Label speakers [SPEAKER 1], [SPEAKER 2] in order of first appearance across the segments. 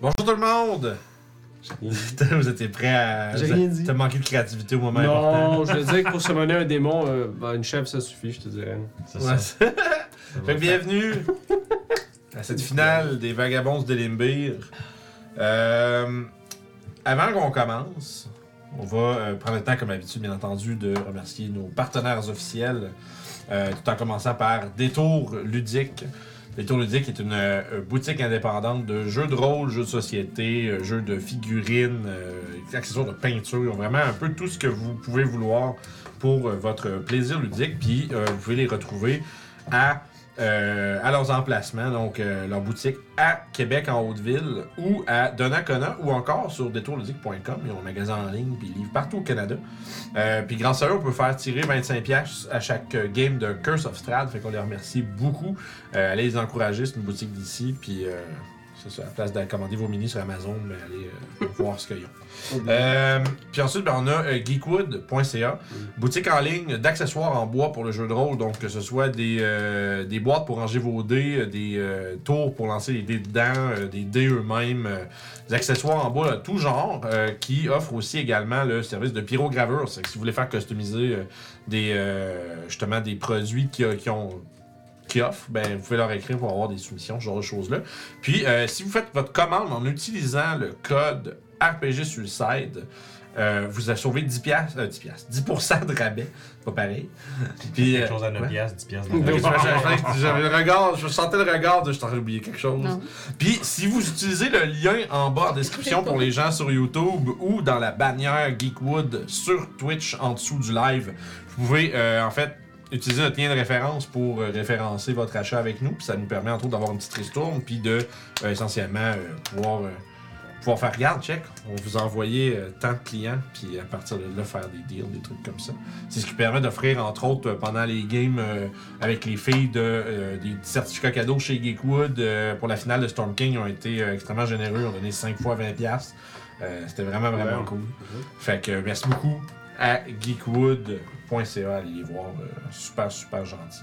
[SPEAKER 1] Bonjour tout le monde! Vous étiez prêt à.
[SPEAKER 2] J'ai
[SPEAKER 1] vous-
[SPEAKER 2] rien dit.
[SPEAKER 1] T'as manqué de créativité au moment important.
[SPEAKER 2] Non, je veux dire que pour summoner un démon, euh, ben, une chèvre, ça suffit, je te dirais.
[SPEAKER 3] C'est
[SPEAKER 1] Ouais,
[SPEAKER 3] ça.
[SPEAKER 1] hein, c'est-
[SPEAKER 3] Ça va
[SPEAKER 1] Fait que
[SPEAKER 3] faire.
[SPEAKER 1] bienvenue à cette finale des Vagabonds de Limbir. Euh, avant qu'on commence, on va euh, prendre le temps, comme d'habitude, bien entendu, de remercier nos partenaires officiels, euh, tout en commençant par Détour Ludique. Détour Ludique est une euh, boutique indépendante de jeux de rôle, jeux de société, euh, jeux de figurines, euh, accessoires de peinture. Ils ont vraiment un peu tout ce que vous pouvez vouloir pour euh, votre plaisir ludique. Puis euh, vous pouvez les retrouver à, euh, à leurs emplacements, donc euh, leur boutique à Québec en Haute-Ville ou à Donnacona ou encore sur détourludique.com. Ils ont un magasin en ligne puis ils livrent partout au Canada. Euh, puis grâce à eux, on peut faire tirer 25 pièces à chaque euh, game de Curse of Strahd. Fait qu'on les remercie beaucoup. Euh, allez les encourager, c'est une boutique d'ici. Puis euh, c'est ça, à la place d'aller commander vos minis sur Amazon, mais allez euh, voir ce qu'ils ont. Euh, puis ensuite, ben, on a euh, geekwood.ca, boutique en ligne d'accessoires en bois pour le jeu de rôle. Donc, que ce soit des, euh, des boîtes pour ranger vos dés, euh, des euh, tours pour lancer les dés dedans, euh, des dés eux-mêmes, euh, des accessoires en bois de tout genre, euh, qui offre aussi également le service de pyrogravure. C'est que si vous voulez faire customiser euh, des, euh, justement des produits qui, qui ont qui offrent, ben, vous pouvez leur écrire pour avoir des soumissions, ce genre de choses-là. Puis, euh, si vous faites votre commande en utilisant le code RPG Suicide, euh, vous avez sauvé 10$, piastres- euh, 10$, piastres, 10% de rabais. Pas pareil. Puis, euh,
[SPEAKER 3] Quelque chose à 9
[SPEAKER 1] ouais.
[SPEAKER 3] piastres, 10 piastres.
[SPEAKER 1] Ok,
[SPEAKER 3] de-
[SPEAKER 1] tu vois, j'avais- j'avais le regard, je sentais le regard de je t'aurais oublié quelque chose.
[SPEAKER 4] Non.
[SPEAKER 1] Puis si vous utilisez le lien en bas en description pour les gens sur YouTube ou dans la bannière Geekwood sur Twitch en dessous du live, vous pouvez euh, en fait utiliser notre lien de référence pour euh, référencer votre achat avec nous. Puis ça nous permet entre autres d'avoir une petite ristourne puis de euh, essentiellement euh, pouvoir, euh, pouvoir faire regarde, check. On vous envoyer euh, tant de clients puis à partir de là faire des deals, des trucs comme ça. C'est ce qui permet d'offrir entre autres euh, pendant les games euh, avec les filles de, euh, des certificats cadeaux chez Geekwood euh, pour la finale de Storm King. Ils ont été euh, extrêmement généreux. Ils ont donné 5 fois 20$. piastres. Euh, C'était vraiment, vraiment
[SPEAKER 2] Ouais.
[SPEAKER 1] cool. Fait que euh, merci beaucoup à geekwood.ca. Allez les voir. euh, super, super gentil.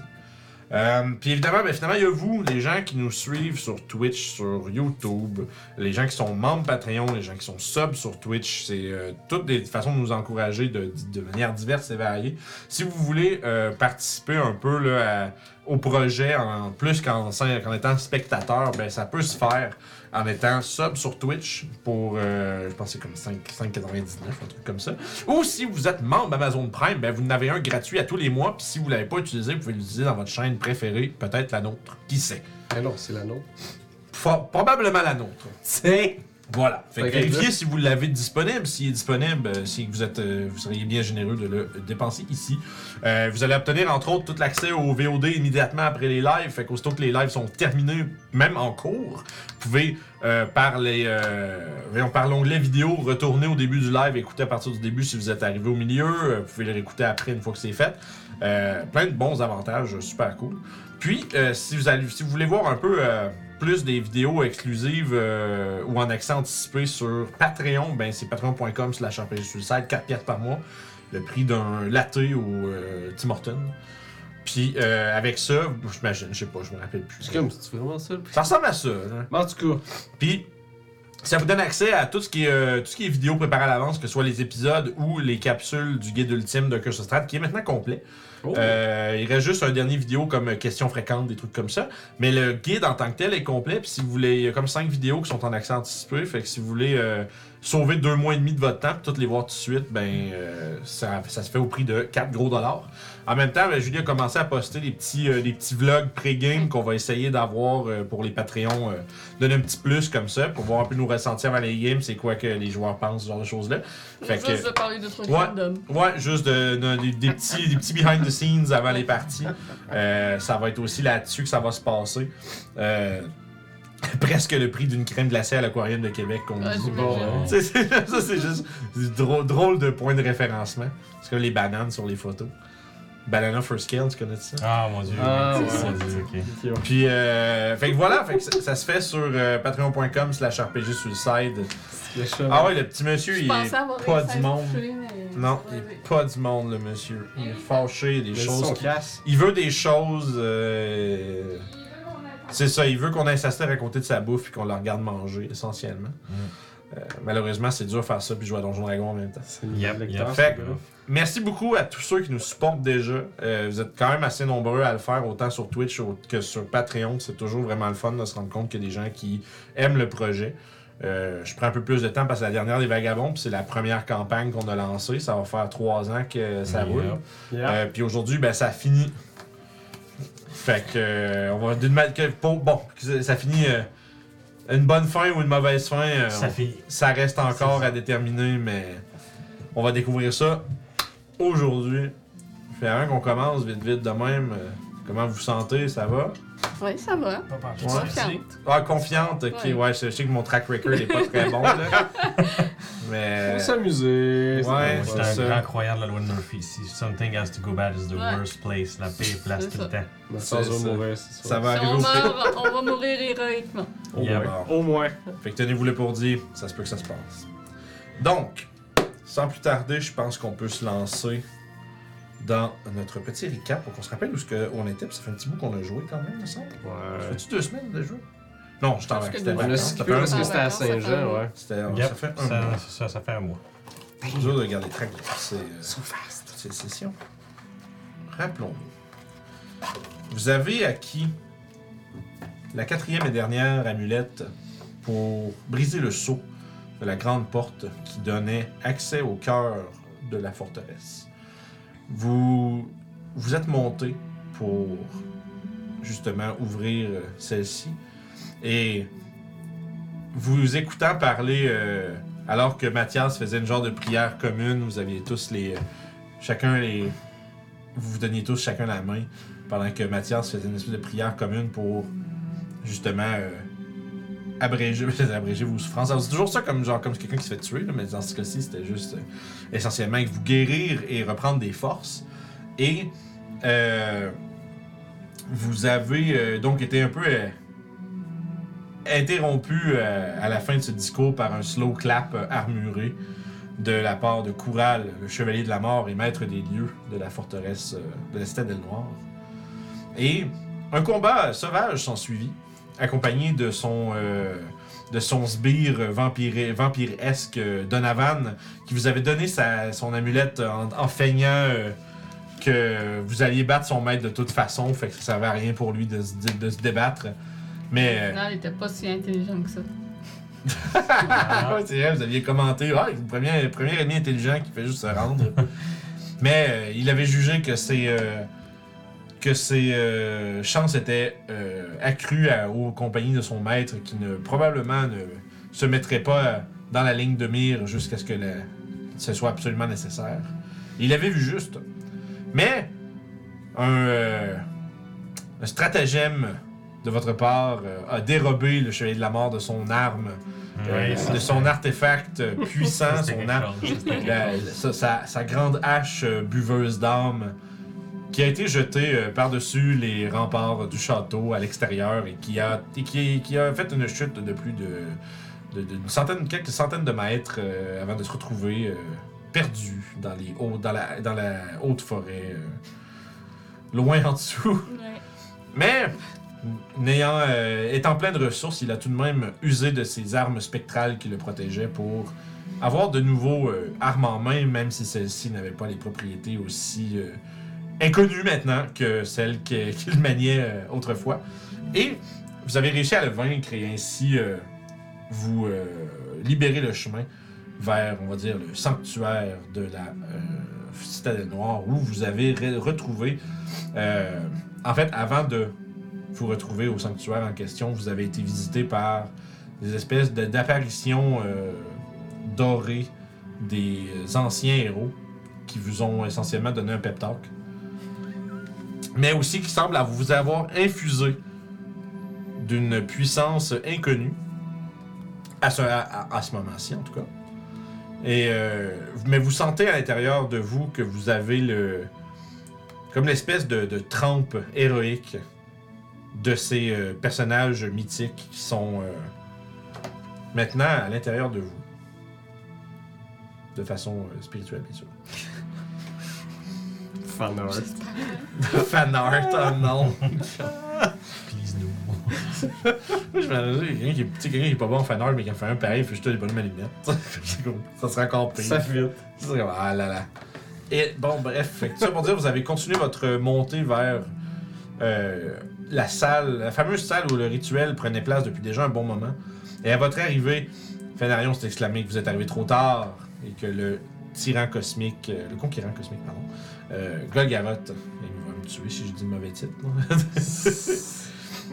[SPEAKER 1] Puis évidemment, ben, finalement, il y a vous, les gens qui nous suivent sur Twitch, sur YouTube, les gens qui sont membres Patreon, les gens qui sont subs sur Twitch, c'est euh, toutes des façons de nous encourager de, de manière diverse et variée. Si vous voulez euh, participer un peu là, à- au projet en plus qu'en qu'en étant spectateur, ben ça peut se faire en étant sub sur Twitch pour, euh, je pense que c'est comme 5 5,99, un truc comme ça. Ou si vous êtes membre Amazon Prime, ben vous en avez un gratuit à tous les mois, puis si vous l'avez pas utilisé, vous pouvez l'utiliser dans votre chaîne préférée, peut-être la nôtre, qui sait.
[SPEAKER 2] Mais non, c'est la nôtre.
[SPEAKER 1] Fort- probablement la nôtre.
[SPEAKER 2] C'est.
[SPEAKER 1] Voilà. Fait que
[SPEAKER 2] Fait que
[SPEAKER 1] vérifiez
[SPEAKER 2] exact.
[SPEAKER 1] si vous l'avez disponible. S'il est disponible, euh, si vous êtes, euh, vous seriez bien généreux de le dépenser ici. Euh, vous allez obtenir entre autres tout l'accès au VOD immédiatement après les lives. Fait qu'aussitôt que les lives sont terminés, même en cours, vous pouvez euh, par les, euh, voyons, par l'onglet vidéo retourner au début du live, écouter à partir du début si vous êtes arrivé au milieu. Euh, Vous pouvez le réécouter après une fois que c'est fait. Euh, plein de bons avantages, euh, super cool. Puis, euh, si, vous allez, si vous voulez voir un peu euh, plus des vidéos exclusives euh, ou en accès anticipé sur Patreon, ben c'est patreon.com slash RPG suicide, 4 piastres par mois, le prix d'un latte au euh, Tim Horton. Puis, euh, avec ça, j'imagine, je sais pas, je me rappelle plus.
[SPEAKER 2] C'est comme, c'est vraiment ça. le-
[SPEAKER 1] Ça ressemble à ça, hein?
[SPEAKER 2] Mais en tout cas,
[SPEAKER 1] Puis, ça vous donne accès à tout ce qui est, euh, tout ce qui est vidéo préparée à l'avance, que ce soit les épisodes ou les capsules du guide ultime de Curse of Strahd, qui est maintenant complet.
[SPEAKER 2] Oh.
[SPEAKER 1] Euh, il reste juste un dernier vidéo comme euh, questions fréquentes, des trucs comme ça. Mais le guide en tant que tel est complet. Puis si vous voulez, il y a comme cinq vidéos qui sont en accès anticipé. Fait que si vous voulez euh, sauver deux mois et demi de votre temps, puis toutes les voir tout de suite, ben euh, ça, ça se fait au prix de 4 gros dollars. En même temps, ben, Julie a commencé à poster des petits, euh, des petits vlogs pré-game qu'on va essayer d'avoir euh, pour les Patreons. euh, donner un petit plus comme ça pour voir un peu nous ressentir avant les games, c'est quoi que les joueurs pensent, ce genre de choses-là. Fait que-
[SPEAKER 4] Juste de parler de trucs
[SPEAKER 1] Ouais.
[SPEAKER 4] random.
[SPEAKER 1] Ouais, juste de- de- des, des petits, des petits behind the scenes avant les parties. Euh, ça va être aussi là-dessus que ça va se passer. Euh, presque le prix d'une crème glacée à l'Aquarium de Québec qu'on
[SPEAKER 4] Ouais,
[SPEAKER 1] dit.
[SPEAKER 4] j'imagine.
[SPEAKER 2] bon,
[SPEAKER 3] hein.
[SPEAKER 1] C'est- c'est- ça, c'est juste du drôle, drôle de point de référencement. C'est comme les bananes sur les photos. Banana for Scale, tu connais ça?
[SPEAKER 3] Ah mon dieu.
[SPEAKER 2] Ah,
[SPEAKER 3] oui,
[SPEAKER 2] ouais.
[SPEAKER 3] mon dieu, ok.
[SPEAKER 2] ok, ouais.
[SPEAKER 1] Puis, euh, fait que voilà, fait que ça, ça se fait sur euh, patreon.com slash RPG Suicide.
[SPEAKER 2] Le chat.
[SPEAKER 1] Ah ouais, le petit monsieur,
[SPEAKER 4] Je
[SPEAKER 1] il est
[SPEAKER 4] pensais avoir
[SPEAKER 1] pas
[SPEAKER 4] réussi à
[SPEAKER 1] du monde.
[SPEAKER 4] le toucher, mais
[SPEAKER 1] Non,
[SPEAKER 4] ça
[SPEAKER 1] il
[SPEAKER 4] va aller.
[SPEAKER 1] est pas du monde, le monsieur. Il est fâché des
[SPEAKER 2] Les
[SPEAKER 1] choses.
[SPEAKER 2] sons
[SPEAKER 1] qui-
[SPEAKER 2] cassent.
[SPEAKER 1] Il veut des choses. euh, C'est ça, il veut qu'on aille s'asseoir à côté de sa bouffe et qu'on la regarde manger, essentiellement. Euh, malheureusement, c'est dur de faire ça puis jouer à Donjon Dragon en même temps.
[SPEAKER 2] C'est le nouveau
[SPEAKER 3] Yep,
[SPEAKER 2] lecteur,
[SPEAKER 1] yep.
[SPEAKER 2] ce
[SPEAKER 1] Fait-
[SPEAKER 2] gars-là.
[SPEAKER 1] Merci beaucoup à tous ceux qui nous supportent déjà. Euh, vous êtes quand même assez nombreux à le faire, autant sur Twitch au- que sur Patreon. C'est toujours vraiment le fun de se rendre compte qu'il y a des gens qui aiment le projet. Euh, je prends un peu plus de temps parce que la dernière des Vagabonds, puis c'est la première campagne qu'on a lancée. Ça va faire trois ans que ça
[SPEAKER 3] Yep.
[SPEAKER 1] roule.
[SPEAKER 2] Yeah.
[SPEAKER 1] Euh, puis aujourd'hui, ben, ça finit. Fait que, euh, on va d'une mal- que pour- bon, que ça finit euh, une bonne fin ou une mauvaise fin. euh,
[SPEAKER 3] Ça
[SPEAKER 1] on-
[SPEAKER 3] finit.
[SPEAKER 1] ça reste encore
[SPEAKER 3] C'est ça.
[SPEAKER 1] à déterminer, mais on va découvrir ça aujourd'hui. Fait avant qu'on commence vite vite de même, euh, comment vous vous sentez, ça va?
[SPEAKER 4] Oui, ça va.
[SPEAKER 3] Pas partout.
[SPEAKER 1] Ouais.
[SPEAKER 4] Confiante.
[SPEAKER 1] Ah, confiante, ok, ouais,
[SPEAKER 4] Ouais.
[SPEAKER 1] je, je sais que mon track record est pas très bon, là.
[SPEAKER 2] Faut
[SPEAKER 1] mais...
[SPEAKER 2] s'amuser.
[SPEAKER 1] ouais,
[SPEAKER 3] Ouais,
[SPEAKER 1] c'est
[SPEAKER 3] C'est un
[SPEAKER 1] ça.
[SPEAKER 3] grand croyant de la loi de Murphy. Si something has to go bad, it's the
[SPEAKER 4] Ouais.
[SPEAKER 3] worst place. La pire place
[SPEAKER 4] C'est
[SPEAKER 3] tout le
[SPEAKER 4] ça.
[SPEAKER 3] temps.
[SPEAKER 2] Mais sans
[SPEAKER 1] C'est ça.
[SPEAKER 2] un mauvais, c'est
[SPEAKER 1] Ça va
[SPEAKER 4] Si
[SPEAKER 1] arriver
[SPEAKER 4] on
[SPEAKER 1] au
[SPEAKER 4] meurt, on va mourir héroïquement.
[SPEAKER 1] Oh,
[SPEAKER 3] Yep.
[SPEAKER 1] bon.
[SPEAKER 2] Au moins.
[SPEAKER 1] Fait que tenez-vous le pour dire, ça se peut que ça se passe. Donc, sans plus tarder, je pense qu'on peut se lancer dans notre petit recap pour qu'on se rappelle où -ce on était, puis ça fait un petit bout qu'on a joué quand même, il me semble. Ça
[SPEAKER 2] Ouais.
[SPEAKER 1] fait-tu deux semaines déjà? Non, je t'en
[SPEAKER 4] Parce
[SPEAKER 1] vais.
[SPEAKER 4] que
[SPEAKER 1] C'était
[SPEAKER 4] nous,
[SPEAKER 2] On a
[SPEAKER 1] vacances, ça fait
[SPEAKER 2] skippé
[SPEAKER 1] un
[SPEAKER 2] parce que
[SPEAKER 1] mois.
[SPEAKER 2] c'était à
[SPEAKER 4] Ça fait un
[SPEAKER 2] Saint-Jean,
[SPEAKER 4] mois.
[SPEAKER 2] ouais.
[SPEAKER 1] C'était- euh,
[SPEAKER 3] Yep.
[SPEAKER 1] Ça fait un
[SPEAKER 3] Ça,
[SPEAKER 1] mois.
[SPEAKER 3] c'est ça, ça fait un mois.
[SPEAKER 1] C'est dur de garder track de
[SPEAKER 4] Ah,
[SPEAKER 1] toutes ces, euh, ces sessions. Rappelons-nous. Vous avez acquis la quatrième et dernière amulette pour briser le sceau de la grande porte qui donnait accès au cœur de la forteresse. Vous vous êtes monté pour justement ouvrir euh, celle-ci et vous écoutant parler euh, alors que Mathias faisait une genre de prière commune, vous aviez tous les euh, chacun les vous vous donniez tous chacun la main pendant que Mathias faisait une espèce de prière commune pour justement euh, abréger, abréger vos souffrances. Alors, C'est toujours ça comme genre comme quelqu'un qui se fait tuer, là, mais dans ce cas-ci, c'était juste euh, essentiellement vous guérir et reprendre des forces. Et euh, vous avez euh, donc été un peu euh, interrompu euh, à la fin de ce discours par un slow clap euh, armuré de la part de Coural, le chevalier de la mort et maître des lieux de la forteresse euh, de la citadelle noire. Et un combat euh, sauvage s'ensuivit, accompagné de son euh, de son sbire euh, vampiré- vampiresque euh, Donavan, qui vous avait donné sa, son amulette en, en feignant euh, que vous alliez battre son maître de toute façon, fait que ça servait à rien pour lui de, se- de- de se débattre. Mais euh,
[SPEAKER 4] Non, il était pas si intelligent que ça.
[SPEAKER 1] ah, ouais, c'est vrai, vous aviez commenté. Ah, le premier, le premier ennemi intelligent qui fait juste se rendre. Mais euh, il avait jugé que ses, euh, que ses euh, chances étaient euh, accrues à- aux compagnies de son maître qui ne, probablement ne se mettrait pas dans la ligne de mire jusqu'à ce que la- ce soit absolument nécessaire. Il avait vu juste. Mais un, euh, un stratagème de votre part euh, a dérobé le chevalier de la mort de son arme euh,
[SPEAKER 3] Ouais, ça,
[SPEAKER 1] de son artefact euh, puissant,
[SPEAKER 3] c'était
[SPEAKER 1] son
[SPEAKER 3] quelque
[SPEAKER 1] ar-
[SPEAKER 3] chose, c'était quelque
[SPEAKER 1] la-
[SPEAKER 3] chose.
[SPEAKER 1] sa, sa- sa grande hache euh, buveuse d'âme qui a été jetée euh, par-dessus les remparts du château à l'extérieur et qui a, et qui, qui a fait une chute de plus de, de- de- une centaine, quelques centaines de mètres euh, avant de se retrouver euh, perdu dans, les hauts, dans, la, dans la haute forêt, euh, loin en dessous.
[SPEAKER 4] Ouais.
[SPEAKER 1] Mais, n'ayant, euh, étant plein de ressources, il a tout de même usé de ses armes spectrales qui le protégeaient pour avoir de nouveau euh, armes en main, même si celles-ci n'avaient pas les propriétés aussi euh, inconnues maintenant que celles que- qu'il maniait euh, autrefois. Et vous avez réussi à le vaincre et ainsi euh, vous euh, libérer le chemin vers, on va dire, le sanctuaire de la euh, citadelle noire où vous avez re- retrouvé euh, en fait, avant de vous retrouver au sanctuaire en question, vous avez été visité par des espèces de- d'apparitions euh, dorées des euh, anciens héros qui vous ont essentiellement donné un pep talk. Mais aussi qui semblent à vous avoir infusé d'une puissance inconnue à ce, à- à- à ce moment-ci, en tout cas. Et, euh, mais vous sentez à l'intérieur de vous que vous avez le, comme l'espèce de, de trempe héroïque de ces euh, personnages mythiques qui sont euh, maintenant à l'intérieur de vous. De façon euh, spirituelle, bien sûr.
[SPEAKER 2] Fan art.
[SPEAKER 1] Fan art, oh non!
[SPEAKER 3] Please, no.
[SPEAKER 1] Moi, je m'imagine quelqu'un qui, est- tu sais, quelqu'un qui est pas bon en fanart, mais qui en fait un pareil, puis je te les bonhommes à lunettes. C'est comme- ça serait encore pire.
[SPEAKER 2] Ça fuite.
[SPEAKER 1] C'est comme, ah là là. Et bon, bref, fait que ça pour dire, vous avez continué votre montée vers euh, la salle, la fameuse salle où le rituel prenait place depuis déjà un bon moment. Et à votre arrivée, Fenarion s'est exclamé que vous êtes arrivé trop tard et que le tyran cosmique, euh, le conquérant cosmique, pardon, euh, Golgaroth, il va me tuer si je dis le mauvais titre. là.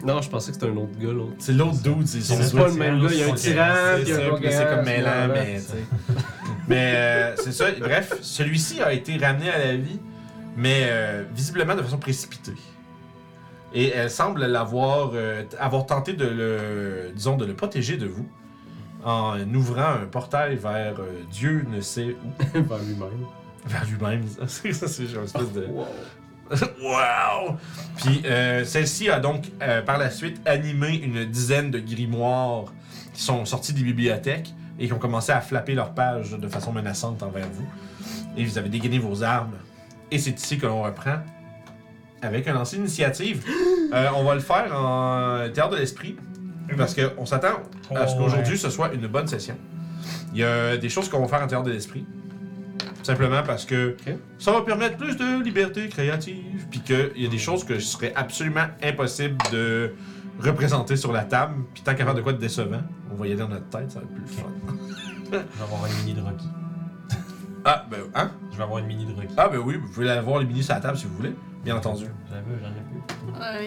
[SPEAKER 2] Non, je pensais que c'était un autre gars, l'autre.
[SPEAKER 1] c'est l'autre dude, c'est
[SPEAKER 3] C'est
[SPEAKER 1] son
[SPEAKER 2] C'est
[SPEAKER 3] C'est
[SPEAKER 2] pas
[SPEAKER 3] ça,
[SPEAKER 2] le même gars, il y a un
[SPEAKER 3] c'est
[SPEAKER 2] tyran,
[SPEAKER 1] C'est
[SPEAKER 2] puis
[SPEAKER 1] ça,
[SPEAKER 2] un
[SPEAKER 1] puis là, c'est comme
[SPEAKER 2] là,
[SPEAKER 1] mêlant, mais tu sais. Mais euh, c'est ça, bref, celui-ci a été ramené à la vie, mais euh, visiblement de façon précipitée. Et elle semble l'avoir euh, t- avoir tenté de le, disons, de le protéger de vous en ouvrant un portail vers euh, Dieu ne sait où,
[SPEAKER 2] Vers lui-même.
[SPEAKER 1] vers lui-même. Ça, c'est ça, c'est genre une espèce de...
[SPEAKER 2] Wow.
[SPEAKER 1] Wow! Puis euh, celle-ci a donc euh, par la suite animé une dizaine de grimoires qui sont sortis des bibliothèques et qui ont commencé à flapper leurs pages de façon menaçante envers vous. Et vous avez dégainé vos armes. Et c'est ici que l'on reprend avec un lancé d'initiative. Euh, on va le faire en théâtre de l'esprit parce qu'on s'attend à ce qu'aujourd'hui ce soit une bonne session. Il y a des choses qu'on va faire en théâtre de l'esprit. Simplement parce que
[SPEAKER 2] Ok.
[SPEAKER 1] ça va permettre plus de liberté créative, puis qu'il y a des choses que ce serait absolument impossible de représenter sur la table, puis tant qu'à faire de quoi de décevant, on va y aller dans notre tête, ça va être plus fun.
[SPEAKER 3] Je vais avoir une mini de Rocky.
[SPEAKER 1] Ah, ben, hein?
[SPEAKER 3] Je vais avoir une mini de Rocky.
[SPEAKER 1] Ah, ben oui, vous pouvez aller voir les ministres à la table si vous voulez, bien entendu.
[SPEAKER 3] J'avais, j'en ai plus.
[SPEAKER 4] Euh,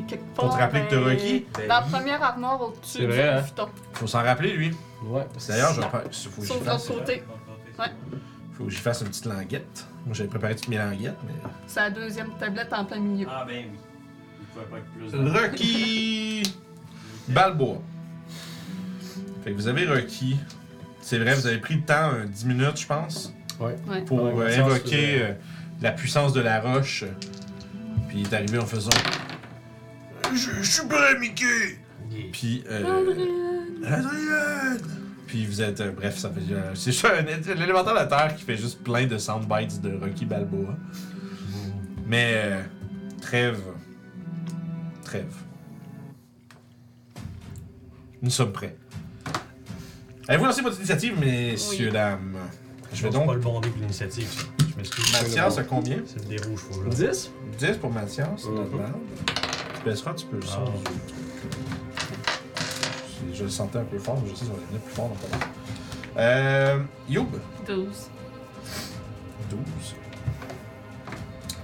[SPEAKER 4] il- quelque part,
[SPEAKER 1] Pour te rappeler que t'as
[SPEAKER 4] ben,
[SPEAKER 1] Rocky,
[SPEAKER 4] La première armoire au-dessus
[SPEAKER 2] C'est
[SPEAKER 4] du
[SPEAKER 2] vrai, hein?
[SPEAKER 4] futon.
[SPEAKER 1] faut s'en rappeler, lui.
[SPEAKER 2] Ouais.
[SPEAKER 1] D'ailleurs, je vais faire- faut que j'y
[SPEAKER 4] Sur
[SPEAKER 1] fasse-
[SPEAKER 4] l'autre côté. Ouais.
[SPEAKER 1] faut que j'y fasse une petite languette. Moi, j'avais préparé toutes mes languettes, mais.
[SPEAKER 4] C'est la deuxième tablette en plein milieu.
[SPEAKER 5] Ah ben oui. Il pouvait pas être plus.
[SPEAKER 1] Rocky Balboa. Fait que vous avez Rocky. C'est vrai, vous avez pris le temps, euh, 10 minutes, je pense,
[SPEAKER 2] Ouais.
[SPEAKER 4] Ouais.
[SPEAKER 1] pour
[SPEAKER 2] Ouais,
[SPEAKER 1] euh,
[SPEAKER 2] ça,
[SPEAKER 1] évoquer
[SPEAKER 2] c'est-
[SPEAKER 1] euh, la puissance de la roche. Puis il est arrivé en faisant Je, je suis prêt, Mickey Puis. Euh,
[SPEAKER 4] Adrienne.
[SPEAKER 1] Adrien! Puis vous êtes. euh, bref, ça fait. euh, c'est juste un élémentaire de la terre qui fait juste plein de soundbites de Rocky Balboa. Mais. euh, trêve. Trêve. Nous sommes prêts. Avez-vous lancé votre initiative, messieurs,
[SPEAKER 4] Oui.
[SPEAKER 1] dames? Je vais
[SPEAKER 3] pense pas
[SPEAKER 1] donc.
[SPEAKER 3] le bon dé pour l'initiative. ça. Je m'excuse.
[SPEAKER 1] Mathias, à combien?
[SPEAKER 3] C'est le dé rouge, faut que je
[SPEAKER 2] 10
[SPEAKER 1] 10 pour Mathias,
[SPEAKER 2] Mhm.
[SPEAKER 1] normal. Tu baisseras un petit peu le son.
[SPEAKER 3] Mm-hmm. Ah.
[SPEAKER 1] Je le sentais un peu fort, mais je sais que ça va devenir plus fort dans pas longtemps. Euh. Youb.
[SPEAKER 4] 12.
[SPEAKER 1] 12.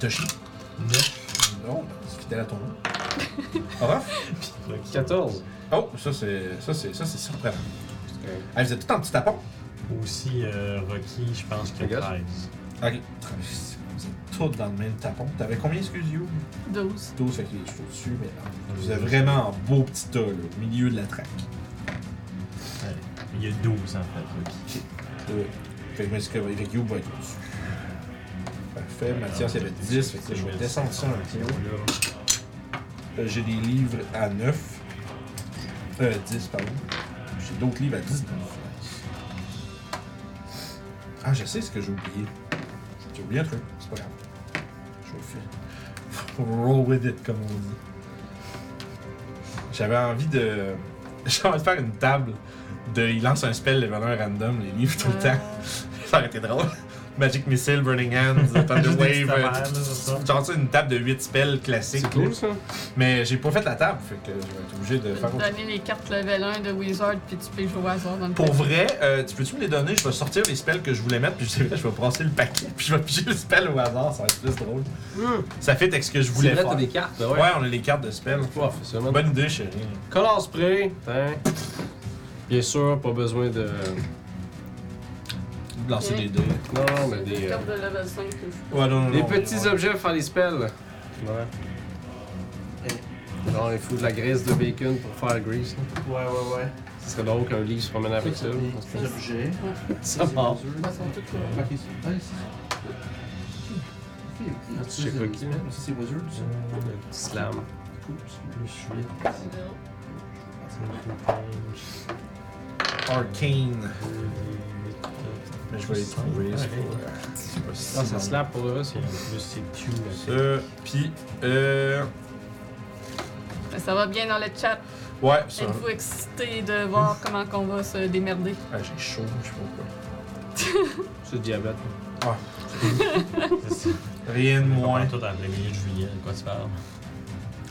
[SPEAKER 1] Toshi.
[SPEAKER 3] Neuf.
[SPEAKER 1] Non, c'est fidèle à ton nom. Orof.
[SPEAKER 3] Rocky.
[SPEAKER 2] 14.
[SPEAKER 1] Oh, ça c'est. ça c'est. ça c'est surprenant. Ah, vous êtes tout en petit tapon.
[SPEAKER 3] Aussi, euh, Rocky, je pense qu'il y a
[SPEAKER 2] Regarde.
[SPEAKER 3] 13.
[SPEAKER 1] Ok. Vous êtes tous dans le même tapon. T'avais combien, excuse Youb?
[SPEAKER 4] 12.
[SPEAKER 1] 12, fait qu'il est juste au-dessus, mais non. Vous êtes vraiment en beau petit tas, là, au milieu de la traque.
[SPEAKER 3] Ouais. Il y a 12 en fait, Rocky.
[SPEAKER 1] Ouais. Fait que, mais c'est que fait que Youb va être au-dessus. Parfait. Mathias, il y avait 10, fait que je vais descendre ça un petit peu. Euh, J'ai des livres à 9. Euh, 10, pardon. J'ai d'autres livres à 19. Ah, je sais ce que j'ai oublié. J'ai oublié un truc, c'est pas grave. Je vais le faire. Roll with it, comme on dit. J'avais envie de. J'avais envie de faire une table de. Il lance un spell, les valeurs random, les livres tout le temps. Ça aurait été drôle. Magic Missile, Burning Hands, Thunder
[SPEAKER 3] Juste des petites
[SPEAKER 1] Wave.
[SPEAKER 3] affaires, là,
[SPEAKER 1] euh,
[SPEAKER 3] ça.
[SPEAKER 1] Genre, tu sais, une table de 8 spells classiques.
[SPEAKER 2] C'est cool ça.
[SPEAKER 1] Mais j'ai pas fait la table, fait que je vais être obligé de
[SPEAKER 4] Je vais
[SPEAKER 1] faire
[SPEAKER 4] te
[SPEAKER 1] autre chose.
[SPEAKER 4] donner les cartes level 1 de Wizard, puis tu peux jouer au hasard dans le
[SPEAKER 1] Pour
[SPEAKER 4] paquet.
[SPEAKER 1] vrai, euh, tu peux-tu me les donner? Je vais sortir les spells que je voulais mettre, puis je vais, je vais brasser le paquet, puis je vais piger le spell au hasard, ça va être plus drôle. Ça fait avec ce que je voulais
[SPEAKER 2] Mm. C'est vrai,
[SPEAKER 1] faire.
[SPEAKER 2] t'as des cartes, ben
[SPEAKER 1] Ouais,
[SPEAKER 2] ouais.
[SPEAKER 1] on a les cartes de spells.
[SPEAKER 2] Ouais, fais ça, man.
[SPEAKER 1] Bonne idée, chérie.
[SPEAKER 2] hein. Color spray. Tiens. Bien sûr, pas besoin de.
[SPEAKER 1] Ou Lancer
[SPEAKER 4] Ok.
[SPEAKER 1] des dés.
[SPEAKER 2] Non, non, mais
[SPEAKER 4] Les
[SPEAKER 2] des. euh,
[SPEAKER 4] cartes de level 5. que
[SPEAKER 1] Ouais, non, non,
[SPEAKER 2] Des
[SPEAKER 1] non,
[SPEAKER 2] petits
[SPEAKER 1] ouais.
[SPEAKER 2] objets pour faire les spells. Ouais. Non, il faut de la graisse de bacon pour faire la grease. là.
[SPEAKER 5] Ouais, ouais, ouais.
[SPEAKER 2] Ce serait drôle qu'un livre se promène avec ça.
[SPEAKER 5] Des objets.
[SPEAKER 2] Ça part.
[SPEAKER 4] je- Elles sont toutes euh,
[SPEAKER 5] Ok, c'est-
[SPEAKER 2] Je
[SPEAKER 5] ah, c'est.
[SPEAKER 2] sais pas qui, mais-
[SPEAKER 5] Ça, c'est Wizards.
[SPEAKER 2] Slam.
[SPEAKER 3] Plus
[SPEAKER 4] zéro.
[SPEAKER 3] 8.
[SPEAKER 1] Arcane. Mais je vais les trouver. c'est
[SPEAKER 3] Ouais.
[SPEAKER 1] pas- c'est pas si Euh,
[SPEAKER 2] Non, Ah, ça
[SPEAKER 1] long.
[SPEAKER 2] slap pour eux, ça.
[SPEAKER 3] Puis en plus, c'est Q.
[SPEAKER 1] Ça, puis. Euh,
[SPEAKER 4] Elles Ça va bien dans le chat.
[SPEAKER 1] Ouais, ça.
[SPEAKER 4] Êtes-vous excités de voir comment qu'on va se démerder?
[SPEAKER 1] Ah, j'ai chaud, je sais pas pourquoi.
[SPEAKER 2] C'est le diabète.
[SPEAKER 3] C'est-
[SPEAKER 1] Rien de
[SPEAKER 3] On
[SPEAKER 1] moins.
[SPEAKER 3] parle tout en plein milieu de juillet, de quoi tu parles?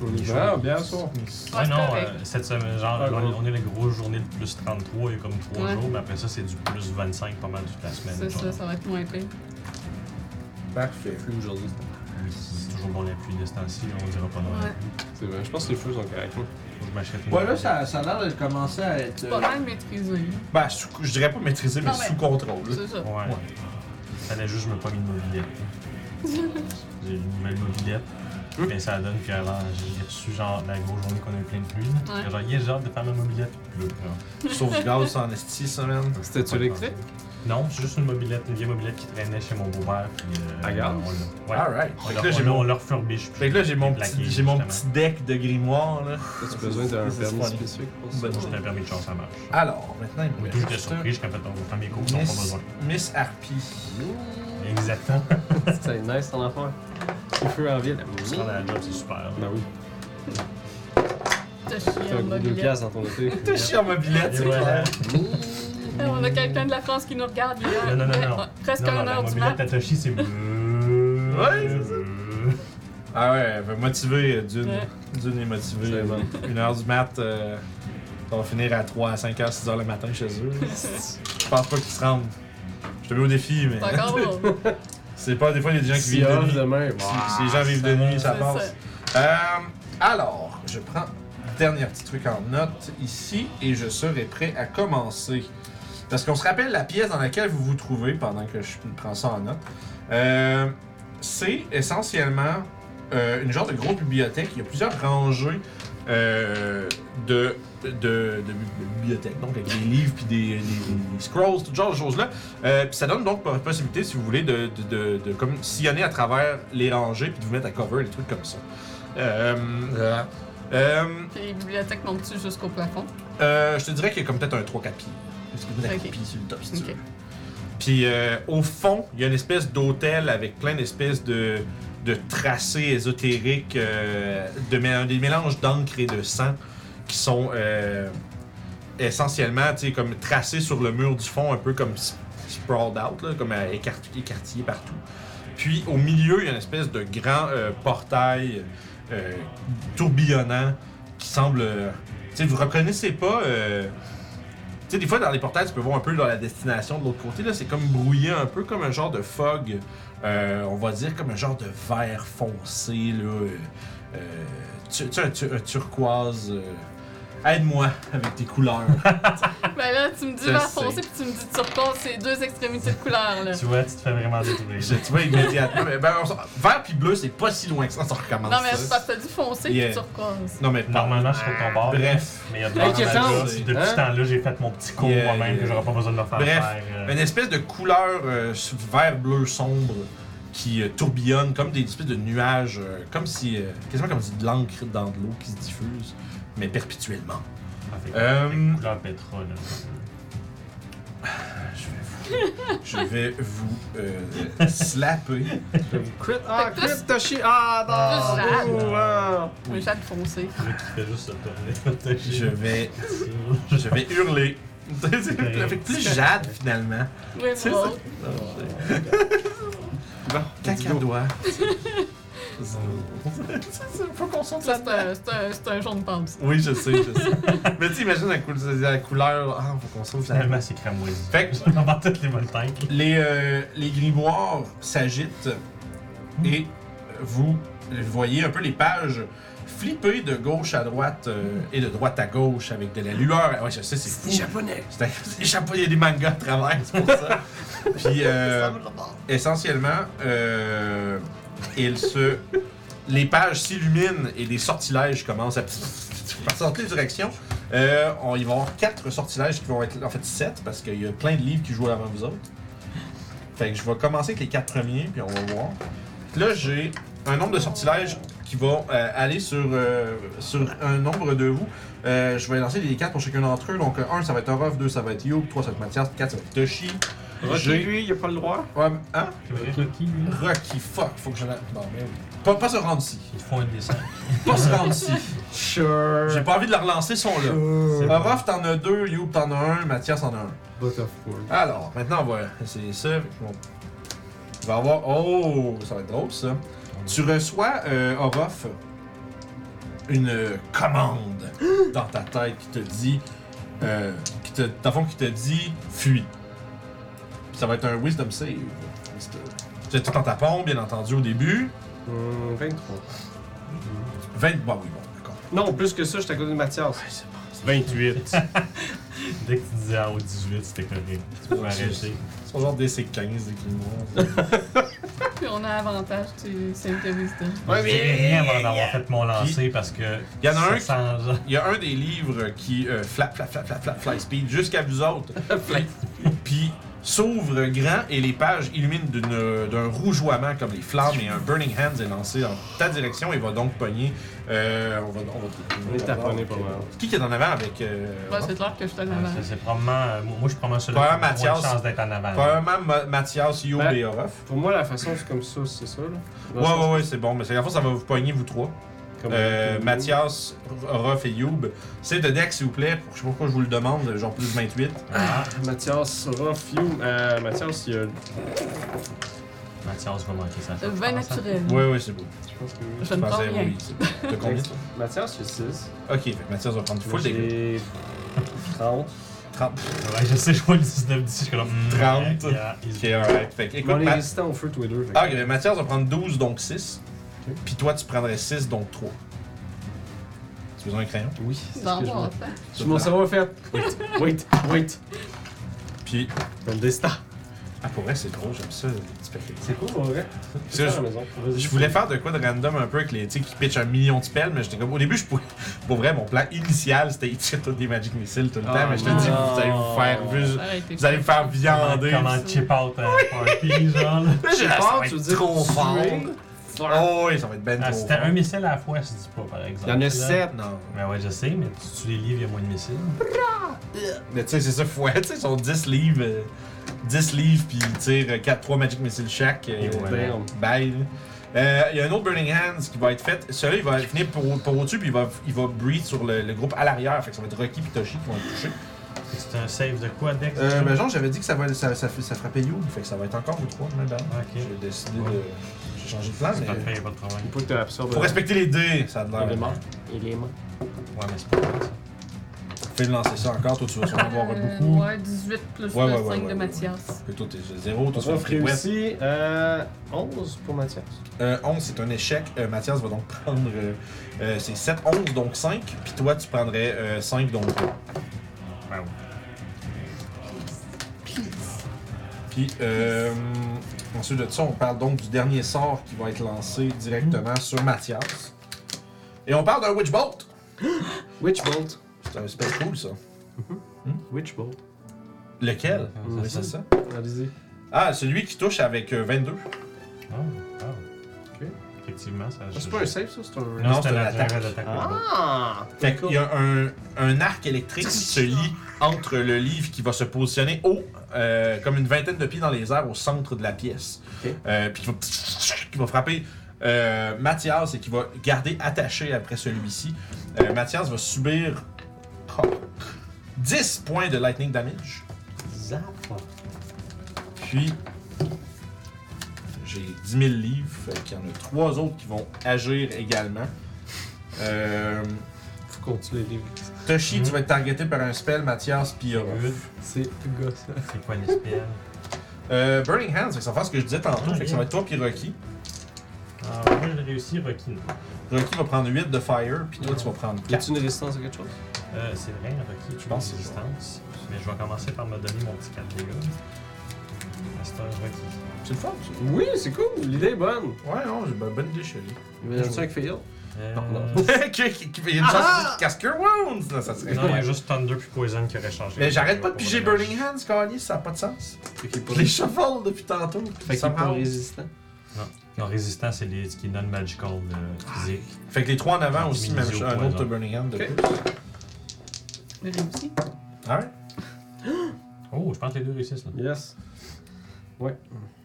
[SPEAKER 2] On y va, bien sûr.
[SPEAKER 4] Ouais,
[SPEAKER 3] Ouais,
[SPEAKER 4] c'est
[SPEAKER 3] non,
[SPEAKER 4] correct.
[SPEAKER 3] euh, cette semaine, genre,
[SPEAKER 2] Ouais,
[SPEAKER 3] on,
[SPEAKER 2] ouais.
[SPEAKER 3] on est la grosse journée de plus 33, il y a comme 3
[SPEAKER 4] Ouais.
[SPEAKER 3] jours, mais après ça, c'est du plus 25 pas mal toute la semaine.
[SPEAKER 4] C'est
[SPEAKER 3] genre.
[SPEAKER 4] ça, ça va être moins pire.
[SPEAKER 1] Parfait.
[SPEAKER 2] Plus aujourd'hui,
[SPEAKER 3] Oui, C'est toujours bon la pluie de ce temps-ci, on dira pas non.
[SPEAKER 4] Ouais.
[SPEAKER 2] c'est vrai. Je pense que les feux sont corrects. hein.
[SPEAKER 3] Faut que Je m'achète une-
[SPEAKER 5] Ouais, là, ça, ça a l'air de commencer à être.
[SPEAKER 4] C'est
[SPEAKER 5] euh,
[SPEAKER 4] pas mal maîtrisé.
[SPEAKER 1] Ben, sous- je dirais pas maîtriser, mais
[SPEAKER 4] Non, mais-
[SPEAKER 1] sous contrôle.
[SPEAKER 4] C'est ça.
[SPEAKER 3] Ouais. Fallait juste me pogner une mobilette. J'ai une belle mobilette.
[SPEAKER 2] Hum.
[SPEAKER 3] Mais ça donne que là, j'ai reçu genre la grosse journée qu'on a eu plein de pluie. là.
[SPEAKER 4] Ouais.
[SPEAKER 3] Et Genre, hier, j'ai hâte de faire ma mobilette. Puis là, genre,
[SPEAKER 1] Sauf du gaz en esti, ça, man.
[SPEAKER 2] C'était-tu
[SPEAKER 3] pas de
[SPEAKER 2] électrique?
[SPEAKER 3] chance. Non, c'est juste une mobilette, une vieille mobilette qui traînait chez mon beau-père. Puis, euh,
[SPEAKER 2] Ah, garde.
[SPEAKER 3] on l'a- Ouais.
[SPEAKER 1] Alright.
[SPEAKER 3] On
[SPEAKER 1] Fait
[SPEAKER 3] l'a-
[SPEAKER 1] que là, j'ai
[SPEAKER 3] on l'a- on
[SPEAKER 1] mon,
[SPEAKER 3] l'a refurbish. puis
[SPEAKER 1] fait que là, j'ai mon,
[SPEAKER 3] plaqué,
[SPEAKER 1] petit, j'ai mon
[SPEAKER 3] justement.
[SPEAKER 1] petit ben, deck de grimoire, là.
[SPEAKER 2] As-tu besoin d'un
[SPEAKER 1] C'est
[SPEAKER 2] permis
[SPEAKER 1] funny.
[SPEAKER 2] spécifique pour ça?
[SPEAKER 1] Ben,
[SPEAKER 3] J'ai un permis de chance, ça marche.
[SPEAKER 1] Alors, maintenant, il me
[SPEAKER 3] Oui, tout, j'étais
[SPEAKER 1] reste
[SPEAKER 3] surpris, je répète, on va faire mes cours, ils n'ont pas
[SPEAKER 1] Miss,
[SPEAKER 3] besoin.
[SPEAKER 1] Miss Harpy. Ben.
[SPEAKER 3] Exactement.
[SPEAKER 2] C'est nice ton affaire. Les feux en ville.
[SPEAKER 3] Se rendre à la job, c'est super.
[SPEAKER 2] Ben oui.
[SPEAKER 4] T'as chié
[SPEAKER 2] T'as
[SPEAKER 4] en
[SPEAKER 2] un gros deux
[SPEAKER 4] mobilette.
[SPEAKER 2] piastres dans ton été.
[SPEAKER 1] T'es chiant, ma billette,
[SPEAKER 3] Et
[SPEAKER 1] c'est
[SPEAKER 3] voilà.
[SPEAKER 1] clair.
[SPEAKER 4] Eh, On a quelqu'un de la France qui nous regarde. Il est à-
[SPEAKER 3] Non, non, non, non.
[SPEAKER 4] Presque
[SPEAKER 3] Non, non,
[SPEAKER 4] un
[SPEAKER 3] la
[SPEAKER 4] heure du
[SPEAKER 3] mobilette
[SPEAKER 4] mat.
[SPEAKER 3] Tatoshi, c'est. Ouais,
[SPEAKER 1] c'est ça. Ah ouais, elle va motiver euh, Dune.
[SPEAKER 4] Ouais.
[SPEAKER 1] Dune est motivée.
[SPEAKER 2] C'est bon.
[SPEAKER 1] Une heure du mat, euh, on va finir à 3, à 5 h 6 h le matin chez eux. Je pense pas qu'ils se rendent. Je te mets au défi, mais.
[SPEAKER 4] C'est encore drôle.
[SPEAKER 1] C'est pas des fois, il y a des gens qui
[SPEAKER 2] Si
[SPEAKER 1] vivent de
[SPEAKER 2] off
[SPEAKER 1] nuit.
[SPEAKER 2] demain.
[SPEAKER 1] Si,
[SPEAKER 2] wow.
[SPEAKER 1] si les gens
[SPEAKER 3] Ah,
[SPEAKER 1] vivent de nuit, ça
[SPEAKER 4] C'est
[SPEAKER 1] passe. Euh, alors, je prends dernier petit truc en note ici et je serai prêt à commencer. Parce qu'on se rappelle la pièce dans laquelle vous vous trouvez pendant que je prends ça en note. Euh, c'est essentiellement euh, une genre de grosse bibliothèque. Il y a plusieurs rangées euh, de, de, de- de bibliothèques, donc avec des livres puis des, des- des scrolls, tout genre de choses-là. Euh, puis ça donne donc la possibilité, si vous voulez, de, de, de, de comme sillonner à travers les rangées puis de vous mettre à cover, des trucs comme ça. Euh, euh, euh,
[SPEAKER 4] Puis les bibliothèques montent-tu jusqu'au plafond?
[SPEAKER 1] euh, je te dirais qu'il y a comme peut-être un 3-4 pieds. Parce qu'il y a peut-être un
[SPEAKER 4] Ok.
[SPEAKER 1] pied sur le top, si tu
[SPEAKER 4] Ok.
[SPEAKER 1] veux. Puis euh, au fond, il y a une espèce d'hôtel avec plein d'espèces de, de tracés ésotériques, euh, de, mé- des mélanges d'encre et de sang qui sont euh, essentiellement tu sais, comme tracés sur le mur du fond, un peu comme s- sprawled out, là, comme euh, écart- écartillés partout. Puis au milieu, il y a une espèce de grand euh, portail euh, tourbillonnant qui semble. euh, tu sais, vous reconnaissez pas. euh, tu sais, des fois, dans les portails, tu peux voir un peu dans la destination de l'autre côté. là, C'est comme brouillé, un peu comme un genre de fog. euh, on va dire comme un genre de vert foncé, là. euh, euh, tu tu sais, un, tu- un turquoise. euh, Aide-moi avec tes couleurs.
[SPEAKER 4] Ben là, tu me dis
[SPEAKER 1] Je
[SPEAKER 4] vert
[SPEAKER 1] sais.
[SPEAKER 4] foncé puis tu me dis turquoise, c'est deux extrémités de couleur là.
[SPEAKER 3] Tu vois, tu te fais vraiment détruire.
[SPEAKER 1] Je- tu vois, immédiatement. mais ben, on s'en- vert puis bleu, c'est pas si loin que ça. On recommence.
[SPEAKER 4] Non mais c'est
[SPEAKER 1] ça.
[SPEAKER 4] parce que t'as dit foncé
[SPEAKER 1] Yeah.
[SPEAKER 4] puis turquoise.
[SPEAKER 1] Non, mais
[SPEAKER 3] Normalement, je serais ton bord.
[SPEAKER 1] Bref.
[SPEAKER 3] Mais il y a de
[SPEAKER 2] Hey,
[SPEAKER 3] l'or dans
[SPEAKER 2] qu'est-ce
[SPEAKER 3] la
[SPEAKER 1] que
[SPEAKER 3] job.
[SPEAKER 1] c'est?
[SPEAKER 3] Depuis
[SPEAKER 2] Hein?
[SPEAKER 3] ce temps-là, j'ai fait mon petit cours
[SPEAKER 1] Yeah,
[SPEAKER 3] moi-même,
[SPEAKER 1] yeah.
[SPEAKER 3] que j'aurais pas besoin de le faire
[SPEAKER 1] Bref, Ben,
[SPEAKER 3] faire. euh,
[SPEAKER 1] une espèce de couleur euh, vert-bleu sombre qui euh, tourbillonne comme des espèces de nuages, euh, comme si, euh, quasiment comme si de l'encre dans de l'eau qui se diffuse, mais perpétuellement.
[SPEAKER 3] avec-
[SPEAKER 1] Euh,
[SPEAKER 3] avec couleur pétrole.
[SPEAKER 1] Je vais vous euh, slapper.
[SPEAKER 2] Crit, ah,
[SPEAKER 4] Fait que plus-
[SPEAKER 2] crit, Toshi, ah,
[SPEAKER 4] Plus
[SPEAKER 2] non!
[SPEAKER 4] jade.
[SPEAKER 2] ouh, ah.
[SPEAKER 4] Un chat foncé.
[SPEAKER 3] Le qui fait juste se tourner.
[SPEAKER 1] Je vais, je vais hurler. Avec plus jade finalement.
[SPEAKER 4] Oui,
[SPEAKER 1] C'est
[SPEAKER 4] bon.
[SPEAKER 1] ça. Bon, cacadois. Faut qu'on sorte
[SPEAKER 4] Ça, c'est un- c'est un, c'est un jaune pense.
[SPEAKER 1] Oui, je sais, je sais. Mais tu sais, imagine la, cou- la couleur. Ah, faut qu'on trouve la
[SPEAKER 3] Finalement, c'est cramoisi.
[SPEAKER 1] Fait que-
[SPEAKER 3] on embarque toutes les voltaques.
[SPEAKER 1] Les, euh, les grimoires s'agitent et vous voyez un peu les pages flipper de gauche à droite euh, et de droite à gauche avec de la lueur. Ah Ouais, je sais, c'est fou.
[SPEAKER 2] japonais!
[SPEAKER 1] C'est c'est japonais, il y a des mangas à travers, c'est pour ça. Puis, euh, essentiellement, euh, il se... les pages s'illuminent et des sortilèges commencent à partir dans toutes les directions. Euh, on, il va y avoir quatre sortilèges qui vont être, en fait, sept, parce qu'il y a plein de livres qui jouent avant vous autres. Fait que je vais commencer avec les quatre premiers, puis on va voir. Là, j'ai un nombre de sortilèges qui vont euh, aller sur, euh, sur un nombre de vous. Euh, je vais lancer les 4 pour chacun d'entre eux. Donc 1, ça va être Orof, 2, ça va être Youb, 3, ça va être Mathias, 4, ça va être Toshi,
[SPEAKER 2] Rocky,
[SPEAKER 1] J'ai-
[SPEAKER 2] hein. lui, il a pas le droit.
[SPEAKER 1] Ouais, mais- hein?
[SPEAKER 3] C'est vrai, Rocky, lui.
[SPEAKER 1] Rocky, fuck, faut que je la. Non, mais. Pas, pas se rendre ici.
[SPEAKER 3] Ils te font un dessin.
[SPEAKER 1] Pas se rendre ici.
[SPEAKER 2] Sure.
[SPEAKER 1] J'ai pas envie de la relancer, son là.
[SPEAKER 3] C'est bon.
[SPEAKER 1] Orof, t'en as deux, Youp, t'en as un, Mathias en a un.
[SPEAKER 2] Butterfly.
[SPEAKER 1] Alors, maintenant, on va essayer ça. avec mon- Il va avoir. Oh, ça va être drôle, ça. Tu reçois, euh, Orof, une euh, commande dans ta tête qui te dit. Euh, qui te, dans le fond, qui te dit fuis. Puis ça va être un wisdom save. C'est tout en tapant, bien entendu, au début.
[SPEAKER 2] Hum, 23.
[SPEAKER 1] 20. Bah oui, bon, d'accord.
[SPEAKER 2] Non, plus que ça, j'étais à côté de Mathias.
[SPEAKER 1] c'est
[SPEAKER 2] 28.
[SPEAKER 3] Dès que tu disais ah, au 18, c'était correct. Tu pouvais arrêter.
[SPEAKER 1] C'est pas genre des C15 des Grimoires.
[SPEAKER 4] Puis on a avantage, tu sais, de wisdom.
[SPEAKER 2] Ouais,
[SPEAKER 3] Je
[SPEAKER 2] mais-
[SPEAKER 3] dirais rien avant d'avoir fait mon lancer parce que.
[SPEAKER 1] Y en a un
[SPEAKER 3] ça sent-
[SPEAKER 1] Il y a un des livres qui euh, flap, flap, flap, flap, flap, fly speed jusqu'à vous autres. Puis s'ouvre grand et les pages illuminent d'une- d'un rougeoiement comme les flammes et un Burning Hands est lancé dans ta direction et va donc pogner. euh, on va. On, va,
[SPEAKER 2] On est taponné pas mal.
[SPEAKER 1] Qui qui est en avant avec. Euh,
[SPEAKER 4] Ouais, c'est clair que je te
[SPEAKER 3] Ouais,
[SPEAKER 4] l'avais.
[SPEAKER 3] c'est- C'est probablement. euh, moi, moi, je suis probablement celui
[SPEAKER 1] Probablement
[SPEAKER 3] qui a moins de
[SPEAKER 1] Mathias.
[SPEAKER 3] chance d'être en avant.
[SPEAKER 1] Probablement Ma- Mathias, Yo
[SPEAKER 2] Ben,
[SPEAKER 1] et Orof.
[SPEAKER 2] Pour moi, la façon, c'est comme ça, c'est ça, là.
[SPEAKER 1] Ouais,
[SPEAKER 2] Dans le sens-
[SPEAKER 1] ouais, ouais, c'est bon. Mais c'est la fois, ça va vous pogner, vous trois.
[SPEAKER 2] comme-
[SPEAKER 1] Euh,
[SPEAKER 2] comme-
[SPEAKER 1] Mathias, Orof et Youb. C'est de deck, s'il vous plaît. Pour, je sais pas pourquoi je vous le demande, genre plus 28.
[SPEAKER 3] Ah,
[SPEAKER 2] Mathias Rofium. Euh, Mathias, il y a.
[SPEAKER 3] Mathias va manquer sa chance.
[SPEAKER 4] Le vin
[SPEAKER 3] je pense, hein.
[SPEAKER 4] naturel.
[SPEAKER 1] Ouais, ouais, c'est beau.
[SPEAKER 2] Je pense que.
[SPEAKER 4] Je ne prends
[SPEAKER 1] pensais,
[SPEAKER 4] rien.
[SPEAKER 1] oui, c'est- T'as combien toi?
[SPEAKER 2] Mathias, il y a 6.
[SPEAKER 1] Ok, fait que Mathias va prendre full des
[SPEAKER 2] J'ai. 30.
[SPEAKER 1] 30.
[SPEAKER 3] Ouais, je sais, je vois le 19 d'ici, je suis comme. hmm,
[SPEAKER 1] 30.
[SPEAKER 3] ouais, yeah, il-
[SPEAKER 1] Ok, alright. Fait que, écoute,
[SPEAKER 2] On est
[SPEAKER 1] Ma-
[SPEAKER 2] résistant au feu, tous les deux. fait que-
[SPEAKER 1] Ah, ok, Mathias va prendre 12, donc 6.
[SPEAKER 2] Ok.
[SPEAKER 1] Puis toi, tu prendrais 6, donc 3. Tu as besoin d'un crayon?
[SPEAKER 2] Oui, c'est
[SPEAKER 4] Dans
[SPEAKER 2] ce que je
[SPEAKER 4] mon
[SPEAKER 2] vois.
[SPEAKER 4] temps.
[SPEAKER 2] Je m'en savoir faire. Wait, wait, wait.
[SPEAKER 1] Puis,
[SPEAKER 2] Dans le destin.
[SPEAKER 1] ah, pour vrai, c'est gros, j'aime ça, les petits paquets.
[SPEAKER 2] C'est quoi, pour vrai?
[SPEAKER 1] C'est
[SPEAKER 2] à
[SPEAKER 1] ça,
[SPEAKER 2] la maison.
[SPEAKER 1] Je voulais faire de quoi de random un peu avec les. Tu sais, qui pitchent un million de spells, mais j'étais comme. Au début, je pouvais. Pour vrai, mon plan initial, c'était ils tirent tous des Magic Missiles tout le
[SPEAKER 2] Oh
[SPEAKER 1] temps, mais je te dis,
[SPEAKER 2] non.
[SPEAKER 1] vous allez vous faire. Vous,
[SPEAKER 4] Ça aurait été
[SPEAKER 1] vous allez me faire
[SPEAKER 3] Comment,
[SPEAKER 1] viander.
[SPEAKER 3] comment chip out un party, genre. là.
[SPEAKER 1] Là, j'ai
[SPEAKER 2] J'ai
[SPEAKER 1] ah, ça va
[SPEAKER 2] peur, tu
[SPEAKER 1] être
[SPEAKER 2] veux dire
[SPEAKER 1] trop
[SPEAKER 2] tuer.
[SPEAKER 1] fort. Oh, oui, ça va être ben
[SPEAKER 3] Ah,
[SPEAKER 1] trop
[SPEAKER 3] c'était
[SPEAKER 1] fort.
[SPEAKER 3] un missile à la fois, je dis pas, par exemple.
[SPEAKER 2] Il y en a
[SPEAKER 3] Là.
[SPEAKER 2] 7.
[SPEAKER 1] Non.
[SPEAKER 3] Mais ouais, je sais, mais tu, tu les livres, il y a moins de missiles.
[SPEAKER 1] Mais tu sais, c'est ça, fouet. Tu sais, ils sont 10 livres. euh, 10 livres, puis ils tirent 4, 3 Magic Missiles chaque. euh,
[SPEAKER 3] Et voilà.
[SPEAKER 2] Damn.
[SPEAKER 1] Bye. là. Euh, Il y a un autre Burning Hands qui va être fait. Celui-là, il va venir pour, pour au-dessus, puis il va, il va breathe sur le, le groupe à l'arrière. Fait que ça va être Rocky et Toshi qui vont être touchés.
[SPEAKER 3] Fait que C'est un save de quoi, Dex
[SPEAKER 1] Euh, ben, genre, j'avais dit que ça, va, ça, ça, fait- ça frappait You. Fait que ça va être encore vous trois, même balle.
[SPEAKER 3] Ok.
[SPEAKER 1] J'ai décidé de. J'ai changé de plan,
[SPEAKER 3] C'est
[SPEAKER 1] mais.
[SPEAKER 3] parfait, y'a pas de problème.
[SPEAKER 2] Il faut que tu absorbes. euh,
[SPEAKER 1] Faut respecter les dés, ça a de
[SPEAKER 2] Il est
[SPEAKER 1] l'air.
[SPEAKER 2] mort. Il est mort.
[SPEAKER 3] Ouais, mais c'est pas grave, ça.
[SPEAKER 1] Fais le lancer ça encore, toi tu vas sûrement avoir
[SPEAKER 4] Euh,
[SPEAKER 1] beaucoup.
[SPEAKER 4] Ouais, 18 plus
[SPEAKER 1] Ouais,
[SPEAKER 4] le
[SPEAKER 1] ouais, ouais,
[SPEAKER 4] 5
[SPEAKER 1] ouais,
[SPEAKER 4] de
[SPEAKER 1] ouais.
[SPEAKER 4] Mathias.
[SPEAKER 1] Plutôt t'es 0, toi tu vas
[SPEAKER 2] Rof
[SPEAKER 1] free wet.
[SPEAKER 2] réussi. Euh, 11 pour Mathias.
[SPEAKER 1] Euh, 11, c'est un échec. Euh, Mathias va donc prendre. euh, euh, c'est 7, 11, donc 5. Puis toi, tu prendrais 5, donc 3.
[SPEAKER 3] Wow.
[SPEAKER 1] Puis euh, ensuite de ça, on parle donc du dernier sort qui va être lancé directement sur Mathias. Et on parle d'un Witch Bolt.
[SPEAKER 2] Witch Bolt.
[SPEAKER 1] C'est un spell cool, ça.
[SPEAKER 2] Witch Bolt.
[SPEAKER 1] Lequel
[SPEAKER 3] Ouais,
[SPEAKER 1] C'est
[SPEAKER 3] ça,
[SPEAKER 1] ça.
[SPEAKER 2] Allez-y.
[SPEAKER 1] Ah, celui qui touche avec euh, 22.
[SPEAKER 3] Oh, wow.
[SPEAKER 2] Ok.
[SPEAKER 3] Effectivement, ça.
[SPEAKER 2] Ah, C'est pas un save, ça? C'est un.
[SPEAKER 1] Non,
[SPEAKER 3] Non,
[SPEAKER 1] c'est
[SPEAKER 3] c'était
[SPEAKER 1] un
[SPEAKER 3] la
[SPEAKER 1] attaque.
[SPEAKER 3] attaque. d'attaque.
[SPEAKER 2] Ah!
[SPEAKER 1] Fait qu'il y a un, un arc électrique qui se lie entre le livre qui va se positionner haut, euh, comme une vingtaine de pieds dans les airs, au centre de la pièce.
[SPEAKER 2] Ok.
[SPEAKER 1] Euh, puis qui va, qui va frapper euh, Mathias et qui va garder attaché après celui-ci. Euh, Mathias va subir 10 points de lightning damage.
[SPEAKER 3] Zap.
[SPEAKER 1] Puis, j'ai 10 000 livres, fait qu'il y en a trois autres qui vont agir également. Euh,
[SPEAKER 2] Faut qu'on tue les livres.
[SPEAKER 1] Toshi,
[SPEAKER 3] Mhm.
[SPEAKER 1] tu vas être targeté par un spell, Mathias, puis Aura.
[SPEAKER 3] Good.
[SPEAKER 2] C'est gosse.
[SPEAKER 3] C'est quoi les spells?
[SPEAKER 1] Euh, Burning Hands, fait que ça va faire ce que je disais tantôt,
[SPEAKER 3] Ah,
[SPEAKER 1] fait que ça va être toi puis Rocky.
[SPEAKER 3] Ah, moi, j'ai réussi, Rocky. non.
[SPEAKER 1] Rocky va prendre 8 de fire, puis toi tu vas prendre
[SPEAKER 2] Y a-tu
[SPEAKER 1] 4.
[SPEAKER 2] une résistance à quelque chose?
[SPEAKER 3] Euh, c'est vrai, Rocky, tu
[SPEAKER 1] pense
[SPEAKER 3] penses
[SPEAKER 1] que c'est
[SPEAKER 3] résistance. Mais je vais commencer par me donner mon petit 4 dégâts. À cette heure, Rocky.
[SPEAKER 1] C'est le fun, ça.
[SPEAKER 2] Oui, c'est cool. L'idée est bonne.
[SPEAKER 1] Ouais, non, j'ai une bonne idée, chérie.
[SPEAKER 2] Il y a un avec fail.
[SPEAKER 3] Euh,
[SPEAKER 2] Non, non.
[SPEAKER 1] Qui- qui- qui- Il y a une chance que tu cure wounds! Ah! Non, ça serait
[SPEAKER 3] Non, il y a juste Thunder puis Poison qui aurait changé.
[SPEAKER 1] Mais j'arrête pas de piger
[SPEAKER 3] Pour le
[SPEAKER 1] Burning Hands, Carly, ça a pas de sens.
[SPEAKER 2] Fait qu'il est pas
[SPEAKER 1] Je les shuffle depuis tantôt.
[SPEAKER 2] Fait qu'il est pas
[SPEAKER 1] Somehow.
[SPEAKER 2] résistant.
[SPEAKER 3] Non, résistant, c'est les ce qui est non-magical euh, physique.
[SPEAKER 1] Fait que les trois en avant aussi, même
[SPEAKER 3] Minimiser au
[SPEAKER 1] un
[SPEAKER 3] point,
[SPEAKER 1] autre
[SPEAKER 3] là.
[SPEAKER 1] Burning Hand de
[SPEAKER 2] Ok.
[SPEAKER 1] plus.
[SPEAKER 4] Mais réussi.
[SPEAKER 1] Ah ouais?
[SPEAKER 3] Oh, je pense que les deux réussissent là.
[SPEAKER 2] Yes.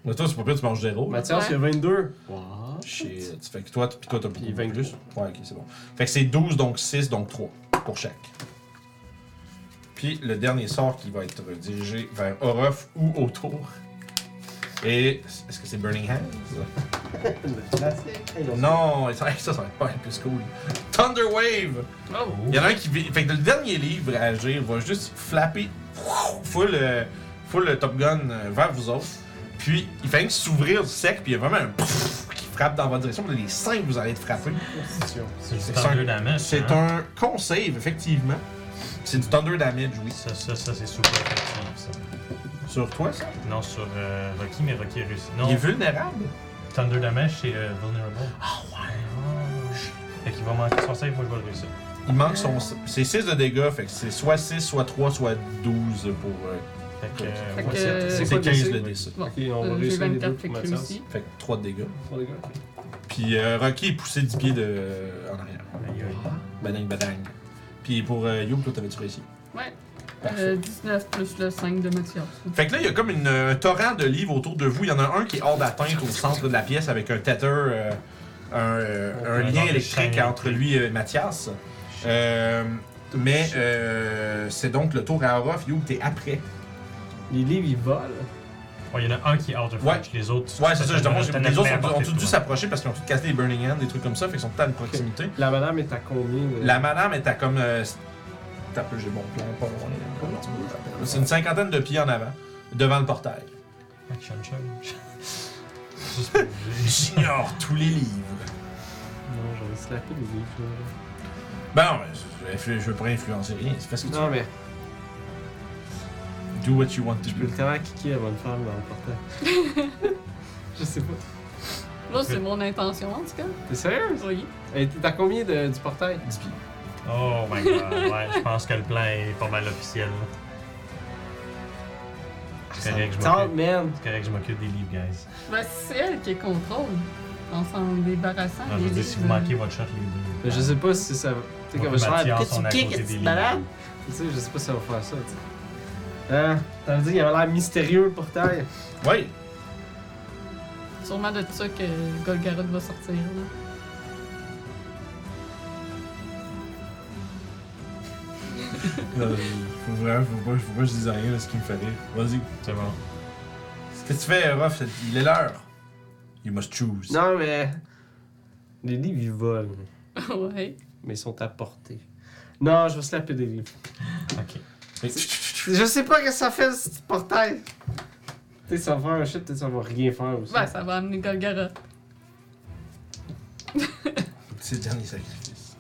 [SPEAKER 1] Mais toi, c'est pas pire, tu manges des rôles.
[SPEAKER 2] Mathias, il y a 22. Wow.
[SPEAKER 1] Shit. Fait que toi, t- pis toi, t'as
[SPEAKER 2] Puis 22.
[SPEAKER 1] Ouais, ok, c'est bon. Fait que c'est 12, donc 6, donc 3 pour chaque. Puis le dernier sort qui va être dirigé vers Orof ou autour. Et est-ce que c'est Burning Hands Non, ça, ça, ça va être pas plus cool. Thunder Wave
[SPEAKER 3] Oh!
[SPEAKER 1] Il y en a un qui. vi- Fait que le dernier livre à agir va juste flapper full, euh, full euh, Top Gun euh, vers vous autres. Puis il fait que s'ouvrir sec, puis il y a vraiment un pfff qui frappe dans votre direction. Puis les cinq, vous allez être frappés.
[SPEAKER 3] C'est du
[SPEAKER 1] C'est
[SPEAKER 3] thunder
[SPEAKER 1] un-
[SPEAKER 3] damage.
[SPEAKER 1] C'est
[SPEAKER 3] hein?
[SPEAKER 1] un con save, effectivement. C'est du Thunder Damage, oui.
[SPEAKER 3] Ça, ça, ça c'est super effectif ça.
[SPEAKER 1] Sur toi, ça
[SPEAKER 3] Non, sur euh, Rocky, mais Rocky a réussi. Non,
[SPEAKER 1] Il est vulnérable.
[SPEAKER 3] Thunder Damage, c'est euh, Vulnerable. Ah ouais! Fait qu'il va manquer son save, moi je vais le réussir.
[SPEAKER 1] Il manque son. C'est 6 de dégâts, fait que c'est soit 6, soit 3, soit 12 pour. euh,
[SPEAKER 3] Fait que. euh,
[SPEAKER 4] Fait
[SPEAKER 3] ouais,
[SPEAKER 4] que,
[SPEAKER 3] c'est-
[SPEAKER 4] euh,
[SPEAKER 1] c'est
[SPEAKER 4] quoi le
[SPEAKER 1] 15
[SPEAKER 4] DC?
[SPEAKER 1] le DC.
[SPEAKER 4] Bon,
[SPEAKER 2] Ok, on va
[SPEAKER 4] euh, j'ai
[SPEAKER 2] réussir les
[SPEAKER 4] 24,
[SPEAKER 2] deux
[SPEAKER 4] fait
[SPEAKER 2] pour
[SPEAKER 4] que
[SPEAKER 2] Mathias.
[SPEAKER 4] réussi.
[SPEAKER 1] Fait que 3 de dégâts.
[SPEAKER 2] Pour les gars, ok.
[SPEAKER 1] Puis euh, Rocky est poussé 10 pieds de... euh, en arrière.
[SPEAKER 3] aïe, aïe.
[SPEAKER 1] Badang, badang. Puis pour euh, Youb, toi, t'avais-tu réussi?
[SPEAKER 4] Ouais.
[SPEAKER 1] Parfait.
[SPEAKER 4] Euh, 19 plus le 5 de Mathias.
[SPEAKER 1] Fait que là, il y a comme une, un torrent de livres autour de vous. Il y en a un qui est hors d'atteinte au centre de la pièce avec un tether, euh, un, euh,
[SPEAKER 3] Oh,
[SPEAKER 1] un
[SPEAKER 3] un
[SPEAKER 1] lien
[SPEAKER 3] genre de
[SPEAKER 1] électrique
[SPEAKER 3] chaîne.
[SPEAKER 1] entre lui et Mathias. Euh, mais euh, c'est donc le tour à Orof. Youb, t'es après.
[SPEAKER 2] Les livres, ils volent.
[SPEAKER 3] Ouais, il y en a un qui est out of
[SPEAKER 1] Ouais.
[SPEAKER 3] reach, les autres.
[SPEAKER 1] Ouais, c'est ça, je te montre.
[SPEAKER 3] T'en as
[SPEAKER 1] Les autres
[SPEAKER 3] plein à
[SPEAKER 1] sont- ont
[SPEAKER 3] portée
[SPEAKER 1] tous
[SPEAKER 3] de
[SPEAKER 1] dû
[SPEAKER 3] toi.
[SPEAKER 1] s'approcher parce qu'ils ont tous cassé des Burning Hands, des trucs comme ça, fait qu'ils sont tout à une proximité.
[SPEAKER 2] La madame est à combien de...
[SPEAKER 1] La madame est à comme. euh, T'as peu, j'ai bon plan, pas loin. Comment tu veux, j'appelle? C'est une cinquantaine de pieds en avant, devant le portail.
[SPEAKER 3] Action charge. Juste pour bouger.
[SPEAKER 1] J'ignore tous les livres.
[SPEAKER 2] Non, j'avais slappé les livres. là.
[SPEAKER 1] Ben, mais je, je, je veux pas influencer rien, c'est parce que tu
[SPEAKER 2] Non, mais
[SPEAKER 1] Do what you want to
[SPEAKER 2] je peux
[SPEAKER 1] do.
[SPEAKER 2] le terrain kicker avant de faire dans le portail. je sais pas.
[SPEAKER 4] Là, c'est mon intention, en tout cas.
[SPEAKER 2] T'es sérieux?
[SPEAKER 4] Oui.
[SPEAKER 2] Hey, T'es à combien de, du portail?
[SPEAKER 1] 10 pieds.
[SPEAKER 3] Oh my god, ouais, je pense que le plan est pas mal officiel. là.
[SPEAKER 1] Ah,
[SPEAKER 3] C'est correct, je
[SPEAKER 2] Talk,
[SPEAKER 3] m'occupe-
[SPEAKER 2] man!
[SPEAKER 3] c'est correct, je m'occupe des livres, guys.
[SPEAKER 4] Ben, c'est elle qui contrôle en s'en débarrassant.
[SPEAKER 3] Non, Ah, je veux dire,
[SPEAKER 4] euh,
[SPEAKER 3] si vous manquez votre shot, les
[SPEAKER 2] Mais
[SPEAKER 3] deux.
[SPEAKER 2] je sais pas si ça va. Tu sais,
[SPEAKER 3] Ouais,
[SPEAKER 2] quand va se faire.
[SPEAKER 3] Mathias,
[SPEAKER 2] Pourquoi
[SPEAKER 3] on est à
[SPEAKER 2] tu kicks,
[SPEAKER 3] côté
[SPEAKER 2] et
[SPEAKER 3] des
[SPEAKER 2] tu
[SPEAKER 3] lignes.
[SPEAKER 2] malade? Tu sais, je sais pas si ça va faire ça, tu sais. Hein? T'avais dit qu'il avait l'air mystérieux le portail.
[SPEAKER 1] Oui,
[SPEAKER 4] euh, Sûrement de ça que Golgaroth va sortir. Là.
[SPEAKER 1] euh, faut vraiment, faut pas, faut pas que je dise rien de ce qui me fait rire. Vas-y.
[SPEAKER 3] C'est bon.
[SPEAKER 1] Ce que tu fais, Ruff, c'est- il est l'heure. You must choose.
[SPEAKER 2] Non, mais. Les livres, ils volent.
[SPEAKER 4] ouais.
[SPEAKER 2] Mais ils sont à portée. Non, je vais slapper des livres.
[SPEAKER 3] Ok.
[SPEAKER 1] Fait-
[SPEAKER 2] Je sais pas ce que ça fait, ce petit portail. Peut-être ça va faire un shit, peut-être ça va rien faire aussi.
[SPEAKER 4] Ben, ça va amener Golgaroth.
[SPEAKER 1] C'est le dernier sacrifice.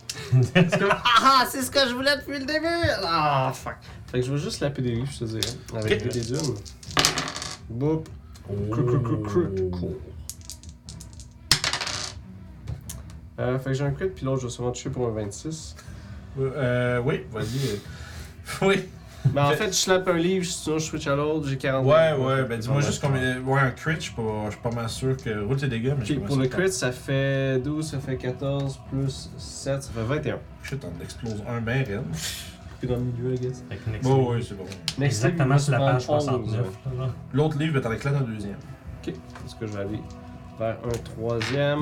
[SPEAKER 2] C'est comme, ah ah, c'est ce que je voulais depuis le début! Ah, fuck. Fait que je vais juste slapper des livres, je te dirais. Avec
[SPEAKER 1] Ok.
[SPEAKER 2] des dunes. Boop. Cru, cru, cru, cru.
[SPEAKER 3] Oh.
[SPEAKER 2] Euh, fait que j'ai un crit, puis l'autre, je vais sûrement toucher pour un 26.
[SPEAKER 1] Euh, euh, oui, vas-y. euh. Oui.
[SPEAKER 2] Mais en
[SPEAKER 1] Fait-
[SPEAKER 2] fait, je slappe un livre, sinon je switch à l'autre, j'ai 40.
[SPEAKER 1] Ouais, ouais, ben dis-moi
[SPEAKER 3] Ouais,
[SPEAKER 1] juste
[SPEAKER 3] ouais.
[SPEAKER 1] combien. Ouais, un crit, je suis pas, je suis pas mal sûr que. Roule tes dégâts, mais je suis
[SPEAKER 2] Ok,
[SPEAKER 1] pas
[SPEAKER 2] pour
[SPEAKER 1] mal
[SPEAKER 2] le
[SPEAKER 1] sûr que
[SPEAKER 2] crit, ça fait 12, ça fait 14, plus 7, ça fait 21.
[SPEAKER 1] t'en- Shit, on explose un ben raide.
[SPEAKER 2] Puis dans le milieu, I guess.
[SPEAKER 3] Fait que next
[SPEAKER 1] Bon,
[SPEAKER 3] week.
[SPEAKER 1] oui, c'est bon.
[SPEAKER 2] Next time,
[SPEAKER 3] Exactement
[SPEAKER 2] il
[SPEAKER 3] sur la
[SPEAKER 2] va
[SPEAKER 3] page
[SPEAKER 2] se prendre
[SPEAKER 3] 69.
[SPEAKER 2] 11.
[SPEAKER 3] là.
[SPEAKER 1] L'autre livre, t'en éclates un deuxième.
[SPEAKER 2] Ok, parce que je vais aller vers un troisième.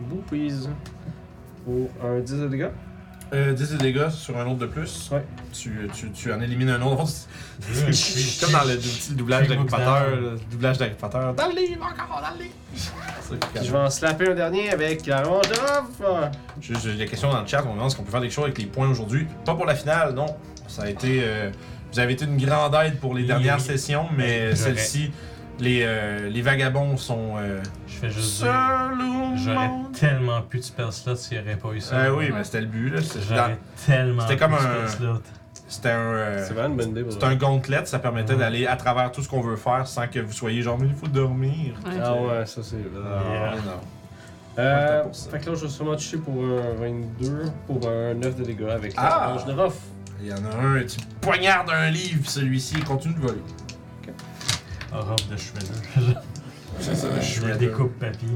[SPEAKER 2] Boopies. Pour un 10 de dégâts.
[SPEAKER 1] Euh, 10 de dégâts sur un autre de plus.
[SPEAKER 2] Ouais.
[SPEAKER 1] Tu, tu, tu en élimines un autre.
[SPEAKER 3] Deux,
[SPEAKER 1] C'est comme dans le dou- petit doublage d'Harry Potter. Le doublage d'Harry Potter. Dans le livre, encore dans le livre. C'est ça qui
[SPEAKER 2] Puis je
[SPEAKER 1] calme.
[SPEAKER 2] vais en slapper un dernier avec la ronde off.
[SPEAKER 1] Juste, j'ai des questions dans le chat. On me demande si on peut faire des choses avec les points aujourd'hui. Pas pour la finale, non. Ça a été. euh, vous avez été une grande aide pour les
[SPEAKER 3] Oui,
[SPEAKER 1] dernières
[SPEAKER 3] oui.
[SPEAKER 1] sessions, mais
[SPEAKER 3] J'aurais-
[SPEAKER 1] celle-ci, les, euh, les vagabonds sont. Euh,
[SPEAKER 3] Je fais juste dire,
[SPEAKER 1] seuls au
[SPEAKER 3] j'aurais
[SPEAKER 1] monde.
[SPEAKER 3] tellement plus de spell slots s'il n'y aurait pas eu ça.
[SPEAKER 1] Ah oui, mais c'était le but. là. C'est-
[SPEAKER 3] J'aurais tellement
[SPEAKER 1] C'était comme
[SPEAKER 3] plus de
[SPEAKER 1] un-
[SPEAKER 3] spell slots.
[SPEAKER 1] C'était un. euh,
[SPEAKER 2] C'est vraiment une bonne idée pour
[SPEAKER 1] C'est
[SPEAKER 2] vrai.
[SPEAKER 1] un gauntlet, ça permettait
[SPEAKER 3] Ouais.
[SPEAKER 1] d'aller à travers tout ce qu'on veut faire sans que vous soyez genre, mais il faut dormir.
[SPEAKER 4] Ouais.
[SPEAKER 2] Ah ouais, ça c'est.
[SPEAKER 3] Yeah.
[SPEAKER 1] Ah, non.
[SPEAKER 2] Euh,
[SPEAKER 1] pour ça.
[SPEAKER 2] fait que là, je vais sûrement toucher pour un 22, pour un 9 de dégâts avec
[SPEAKER 1] Ah!
[SPEAKER 2] la ronde de rof.
[SPEAKER 1] Il y en a un, tu poignardes un livre, puis celui-ci il continue de voler.
[SPEAKER 3] Oh, robe de Shredder.
[SPEAKER 1] C'est ça,
[SPEAKER 3] Je me découpe papier.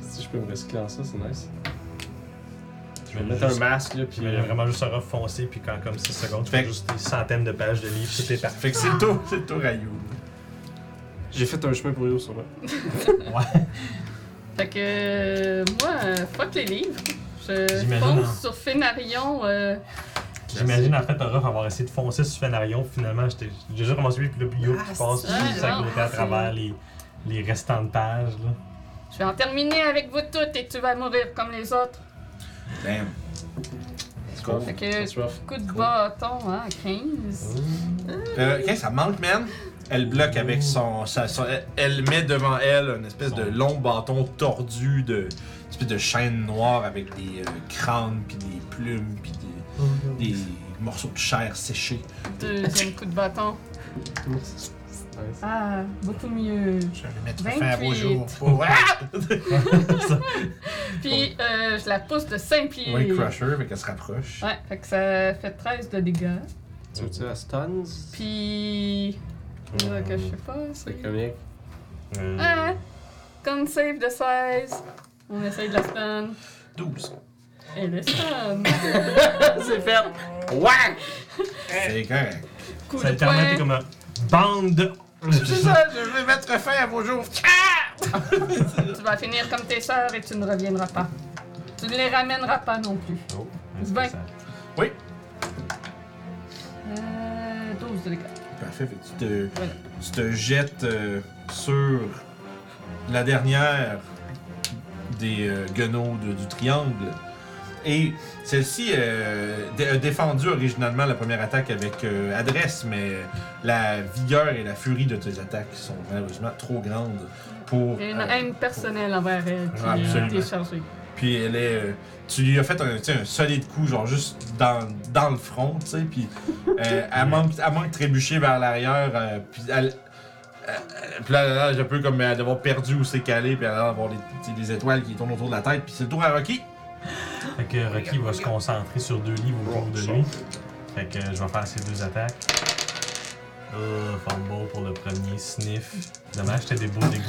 [SPEAKER 2] Si je peux me recycler en ça, c'est nice.
[SPEAKER 3] Je Je
[SPEAKER 2] Je vais mettre un masque, euh, là,
[SPEAKER 3] Puis
[SPEAKER 2] puis.
[SPEAKER 3] il y a vraiment juste un robe foncé, puis quand comme 6 secondes, tu fais
[SPEAKER 1] Fait-
[SPEAKER 3] juste des centaines de pages de livres, tout est parfait.
[SPEAKER 1] Fait que c'est le tour, c'est le tour à You.
[SPEAKER 2] J'ai fait un chemin pour Yo, sûrement.
[SPEAKER 4] Fait que euh, moi, euh, fuck les livres. Je
[SPEAKER 3] J'imagine, hein.
[SPEAKER 4] fonce sur Fénarion. euh,
[SPEAKER 3] J'imagine en fait Orof avoir essayé de foncer sur Fenarion, finalement j'étais- j'ai déjà commencé lui, puis le bio qui passe
[SPEAKER 4] Ah, c'est-
[SPEAKER 3] juste à
[SPEAKER 4] ouais,
[SPEAKER 3] côté à
[SPEAKER 4] c'est-
[SPEAKER 3] travers les, les restants de pages. Là.
[SPEAKER 4] je vais en terminer avec vous toutes et tu vas mourir comme les autres.
[SPEAKER 2] Ben,
[SPEAKER 1] Damn.
[SPEAKER 4] Fait
[SPEAKER 2] Cool.
[SPEAKER 4] que
[SPEAKER 2] That's rough.
[SPEAKER 4] coup de bâton, hein, 15.
[SPEAKER 1] Euh, ok, ça manque, man. Elle bloque avec son. sa- son- elle- elle met devant elle une espèce de
[SPEAKER 3] Son-
[SPEAKER 1] long bâton tordu, de, une espèce de chaîne noire avec des euh, crânes, puis des plumes, puis des, des morceaux de chair séchés.
[SPEAKER 4] Deuxième coup de bâton.
[SPEAKER 2] Nice.
[SPEAKER 4] Ah, beaucoup mieux.
[SPEAKER 1] Je vais mettre
[SPEAKER 4] 28.
[SPEAKER 1] fin à vos jours. Oh, ah!
[SPEAKER 4] Puis euh, je la pousse de 5 pieds.
[SPEAKER 1] Oui, Crusher, mais qu'elle se rapproche.
[SPEAKER 4] Ouais, fait que ça fait 13 de dégâts.
[SPEAKER 2] Tu veux dire à stuns?
[SPEAKER 4] Puis. Faudrait que je sais pas.
[SPEAKER 2] C'est
[SPEAKER 4] si-
[SPEAKER 2] comique.
[SPEAKER 3] Euh,
[SPEAKER 4] Ah! Con save de 16. On essaye de la stun.
[SPEAKER 1] 12.
[SPEAKER 4] Et le stun!
[SPEAKER 2] C'est fait! Ouais!
[SPEAKER 1] C'est correct.
[SPEAKER 4] Coup
[SPEAKER 3] Ça
[SPEAKER 4] de
[SPEAKER 3] littéralement
[SPEAKER 4] poing.
[SPEAKER 3] t'es comme un bande de.
[SPEAKER 1] C'est ça, je vais mettre fin à vos jours.
[SPEAKER 4] Tu vas finir comme tes sœurs et tu ne reviendras pas. Tu ne les ramèneras pas non plus.
[SPEAKER 3] Oh,
[SPEAKER 4] Ben.
[SPEAKER 3] ça-
[SPEAKER 4] Euh, 12 de dégâts.
[SPEAKER 1] Parfait, fait que tu te,
[SPEAKER 4] Voilà.
[SPEAKER 1] tu te jettes euh, sur la dernière des euh, guenaudes du triangle. Et celle-ci euh, dé- a défendu originalement la première attaque avec euh, adresse, mais la vigueur et la furie de tes attaques sont malheureusement trop grandes pour.
[SPEAKER 4] J'ai une
[SPEAKER 1] euh,
[SPEAKER 4] haine personnelle envers elle qui
[SPEAKER 1] Ouais, absolument.
[SPEAKER 4] est déchargée.
[SPEAKER 1] Puis elle est. euh, tu lui as fait un, tu sais, un solide coup, genre juste dans, dans le front, tu sais. Puis euh, elle, manque, elle manque de trébucher vers l'arrière. euh, puis elle. euh, euh, Puis là, là, j'ai un peu comme elle d'avoir perdu où c'est calé, puis elle a l'air d'avoir des, tu sais, des étoiles qui tournent autour de la tête, puis c'est le tour à Rocky.
[SPEAKER 3] Fait que Rocky va se concentrer sur deux livres autour de lui. Fait que je vais faire ses deux attaques. Euh, fumble pour le premier sniff. Dommage, j'étais des beaux dégâts.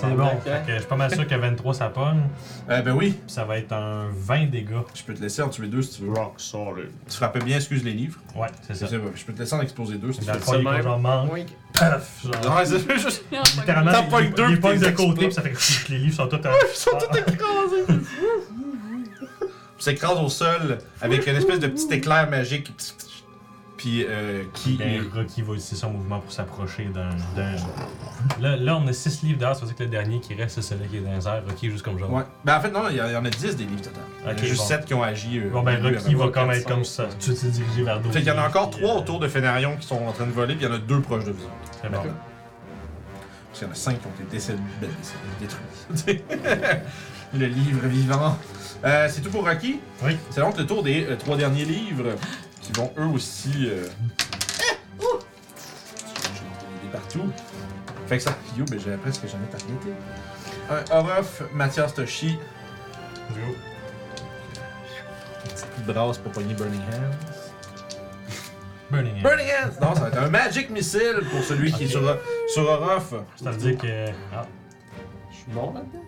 [SPEAKER 3] C'est bon. Fait que je suis pas mal sûr que 23 ça pogne.
[SPEAKER 1] Euh, ben oui,
[SPEAKER 3] Puis ça va être un 20 dégâts.
[SPEAKER 1] je peux te laisser en tuer deux si tu veux.
[SPEAKER 2] Rock solid.
[SPEAKER 1] Tu frappais bien, excuse les livres.
[SPEAKER 3] Ouais, c'est
[SPEAKER 1] Je
[SPEAKER 3] ça.
[SPEAKER 1] sais pas, je peux te laisser en exposer deux si tu
[SPEAKER 3] Dans
[SPEAKER 1] veux.
[SPEAKER 3] le fond, il est
[SPEAKER 2] même.
[SPEAKER 3] pas genre manque.
[SPEAKER 2] Oui.
[SPEAKER 3] Paf! Genre.
[SPEAKER 1] Non, c'est juste.
[SPEAKER 3] Littéralement,
[SPEAKER 1] T'en
[SPEAKER 3] il-
[SPEAKER 1] pognes
[SPEAKER 3] il-
[SPEAKER 1] deux,
[SPEAKER 3] il
[SPEAKER 1] puis
[SPEAKER 3] pogne
[SPEAKER 1] t'es
[SPEAKER 3] de côté,
[SPEAKER 1] explose.
[SPEAKER 3] puis ça fait que les livres sont tous. Ah. Ils sont tous
[SPEAKER 1] Puis s'écrase au sol avec une espèce de petit éclair magique. Puis euh, qui.
[SPEAKER 3] Ben, Rocky va utiliser son mouvement pour s'approcher d'un. d'un- Là, là, on a 6 livres dehors, ça veut dire que le dernier qui reste, c'est celui qui est dans les airs. Rocky est juste comme genre.
[SPEAKER 1] Ouais. Ben en fait, non, il y, en- il y en a 10 des livres total. Il y en a
[SPEAKER 3] Ok,
[SPEAKER 1] juste
[SPEAKER 3] bon.
[SPEAKER 1] 7 qui ont agi. euh,
[SPEAKER 3] Bon, ben,
[SPEAKER 1] au début,
[SPEAKER 3] Rocky
[SPEAKER 1] avant.
[SPEAKER 3] va comme être comme ça. Tu t'es dirigé vers d'autres.
[SPEAKER 1] Fait qu'il y en a
[SPEAKER 3] livres,
[SPEAKER 1] encore
[SPEAKER 3] puis,
[SPEAKER 1] 3
[SPEAKER 3] euh,
[SPEAKER 1] autour de Fénarion qui sont en train de voler, puis il y en a 2 proches de vous autres.
[SPEAKER 3] C'est bon.
[SPEAKER 1] Parce qu'il y en a 5 qui ont été décédés, ben, décédés, détruits. le livre vivant. Euh, c'est tout pour Rocky.
[SPEAKER 3] Oui.
[SPEAKER 1] C'est donc le tour des 3 derniers livres qui vont eux aussi. Euh... Ah! Ouh! Je l'ai partout. Fait que ça. Yo, ben j'avais presque jamais targeté. Un Euh, Orof, Mathias Toshi, petite coup de brasse pour pogner Burning Hands.
[SPEAKER 3] Burning Hand.
[SPEAKER 1] Burning Hands! Non, ça va être un Magic Missile pour celui qui est
[SPEAKER 3] Ok.
[SPEAKER 1] sur, sur Orof.
[SPEAKER 3] Ça veut dire que. Ah,
[SPEAKER 2] Je suis bon là-dedans?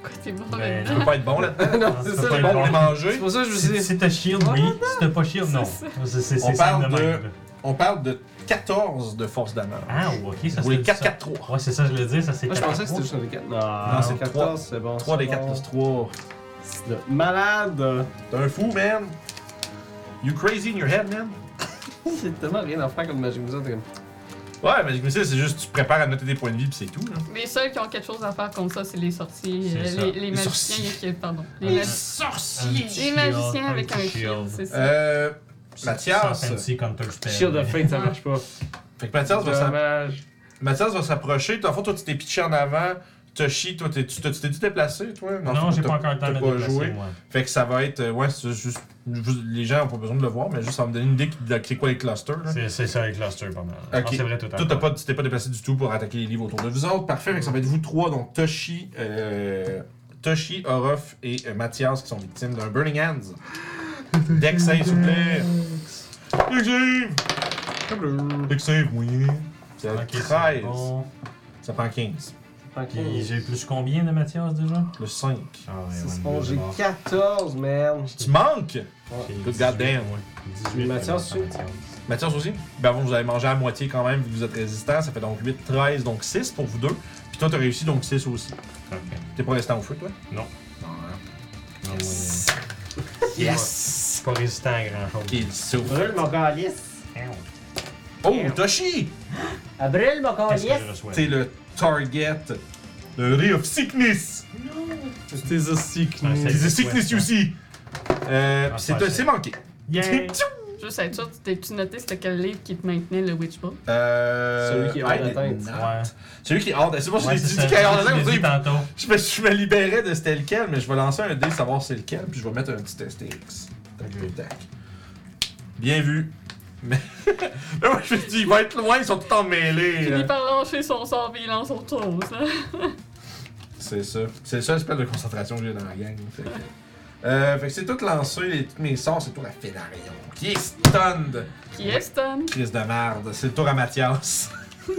[SPEAKER 4] Quoi, t'es bon
[SPEAKER 3] Ben,
[SPEAKER 1] Ça peut pas être bon là.
[SPEAKER 2] non,
[SPEAKER 3] ça
[SPEAKER 2] c'est
[SPEAKER 3] peut
[SPEAKER 2] ça,
[SPEAKER 3] pas
[SPEAKER 2] le
[SPEAKER 3] être
[SPEAKER 1] Bon,
[SPEAKER 3] bon.
[SPEAKER 1] les
[SPEAKER 2] C'est
[SPEAKER 1] manger.
[SPEAKER 2] pour ça que je vous
[SPEAKER 3] si
[SPEAKER 2] dis.
[SPEAKER 3] si t'as shield, oui. Si t'as pas shield, non.
[SPEAKER 4] C'est
[SPEAKER 3] C'est c'est-
[SPEAKER 1] On
[SPEAKER 3] c'est
[SPEAKER 1] parle
[SPEAKER 3] simple de même,
[SPEAKER 1] de-
[SPEAKER 3] là.
[SPEAKER 1] On parle de 14 de force d'amour.
[SPEAKER 3] Ah, ok, ça
[SPEAKER 1] Vous les
[SPEAKER 3] c'est-
[SPEAKER 1] 4-4-3.
[SPEAKER 3] Ouais, c'est ça, je le dis, ça c'est
[SPEAKER 2] Moi, je pensais que
[SPEAKER 3] 4.
[SPEAKER 2] c'était juste un des 4. Non,
[SPEAKER 1] Non, c'est
[SPEAKER 2] 14, c'est bon.
[SPEAKER 1] 3
[SPEAKER 2] c'est
[SPEAKER 1] des 4
[SPEAKER 2] bon.
[SPEAKER 1] plus 3.
[SPEAKER 2] Le Malade!
[SPEAKER 1] T'es un fou, man. You crazy in your head, man.
[SPEAKER 2] C'est tellement rien à faire comme Magic Wizard. t'es comme-
[SPEAKER 1] Ouais, Magic Missile, c'est juste tu prépares à noter des points de vie puis c'est tout. là.
[SPEAKER 4] Les seuls qui ont quelque chose à faire comme ça, c'est les sorciers.
[SPEAKER 3] C'est
[SPEAKER 4] euh,
[SPEAKER 3] ça.
[SPEAKER 4] les,
[SPEAKER 1] Les
[SPEAKER 4] les
[SPEAKER 1] sorciers.
[SPEAKER 4] magiciens qui. Pardon. Les,
[SPEAKER 1] Les
[SPEAKER 4] mag-
[SPEAKER 1] sorciers.
[SPEAKER 4] les magiciens avec un shield, c'est ça.
[SPEAKER 1] Euh. Mathias.
[SPEAKER 3] Sans fancy counter spell.
[SPEAKER 2] Shield of Fate, ça marche pas.
[SPEAKER 1] Fait que Mathias va s'en-
[SPEAKER 2] Dommage.
[SPEAKER 1] Mathias va s'approcher. T'en fous, toi, tu t'es pitché en avant. Toshi, toi, t'es- tu t'es- tu t'es dû déplacer, toi?
[SPEAKER 3] Non, j'ai
[SPEAKER 1] t'as-
[SPEAKER 3] pas encore le temps
[SPEAKER 1] t'as
[SPEAKER 3] de me
[SPEAKER 1] pas
[SPEAKER 3] déplacer,
[SPEAKER 1] joué.
[SPEAKER 3] moi.
[SPEAKER 1] Fait que ça va être. euh, Ouais, c'est juste. juste- Les gens n'ont pas besoin de le voir, mais juste ça va me donner une idée de c'est quoi les clusters. Là.
[SPEAKER 3] C'est c'est ça les clusters pas mal. Ah,
[SPEAKER 1] Ok.
[SPEAKER 3] c'est vrai tout à
[SPEAKER 1] Toi, t'as
[SPEAKER 3] l'heure.
[SPEAKER 1] pas, tu t'es pas déplacé du tout pour attaquer les livres autour de vous autres. Parfait, fait que ça va être vous trois, donc Toshi, euh, Toshi, Orof et euh, Mathias qui sont victimes d'un Burning Hands. Deck save, s'il vous plaît. Deck save! Deck save, oui. Ça
[SPEAKER 3] Ok, c'est
[SPEAKER 1] fait 13.
[SPEAKER 3] bon.
[SPEAKER 1] Ça prend 15.
[SPEAKER 3] Puis j'ai plus combien de Mathias déjà
[SPEAKER 1] Le 5.
[SPEAKER 3] Ah ouais,
[SPEAKER 2] C'est
[SPEAKER 3] ouais,
[SPEAKER 2] bon,
[SPEAKER 3] deux
[SPEAKER 2] j'ai
[SPEAKER 3] de bord.
[SPEAKER 2] 14, man.
[SPEAKER 1] Tu manques!
[SPEAKER 3] J'ai
[SPEAKER 1] Good
[SPEAKER 3] 18,
[SPEAKER 1] goddamn.
[SPEAKER 3] ouais, 18,
[SPEAKER 2] Mais Mathias,
[SPEAKER 3] c'est bon,
[SPEAKER 2] tu-
[SPEAKER 3] Mathias.
[SPEAKER 1] Mathias aussi. Ben bon, vous avez mangé à moitié quand même, vu que vous êtes résistant. Ça fait donc 8, 13, donc 6 pour vous deux. Puis toi, t'as réussi, donc 6 aussi.
[SPEAKER 3] Ok.
[SPEAKER 1] T'es pas restant au feu, toi? Ah
[SPEAKER 3] Non,
[SPEAKER 1] Yes.
[SPEAKER 3] ouais. Je suis pas résistant à grand chose.
[SPEAKER 1] Qu'il souffre.
[SPEAKER 2] Brûle mon calice.
[SPEAKER 1] Oh, Toshi!
[SPEAKER 2] Ah, Brûle mon
[SPEAKER 3] Qu'est-ce que je
[SPEAKER 2] calice.
[SPEAKER 3] reçois
[SPEAKER 1] T'es le target. Le Ray of Sickness!
[SPEAKER 2] C'était the
[SPEAKER 3] Ouais,
[SPEAKER 1] T'es le Sickness, you see! Euh,
[SPEAKER 3] Ah,
[SPEAKER 1] pis c'est-
[SPEAKER 3] ça,
[SPEAKER 1] c'est
[SPEAKER 3] c'est-
[SPEAKER 1] manqué.
[SPEAKER 3] Yay!
[SPEAKER 4] Juste être sûr, t'as-tu noté c'était quel livre qui te maintenait le Witch Ball?
[SPEAKER 1] Euh,
[SPEAKER 2] Celui qui est hors
[SPEAKER 1] I did
[SPEAKER 2] d'atteinte.
[SPEAKER 1] not.
[SPEAKER 3] Ouais.
[SPEAKER 1] Celui qui est hors d'atteinte. C'est pour ça que
[SPEAKER 3] Ouais,
[SPEAKER 1] je
[SPEAKER 3] c'est
[SPEAKER 1] l'ai dit
[SPEAKER 3] ça.
[SPEAKER 1] qu'il est hors d'atteinte.
[SPEAKER 3] Je l'ai dit
[SPEAKER 1] vous savez,
[SPEAKER 3] tantôt.
[SPEAKER 1] Je me, je me libérais de c'était lequel, mais je vais lancer un dé, savoir c'est lequel, puis je vais mettre un petit STX. Tac, tac, tac. Bien vu. Mais, mais moi, je me dis, ils vont être loin, ils sont tout
[SPEAKER 4] Il
[SPEAKER 1] emmêlés. hein.
[SPEAKER 4] finit
[SPEAKER 1] là.
[SPEAKER 4] par lâcher son sort et il lance autre chose. Là.
[SPEAKER 1] C'est ça. C'est le seul espèce de concentration que j'ai dans la gang. Fait que, euh, fait que c'est tout lancé, les- tous mes sorts, c'est tout à Fédarion. Qui est stunned.
[SPEAKER 4] Qui est stun?
[SPEAKER 1] Crise de merde. C'est le tour à Mathias.
[SPEAKER 3] Boom.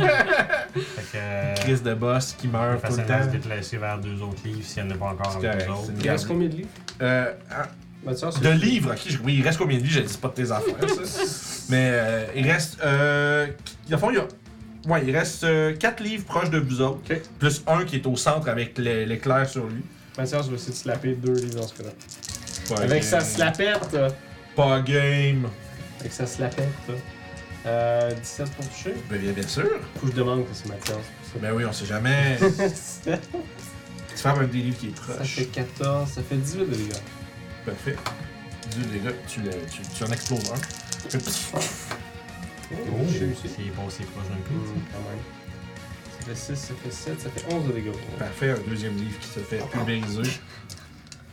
[SPEAKER 3] Fait que. euh,
[SPEAKER 1] Crise de boss qui
[SPEAKER 3] on peut
[SPEAKER 1] meurt tout le
[SPEAKER 3] facilement se
[SPEAKER 1] temps.
[SPEAKER 3] déplacer vers deux autres livres s'il n'y en a pas encore
[SPEAKER 1] C'est
[SPEAKER 3] avec
[SPEAKER 1] correct,
[SPEAKER 3] nous
[SPEAKER 1] c'est
[SPEAKER 3] autres.
[SPEAKER 1] une
[SPEAKER 2] Il reste combien de livres
[SPEAKER 1] Euh, hein,
[SPEAKER 2] Mathias
[SPEAKER 1] De livres, ok. je- Oui, il reste combien de livres Je dis pas de tes affaires, ça. Mais euh, il reste. Euh, dans le fond, il y a. Ouais, il reste 4 livres proches de vous autres.
[SPEAKER 2] Ok.
[SPEAKER 1] Plus un qui est au centre avec l'é- l'éclair sur lui.
[SPEAKER 2] Mathias, je vais essayer de slapper deux livres dans ce cas-là.
[SPEAKER 1] Pas game.
[SPEAKER 2] Avec sa slapette. euh,
[SPEAKER 1] Pas game.
[SPEAKER 2] Avec sa slapette. euh, Euh, 17 pour toucher.
[SPEAKER 1] Ben, bien, bien sûr.
[SPEAKER 2] Faut que je demande que c'est Mathias.
[SPEAKER 1] Ben oui, on sait jamais. tu
[SPEAKER 2] ça
[SPEAKER 1] fais même des livres qui est
[SPEAKER 2] fait
[SPEAKER 1] proche.
[SPEAKER 2] 14, ça fait 18 de dégâts.
[SPEAKER 1] Parfait. Dieu, les gars, tu, le- tu, tu en exploses un. Tu fais pfff.
[SPEAKER 2] Oh, j'ai réussi.
[SPEAKER 3] S'il est pas aussi proche d'un
[SPEAKER 2] Hmm,
[SPEAKER 3] coup.
[SPEAKER 2] quand même. Ça fait 6, ça fait 7, ça fait 11 de dégâts.
[SPEAKER 1] Parfait, un deuxième livre qui se fait pulvériser.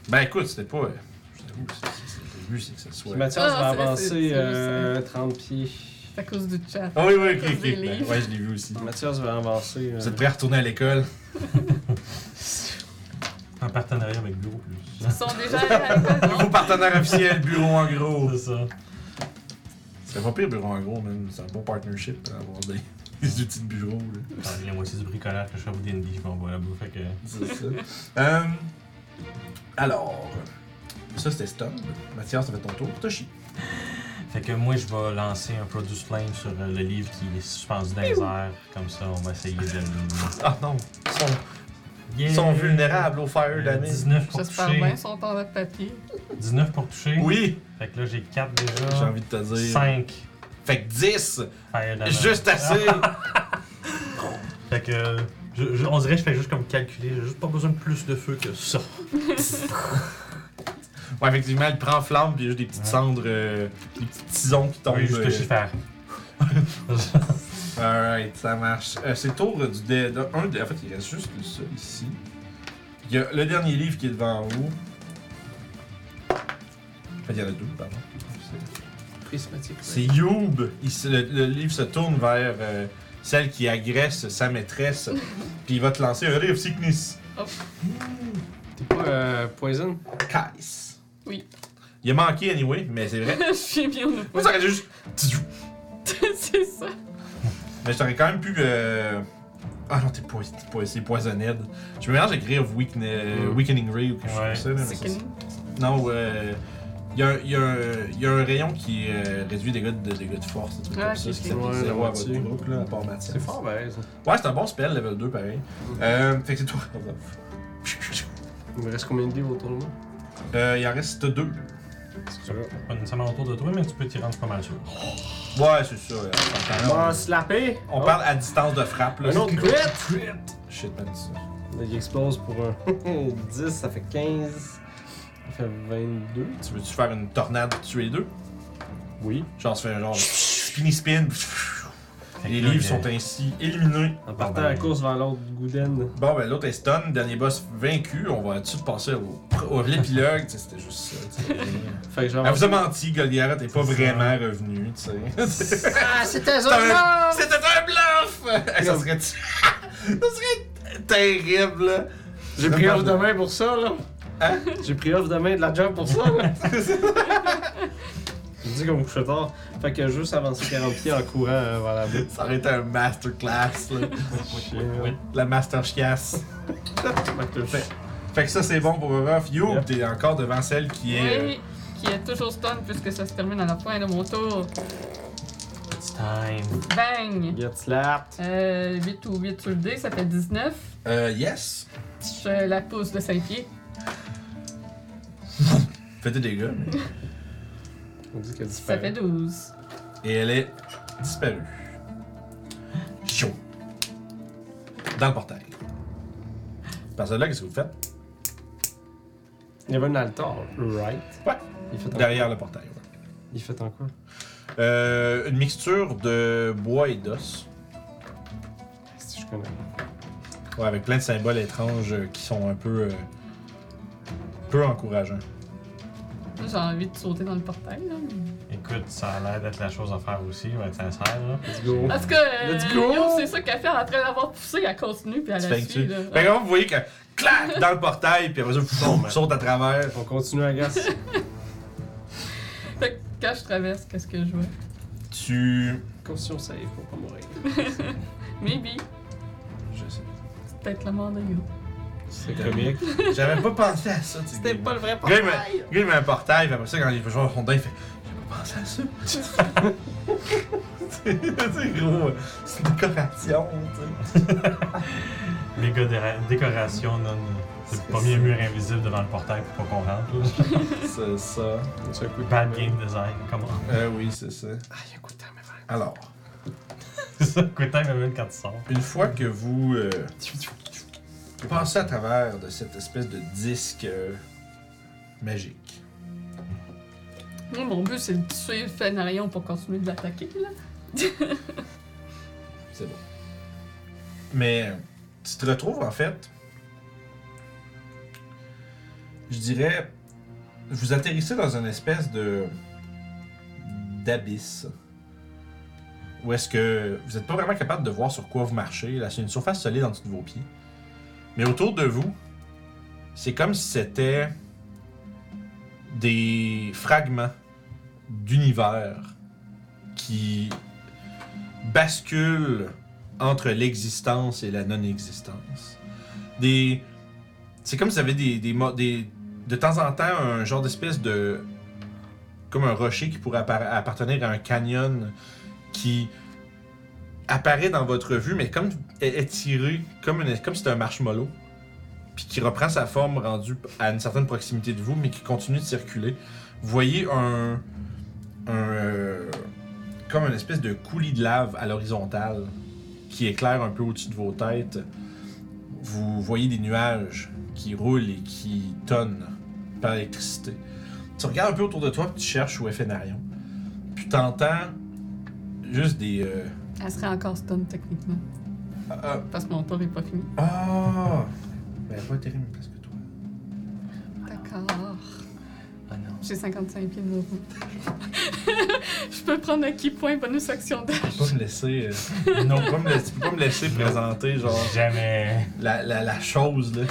[SPEAKER 1] Ben écoute, c'était pas. euh, je t'avoue, c'est- c'est- c'est- Le but, c'est que ça soit.
[SPEAKER 2] Puis Mathias
[SPEAKER 4] Ah,
[SPEAKER 2] va
[SPEAKER 4] c'est- c'est- c'est
[SPEAKER 2] avancer
[SPEAKER 4] juste
[SPEAKER 2] euh, 30 pieds.
[SPEAKER 4] C'est à cause du chat.
[SPEAKER 1] Ah oui, oui, ok, ok.
[SPEAKER 4] Des
[SPEAKER 1] Ben,
[SPEAKER 4] livres.
[SPEAKER 1] ouais, je l'ai vu aussi.
[SPEAKER 2] Mathias va avancer. euh,
[SPEAKER 1] Vous êtes prêts à retourner à l'école?
[SPEAKER 3] En partenariat avec Bureau Plus.
[SPEAKER 4] Ils sont déjà allés à l'école, non?
[SPEAKER 1] Nouveau partenaire officiel, Bureau en gros.
[SPEAKER 3] C'est ça.
[SPEAKER 1] C'est pas pire, Bureau en gros, même. C'est un bon partnership pour avoir des, des outils de bureau. Là.
[SPEAKER 3] Attends, La moitié du bricolage que je fais au D&D, je m'en vais là-bas. Fait que.
[SPEAKER 1] C'est ça. Euh, alors, ça c'était stun. Mathias, ça fait ton tour. Toshi.
[SPEAKER 3] Fait que moi, je vais lancer un Produce Flame sur euh, le livre qui est suspendu dans les airs. Comme ça, on va essayer de le.
[SPEAKER 1] Ah non, ils sont,
[SPEAKER 3] Yeah!
[SPEAKER 1] ils sont vulnérables au fire
[SPEAKER 3] Euh,
[SPEAKER 1] damage.
[SPEAKER 3] 19 pour
[SPEAKER 4] J'espère bien,
[SPEAKER 3] toucher.
[SPEAKER 4] ils sont en votre papier.
[SPEAKER 3] 19 pour toucher.
[SPEAKER 1] Oui,
[SPEAKER 3] Fait que là, j'ai 4
[SPEAKER 1] j'ai
[SPEAKER 3] déjà.
[SPEAKER 1] envie de te dire.
[SPEAKER 3] 5
[SPEAKER 1] Fait que 10,
[SPEAKER 3] fire damage.
[SPEAKER 1] juste assez.
[SPEAKER 3] Fait que. euh, je- je- on dirait que je fais juste comme calculer. J'ai juste pas besoin de plus de feu que ça.
[SPEAKER 1] ouais, effectivement, il prend flamme, puis il y a juste des petites
[SPEAKER 3] Ouais.
[SPEAKER 1] cendres, euh, des petits tisons qui tombent.
[SPEAKER 3] Oui, juste
[SPEAKER 1] euh,
[SPEAKER 3] le chiffre.
[SPEAKER 1] Alright, ça marche. Euh, c'est le tour du dé- de- un dé- En fait, il reste juste ça ici. Il y a le dernier livre qui est devant vous. Enfin, il y en a deux, pardon. C'est-
[SPEAKER 2] Prismatique.
[SPEAKER 1] C'est Youb. Il se- le, le livre se tourne vers euh, celle qui agresse sa maîtresse. Puis il va te lancer un Ray of Sickness.
[SPEAKER 2] T'es pas euh, poison?
[SPEAKER 1] Kais.
[SPEAKER 4] Oui.
[SPEAKER 1] Il a manqué anyway, mais c'est vrai.
[SPEAKER 4] Je suis bien au
[SPEAKER 1] Moi,
[SPEAKER 4] point.
[SPEAKER 1] ça aurait juste.
[SPEAKER 4] C'est ça.
[SPEAKER 1] Mais j'aurais quand même pu. euh, Ah non, t'es poi- t'es poi- c'est poisonned. Je me mélange avec Ray of Weaken- euh,
[SPEAKER 2] Mm.
[SPEAKER 1] Weakening Ray ou quelque
[SPEAKER 3] Ouais.
[SPEAKER 1] chose comme ça. là, mais
[SPEAKER 4] C'est
[SPEAKER 1] c'est-
[SPEAKER 4] qu'une-
[SPEAKER 1] Non, euh. Il y, a, un- y a un- y a un rayon qui euh, réduit les dégâts de, dégâts de force, des trucs
[SPEAKER 4] Ouais,
[SPEAKER 1] comme ça,
[SPEAKER 4] Ah, ok,
[SPEAKER 1] ce
[SPEAKER 4] ok.
[SPEAKER 1] qui s'appelle
[SPEAKER 2] Ouais,
[SPEAKER 1] zéro à votre
[SPEAKER 2] là-dessus.
[SPEAKER 1] groupe, là, à part Mathias.
[SPEAKER 2] C'est fort, ben. ça.
[SPEAKER 1] Ouais, c'est un bon spell, level 2, pareil. Euh, fait que c'est tout.
[SPEAKER 2] Il me reste combien de livres autour de moi?
[SPEAKER 1] Euh, il en reste deux.
[SPEAKER 3] Pas nécessairement autour de toi, mais tu peux t'y rendre pas mal sûr.
[SPEAKER 1] Ouais, c'est ça. euh, on
[SPEAKER 2] Bon,
[SPEAKER 1] parle-
[SPEAKER 2] slapper! Ah,
[SPEAKER 1] on parle à distance de frappe, là.
[SPEAKER 2] Un autre crit!
[SPEAKER 1] Shit, man, ça.
[SPEAKER 2] Là, il explose pour un 10, ça fait 15. Ça fait 22.
[SPEAKER 1] Tu veux-tu faire une tornade pour tuer les deux?
[SPEAKER 2] Oui.
[SPEAKER 1] Genre, tu fais un genre spinny spin.
[SPEAKER 3] Fait que
[SPEAKER 1] Les
[SPEAKER 3] là,
[SPEAKER 1] livres
[SPEAKER 3] il-
[SPEAKER 1] sont ainsi éliminés.
[SPEAKER 2] En partant à la course vers l'autre Gouden.
[SPEAKER 1] Bon, ben l'autre est stun, dernier boss vaincu. On va tout de passer au, au l'épilogue. Tu sais, C'était juste ça. tu sais.
[SPEAKER 2] Fait que je vais
[SPEAKER 1] Elle vous a
[SPEAKER 2] avancer.
[SPEAKER 1] menti, Goliath est pas
[SPEAKER 3] C'est ça.
[SPEAKER 1] vraiment revenu. tu sais.
[SPEAKER 2] Ah, c'était
[SPEAKER 1] C'était un-
[SPEAKER 2] blanc!
[SPEAKER 1] C'était un bluff! Hey, ça, serait... ça serait terrible. là.
[SPEAKER 2] J'ai pris off demain pour ça, là.
[SPEAKER 1] Hein?
[SPEAKER 2] J'ai pris off demain de la job pour ça, là. Je dis qu'on me couchait tard. Fait que juste avancer 40 pieds en courant euh, vers la euh, boue.
[SPEAKER 1] Ça aurait été un masterclass, là.
[SPEAKER 2] Chien,
[SPEAKER 3] oui.
[SPEAKER 1] La master chiasse.
[SPEAKER 2] Fait que
[SPEAKER 1] Fait, fait que ça, c'est bon pour Ruff. You,
[SPEAKER 2] Yep.
[SPEAKER 1] t'es encore devant celle qui est. euh,
[SPEAKER 4] Oui, qui est toujours stun puisque ça se termine à la fin de mon tour.
[SPEAKER 3] It's time.
[SPEAKER 4] Bang!
[SPEAKER 2] Get slapped.
[SPEAKER 4] Euh, 8 ou 8 sur le dé, ça fait 19.
[SPEAKER 1] euh, yes.
[SPEAKER 4] Je la pousse de 5 pieds.
[SPEAKER 1] Fais des dégâts. mais-
[SPEAKER 2] On dit qu'elle
[SPEAKER 4] Ça fait
[SPEAKER 2] disparaît.
[SPEAKER 4] 12.
[SPEAKER 1] Et elle est disparue. Chaud. Dans le portail. Par là, qu'est-ce que vous faites?
[SPEAKER 2] Il y avait un altar, right?
[SPEAKER 1] Ouais.
[SPEAKER 2] Il fait en,
[SPEAKER 1] Derrière le portail. ouais.
[SPEAKER 2] Il fait en quoi?
[SPEAKER 1] Euh, une mixture de bois et d'os.
[SPEAKER 2] Si je connais.
[SPEAKER 1] Ouais, avec plein de symboles étranges euh, qui sont un peu. euh, peu encourageants.
[SPEAKER 4] Là, J'ai envie de sauter dans le portail. Là.
[SPEAKER 3] Écoute, ça a l'air d'être la chose à faire aussi, on va être sincère là.
[SPEAKER 2] Let's go.
[SPEAKER 4] Parce que euh,
[SPEAKER 2] Let's go!
[SPEAKER 4] Yo, c'est ça qu'elle fait après l'avoir poussé, elle continue puis elle la hein.
[SPEAKER 1] Fait que,
[SPEAKER 4] suit.
[SPEAKER 1] tu...
[SPEAKER 4] Là.
[SPEAKER 1] fait que là, vous voyez que clac dans le portail, puis après ça, pfff, saute à travers.
[SPEAKER 2] On continue à gaz.
[SPEAKER 4] Fait que quand je traverse, qu'est-ce que je vois?
[SPEAKER 1] Tu.
[SPEAKER 2] Constitution save pour pas mourir.
[SPEAKER 4] Maybe,
[SPEAKER 1] Je sais.
[SPEAKER 4] c'est peut-être la mort de Yo.
[SPEAKER 2] C'est comique.
[SPEAKER 1] J'avais pas pensé à ça, tu sais.
[SPEAKER 4] C'était pas le vrai
[SPEAKER 1] Le gars,
[SPEAKER 4] portail.
[SPEAKER 1] il met- le gars, il met un portail, puis après ça, quand il fait jouer à Honda, il fait J'ai pas pensé à ça. c'est c'est gros, euh, c'est une décoration, tu
[SPEAKER 3] Les gars, déra- décoration non. C'est
[SPEAKER 1] C'est
[SPEAKER 3] le premier
[SPEAKER 1] ça.
[SPEAKER 3] mur invisible devant le portail pour pas qu'on rentre. là.
[SPEAKER 1] sais. C'est ça.
[SPEAKER 2] C'est un coup de
[SPEAKER 3] Bad game design, comment
[SPEAKER 1] Euh, oui, c'est ça.
[SPEAKER 2] Ah, il y a un coup de temps, mais vraiment.
[SPEAKER 1] Alors,
[SPEAKER 3] C'est ça, quit time même quand tu sors.
[SPEAKER 1] une fois que vous euh, passez à travers de cette espèce de disque euh, magique,
[SPEAKER 4] Moi, mon but, c'est de tuer le Fenarion pour continuer de l'attaquer. là.
[SPEAKER 1] C'est bon. Mais tu te retrouves en fait. Je dirais. Vous atterrissez dans une espèce de. d'abysse. Où est-ce que vous n'êtes pas vraiment capable de voir sur quoi vous marchez. Là, c'est une surface solide en dessous de vos pieds. Mais autour de vous, c'est comme si c'était des fragments d'univers qui bascule entre l'existence et la non-existence. Des... C'est comme si vous avez des, des, mo- des- De temps en temps, un genre d'espèce de... Comme un rocher qui pourrait appara- appartenir à un canyon qui apparaît dans votre vue, mais comme é- étiré, comme, une- comme si c'était un marshmallow, puis qui reprend sa forme rendue à une certaine proximité de vous, mais qui continue de circuler. Vous voyez un... un euh, comme une espèce de coulis de lave à l'horizontale qui éclaire un peu au-dessus de vos têtes. Vous voyez des nuages qui roulent et qui tonnent par l'électricité. Tu regardes un peu autour de toi, puis tu cherches où est Fénarion. Puis t'entends juste des... euh,
[SPEAKER 4] Elle serait encore stun techniquement.
[SPEAKER 1] Ah, ah,
[SPEAKER 4] Parce que mon tour est pas fini.
[SPEAKER 1] ah! Mais elle est pas terrible parce que toi.
[SPEAKER 4] D'accord.
[SPEAKER 3] Ah non.
[SPEAKER 4] J'ai 55 pieds de mouvement. je peux prendre un key point bonus action
[SPEAKER 1] Tu peux pas me laisser... euh,
[SPEAKER 3] Non.
[SPEAKER 1] tu peux pas me laisser- tu peux pas me laisser présenter, genre,
[SPEAKER 3] Jamais.
[SPEAKER 1] la, la, la chose, là.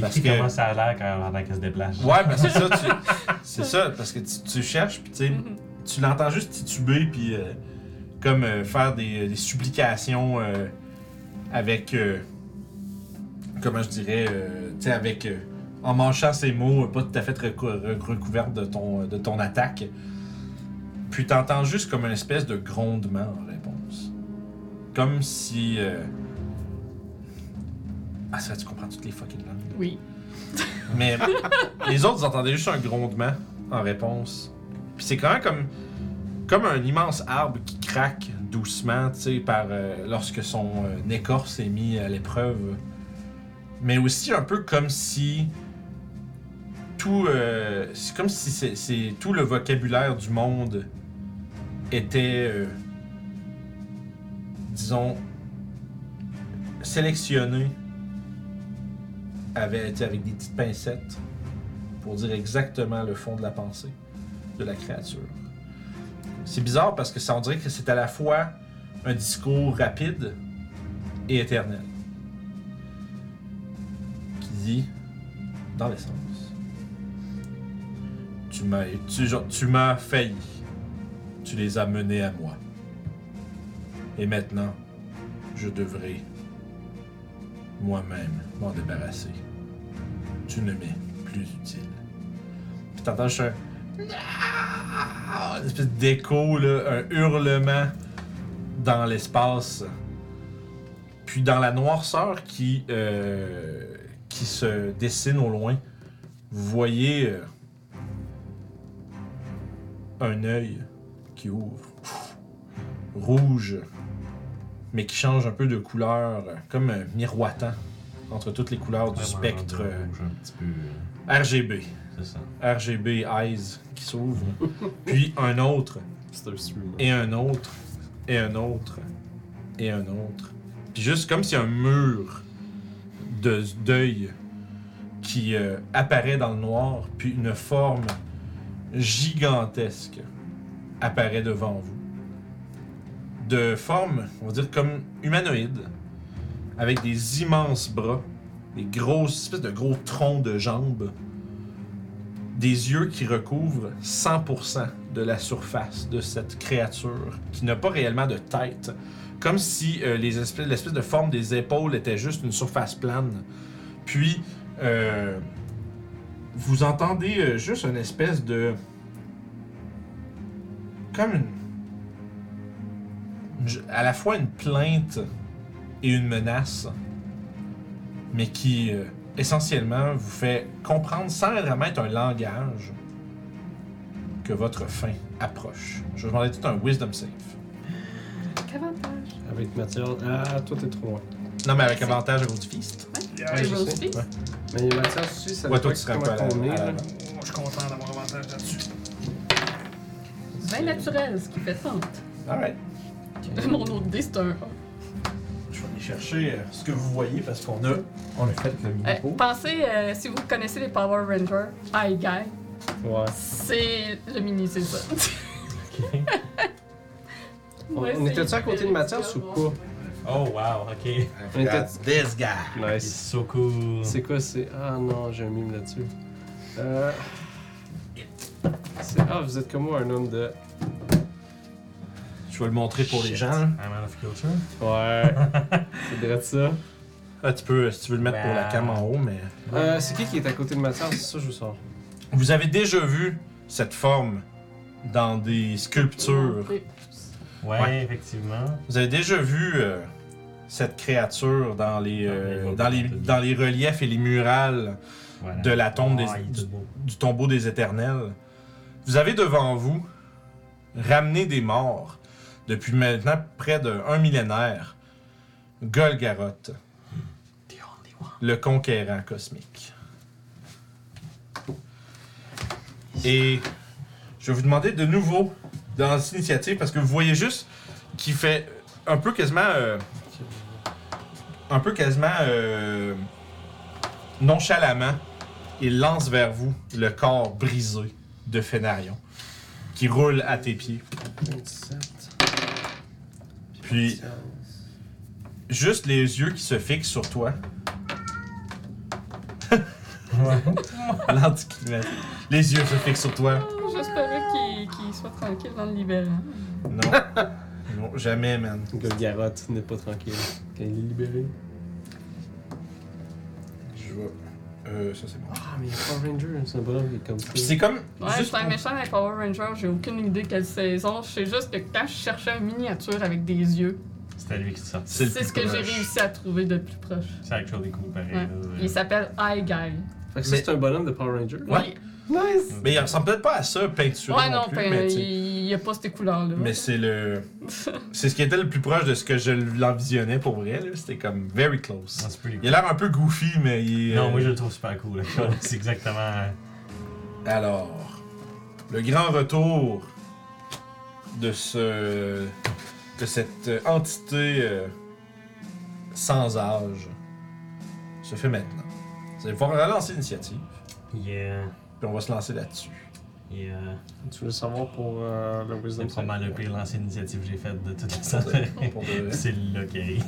[SPEAKER 1] Parce
[SPEAKER 3] Décris
[SPEAKER 1] que-
[SPEAKER 3] comment ça a l'air quand avant qu'elle se déplace.
[SPEAKER 1] Ouais, ben c'est ça, tu... c'est ça, parce que tu, tu cherches, puis tu sais,
[SPEAKER 4] d'âge.
[SPEAKER 1] tu l'entends juste tituber puis euh, comme euh, faire des, des supplications euh, avec euh, comment je dirais euh, tu sais avec euh, en manchant ses mots euh, pas tout à fait recou- re- recouverte de ton euh, de ton attaque puis t'entends juste comme une espèce de grondement en réponse comme si euh, ah ça tu comprends toutes les fucking langues
[SPEAKER 4] oui.
[SPEAKER 1] mais les autres, vous entendez juste un grondement en réponse. Puis c'est quand même comme, comme un immense arbre qui craque doucement, tu sais, par, euh, lorsque son euh, écorce est mis à l'épreuve. Mais aussi un peu comme si tout, euh, c'est comme si c'est, c'est- tout le vocabulaire du monde était, euh, disons, sélectionné avec, tu sais, avec des petites pincettes pour dire exactement le fond de la pensée de la créature. C'est bizarre parce que ça on dirait que c'est à la fois un discours rapide et éternel qui dit dans l'essence. Tu Tu m'as tu, genre, tu m'as failli. Tu les as menés à moi. Et maintenant, je devrais moi-même m'en débarrasser. Tu ne m'es plus utile. Puis t'entends juste un... Ah! Une espèce d'écho, là, un hurlement dans l'espace. Puis dans la noirceur qui, euh, qui se dessine au loin, vous voyez euh, un œil qui ouvre, Pff, rouge, mais qui change un peu de couleur, euh, comme euh, miroitant entre toutes les couleurs du
[SPEAKER 3] Vraiment
[SPEAKER 1] spectre
[SPEAKER 3] un rouge, un petit peu, euh,
[SPEAKER 1] euh, RGB.
[SPEAKER 3] C'est ça.
[SPEAKER 1] RGB Eyes qui s'ouvre, puis un autre,
[SPEAKER 2] C'est un streamer.
[SPEAKER 1] et un autre, et un autre, et un autre. Puis juste comme si un mur de d'œil qui euh, apparaît dans le noir, puis une forme gigantesque apparaît devant vous. De forme, on va dire comme humanoïde, avec des immenses bras, des grosses espèces de gros troncs de jambes, des yeux qui recouvrent 100% de la surface de cette créature qui n'a pas réellement de tête, comme si euh, les espèces- l'espèce de forme des épaules était juste une surface plane. Puis euh, vous entendez euh, juste une espèce de comme une une- à la fois une plainte et une menace, mais qui euh, essentiellement vous fait comprendre sans vraiment être un langage que votre fin approche. Je vais vous demander tout un wisdom save.
[SPEAKER 4] Qu'avantage.
[SPEAKER 2] Avec Mathilde. Ah, toi, t'es trop loin.
[SPEAKER 1] Non, mais avec avantage à cause du fist.
[SPEAKER 2] Ouais,
[SPEAKER 4] Tu
[SPEAKER 2] je
[SPEAKER 4] vas
[SPEAKER 2] sais.
[SPEAKER 4] aussi?
[SPEAKER 2] Mais Mathilde, si ça
[SPEAKER 1] Ouais, toi, tu
[SPEAKER 2] dépend
[SPEAKER 1] serais
[SPEAKER 2] comment
[SPEAKER 1] pas Euh, à la-
[SPEAKER 2] on est,
[SPEAKER 1] à la-
[SPEAKER 2] là.
[SPEAKER 5] Je suis content d'avoir avantage là-dessus.
[SPEAKER 4] 20 naturels, ce qui fait tente.
[SPEAKER 1] Alright.
[SPEAKER 4] Mon autre dé, c'est un
[SPEAKER 1] Je vais aller chercher euh, ce que vous voyez parce qu'on a.
[SPEAKER 6] On a fait le
[SPEAKER 4] Euh,
[SPEAKER 6] micro.
[SPEAKER 4] pensez, euh, si vous connaissez les Power Rangers, Hi Guy,
[SPEAKER 2] Ouais.
[SPEAKER 4] c'est le mini, c'est ça.
[SPEAKER 2] On-
[SPEAKER 4] Ouais,
[SPEAKER 2] on
[SPEAKER 4] c'est-
[SPEAKER 2] était-tu à côté de Mathias ou pas?
[SPEAKER 3] Oh wow, ok.
[SPEAKER 2] On était-
[SPEAKER 1] this guy.
[SPEAKER 3] C'est so cool.
[SPEAKER 2] C'est quoi, c'est. Ah non, j'ai un mime là-dessus. Euh. c'est- Ah, vous êtes comme moi, un homme de.
[SPEAKER 1] Je vais le montrer pour les
[SPEAKER 3] Shit.
[SPEAKER 1] gens. là.
[SPEAKER 3] I'm out of culture.
[SPEAKER 2] Ouais. c'est vrai ça.
[SPEAKER 1] Ah, tu peux, euh, si tu veux le mettre pour la
[SPEAKER 3] Wow.
[SPEAKER 1] cam en haut, mais.
[SPEAKER 2] Euh, c'est qui qui est à côté de Mathias? C'est ça, je vous sors.
[SPEAKER 1] Vous avez déjà vu cette forme dans des sculptures.
[SPEAKER 3] Ouais,
[SPEAKER 1] Ouais.
[SPEAKER 3] effectivement.
[SPEAKER 1] Vous avez déjà vu euh, cette créature dans les, euh, dans,
[SPEAKER 3] Dans les
[SPEAKER 1] les, dans les reliefs et les murales
[SPEAKER 3] Voilà.
[SPEAKER 1] de la tombe des,
[SPEAKER 3] Ah, il est tout beau.
[SPEAKER 1] du tombeau des éternels. Vous avez devant vous ramené des morts depuis maintenant près d'un millénaire. Golgaroth, le conquérant cosmique. Et je vais vous demander de nouveau dans cette initiative parce que vous voyez juste qu'il fait un peu quasiment. euh, un peu quasiment. euh, nonchalamment il lance vers vous le corps brisé de Fénarion, qui roule à tes pieds.
[SPEAKER 2] 27.
[SPEAKER 1] Puis, juste les yeux qui se fixent sur toi. L'anticlimax. Les yeux se fixent sur toi.
[SPEAKER 4] J'espérais qu'il qu'il soit tranquille dans le libérant.
[SPEAKER 1] Non. Non, jamais, man.
[SPEAKER 2] Golgarotte n'est pas tranquille. Quand il est libéré.
[SPEAKER 1] Je vois. Euh, ça c'est bon.
[SPEAKER 2] Ah, mais il est pas Ranger, c'est un bonhomme qui est comme
[SPEAKER 1] Puis
[SPEAKER 2] ça.
[SPEAKER 1] c'est comme.
[SPEAKER 4] Ouais,
[SPEAKER 1] juste
[SPEAKER 4] c'est un
[SPEAKER 1] pour-
[SPEAKER 4] méchant des Power Rangers, j'ai aucune idée quelle saison. Je sais juste que quand je cherchais une miniature avec des yeux,
[SPEAKER 3] C'était lui qui te sortit.
[SPEAKER 1] C'est le
[SPEAKER 4] c'est ce que
[SPEAKER 1] plus
[SPEAKER 4] j'ai
[SPEAKER 1] proche.
[SPEAKER 4] réussi à trouver de plus proche.
[SPEAKER 3] C'est actually cool pareil.
[SPEAKER 4] Ouais.
[SPEAKER 3] là, ouais.
[SPEAKER 4] Il s'appelle Hi Guy.
[SPEAKER 2] Fait que ça, c'est un bonhomme de Power Ranger.
[SPEAKER 1] Ouais.
[SPEAKER 2] Nice!
[SPEAKER 1] Mais il ressemble peut-être pas à ça, peinture.
[SPEAKER 4] Ouais, non,
[SPEAKER 1] plus,
[SPEAKER 4] ben,
[SPEAKER 1] mais, tu sais.
[SPEAKER 4] il n'y a pas ces couleurs-là.
[SPEAKER 1] Mais c'est le. C'est ce qui était le plus proche de ce que je l'envisionnais pour vrai. là. C'était comme very close.
[SPEAKER 3] Ah, c'est pretty
[SPEAKER 1] Il a l'air un peu goofy, mais il est.
[SPEAKER 3] Non, moi je
[SPEAKER 1] euh,
[SPEAKER 3] le trouve super cool. actually. C'est exactement.
[SPEAKER 1] Alors, le grand retour de ce. de cette entité euh, sans âge se fait maintenant. Vous allez pouvoir relancer l'initiative,
[SPEAKER 3] Yeah.
[SPEAKER 1] puis on va se lancer là-dessus.
[SPEAKER 3] Yeah.
[SPEAKER 2] Tu veux le savoir pour euh, le Wisdom
[SPEAKER 3] euh, C'est
[SPEAKER 2] Save?
[SPEAKER 3] probablement le pire lancé d'initiative que j'ai faite de toute
[SPEAKER 1] Pour
[SPEAKER 3] façon.
[SPEAKER 1] de- pour de vrai.
[SPEAKER 3] C'est là qui arrive.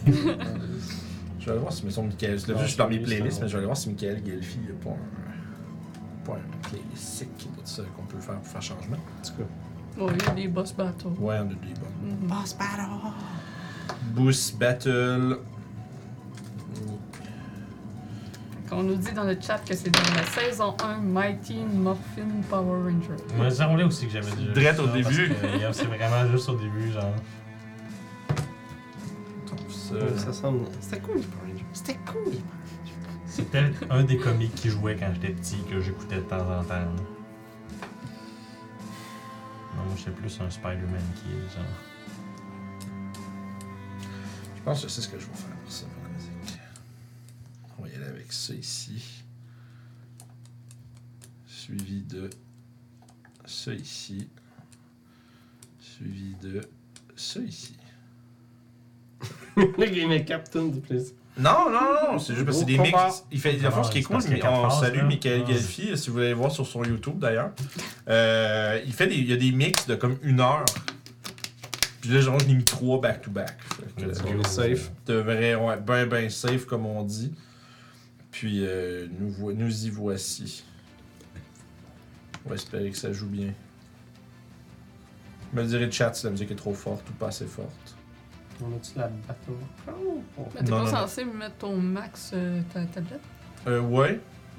[SPEAKER 1] Je vais aller voir si mais son Michael. Je l'ai
[SPEAKER 2] Non,
[SPEAKER 1] vu juste dans mes
[SPEAKER 2] c'est lui,
[SPEAKER 1] playlists,
[SPEAKER 2] c'est
[SPEAKER 1] mais je vais aller voir si Michael Gelfi a pas un. pas un classique qui doit être ça qu'on peut faire pour faire changement. En tout cas,
[SPEAKER 4] Bon, il y a des boss battles.
[SPEAKER 1] ouais, on a des bons.
[SPEAKER 4] Mhm.
[SPEAKER 1] Boost Battle.
[SPEAKER 4] On nous dit dans le chat que c'est dans la saison 1 Mighty Morphin Power Ranger.
[SPEAKER 3] Moi, ça roulait aussi que j'avais déjà.
[SPEAKER 1] Drette
[SPEAKER 3] vu
[SPEAKER 1] au
[SPEAKER 3] ça, parce
[SPEAKER 1] début.
[SPEAKER 3] que, euh, C'est vraiment juste au début, genre.
[SPEAKER 1] Ça,
[SPEAKER 2] Ça semble. C'était cool, les Power Rangers. C'était cool.
[SPEAKER 3] C'était un des comiques qui jouait quand j'étais petit, que j'écoutais de temps en temps. là. Non, moi, j'étais plus un Spider-Man qui est genre.
[SPEAKER 1] Je pense que c'est ce que je vais faire pour ça, pour la musique. On va y aller avec ça ici. Suivi de ça ici. Suivi de ça ici.
[SPEAKER 2] Le game est Captain du plaisir.
[SPEAKER 1] Non, non, non, c'est juste parce que c'est des
[SPEAKER 2] Gros
[SPEAKER 1] mix.
[SPEAKER 2] combat.
[SPEAKER 1] Il fait, la force qui est
[SPEAKER 3] Ah, c'est
[SPEAKER 1] cool,
[SPEAKER 3] parce qu'il y a
[SPEAKER 1] mais
[SPEAKER 3] quatre
[SPEAKER 1] on
[SPEAKER 3] phases,
[SPEAKER 1] salue
[SPEAKER 3] là.
[SPEAKER 1] Michael
[SPEAKER 3] Ah.
[SPEAKER 1] Gelfi, si vous voulez voir sur son YouTube d'ailleurs. Euh, il fait des, il y a des mix de comme une heure. Puis là, genre, je l'ai mis trois back-to-back. Fait que,
[SPEAKER 3] Let's
[SPEAKER 1] euh,
[SPEAKER 3] go.
[SPEAKER 2] est safe.
[SPEAKER 1] devrait ouais, ben ben safe comme on dit. Puis euh, nous, vo- nous y voici. On va espérer que ça joue bien. Me direz chat si la musique est trop forte ou pas assez forte.
[SPEAKER 2] On a-tu la battle?
[SPEAKER 4] Mais t'es
[SPEAKER 1] Non,
[SPEAKER 4] pas
[SPEAKER 1] non, non.
[SPEAKER 4] censé mettre ton max euh, ta tablette?
[SPEAKER 1] Euh, ouais,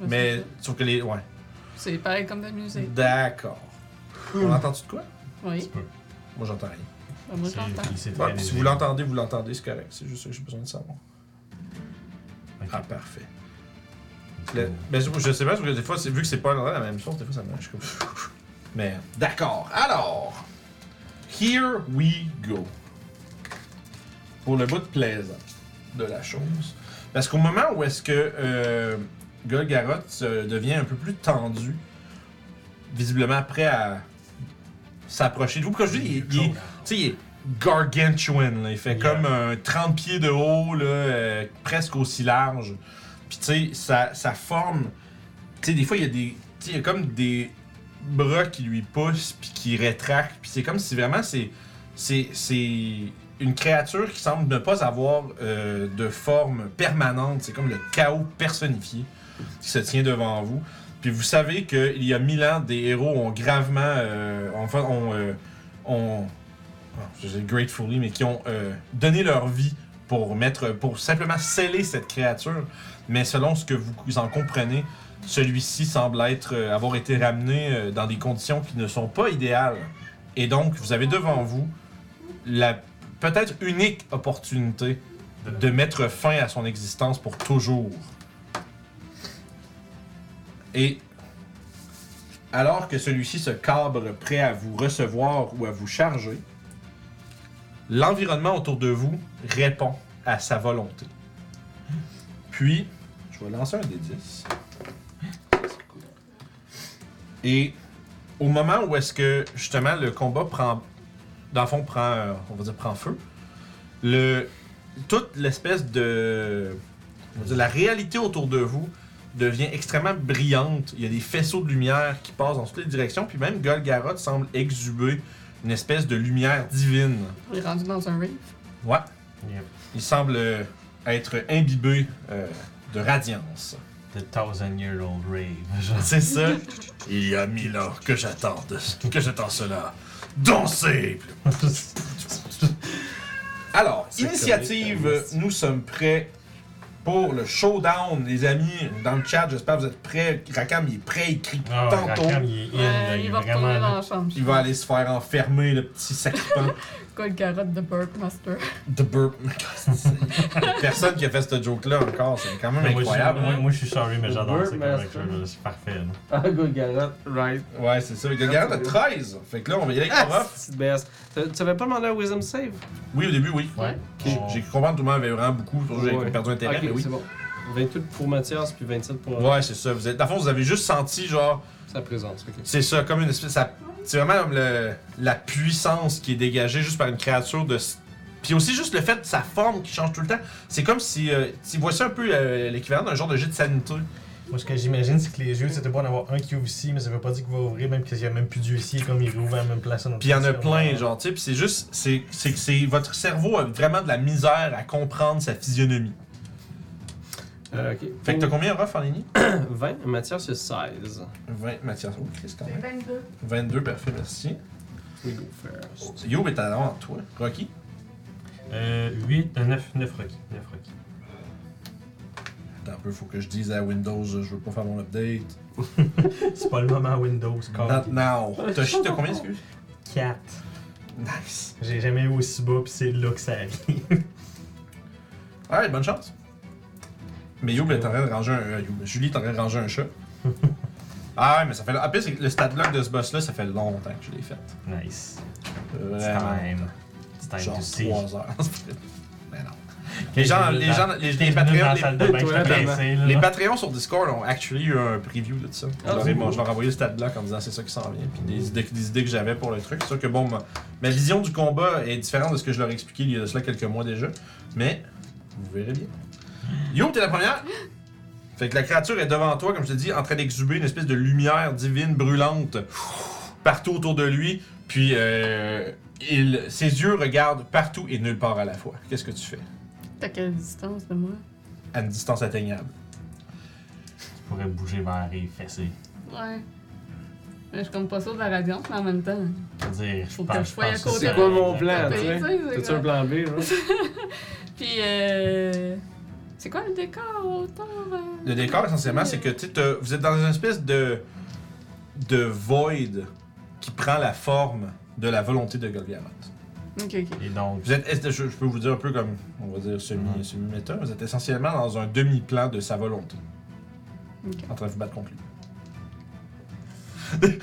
[SPEAKER 4] Ouais,
[SPEAKER 1] mais Mm-hmm. sauf que les. Ouais.
[SPEAKER 4] C'est pareil comme la musique.
[SPEAKER 1] D'accord. On entend-tu de quoi
[SPEAKER 4] Oui,
[SPEAKER 1] Moi j'entends rien.
[SPEAKER 4] ben moi
[SPEAKER 3] C'est-
[SPEAKER 4] j'entends.
[SPEAKER 3] il s'est
[SPEAKER 1] Ouais,
[SPEAKER 3] réalisé.
[SPEAKER 1] puis si vous l'entendez, vous l'entendez, c'est correct. C'est juste ça que j'ai besoin de savoir.
[SPEAKER 3] Ok.
[SPEAKER 1] Ah, parfait. Le- ben, je je sais pas, parce que des fois, c'est- vu que c'est pas la même chose, des fois ça marche comme. Mais d'accord. Alors, here we go. Pour le bout de plaisant de la chose. Parce qu'au moment où est-ce que euh, Golgaroth se devient un peu plus tendu, visiblement prêt à s'approcher de vous, pourquoi je dis, il, est- il est- tu sais, il est gargantuan, là. il fait
[SPEAKER 3] Yeah.
[SPEAKER 1] comme un 30 pieds de haut, là, euh, presque aussi large. Puis tu sais, sa, sa forme, tu sais, des fois il y a des, tu sais, il y a comme des bras qui lui poussent puis qui rétractent, puis c'est comme si vraiment c'est, c'est, c'est une créature qui semble ne pas avoir euh, de forme permanente. C'est comme le chaos personnifié qui se tient devant vous. Puis vous savez qu'il y a mille ans, des héros ont gravement, euh, enfin, ont, euh, ont oh, je sais gratefully, mais qui ont euh, donné leur vie pour mettre, pour simplement sceller cette créature. Mais selon ce que vous en comprenez, celui-ci semble être, euh, avoir été ramené euh, dans des conditions qui ne sont pas idéales. Et donc, vous avez devant vous la peut-être unique opportunité de mettre fin à son existence pour toujours. Et alors que celui-ci se cabre prêt à vous recevoir ou à vous charger, l'environnement autour de vous répond à sa volonté. Puis, je vais lancer un des 10. Et au moment où est-ce que justement le combat prend, dans le fond prend, euh, on va dire prend feu, le toute l'espèce de, on va dire, la réalité autour de vous devient extrêmement brillante. Il y a des faisceaux de lumière qui passent dans toutes les directions, puis même Golgaroth semble exhuber une espèce de lumière divine.
[SPEAKER 4] On est rendu dans un rave.
[SPEAKER 1] Ouais.
[SPEAKER 3] Yep.
[SPEAKER 1] Il semble euh, être imbibé euh, de radiance.
[SPEAKER 3] The Thousand Year Old Rave. Genre.
[SPEAKER 1] C'est ça. Il y a mille ans que j'attends de- que j'attends cela. Dansez! Alors, initiative,
[SPEAKER 2] correct,
[SPEAKER 1] nous sommes prêts pour le showdown, les amis. Dans le chat, j'espère que vous êtes prêts. Rakam, il est prêt, il crie
[SPEAKER 3] Ah,
[SPEAKER 1] tantôt.
[SPEAKER 3] Rakam, il est in, là,
[SPEAKER 4] Ouais, il va retourner dans la chambre.
[SPEAKER 1] Il va aller se faire enfermer, le petit sacripant
[SPEAKER 4] Quoi, le carotte de Burpmaster?
[SPEAKER 1] de Burp. Personne qui a fait ce joke-là encore, c'est quand même
[SPEAKER 3] Mais moi, je suis-
[SPEAKER 1] incroyable. hein?
[SPEAKER 3] Moi, moi, je suis sorry, mais
[SPEAKER 2] Le
[SPEAKER 3] j'adore ça comme
[SPEAKER 2] Birdmaster.
[SPEAKER 3] acteur, là, C'est parfait. là.
[SPEAKER 2] Ah, Golgaroth, right.
[SPEAKER 1] Ouais, c'est ça. Le garant a 13. Fait que là, on va y aller avec
[SPEAKER 2] Ah,
[SPEAKER 1] le prof.
[SPEAKER 2] c'est best. Tu tu avais pas demandé un Wisdom Save?
[SPEAKER 1] Oui, au début, oui.
[SPEAKER 3] Ouais.
[SPEAKER 1] J'ai J'ai cru comprendre que tout le monde avait vraiment beaucoup. surtout que J'avais
[SPEAKER 2] Ouais.
[SPEAKER 1] perdu intérêt,
[SPEAKER 2] Ok,
[SPEAKER 1] mais oui.
[SPEAKER 2] c'est bon. 28 pour Mathias, puis 27 pour euh,
[SPEAKER 1] Ouais, c'est ça. Vous êtes... Dans le fond, vous avez juste senti, genre,
[SPEAKER 2] sa présence. ok.
[SPEAKER 1] c'est ça, comme une espèce. ça- C'est vraiment comme le- la puissance qui est dégagée juste par une créature de. Puis aussi, juste le fait de sa forme qui change tout le temps. C'est comme si. Euh, tu vois ça un peu euh, l'équivalent d'un genre de jet de sanité.
[SPEAKER 3] Moi, ce que j'imagine, c'est que les yeux, c'était bon d'en avoir un qui ouvre ici, mais ça veut pas dire qu'il va ouvrir, même qu'il y a même plus d'yeux ici, comme il rouvre à la même place.
[SPEAKER 1] Puis il y en a plein, genre, tu sais. Puis c'est juste. c'est- C'est c'est- votre cerveau a vraiment de la misère à comprendre sa physionomie.
[SPEAKER 2] Euh, ok.
[SPEAKER 1] Fait que t'as combien, Ruff, en ligne
[SPEAKER 2] 20, Mathias, c'est 16.
[SPEAKER 1] 20, Mathias. Oh, Chris, quand
[SPEAKER 4] J'ai
[SPEAKER 1] même.
[SPEAKER 4] 22.
[SPEAKER 1] 22, parfait, merci.
[SPEAKER 2] We go first.
[SPEAKER 1] Yo est avant toi. Rocky
[SPEAKER 3] Euh, 8, 9, 9 Rocky. 9 Rocky.
[SPEAKER 1] Attends un peu, faut que je dise à Windows, je veux pas faire mon update.
[SPEAKER 3] C'est pas le moment Windows,
[SPEAKER 1] Not
[SPEAKER 3] Call.
[SPEAKER 1] now. T'as chi- t'as combien, excuse
[SPEAKER 3] 4.
[SPEAKER 1] Nice.
[SPEAKER 3] J'ai jamais eu aussi bas, pis c'est là que ça arrive.
[SPEAKER 1] Alright, bonne chance. Mais Youb est en train de ranger un. euh, Youb, Julie est en train de ranger un chat. ah ouais, mais ça fait. En plus, le stat log de ce boss-là, ça fait longtemps que je l'ai fait.
[SPEAKER 3] Nice. It's
[SPEAKER 1] Vraiment.
[SPEAKER 3] time. It's
[SPEAKER 1] Euh,
[SPEAKER 3] time
[SPEAKER 1] Genre
[SPEAKER 3] to see.
[SPEAKER 1] 3 heures. mais non. Les gens, les gens, les, les
[SPEAKER 3] Les dans la salle
[SPEAKER 1] Patreons,
[SPEAKER 3] de
[SPEAKER 2] Toi,
[SPEAKER 3] bain, je t'ai
[SPEAKER 2] t'as-
[SPEAKER 3] blessé,
[SPEAKER 1] les,
[SPEAKER 3] là.
[SPEAKER 1] les Patreons sur Discord ont actually eu un preview de ça.
[SPEAKER 2] Ah,
[SPEAKER 1] je, leur
[SPEAKER 2] c'est
[SPEAKER 1] ai,
[SPEAKER 2] cool.
[SPEAKER 1] je leur ai envoyé le stat block en disant c'est ça qui s'en vient, puis des idées, des idées que j'avais pour le truc. C'est sûr que bon, ma, ma vision du combat est différente de ce que je leur ai expliqué il y a de cela quelques mois déjà, mais vous verrez bien. Yo, t'es la première! Fait que la créature est devant toi, comme je te dis, en train d'exhuber une espèce de lumière divine brûlante partout autour de lui, puis euh, il, ses yeux regardent partout et nulle part à la fois. Qu'est-ce que tu fais?
[SPEAKER 4] T'as quelle distance de moi?
[SPEAKER 1] À une distance atteignable.
[SPEAKER 3] Tu pourrais bouger vers les fessées.
[SPEAKER 4] Ouais. Mais je suis comme pas sûre de la radiance, mais en même temps.
[SPEAKER 3] Je veux dire, je
[SPEAKER 4] Faut
[SPEAKER 3] pense
[SPEAKER 4] que je sois à
[SPEAKER 3] pense que
[SPEAKER 4] côté.
[SPEAKER 2] C'est quoi mon plan, tu
[SPEAKER 4] tu
[SPEAKER 2] sais?
[SPEAKER 4] sais, c'est
[SPEAKER 2] T'as-tu un plan B, genre?
[SPEAKER 4] Puis, euh. C'est quoi le décor autour? euh?
[SPEAKER 1] Le décor, essentiellement, c'est que tu sais, t'as- vous êtes dans une espèce de, de void qui prend la forme de la volonté de Golgaroth.
[SPEAKER 4] Ok, ok.
[SPEAKER 3] Et donc,
[SPEAKER 1] Vous êtes, est- je, je peux vous dire un peu comme, on va dire, semi-
[SPEAKER 3] Mhm.
[SPEAKER 1] semi-méta, vous êtes essentiellement dans un demi-plan de sa volonté.
[SPEAKER 4] Ok.
[SPEAKER 1] En train de vous battre contre lui.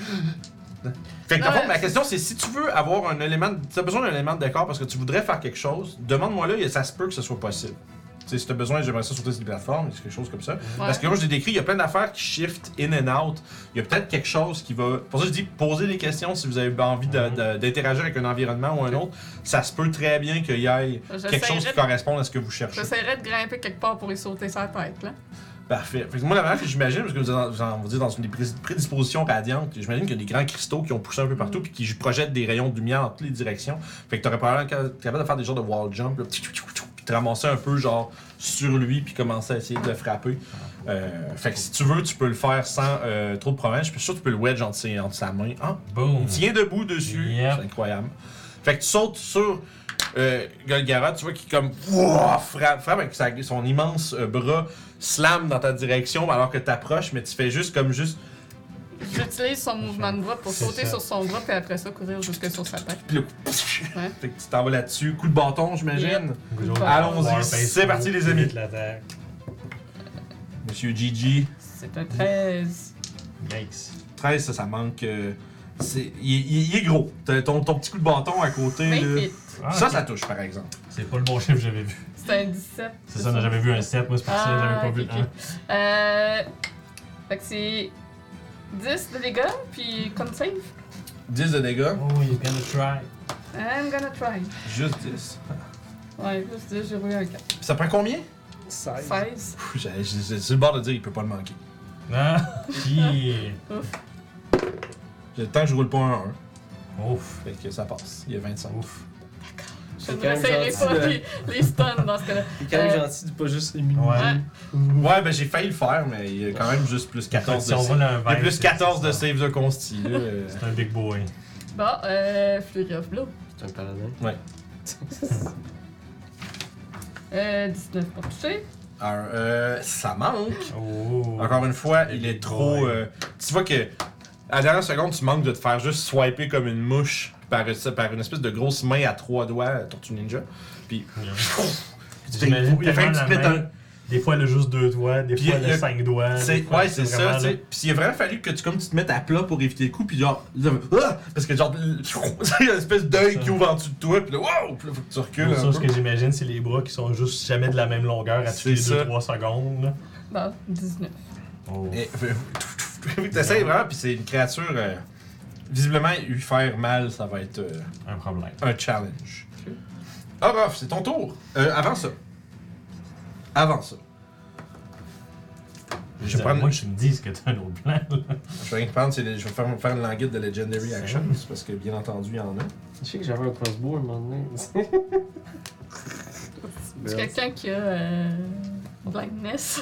[SPEAKER 1] fait que, dans le
[SPEAKER 4] Ouais.
[SPEAKER 1] fond, ma question, c'est si tu veux avoir un élément, de- t'as besoin d'un élément de décor parce que tu voudrais faire quelque chose, demande-moi là, et ça se peut que ce soit possible. Tu sais, si t'as besoin, j'aimerais ça sauter sur des plateformes, quelque chose comme ça. Parce que
[SPEAKER 4] Ouais.
[SPEAKER 1] comme je l'ai décrit, il y a plein d'affaires qui shift in and out. Il y a peut-être quelque chose qui va. Pour ça, je dis poser des questions si vous avez envie de- de- d'interagir avec un environnement ou un autre. Ça se peut très bien qu'il y ait quelque chose qui
[SPEAKER 4] J'essaierai-
[SPEAKER 1] corresponde à ce que vous cherchez.
[SPEAKER 4] J'essaierais de grimper quelque part pour y sauter sa tête, là.
[SPEAKER 1] Parfait. Fait que moi, la manière que j'imagine, parce que vous êtes dans, vous en- vous êtes dans une pré- prédisposition radiante, j'imagine qu'il y a des grands cristaux qui ont poussé un peu partout puis qui j- projettent des rayons de lumière dans toutes les directions. Fait que t'aurais probablement ca- capable de faire des genres de wall jump, là, tchou, tchou, tchou, tchou, puis te ramasser un peu genre sur lui puis commencer à essayer de le frapper. Euh, fait que si tu veux, tu peux le faire sans euh, trop de problèmes. Je suis sûr que tu peux le wedge entre, ses- entre sa main. Ah,
[SPEAKER 3] boom.
[SPEAKER 1] il tient debout dessus.
[SPEAKER 3] Yep.
[SPEAKER 1] C'est incroyable. Fait que tu sautes sur euh, Golgara, tu vois qu'il comme wouah, frappe, frappe avec sa- son immense euh, bras, slam dans ta direction alors que t'approches, mais tu fais juste comme juste.
[SPEAKER 4] J'utilise son mouvement de bras pour
[SPEAKER 3] C'est
[SPEAKER 4] sauter
[SPEAKER 3] ça.
[SPEAKER 4] sur son bras, puis après ça, courir jusque sur sa tête.
[SPEAKER 1] Puis le coup, fait que tu t'en vas là-dessus. Coup de bâton, j'imagine. Allons-y, c'est parti, les amis.
[SPEAKER 3] De l'attaque.
[SPEAKER 1] Monsieur Gigi,
[SPEAKER 4] C'est un 13.
[SPEAKER 3] Yikes.
[SPEAKER 1] 13, ça, ça manque. euh, c'est- il, il- il est gros. T'as ton, ton petit coup de bâton à côté. là.
[SPEAKER 4] 20 feet.
[SPEAKER 3] Ah,
[SPEAKER 1] Ça,
[SPEAKER 3] ok.
[SPEAKER 1] ça touche par exemple.
[SPEAKER 3] C'est pas le bon chiffre que j'avais vu.
[SPEAKER 4] C'est un 17.
[SPEAKER 3] C'est ça, j'avais vu un 7, moi, c'est pour ça,
[SPEAKER 4] Ah,
[SPEAKER 3] j'avais pas
[SPEAKER 4] ok,
[SPEAKER 3] vu le
[SPEAKER 4] ok.
[SPEAKER 3] 1.
[SPEAKER 4] Euh. Fait que c'est 10 de dégâts, puis comme save.
[SPEAKER 1] 10 de dégâts,
[SPEAKER 3] Oh, you're gonna try.
[SPEAKER 4] I'm gonna try.
[SPEAKER 1] juste 10.
[SPEAKER 4] Ouais, plus 10, j'ai roulé un 4.
[SPEAKER 1] Ça prend combien
[SPEAKER 5] 16.
[SPEAKER 4] 16.
[SPEAKER 1] Pff, j'ai- j'ai- j'ai- C'est le bord de dire, il peut pas le manquer.
[SPEAKER 3] Ah, yeah.
[SPEAKER 1] J'ai- Tant que je roule pas un 1,
[SPEAKER 3] Ouf.
[SPEAKER 1] fait que ça passe. Il y a 25.
[SPEAKER 3] Ouf.
[SPEAKER 4] Je
[SPEAKER 2] C'est
[SPEAKER 4] ne
[SPEAKER 2] quand même
[SPEAKER 4] réessayerai
[SPEAKER 2] gentil
[SPEAKER 4] pas
[SPEAKER 2] de-
[SPEAKER 4] les, les stuns dans ce cas-là.
[SPEAKER 2] Il est quand même
[SPEAKER 4] Euh,
[SPEAKER 2] gentil de pas juste éliminer.
[SPEAKER 3] Ouais.
[SPEAKER 1] Ouais, ben j'ai failli le faire, mais il y a quand même juste plus 14
[SPEAKER 3] Si
[SPEAKER 1] de
[SPEAKER 3] on
[SPEAKER 1] save.
[SPEAKER 3] vole un 20.
[SPEAKER 1] Il y a plus
[SPEAKER 3] c'est-
[SPEAKER 1] 14 de
[SPEAKER 3] c'est-
[SPEAKER 1] save de consti. là, euh.
[SPEAKER 3] C'est un big boy.
[SPEAKER 4] Bon, euh. Flurry of Blow.
[SPEAKER 2] C'est un paladin.
[SPEAKER 4] Euh, 19 pour toucher.
[SPEAKER 1] Alors, euh, ça manque.
[SPEAKER 3] Oh.
[SPEAKER 1] Encore une fois,
[SPEAKER 3] Le
[SPEAKER 1] il est
[SPEAKER 3] big
[SPEAKER 1] trop.
[SPEAKER 3] boy.
[SPEAKER 1] euh, tu vois que à la dernière seconde, tu manques de te faire juste swiper comme une mouche par, euh, par une espèce de grosse main à trois doigts, euh, Tortue Ninja. Puis.
[SPEAKER 3] J'imagine
[SPEAKER 1] Il a fait
[SPEAKER 3] tellement
[SPEAKER 1] un petit
[SPEAKER 3] la
[SPEAKER 1] pète
[SPEAKER 3] main.
[SPEAKER 1] un-
[SPEAKER 3] Des fois, elle a juste deux doigts, des
[SPEAKER 1] Puis
[SPEAKER 3] fois,
[SPEAKER 1] il y
[SPEAKER 3] elle
[SPEAKER 1] a-
[SPEAKER 3] a cinq doigts. des
[SPEAKER 1] C'est-
[SPEAKER 3] fois,
[SPEAKER 1] ouais, c'est ça,
[SPEAKER 3] vraiment,
[SPEAKER 1] tu sais.
[SPEAKER 3] là,
[SPEAKER 1] Puis il a vraiment fallu que tu, comme tu te mettes à plat pour éviter le coup, puis genre, là, ah! parce que genre, il y a une espèce d'œil qui ouvre en dessous de toi, puis là, wow! Puis là, faut que tu recules.
[SPEAKER 3] L'autre
[SPEAKER 1] un
[SPEAKER 3] chose
[SPEAKER 1] peu.
[SPEAKER 3] que j'imagine, c'est les bras qui sont juste jamais de la même longueur à toutes les
[SPEAKER 1] C'est ça.
[SPEAKER 3] 2-3 secondes. là.
[SPEAKER 4] Bon, 19.
[SPEAKER 3] Oh.
[SPEAKER 1] Et, euh, T'essayes vraiment, puis c'est une créature. euh, visiblement, lui faire mal, ça va être euh,
[SPEAKER 3] Un problème.
[SPEAKER 1] un challenge. Ah, bref, c'est ton tour. Euh, avant ça. Avant ça.
[SPEAKER 3] Je
[SPEAKER 1] Je vais
[SPEAKER 3] prends...
[SPEAKER 1] prendre-
[SPEAKER 3] Moi, je me dis que t'as un autre plan. là.
[SPEAKER 1] Je vais rien te prendre, c'est les- je vais faire, faire une languette de Legendary Actions, parce que bien entendu, il y en a.
[SPEAKER 2] Je sais que j'avais un crossbow à un moment donné.
[SPEAKER 4] C'est quelqu'un qui a. Euh,
[SPEAKER 3] On
[SPEAKER 4] Blindness.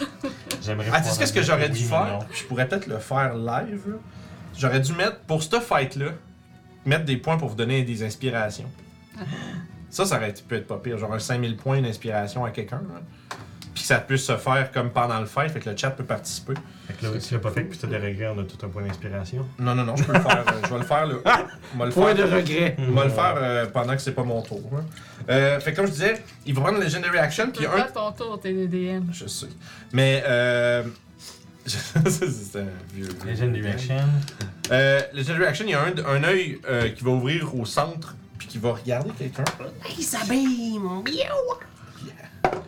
[SPEAKER 3] J'aimerais
[SPEAKER 1] Ah, tu sais
[SPEAKER 3] pouvoir
[SPEAKER 1] qu'est-ce que
[SPEAKER 3] dire
[SPEAKER 1] j'aurais
[SPEAKER 3] oui,
[SPEAKER 1] dû
[SPEAKER 3] mais
[SPEAKER 1] faire?
[SPEAKER 3] non.
[SPEAKER 1] Je pourrais peut-être le faire live. là. J'aurais dû mettre, pour cette fight-là, mettre des points pour vous donner des inspirations. Ça, ça aurait été- pu être pas pire. Genre un 5000 points d'inspiration à quelqu'un. là. Puis que ça puisse se faire comme pendant le fight, fait que le chat peut participer.
[SPEAKER 3] Fait que là, si l'as pas fait, puis t'as des regrets, on a tout un point d'inspiration.
[SPEAKER 1] Non, non, non, je peux le faire. euh, je vais le faire là. Je vais le
[SPEAKER 2] Ah!
[SPEAKER 1] faire.
[SPEAKER 2] Point de regret.
[SPEAKER 1] Je vais le faire euh, pendant que c'est pas mon tour. hein. Euh, fait que comme je disais, il va prendre le Legendary Action,
[SPEAKER 4] Tu
[SPEAKER 1] puis un
[SPEAKER 4] pas ton tour, t'es DDM.
[SPEAKER 1] Je sais. Mais, euh. c'est un vieux.
[SPEAKER 3] Legendary Action.
[SPEAKER 1] Euh, Legendary Action, il y a un, un œil euh, qui va ouvrir au centre, puis qui va regarder quelqu'un.
[SPEAKER 2] Hey, ça bim!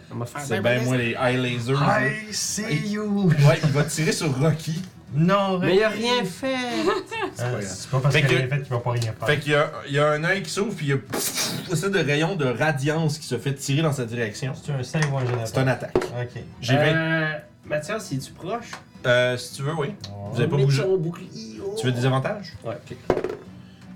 [SPEAKER 2] Ça m'a fait
[SPEAKER 1] C'est bien moi les eye lasers. là.
[SPEAKER 3] see you!
[SPEAKER 1] Ouais, il va tirer sur Rocky.
[SPEAKER 3] Non, Euh,
[SPEAKER 2] Mais il a rien fait!
[SPEAKER 1] pas grave.
[SPEAKER 3] C'est pas parce
[SPEAKER 1] Fait
[SPEAKER 3] qu'il
[SPEAKER 1] que-
[SPEAKER 3] a rien fait qu'il va pas rien faire.
[SPEAKER 1] Fait qu'il y a, il y a un œil qui s'ouvre, puis il y a une espèce de rayon de radiance qui se fait tirer dans sa direction.
[SPEAKER 3] C'est un 5 ou un
[SPEAKER 1] C'est une
[SPEAKER 3] général.
[SPEAKER 1] attaque.
[SPEAKER 3] Ok.
[SPEAKER 1] J'ai 20.
[SPEAKER 2] Euh, Mathias, es-tu proche?
[SPEAKER 1] Euh, si tu veux, oui. Vous avez pas
[SPEAKER 2] Mets
[SPEAKER 1] bougé.
[SPEAKER 2] ton bouclier, oh.
[SPEAKER 1] Tu veux des avantages?
[SPEAKER 2] Ouais, ok.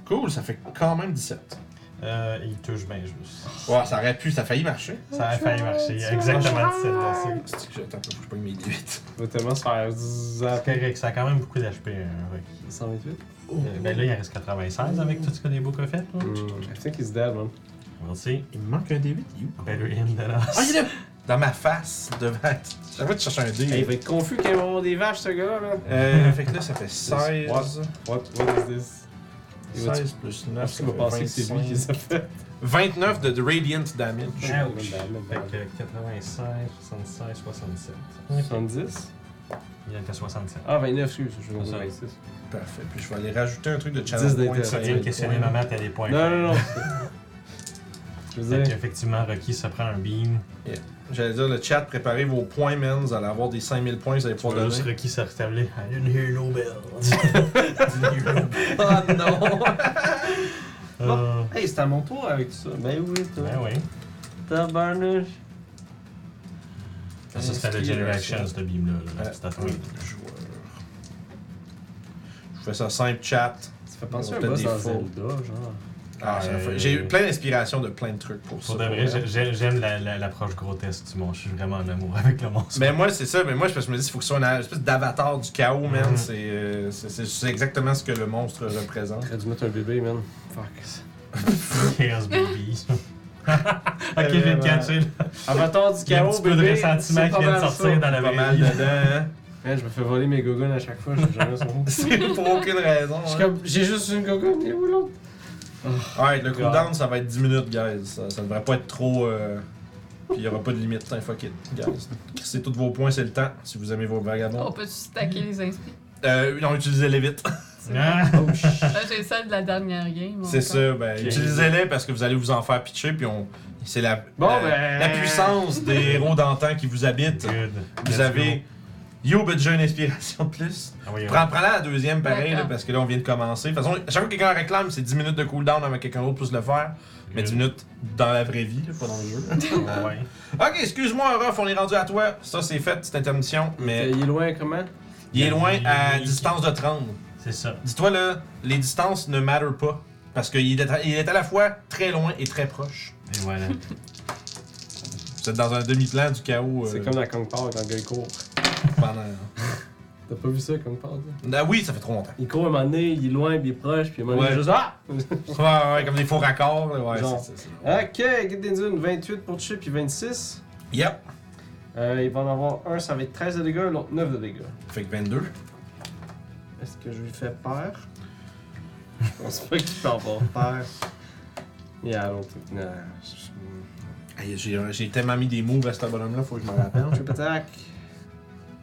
[SPEAKER 1] Cool, ça fait quand même 17.
[SPEAKER 3] Euh, il touche bien juste.
[SPEAKER 1] Ouais, ça aurait pu, ça a failli marcher.
[SPEAKER 3] Ça a failli marcher. Exactement 17 passé.
[SPEAKER 1] C'est que j'attends un peu, faut que je pogne mes 18.
[SPEAKER 2] Il va tellement se faire zap.
[SPEAKER 3] C'est correct, ça a quand même beaucoup d'HP, hein, Rocky.
[SPEAKER 2] 128?
[SPEAKER 3] Euh, Ben là, il en reste 96 avec tout ce que les beaux a fait. là.
[SPEAKER 2] I think he's dead, man.
[SPEAKER 3] Merci.
[SPEAKER 1] Il me manque un D8, il est où?
[SPEAKER 3] Better in than us.
[SPEAKER 1] Ah, il est là! Dans ma face, devant. J'avais de chercher un D.
[SPEAKER 2] Hey, il va être confus quand il va avoir des vaches, ce gars-là. là.
[SPEAKER 1] Euh, fait que là, ça fait 16.
[SPEAKER 2] What, what is this? Il va-
[SPEAKER 1] 16 plus 9.
[SPEAKER 2] Parce qu'il va penser que c'est lui qui les a fait.
[SPEAKER 1] 29 de, de Radiant Damage.
[SPEAKER 3] Ouch. Fait que 96, 76, 67.
[SPEAKER 2] 70?
[SPEAKER 3] Il y a que 67.
[SPEAKER 2] Ah, 29, excuse, je vais
[SPEAKER 3] Ça.
[SPEAKER 2] 26.
[SPEAKER 1] Parfait. Puis je vais aller rajouter un truc de
[SPEAKER 2] 10
[SPEAKER 1] challenge point.
[SPEAKER 2] d'intérêt.
[SPEAKER 3] Ça
[SPEAKER 1] Ça
[SPEAKER 3] vient de questionner ma maths à des points.
[SPEAKER 2] Non, non, non. je veux
[SPEAKER 3] Fait
[SPEAKER 2] dire,
[SPEAKER 3] qu'effectivement, Rocky se prend un beam.
[SPEAKER 1] J'allais dire, le chat, préparez vos points, man. Vous allez avoir des 5000 points, vous allez pouvoir
[SPEAKER 3] Juste
[SPEAKER 1] donner.
[SPEAKER 3] Rocky se rétablit. I didn't hear no bell. I didn't hear no bell.
[SPEAKER 1] Ah,
[SPEAKER 2] oh non!
[SPEAKER 3] Euh,
[SPEAKER 2] hey, c'est à mon tour avec tout ça. Ben oui, toi.
[SPEAKER 3] Ben oui.
[SPEAKER 2] Tabarnouche.
[SPEAKER 3] Ça, c'était la Generation, ce beam-là.
[SPEAKER 1] Euh,
[SPEAKER 3] là. C'est à toi.
[SPEAKER 1] oui, joueur. Je fais ça simple, chat.
[SPEAKER 2] Tu fais penser à un
[SPEAKER 1] Peut-être
[SPEAKER 2] boss
[SPEAKER 1] des
[SPEAKER 2] dans
[SPEAKER 1] faux.
[SPEAKER 2] Zelda, genre.
[SPEAKER 1] Ah, ça
[SPEAKER 2] Euh.
[SPEAKER 1] fait- J'ai eu plein d'inspiration de plein de trucs pour ça.
[SPEAKER 3] Pour de vrai, j'ai- j'ai- j'aime la- la- l'approche grotesque du monstre. Je suis vraiment en amour avec le monstre.
[SPEAKER 1] Mais moi, c'est ça. Mais moi, je parce que je me dis, il faut que ce soit une espèce d'avatar du chaos, man.
[SPEAKER 3] Mhm.
[SPEAKER 1] C'est, euh, c'est- c'est- c'est exactement ce que le monstre représente.
[SPEAKER 2] T'aurais dû mettre un bébé, man. Fuck.
[SPEAKER 3] Chaos Baby. ok, je vais
[SPEAKER 2] Vraiment.
[SPEAKER 3] le catcher. là.
[SPEAKER 2] Avatar du
[SPEAKER 3] Il y a un
[SPEAKER 2] chaos,
[SPEAKER 3] petit peu de
[SPEAKER 2] bébé.
[SPEAKER 3] ressentiment
[SPEAKER 2] c'est
[SPEAKER 3] qui
[SPEAKER 2] pas
[SPEAKER 3] vient de
[SPEAKER 2] mal ça.
[SPEAKER 3] sortir dans
[SPEAKER 1] Pas
[SPEAKER 3] la vraie
[SPEAKER 1] mal
[SPEAKER 3] vie.
[SPEAKER 1] dedans, hein?
[SPEAKER 2] Man, Eh, je me fais voler mes gogoons à chaque fois, je sais jamais son nom.
[SPEAKER 1] C'est pour aucune raison.
[SPEAKER 2] Je suis
[SPEAKER 1] hein.
[SPEAKER 2] comme, J'ai juste une gogoon, et où l'autre?
[SPEAKER 1] Alright, le cooldown, ça va être 10 minutes, guys. Ça, ça devrait pas être trop. euh, Puis il y aura pas de limite. Putain, fuck it, guys. C'est tous vos points, c'est le temps. Si vous aimez vos
[SPEAKER 4] On
[SPEAKER 1] vagabonds.
[SPEAKER 4] peut stacker les inspi.
[SPEAKER 1] Euh, non, utilisez-les vite.
[SPEAKER 3] Ah!
[SPEAKER 2] Oh. Oh shit.
[SPEAKER 4] Là, j'ai celle de la dernière game.
[SPEAKER 1] C'est
[SPEAKER 4] encore.
[SPEAKER 1] ça, ben,
[SPEAKER 3] Ok.
[SPEAKER 1] utilisez-les parce que vous allez vous en faire pitcher, puis on... c'est la,
[SPEAKER 2] Bon,
[SPEAKER 1] la,
[SPEAKER 2] ben.
[SPEAKER 1] euh, la puissance des héros d'antan qui vous habitent.
[SPEAKER 3] Good. Let's
[SPEAKER 1] Vous
[SPEAKER 3] go.
[SPEAKER 1] avez. Yo, ben déjà une inspiration de plus.
[SPEAKER 3] Ah oui,
[SPEAKER 1] Prends, prends-la à la deuxième, pareil,
[SPEAKER 4] D'accord.
[SPEAKER 1] là, parce que là, on vient de commencer. De toute façon, à chaque fois que quelqu'un réclame, c'est 10 minutes de cooldown avant que quelqu'un d'autre puisse le faire. Mais 10 minutes dans la vraie vie, là, pas dans le jeu.
[SPEAKER 3] Ah Ouais.
[SPEAKER 1] ok, excuse-moi, Ruff, on est rendu à toi. Ça, c'est fait, cette intermission. Mais
[SPEAKER 2] Il est loin, comment?
[SPEAKER 1] il est loin à distance de 30.
[SPEAKER 3] C'est ça.
[SPEAKER 1] Dis-toi, là, les distances ne matter pas. Parce qu'il est, à- il est à la fois très loin et très proche.
[SPEAKER 3] Et voilà.
[SPEAKER 1] Vous êtes dans un demi-plan du chaos. euh,
[SPEAKER 2] C'est comme dans Kung Pao quand le gars il court.
[SPEAKER 1] pendant...
[SPEAKER 2] T'as pas vu ça, Kung Pao? ça?
[SPEAKER 1] Ah oui, ça fait trop longtemps.
[SPEAKER 2] Il court à un moment donné, il est loin, puis il est proche, puis à un moment donné,
[SPEAKER 1] Ouais.
[SPEAKER 2] il est juste
[SPEAKER 1] Ouais,
[SPEAKER 2] Ah!
[SPEAKER 1] ouais, comme des faux raccords. là, Ouais,
[SPEAKER 2] Genre.
[SPEAKER 1] c'est- c'est- c'est-
[SPEAKER 2] Ah! Ok, Guide des Dunes, 28 pour chip puis 26.
[SPEAKER 1] Yep.
[SPEAKER 2] Euh, il va en avoir un, ça va être 13 de dégâts, l'autre 9 de dégâts.
[SPEAKER 1] Fait que 22.
[SPEAKER 2] Est-ce que je lui fais peur? Je pense pas qu'il peut avoir peur. Il y a l'autre. Non. je-
[SPEAKER 1] Aïe, J'ai j'ai tellement mis des moves à ce bonhomme-là, faut que je m'en rappelle.
[SPEAKER 2] Trip attack.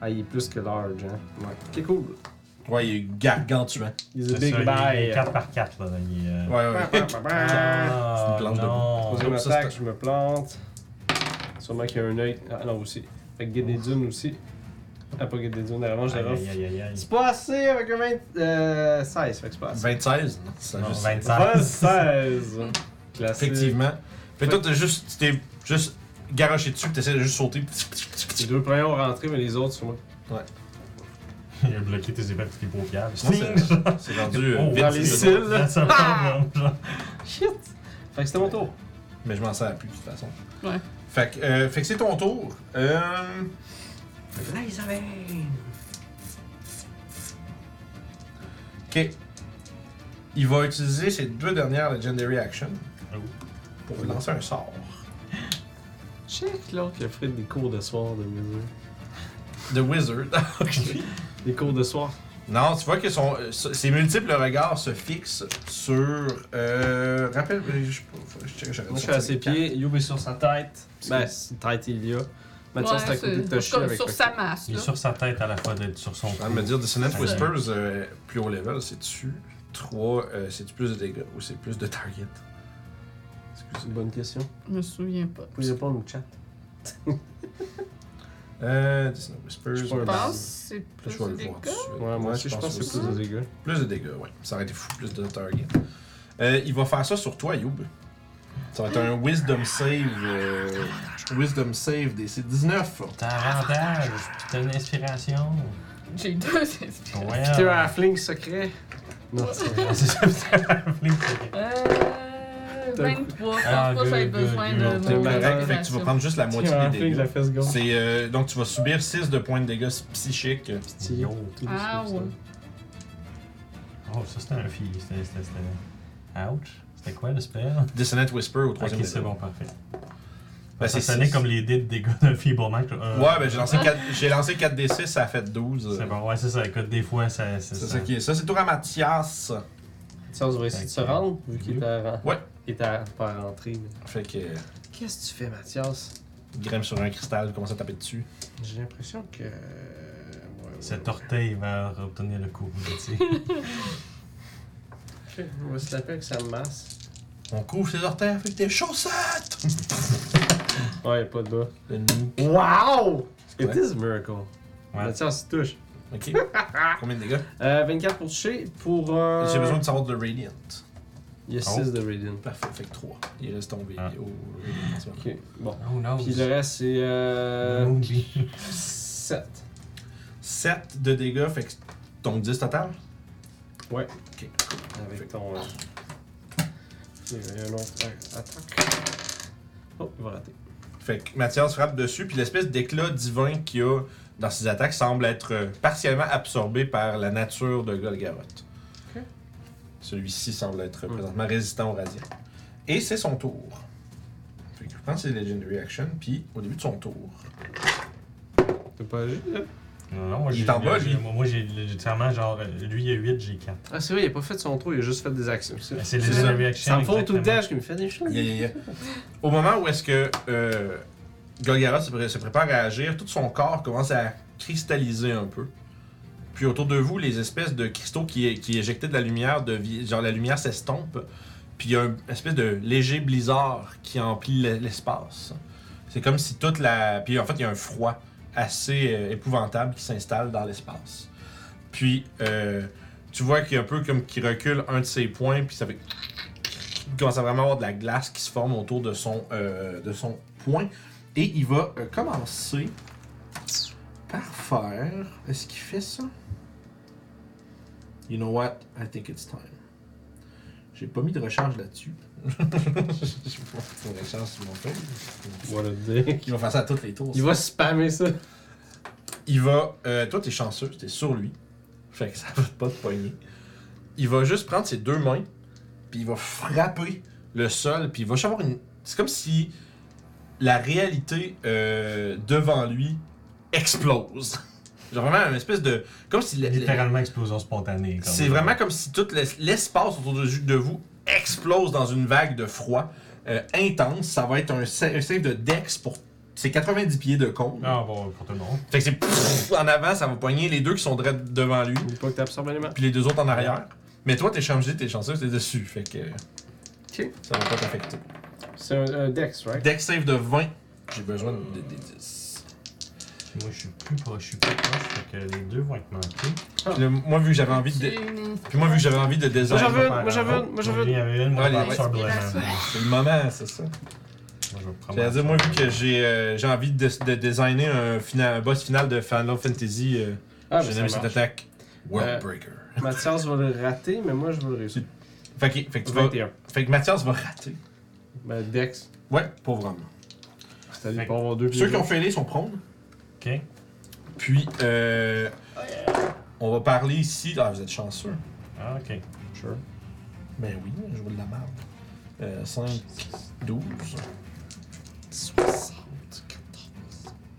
[SPEAKER 2] Ah, il est plus que large, hein. Ouais. Ok, cool.
[SPEAKER 1] Ouais, il est gargantuan.
[SPEAKER 2] He's a
[SPEAKER 3] C'est
[SPEAKER 2] big
[SPEAKER 3] ça, il- Il
[SPEAKER 2] bye.
[SPEAKER 3] est 4 par 4 là. Il est, euh,
[SPEAKER 1] Ouais, ouais.
[SPEAKER 2] Bah, bah, bah.
[SPEAKER 3] Ah,
[SPEAKER 1] C'est une plante de
[SPEAKER 3] non.
[SPEAKER 2] Troisième
[SPEAKER 1] Oh, ça,
[SPEAKER 2] attaque,
[SPEAKER 1] c'est-
[SPEAKER 2] je me plante. Sûrement qu'il y a un œil. Ah non, aussi. Fait que Guide des Dunes aussi. Ah, pas Guide des Dunes, avant, je l'ai
[SPEAKER 3] Aïe,
[SPEAKER 2] refait.
[SPEAKER 3] aïe, aïe, aïe.
[SPEAKER 2] C'est pas assez avec un 20, euh, 16, fait que c'est pas assez.
[SPEAKER 1] 26, non, ça
[SPEAKER 3] Non,
[SPEAKER 1] juste-
[SPEAKER 3] 26.
[SPEAKER 2] 16! Classique.
[SPEAKER 1] Effectivement. Fait que toi, t'as juste, tu t'es juste garoché dessus, pis t'essaies de juste sauter.
[SPEAKER 2] Les deux premiers ont rentré, mais les autres sont moi.
[SPEAKER 3] Il a bloqué tes épaules et tes paupières.
[SPEAKER 1] c'est- C'est rendu euh,
[SPEAKER 3] Oh,
[SPEAKER 1] vite,
[SPEAKER 2] dans les
[SPEAKER 1] c'est-
[SPEAKER 2] cils.
[SPEAKER 3] That's a problem, genre.
[SPEAKER 2] Shit! Fait que c'était mon tour.
[SPEAKER 1] Mais je m'en sers plus, de toute façon.
[SPEAKER 4] Ouais.
[SPEAKER 1] Fait que, euh, fait que c'est ton tour. Euh, Ok. Il va utiliser ses deux dernières Legendary Action
[SPEAKER 3] Oh.
[SPEAKER 1] pour lancer un sort.
[SPEAKER 2] Check l'autre qui a fait des cours de soir de mesure.
[SPEAKER 1] The Wizard.
[SPEAKER 2] Des cours de soir.
[SPEAKER 1] non, tu vois que son, euh, ses multiples regards se fixent sur. Euh, rappelle. Je, je, je,
[SPEAKER 2] Moi, je suis à ses pieds, Youb est sur sa tête. Ben, c'est- tête il y a. Maintenant, c'est à côté de
[SPEAKER 4] c'est
[SPEAKER 2] Toshi
[SPEAKER 4] comme
[SPEAKER 2] avec
[SPEAKER 4] sur
[SPEAKER 2] le-
[SPEAKER 4] sa masse.
[SPEAKER 3] Il est
[SPEAKER 4] Là.
[SPEAKER 3] sur sa tête à la fois d'être sur son
[SPEAKER 1] Je suis en train de me dire Dissonant
[SPEAKER 3] Ça,
[SPEAKER 1] Whispers euh, plus haut level, c'est-tu 3, c'est-tu plus de dégâts ou c'est plus de target?
[SPEAKER 2] C'est une bonne question.
[SPEAKER 4] Je me souviens pas.
[SPEAKER 2] Vous pouvez répondre au chat.
[SPEAKER 1] Euh, Dissonant Whispers.
[SPEAKER 2] Je suis pas
[SPEAKER 4] Je
[SPEAKER 1] plus-
[SPEAKER 4] pense que c'est plus
[SPEAKER 1] Je vais le
[SPEAKER 4] des
[SPEAKER 1] voir tout
[SPEAKER 4] gars.
[SPEAKER 1] de suite.
[SPEAKER 2] Ouais, moi aussi, je pense que c'est plus de dégâts.
[SPEAKER 1] Plus de dégâts, ouais. Ça aurait été fou, plus de target. Euh, il va faire ça sur toi, Youb. Ça va être un Wisdom Save. euh, wisdom Save DC 19.
[SPEAKER 3] T'as un avantage, puis t'as une inspiration.
[SPEAKER 4] J'ai deux inspirations.
[SPEAKER 3] Ah Ouais.
[SPEAKER 2] Puis t'es un halfling secret. Non, c'est vrai.
[SPEAKER 3] C'est ça, c'est un fling.
[SPEAKER 4] Euh, 23, je
[SPEAKER 3] Ah,
[SPEAKER 4] pense pas que j'avais
[SPEAKER 3] good,
[SPEAKER 4] besoin
[SPEAKER 3] good,
[SPEAKER 4] de
[SPEAKER 3] good.
[SPEAKER 1] Fait
[SPEAKER 4] mon
[SPEAKER 1] que- fait que tu vas prendre juste la
[SPEAKER 2] T'es
[SPEAKER 1] moitié
[SPEAKER 2] un
[SPEAKER 1] des
[SPEAKER 2] halfling de
[SPEAKER 1] dégâts.
[SPEAKER 2] la fesse gauche.
[SPEAKER 1] C'est, euh, donc tu vas subir 6 de points de dégâts psychiques.
[SPEAKER 2] Petit-
[SPEAKER 3] Yo.
[SPEAKER 4] Ah ouais.
[SPEAKER 3] Oh, ça c'était un fille. C'était. c'était- c'était- Ouch. C'était quoi le spell?
[SPEAKER 1] Dissonant Whisper au
[SPEAKER 3] Ok,
[SPEAKER 1] troisième
[SPEAKER 3] c'est
[SPEAKER 1] level.
[SPEAKER 3] bon, parfait.
[SPEAKER 1] Ben,
[SPEAKER 3] ça
[SPEAKER 1] c'est
[SPEAKER 3] sonnait
[SPEAKER 1] six.
[SPEAKER 3] comme les dés de dégâts de Feeblemind.
[SPEAKER 1] Ouais, ben j'ai lancé 4, j'ai lancé 4d6, ça a fait 12.
[SPEAKER 3] Euh, C'est bon, ouais, c'est ça. Écoute, des fois, ça. C'est
[SPEAKER 1] C'est
[SPEAKER 3] ça.
[SPEAKER 1] ça qui est. Ça, c'est tour à Mathias.
[SPEAKER 2] Ça, on devrait essayer de se rendre, vu qu'il était à
[SPEAKER 1] Ouais.
[SPEAKER 2] Il était à- pas rentré.
[SPEAKER 1] Fait que. euh,
[SPEAKER 2] Qu'est-ce que tu fais, Mathias?
[SPEAKER 1] il grimpe sur un cristal, commence à taper dessus.
[SPEAKER 2] J'ai l'impression que. euh, Ouais, ouais,
[SPEAKER 3] Cet orteil va obtenir le coup. tu sais.
[SPEAKER 2] ouais. On va se taper avec sa masse.
[SPEAKER 1] On couvre ses orteils avec des chaussettes!
[SPEAKER 2] Ouais, y'a pas de bas.
[SPEAKER 1] Le nid.
[SPEAKER 2] Wow!
[SPEAKER 1] It
[SPEAKER 2] It is a miracle.
[SPEAKER 3] Ouais.
[SPEAKER 2] Mathias, tu touches.
[SPEAKER 1] Ok. Combien de dégâts?
[SPEAKER 2] Euh, 24 pour toucher. Pour. Euh...
[SPEAKER 1] J'ai besoin de savoir de Radiant.
[SPEAKER 2] Il y a
[SPEAKER 3] Oh.
[SPEAKER 2] 6 de Radiant.
[SPEAKER 1] Parfait, fait que 3. Il reste tombé
[SPEAKER 3] Ah.
[SPEAKER 1] au Radiant en ce moment.
[SPEAKER 2] Ok, bon.
[SPEAKER 3] Oh no.
[SPEAKER 2] Puis le reste, c'est. Euh...
[SPEAKER 3] Emoji.
[SPEAKER 2] 7.
[SPEAKER 1] 7 de dégâts, fait que ton 10 total?
[SPEAKER 2] Ouais.
[SPEAKER 1] Ok.
[SPEAKER 2] Avec ton. Euh... Il y avait un autre. euh, attaque. Oh, il va rater.
[SPEAKER 1] Fait que Mathias frappe dessus, puis l'espèce d'éclat divin qu'il y a dans ses attaques semble être euh, partiellement absorbé par la nature de Golgaroth.
[SPEAKER 2] Ok.
[SPEAKER 1] Celui-ci semble être
[SPEAKER 2] Mm.
[SPEAKER 1] présentement résistant au radiant. Et c'est son tour. Fait que je prends ses Legendary Action, puis au début de son tour.
[SPEAKER 2] T'as pas agi là?
[SPEAKER 3] Non, non, moi
[SPEAKER 1] Il
[SPEAKER 3] j'ai.
[SPEAKER 1] est en bas, lui.
[SPEAKER 3] Moi, moi, j'ai littéralement genre. euh, Lui, il a 8, j'ai 4.
[SPEAKER 2] Ah, c'est vrai, il a pas fait son tour, il a juste fait des actions.
[SPEAKER 3] Ben, C'est
[SPEAKER 1] C'est
[SPEAKER 3] les
[SPEAKER 1] ça.
[SPEAKER 3] reactions.
[SPEAKER 2] Ça me faut tout le
[SPEAKER 3] exactement.
[SPEAKER 2] temps, je me fais des choses.
[SPEAKER 1] Yeah, yeah, yeah. Au moment où est-ce que euh, Golgaroth se, pré- se prépare à agir, tout son corps commence à cristalliser un peu. Puis autour de vous, les espèces de cristaux qui, qui éjectaient de la lumière, de, vie- genre la lumière s'estompe. Puis il y a une espèce de léger blizzard qui emplit l'e- l'espace. C'est comme si toute la... Puis en fait, il y a un froid assez euh, épouvantable qui s'installe dans l'espace. Puis euh, tu vois qu'il y a un peu comme qu'il recule un de ses points, puis ça fait il commence à vraiment avoir de la glace qui se forme autour de son, euh, de son point. Et il va euh, commencer par faire. Est-ce qu'il fait ça? You know what? I think it's time. J'ai pas mis de recharge là-dessus. Je sais pas si on recharge sur mon tour.
[SPEAKER 2] Voilà, dick.
[SPEAKER 1] Il va faire ça à tous les tours.
[SPEAKER 2] Il va spammer ça.
[SPEAKER 1] Il va. euh, toi, t'es chanceux, t'es sur lui. Fait que ça va pas te pogner. Il va juste prendre ses deux mains, puis il va frapper le sol, puis il va juste avoir une. C'est comme si la réalité euh, devant lui explose. Genre vraiment une espèce de. Comme si. la- la-
[SPEAKER 3] Littéralement explosion spontanée. comme-
[SPEAKER 1] c'est vraiment comme si tout l'es- l'espace autour de, de vous explose dans une vague de froid euh, intense. Ça va être un, sa- un save de Dex pour. C'est 90 pieds de con.
[SPEAKER 3] Ah bon, pour tout le monde.
[SPEAKER 1] Fait que c'est pfff en avant, ça va poigner les deux qui sont direct devant lui,
[SPEAKER 2] N'oublie pas que t'absorbes l'élément.
[SPEAKER 1] puis les deux autres en arrière. Mais toi, t'es chanceux, t'es chanceux, t'es dessus. Fait que
[SPEAKER 2] Ok.
[SPEAKER 1] ça va pas t'affecter.
[SPEAKER 2] C'est un, un dex, right?
[SPEAKER 1] Deck save de 20. J'ai besoin de, des 10.
[SPEAKER 3] Moi, je suis plus proche, je suis plus proche, fait que les deux vont être manqués.
[SPEAKER 1] Puis là, moi, vu que j'avais envie de. Puis moi, vu que j'avais envie de
[SPEAKER 2] Moi j'en
[SPEAKER 1] désigner.
[SPEAKER 2] veux une, moi j'en veux une, moi j'en veux
[SPEAKER 3] Il
[SPEAKER 2] une.
[SPEAKER 3] y avait une, moi,
[SPEAKER 1] Ouais,
[SPEAKER 3] je vais
[SPEAKER 1] les-
[SPEAKER 3] prendre sur Blade Man.
[SPEAKER 4] Inspiration.
[SPEAKER 3] Moi,
[SPEAKER 1] C'est le moment, c'est ça.
[SPEAKER 3] je vais prendre
[SPEAKER 1] J'allais dire, moi,
[SPEAKER 3] sur
[SPEAKER 1] vu que j'ai euh, j'ai envie de, de designer un, final, un boss final de Final Fantasy, euh,
[SPEAKER 2] Ah,
[SPEAKER 1] j'ai
[SPEAKER 2] mais
[SPEAKER 1] nommé
[SPEAKER 2] ça
[SPEAKER 1] cette
[SPEAKER 2] marche.
[SPEAKER 1] attaque
[SPEAKER 2] Euh,
[SPEAKER 1] Worldbreaker.
[SPEAKER 2] Mathias va le rater, mais moi je vais le réussir.
[SPEAKER 1] Fait, que, fait, que tu vas,
[SPEAKER 2] 21.
[SPEAKER 1] fait que Mathias va rater.
[SPEAKER 2] Ben, dex.
[SPEAKER 1] Ouais, pauvre homme.
[SPEAKER 2] T'as
[SPEAKER 3] Fait
[SPEAKER 2] dû
[SPEAKER 3] que
[SPEAKER 2] pas avoir deux
[SPEAKER 1] Ceux
[SPEAKER 2] pieds.
[SPEAKER 1] qui ont fêlé sont prônes.
[SPEAKER 3] Ok.
[SPEAKER 1] Puis, euh, on va parler ici. Ah, vous êtes chanceux.
[SPEAKER 3] Ah, ok.
[SPEAKER 2] Sure.
[SPEAKER 1] Ben oui, je roule de la merde. Euh, 5, 12.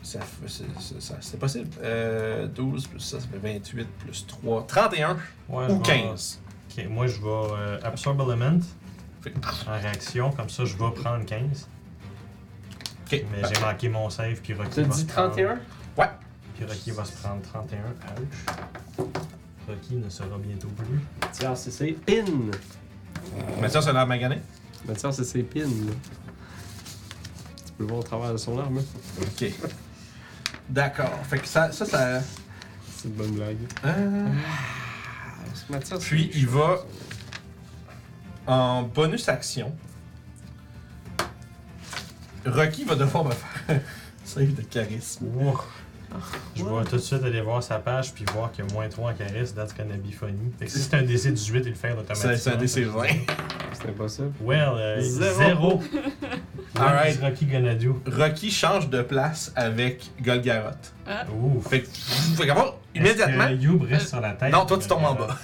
[SPEAKER 1] Ça fait- c'est- c'est- ça- C'est possible. Euh, 12 plus ça, ça fait 28 plus 3. 31
[SPEAKER 3] Ouais, je
[SPEAKER 1] ou
[SPEAKER 3] vais-
[SPEAKER 1] 15.
[SPEAKER 3] Ok, moi je vais euh, Absorb Element
[SPEAKER 1] Fait-
[SPEAKER 3] en réaction, comme ça je vais prendre 15.
[SPEAKER 1] Ok.
[SPEAKER 3] Mais j'ai manqué mon save, puis Rocky
[SPEAKER 2] T'as
[SPEAKER 3] va
[SPEAKER 2] dit
[SPEAKER 3] se prendre-
[SPEAKER 2] 31?
[SPEAKER 1] Ouais.
[SPEAKER 3] Puis Rocky va se prendre 31. Ouch. Rocky ne sera bientôt plus.
[SPEAKER 2] Mathias, c'est ses pins.
[SPEAKER 1] Mathias a l'air magané.
[SPEAKER 2] Mathias, c'est ses pins. Tu peux le voir au travers de son arme. hein.
[SPEAKER 1] Ok. D'accord. Fait que ça, ça, ça.
[SPEAKER 2] C'est une bonne blague.
[SPEAKER 1] euh,
[SPEAKER 2] Ah, Mathias,
[SPEAKER 1] Puis il va en bonus action. Rocky va devoir me faire un save de charisme.
[SPEAKER 3] Ouh. Je vais tout de suite aller voir sa page puis voir qu'il y a moins 3 en charisme, that's gonna be funny. Fait que si c'est un DC 18, il le fait automatiquement.
[SPEAKER 1] C'est c'est un DC 20.
[SPEAKER 2] c'est impossible.
[SPEAKER 3] Well, euh,
[SPEAKER 2] Zéro.
[SPEAKER 3] zéro. What
[SPEAKER 1] Alright.
[SPEAKER 3] is Rocky gonna do?
[SPEAKER 1] Rocky change de place avec Golgaroth.
[SPEAKER 3] Ouf.
[SPEAKER 1] Fait que, fait qu'en fait, immédiatement.
[SPEAKER 3] Est-ce que Youb reste sur la tête.
[SPEAKER 1] Non, toi tu tombes en bas.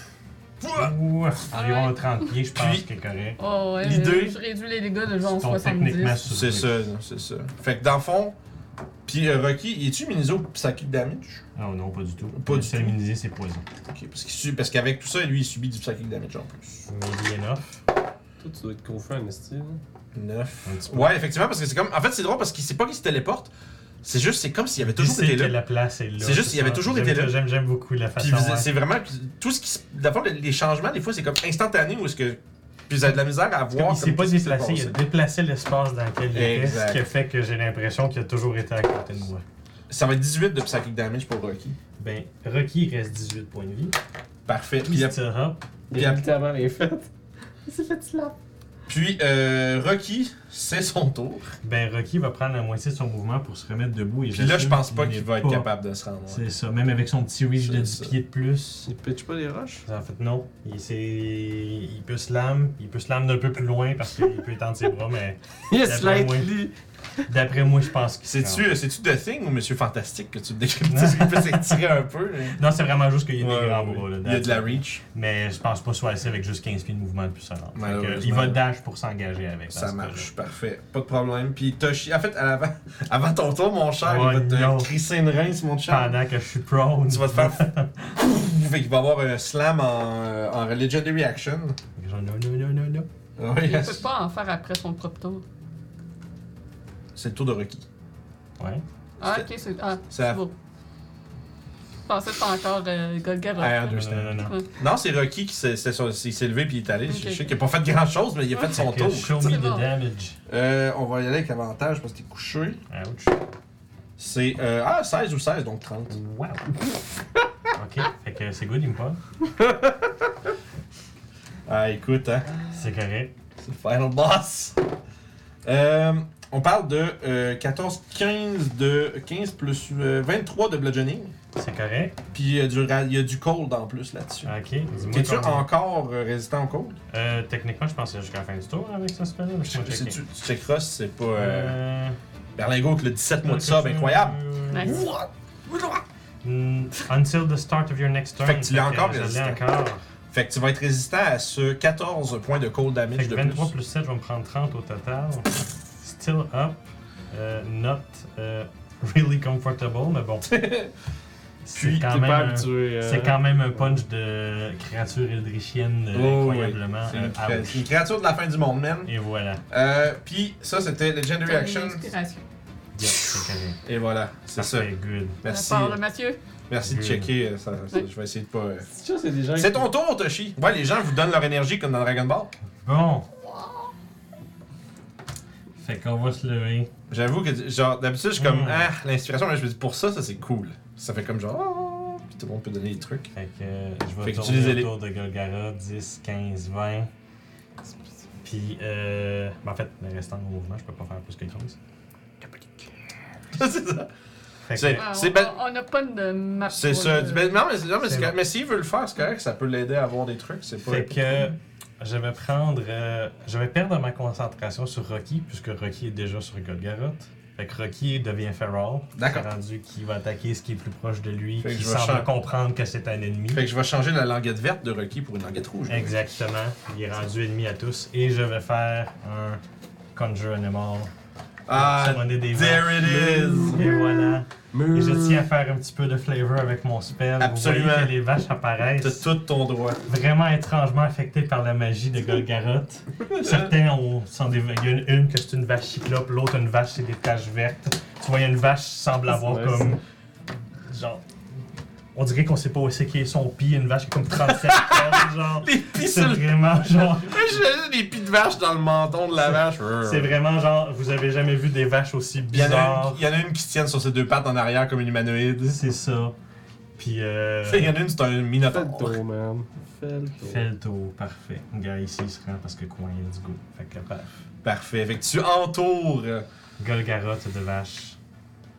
[SPEAKER 3] Ouf, environ
[SPEAKER 4] Ouais.
[SPEAKER 3] 30 pieds, je pense,
[SPEAKER 1] Puis-
[SPEAKER 3] qui est correct.
[SPEAKER 4] Oh, ouais,
[SPEAKER 1] L'idée-
[SPEAKER 4] Je réduis les dégâts de genre
[SPEAKER 3] Ils sont
[SPEAKER 4] 70.
[SPEAKER 3] sous-
[SPEAKER 1] C'est ça, non, c'est ça. Fait que dans le fond. Puis euh, Rocky, es-tu miniso psychic damage?
[SPEAKER 3] Ah non, pas du tout.
[SPEAKER 1] Pas
[SPEAKER 3] Le
[SPEAKER 1] du
[SPEAKER 3] seul
[SPEAKER 1] tout.
[SPEAKER 3] immunisé, c'est poison.
[SPEAKER 1] Ok, parce qu'il su- parce qu'avec tout ça, lui, il subit du psychic damage en plus.
[SPEAKER 3] Maybe enough.
[SPEAKER 2] Toi, tu dois être confus en style.
[SPEAKER 1] 9.
[SPEAKER 3] Un petit peu.
[SPEAKER 1] Ouais, effectivement, parce que c'est comme. En fait, c'est drôle parce qu'il sait pas qu'il se téléporte. C'est juste, c'est comme s'il avait toujours
[SPEAKER 3] Il sait
[SPEAKER 1] été
[SPEAKER 3] que
[SPEAKER 1] là.
[SPEAKER 3] la place est là.
[SPEAKER 1] C'est juste, il
[SPEAKER 3] ça.
[SPEAKER 1] avait toujours
[SPEAKER 3] J'aime
[SPEAKER 1] été
[SPEAKER 3] ça,
[SPEAKER 1] là.
[SPEAKER 3] J'aime, j'aime beaucoup la
[SPEAKER 1] Puis
[SPEAKER 3] façon.
[SPEAKER 1] vous-
[SPEAKER 3] hein.
[SPEAKER 1] c'est vraiment. Tout ce qui. se- D'abord, les changements, des fois, c'est comme instantané ou est-ce que. Puis vous avez de la misère à voir.
[SPEAKER 3] Il s'est
[SPEAKER 1] comme
[SPEAKER 3] pas
[SPEAKER 1] qu'est-ce qui s'est
[SPEAKER 3] déplacé, il a
[SPEAKER 1] passé.
[SPEAKER 3] déplacé l'espace dans lequel il était,
[SPEAKER 1] Exact.
[SPEAKER 3] ce qui a fait que j'ai l'impression qu'il a toujours été à côté de moi.
[SPEAKER 1] Ça va être 18 de psychic damage pour Rocky.
[SPEAKER 3] Ben, Rocky il reste 18 points de vie.
[SPEAKER 1] Parfait. Puis,
[SPEAKER 3] Puis Still Hop,
[SPEAKER 2] Il a littéralement rien fait. Il s'est fait slap.
[SPEAKER 1] puis, euh, Rocky, c'est son tour.
[SPEAKER 3] ben Rocky va prendre la moitié de son mouvement pour se remettre debout. Et
[SPEAKER 1] Puis là, je
[SPEAKER 3] j'assume
[SPEAKER 1] pense pas
[SPEAKER 3] n'est
[SPEAKER 1] qu'il va être
[SPEAKER 3] pas-
[SPEAKER 1] capable de se rendre. ouais.
[SPEAKER 3] C'est ça, même avec son petit reach de
[SPEAKER 1] C'est
[SPEAKER 3] 10
[SPEAKER 1] ça.
[SPEAKER 3] pieds de plus.
[SPEAKER 2] Il pitch pas les roches.
[SPEAKER 3] En fait, non. Il, s'est- il peut slam, il peut slam d'un peu plus loin parce qu'il peut étendre ses bras, mais
[SPEAKER 2] Il
[SPEAKER 3] D'après
[SPEAKER 2] est slightly.
[SPEAKER 3] d'après moi, je pense que
[SPEAKER 1] C'est-tu, c'est-tu The Thing ou Monsieur Fantastique que tu me décris? Tu sais, il peut s'étirer un peu. là.
[SPEAKER 3] Non, c'est vraiment juste qu'il y a
[SPEAKER 1] Ouais,
[SPEAKER 3] des grands
[SPEAKER 1] ouais,
[SPEAKER 3] bras. Là,
[SPEAKER 1] Il y a de la
[SPEAKER 3] dedans.
[SPEAKER 1] reach.
[SPEAKER 3] Mais je pense pas soit assez avec juste 15 pieds de mouvement de puissance. Fait que,
[SPEAKER 1] Malheureusement.
[SPEAKER 3] Il va dash pour s'engager avec. dans
[SPEAKER 1] Ça
[SPEAKER 3] ce
[SPEAKER 1] marche, parfait. Pas de problème. Puis Toshi, en fait, à l'avant- avant ton tour, mon cher,
[SPEAKER 3] Oh
[SPEAKER 1] il va te
[SPEAKER 3] non.
[SPEAKER 1] crisser une reine sur mon
[SPEAKER 3] cas-là.
[SPEAKER 1] chat.
[SPEAKER 3] Pendant que je suis prone.
[SPEAKER 1] Tu vas te faire. fait qu'il va avoir un slam en, euh, en Legendary Action.
[SPEAKER 3] Genre, non, non, non, non, non.
[SPEAKER 1] Oui,
[SPEAKER 4] Il peut pas en faire après son propre tour.
[SPEAKER 1] c'est le tour de Rocky.
[SPEAKER 3] Ouais.
[SPEAKER 4] Ah, ok, c'est. Ah,
[SPEAKER 1] C'est à-
[SPEAKER 4] c'est beau. Je pensais que c'était encore euh, Golgaroth.
[SPEAKER 1] Ah,
[SPEAKER 3] Non,
[SPEAKER 1] deux
[SPEAKER 3] non, non, non. non.
[SPEAKER 1] Non, c'est Rocky qui s'est s'est- s'est- s'est levé puis il est allé. Je
[SPEAKER 4] Ok.
[SPEAKER 1] je sais qu'il n'a pas fait grand chose, mais il a fait son
[SPEAKER 3] Fait que
[SPEAKER 1] tour.
[SPEAKER 3] Show me
[SPEAKER 4] C'est
[SPEAKER 3] the
[SPEAKER 4] bon.
[SPEAKER 3] damage.
[SPEAKER 1] Euh, on va y aller avec avantage parce qu'il est couché.
[SPEAKER 3] Ouch.
[SPEAKER 1] C'est. euh, ah, 16 ou 16, donc 30.
[SPEAKER 3] Wow. ok, fait que c'est good, il me parle.
[SPEAKER 1] Ah, écoute, hein.
[SPEAKER 3] C'est correct.
[SPEAKER 1] C'est le final boss. Euh, on parle de euh, 14, 15 de 15 plus euh, 23 de bludgeoning.
[SPEAKER 3] C'est correct.
[SPEAKER 1] Puis euh, du ra- il y a du cold en plus là-dessus.
[SPEAKER 3] Ok, dis-moi.
[SPEAKER 1] T'es-tu
[SPEAKER 3] combien.
[SPEAKER 1] encore euh, résistant au cold?
[SPEAKER 3] Euh, techniquement, je pense que c'est jusqu'à la fin du tour hein, avec ce spell-là. mais je vais
[SPEAKER 1] Si
[SPEAKER 3] checker.
[SPEAKER 1] tu, tu checkeras si c'est pas. Euh...
[SPEAKER 3] Euh,
[SPEAKER 1] Berlingot avec le 17 mois de
[SPEAKER 3] ça,
[SPEAKER 1] sub, incroyable!
[SPEAKER 4] Nice.
[SPEAKER 3] Mm, until the start of your next turn.
[SPEAKER 1] Fait que tu l'as encore
[SPEAKER 3] je l'ai
[SPEAKER 1] résistant.
[SPEAKER 3] encore.
[SPEAKER 1] Fait que tu vas être résistant à ce 14 points de cold
[SPEAKER 3] Fait
[SPEAKER 1] damage
[SPEAKER 3] que
[SPEAKER 1] de
[SPEAKER 3] 23
[SPEAKER 1] plus.
[SPEAKER 3] plus 7, je vais me prendre 30 au total. Still up. Euh, not euh, really comfortable, mais bon.
[SPEAKER 1] Puis,
[SPEAKER 3] C'est quand,
[SPEAKER 2] T'es
[SPEAKER 3] même
[SPEAKER 2] pas
[SPEAKER 3] un-
[SPEAKER 2] habitué. euh,
[SPEAKER 3] c'est quand même un punch de créature eldrichienne euh,
[SPEAKER 1] Oh, oui.
[SPEAKER 3] incroyablement
[SPEAKER 1] C'est une,
[SPEAKER 3] euh,
[SPEAKER 1] cré-
[SPEAKER 3] ouch.
[SPEAKER 1] une créature de la fin du monde, man.
[SPEAKER 3] Et voilà.
[SPEAKER 1] Euh, Puis ça, c'était Legendary
[SPEAKER 4] T'as une
[SPEAKER 1] Action.
[SPEAKER 4] inspiration.
[SPEAKER 3] Yep, c'est correct.
[SPEAKER 1] Et voilà, c'est ça.
[SPEAKER 3] Parfait, good.
[SPEAKER 1] Merci,
[SPEAKER 4] Ça part, là, Mathieu.
[SPEAKER 1] merci de
[SPEAKER 3] Good.
[SPEAKER 1] checker. euh, ça- ça- je vais essayer de pas. euh,
[SPEAKER 2] C'est sûr, c'est des gens
[SPEAKER 1] C'est
[SPEAKER 2] qui-
[SPEAKER 1] ton tour, Toshi. Ouais, les gens vous donnent leur énergie comme dans Dragon Ball.
[SPEAKER 3] Bon. Fait qu'on va se lever.
[SPEAKER 1] J'avoue que, genre, d'habitude, je suis comme,
[SPEAKER 3] Mm.
[SPEAKER 1] ah, l'inspiration, mais je me dis, pour ça, ça c'est cool. Ça fait comme genre, ah, puis tout le monde peut donner des trucs.
[SPEAKER 3] Fait que euh, je
[SPEAKER 1] Fait
[SPEAKER 3] vais
[SPEAKER 1] que
[SPEAKER 3] tourner
[SPEAKER 1] utilisez-les.
[SPEAKER 3] autour de Golgara, 10, 15, 20. Puis, euh, ben en fait, le restant de mon mouvement, je peux pas faire plus que 15.
[SPEAKER 1] c'est ça.
[SPEAKER 3] Fait que,
[SPEAKER 1] C'est-
[SPEAKER 4] Ah,
[SPEAKER 1] C'est
[SPEAKER 4] on-
[SPEAKER 1] bel-
[SPEAKER 4] On n'a pas de map.
[SPEAKER 1] C'est
[SPEAKER 4] pour
[SPEAKER 1] ça.
[SPEAKER 4] le-
[SPEAKER 1] Ben, non, mais, non, mais,
[SPEAKER 3] C'est
[SPEAKER 1] c'est correct. mais s'il veut le faire, c'est correct, ça peut l'aider à avoir des trucs. C'est pas.
[SPEAKER 3] fait que je vais prendre. euh, je vais perdre ma concentration sur Rocky, puisque Rocky est déjà sur Golgaroth. Fait que Rocky devient feral.
[SPEAKER 1] D'accord.
[SPEAKER 3] C'est rendu qui va attaquer ce qui est plus proche de lui,
[SPEAKER 1] Fait que
[SPEAKER 3] qui
[SPEAKER 1] je vais
[SPEAKER 3] semble
[SPEAKER 1] chan-
[SPEAKER 3] comprendre que c'est un ennemi.
[SPEAKER 1] Fait que je vais changer la languette verte de Rocky pour une languette rouge.
[SPEAKER 3] Exactement. Il est rendu ennemi à tous. Et je vais faire un Conjure Animal.
[SPEAKER 1] Ah,
[SPEAKER 3] Summoner des
[SPEAKER 1] there it
[SPEAKER 3] vents.
[SPEAKER 1] is!
[SPEAKER 3] Et voilà. Et je tiens à faire un petit peu de flavor avec mon spell. Vous
[SPEAKER 1] Absolument.
[SPEAKER 3] voyez que les vaches
[SPEAKER 1] t'as
[SPEAKER 3] apparaissent.
[SPEAKER 1] tout ton droit.
[SPEAKER 3] Vraiment étrangement affectées par la magie de Golgaroth. Certains ont, sont des, il y en a une que c'est une vache cyclope, l'autre une vache c'est des taches vertes. Tu vois, il y a une vache qui semble avoir
[SPEAKER 2] Ouais,
[SPEAKER 3] comme. Genre. On dirait qu'on sait pas où c'est qui est son pied, une vache qui a comme 37 cornes, genre.
[SPEAKER 1] Les pis
[SPEAKER 3] C'est
[SPEAKER 1] sur le...
[SPEAKER 3] vraiment genre.
[SPEAKER 1] J'imagine les pis de vache dans le menton de la vache.
[SPEAKER 3] C'est vraiment genre, vous avez jamais vu des vaches aussi
[SPEAKER 1] Il y, en a
[SPEAKER 3] bizarres.
[SPEAKER 1] une, il y en a une qui se tienne sur ses deux pattes en arrière comme une humanoïde.
[SPEAKER 3] C'est ça. Puis euh.
[SPEAKER 1] Il y en a une, c'est un
[SPEAKER 2] Fais le
[SPEAKER 1] minotaure.
[SPEAKER 2] tour, man. Fais le tour.
[SPEAKER 3] Fais le tour, parfait. Le gars ici il se rend parce que coin, let's go. Fait que paf.
[SPEAKER 1] Parfait. Fait que tu entoures. euh,
[SPEAKER 3] Golgarotte de vache.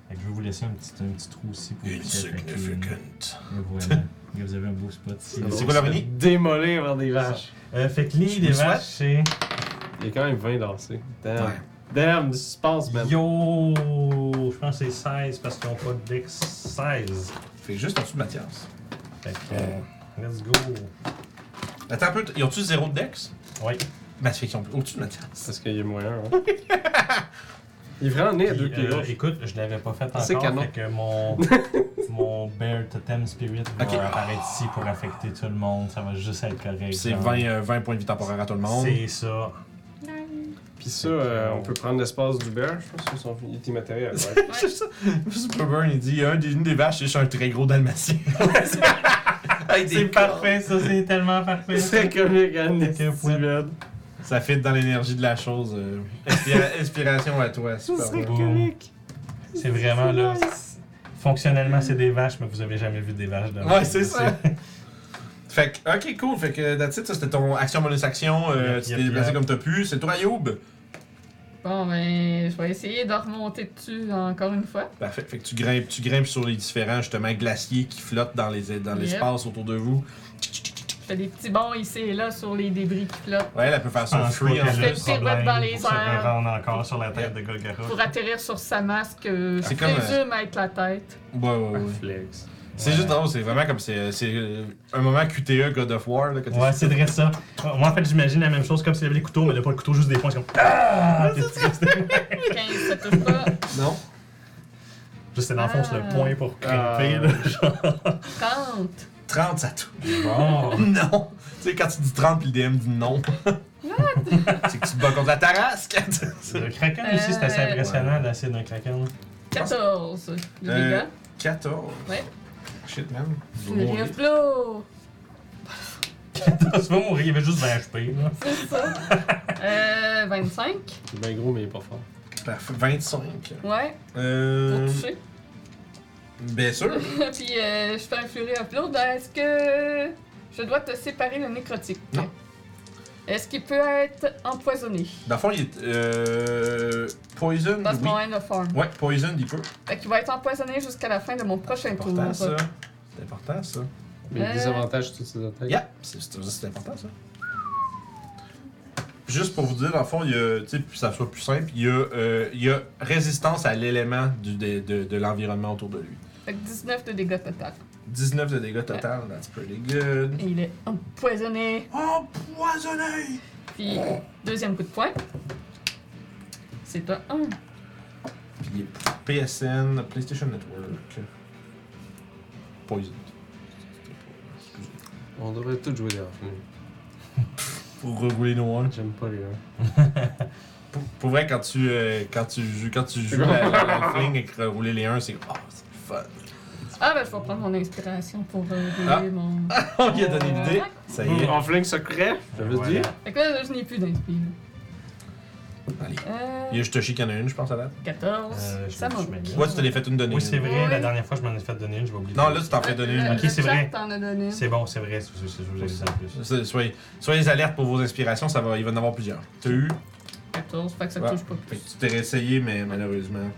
[SPEAKER 3] Fait que je vais vous laisser un petit, un petit trou aussi pour vous puissiez attaquer. Et Voilà. Gars, vous avez un beau spot ici.
[SPEAKER 1] C'est quoi l'avenir?
[SPEAKER 2] Démolir vers des vaches.
[SPEAKER 3] Euh, fait que l'île
[SPEAKER 1] Je
[SPEAKER 3] des
[SPEAKER 1] vous souhaite.
[SPEAKER 3] vaches, c'est.
[SPEAKER 2] Il y a quand même 20 dansés. Damn.
[SPEAKER 1] Ouais.
[SPEAKER 2] Damn, du suspense, man.
[SPEAKER 3] Yo! Je pense que c'est 16 parce qu'ils ont pas de dex 16.
[SPEAKER 1] Fait que juste en dessous de Mathias.
[SPEAKER 3] Fait que. euh, Let's go.
[SPEAKER 1] Attends un peu, t- ils ont-tu zéro de dex?
[SPEAKER 3] Ouais.
[SPEAKER 1] Bah, fait qu'ils sont au-dessus de Mathias.
[SPEAKER 2] Parce qu'il y a moyen, hein. Il est vraiment né à
[SPEAKER 3] Puis,
[SPEAKER 2] deux pieds
[SPEAKER 3] euh,
[SPEAKER 2] gauche.
[SPEAKER 3] écoute, je l'avais pas fait
[SPEAKER 2] C'est
[SPEAKER 3] encore,
[SPEAKER 2] canon.
[SPEAKER 3] fait que mon, mon Bear Totem Spirit va
[SPEAKER 1] Ok.
[SPEAKER 3] apparaître ici pour affecter tout le monde, ça va juste être correct.
[SPEAKER 1] C'est
[SPEAKER 3] genre.
[SPEAKER 1] 20, euh, 20 points de vie temporaire à tout le monde.
[SPEAKER 3] Ah. C'est ça.
[SPEAKER 2] Pis ça, euh, on peut prendre l'espace du bear, je pense que son il est immatériel. Ouais.
[SPEAKER 1] C'est ça. Superburn, il dit un des, une des vaches, c'est un très gros dalmatien. Avec des
[SPEAKER 3] C'est
[SPEAKER 1] cornes.
[SPEAKER 3] parfait, ça, c'est tellement parfait.
[SPEAKER 2] C'est comique, Anne.
[SPEAKER 3] Avec un point.
[SPEAKER 1] Ça fit dans l'énergie de la chose. euh. Inspira- inspiration à toi, Superburn.
[SPEAKER 3] comique. C'est vraiment là. Fonctionnellement, c'est des vaches, mais vous avez jamais vu des vaches de
[SPEAKER 1] Ouais, c'est ça. Fait que, ok, cool. Fait que, that's it, ça c'était ton action bonus action. euh,
[SPEAKER 3] Yep,
[SPEAKER 1] tu
[SPEAKER 3] yep,
[SPEAKER 1] t'es déplacé
[SPEAKER 3] yep.
[SPEAKER 1] comme t'as pu. C'est toi, Ayoub.
[SPEAKER 4] Bon, ben, je vais essayer de remonter dessus encore une fois.
[SPEAKER 1] Parfait. Fait que tu grimpes, tu grimpes sur les différents, justement, glaciers qui flottent dans les dans
[SPEAKER 4] Yep.
[SPEAKER 1] l'espace autour de vous.
[SPEAKER 4] Je fais des petits bonds ici et là sur les débris qui flottent
[SPEAKER 1] Ouais, elle peut faire son
[SPEAKER 3] Sans
[SPEAKER 1] free en
[SPEAKER 4] qu'elle
[SPEAKER 1] plus.
[SPEAKER 4] juste. Fait pirouette dans les
[SPEAKER 3] pour se
[SPEAKER 4] airs.
[SPEAKER 3] rendre encore sur la tête de Golgaroth.
[SPEAKER 4] pour atterrir sur sa euh, masse que
[SPEAKER 1] C'est
[SPEAKER 4] je
[SPEAKER 1] comme, euh,
[SPEAKER 4] présume être la tête.
[SPEAKER 1] Ouais, ouais, ouais.
[SPEAKER 2] Flex.
[SPEAKER 1] C'est
[SPEAKER 3] Ouais.
[SPEAKER 1] juste drôle, c'est vraiment comme c'est c'est, euh, un moment QTE God of War. Là, quand t'es
[SPEAKER 3] Ouais,
[SPEAKER 1] sur-
[SPEAKER 3] c'est vrai ça. Moi, en fait, j'imagine la même chose comme s'il y avait les couteaux, mais là, pas le couteau, juste des points. C'est comme. Ah! T'es triste.
[SPEAKER 4] 15, ça touche pas.
[SPEAKER 1] Non?
[SPEAKER 3] Juste, c'est dans le fond, c'est le
[SPEAKER 4] Ah.
[SPEAKER 3] point pour
[SPEAKER 2] Ah.
[SPEAKER 3] crimper, là.
[SPEAKER 4] 30.
[SPEAKER 1] 30, ça touche.
[SPEAKER 3] Bon.
[SPEAKER 1] Non! Tu sais, quand tu dis 30 puis le DM dit non. c'est que tu te bats contre la tarasque!
[SPEAKER 3] Le kraken aussi, c'est assez
[SPEAKER 4] Euh,
[SPEAKER 3] impressionnant, l'acide d'un kraken.
[SPEAKER 4] 14. Les
[SPEAKER 1] Euh,
[SPEAKER 4] dégâts.
[SPEAKER 1] 14.
[SPEAKER 4] Ouais.
[SPEAKER 1] Shit, man.
[SPEAKER 4] Je me lève là.
[SPEAKER 3] tu vas mourir, il y avait juste 20 HP. là.
[SPEAKER 4] C'est ça. euh, 25.
[SPEAKER 2] Il est bien gros, mais il est pas fort.
[SPEAKER 1] Parfait. 25.
[SPEAKER 4] Ouais, pour
[SPEAKER 1] Euh.
[SPEAKER 4] toucher.
[SPEAKER 1] Bien sûr.
[SPEAKER 4] Puis euh, je fais un Fury of Blood. Est-ce que je dois te séparer le nécrotique?
[SPEAKER 1] Non.
[SPEAKER 4] Est-ce qu'il peut être empoisonné?
[SPEAKER 1] Dans le fond, il est. Euh. Poison.
[SPEAKER 4] Dans
[SPEAKER 1] oui.
[SPEAKER 4] mon end of farm.
[SPEAKER 1] Ouais, poison, il peut.
[SPEAKER 4] Fait qu'il va être empoisonné jusqu'à la fin de mon prochain
[SPEAKER 1] C'est
[SPEAKER 4] tour.
[SPEAKER 1] important, ça. C'est important, ça.
[SPEAKER 2] Mais il
[SPEAKER 4] Euh.
[SPEAKER 2] désavantage toutes ses attaques.
[SPEAKER 1] Yeah, c'est- c'est c'est important ça. Juste pour vous dire, en fond, il y a, tu sais, pour que ça soit plus simple, il y a, euh, il y a résistance à l'élément du- de, de- de l'environnement autour de lui.
[SPEAKER 4] Fait que 19 de dégâts total.
[SPEAKER 1] 19 de dégâts total, that's pretty good.
[SPEAKER 4] Et il est empoisonné.
[SPEAKER 1] Empoisonné!
[SPEAKER 4] Puis deuxième coup de poing. C'est un 1.
[SPEAKER 1] Puis il est PSN, PlayStation Network. Poison. Excusez.
[SPEAKER 2] On devrait tout jouer derrière.
[SPEAKER 1] Pour rerouler nos ones.
[SPEAKER 2] J'aime pas les gars.
[SPEAKER 1] Pour, pour vrai, quand tu, euh, quand tu joues, quand tu joues
[SPEAKER 2] bon.
[SPEAKER 1] à la- la fling et que rouler les 1, c'est oh, c'est le fun.
[SPEAKER 4] Ah ben je vais prendre mon inspiration pour euh, rouler
[SPEAKER 1] Ah.
[SPEAKER 4] mon...
[SPEAKER 1] On lui a donné l'idée. Ça y est.
[SPEAKER 3] Mm.
[SPEAKER 2] En flingue secret, j'avais
[SPEAKER 3] Voilà.
[SPEAKER 2] dit.
[SPEAKER 4] Fait que là je n'ai plus d'inspiration.
[SPEAKER 1] Allez. Il y
[SPEAKER 4] Euh,
[SPEAKER 1] a juste qu'il y en a une, je pense, à date.
[SPEAKER 4] 14.
[SPEAKER 3] Euh, je
[SPEAKER 4] ça
[SPEAKER 3] me-
[SPEAKER 4] m'a...
[SPEAKER 3] je me
[SPEAKER 1] Ouais, tu te l'es fait une donner.
[SPEAKER 3] Oui, c'est
[SPEAKER 1] une.
[SPEAKER 3] vrai, la dernière fois, je m'en ai fait donner une, je vais oublier.
[SPEAKER 1] Non, là, tu t'en fais donner
[SPEAKER 4] Le-
[SPEAKER 1] une.
[SPEAKER 3] Ok,
[SPEAKER 4] le
[SPEAKER 3] c'est
[SPEAKER 4] chat
[SPEAKER 3] vrai.
[SPEAKER 4] t'en a donné.
[SPEAKER 3] C'est bon, c'est vrai, c'est c'est- c'est- je vous ai dit en plus.
[SPEAKER 1] C'est- Soyez, soyez alertes pour vos inspirations, ça va, il va y en avoir plusieurs. T'as eu,
[SPEAKER 4] 14, fait que ça
[SPEAKER 1] Ouais.
[SPEAKER 4] touche pas
[SPEAKER 1] fait que
[SPEAKER 4] plus.
[SPEAKER 1] tu t'es réessayé, mais malheureusement.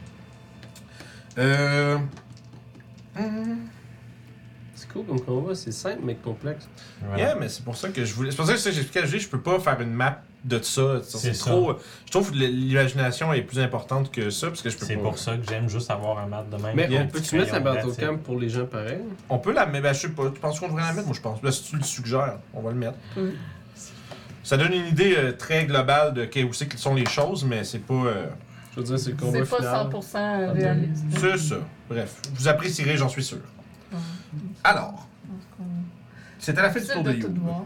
[SPEAKER 1] Euh. hmm,
[SPEAKER 2] C'est cool comme combat, c'est simple mais complexe.
[SPEAKER 3] Voilà.
[SPEAKER 1] Yeah, mais c'est pour ça que je voulais. C'est pour ça que c'est- j'expliquais à Julie, je peux pas faire une map de ça. C'est,
[SPEAKER 3] C'est ça.
[SPEAKER 1] trop. Je trouve que l'imagination est plus importante que ça, parce que je peux
[SPEAKER 3] C'est
[SPEAKER 1] pas-
[SPEAKER 3] pour ça que j'aime juste avoir un mat de même.
[SPEAKER 2] Mais
[SPEAKER 3] puis un
[SPEAKER 2] on
[SPEAKER 3] petit
[SPEAKER 2] peut-tu mettre la
[SPEAKER 3] crayon,
[SPEAKER 2] battle
[SPEAKER 3] that's it.
[SPEAKER 2] cam pour les gens pareils?
[SPEAKER 1] On peut la mettre. Ben, je sais pas. Tu penses qu'on devrait la mettre Moi, je pense. Ben, si tu le suggères, on va le mettre.
[SPEAKER 4] Oui.
[SPEAKER 1] Ça donne une idée euh, très globale de qu'est- où c'est que sont les choses, mais c'est pas. euh,
[SPEAKER 2] Je veux dire, c'est le combat
[SPEAKER 4] C'est pas
[SPEAKER 2] final.
[SPEAKER 4] 100% réaliste.
[SPEAKER 1] C'est ça. Bref, vous apprécierez, j'en suis sûr. Alors, c'était la fin du
[SPEAKER 4] C'est
[SPEAKER 1] tour de
[SPEAKER 4] hein. de tout
[SPEAKER 1] Youb.
[SPEAKER 4] voir.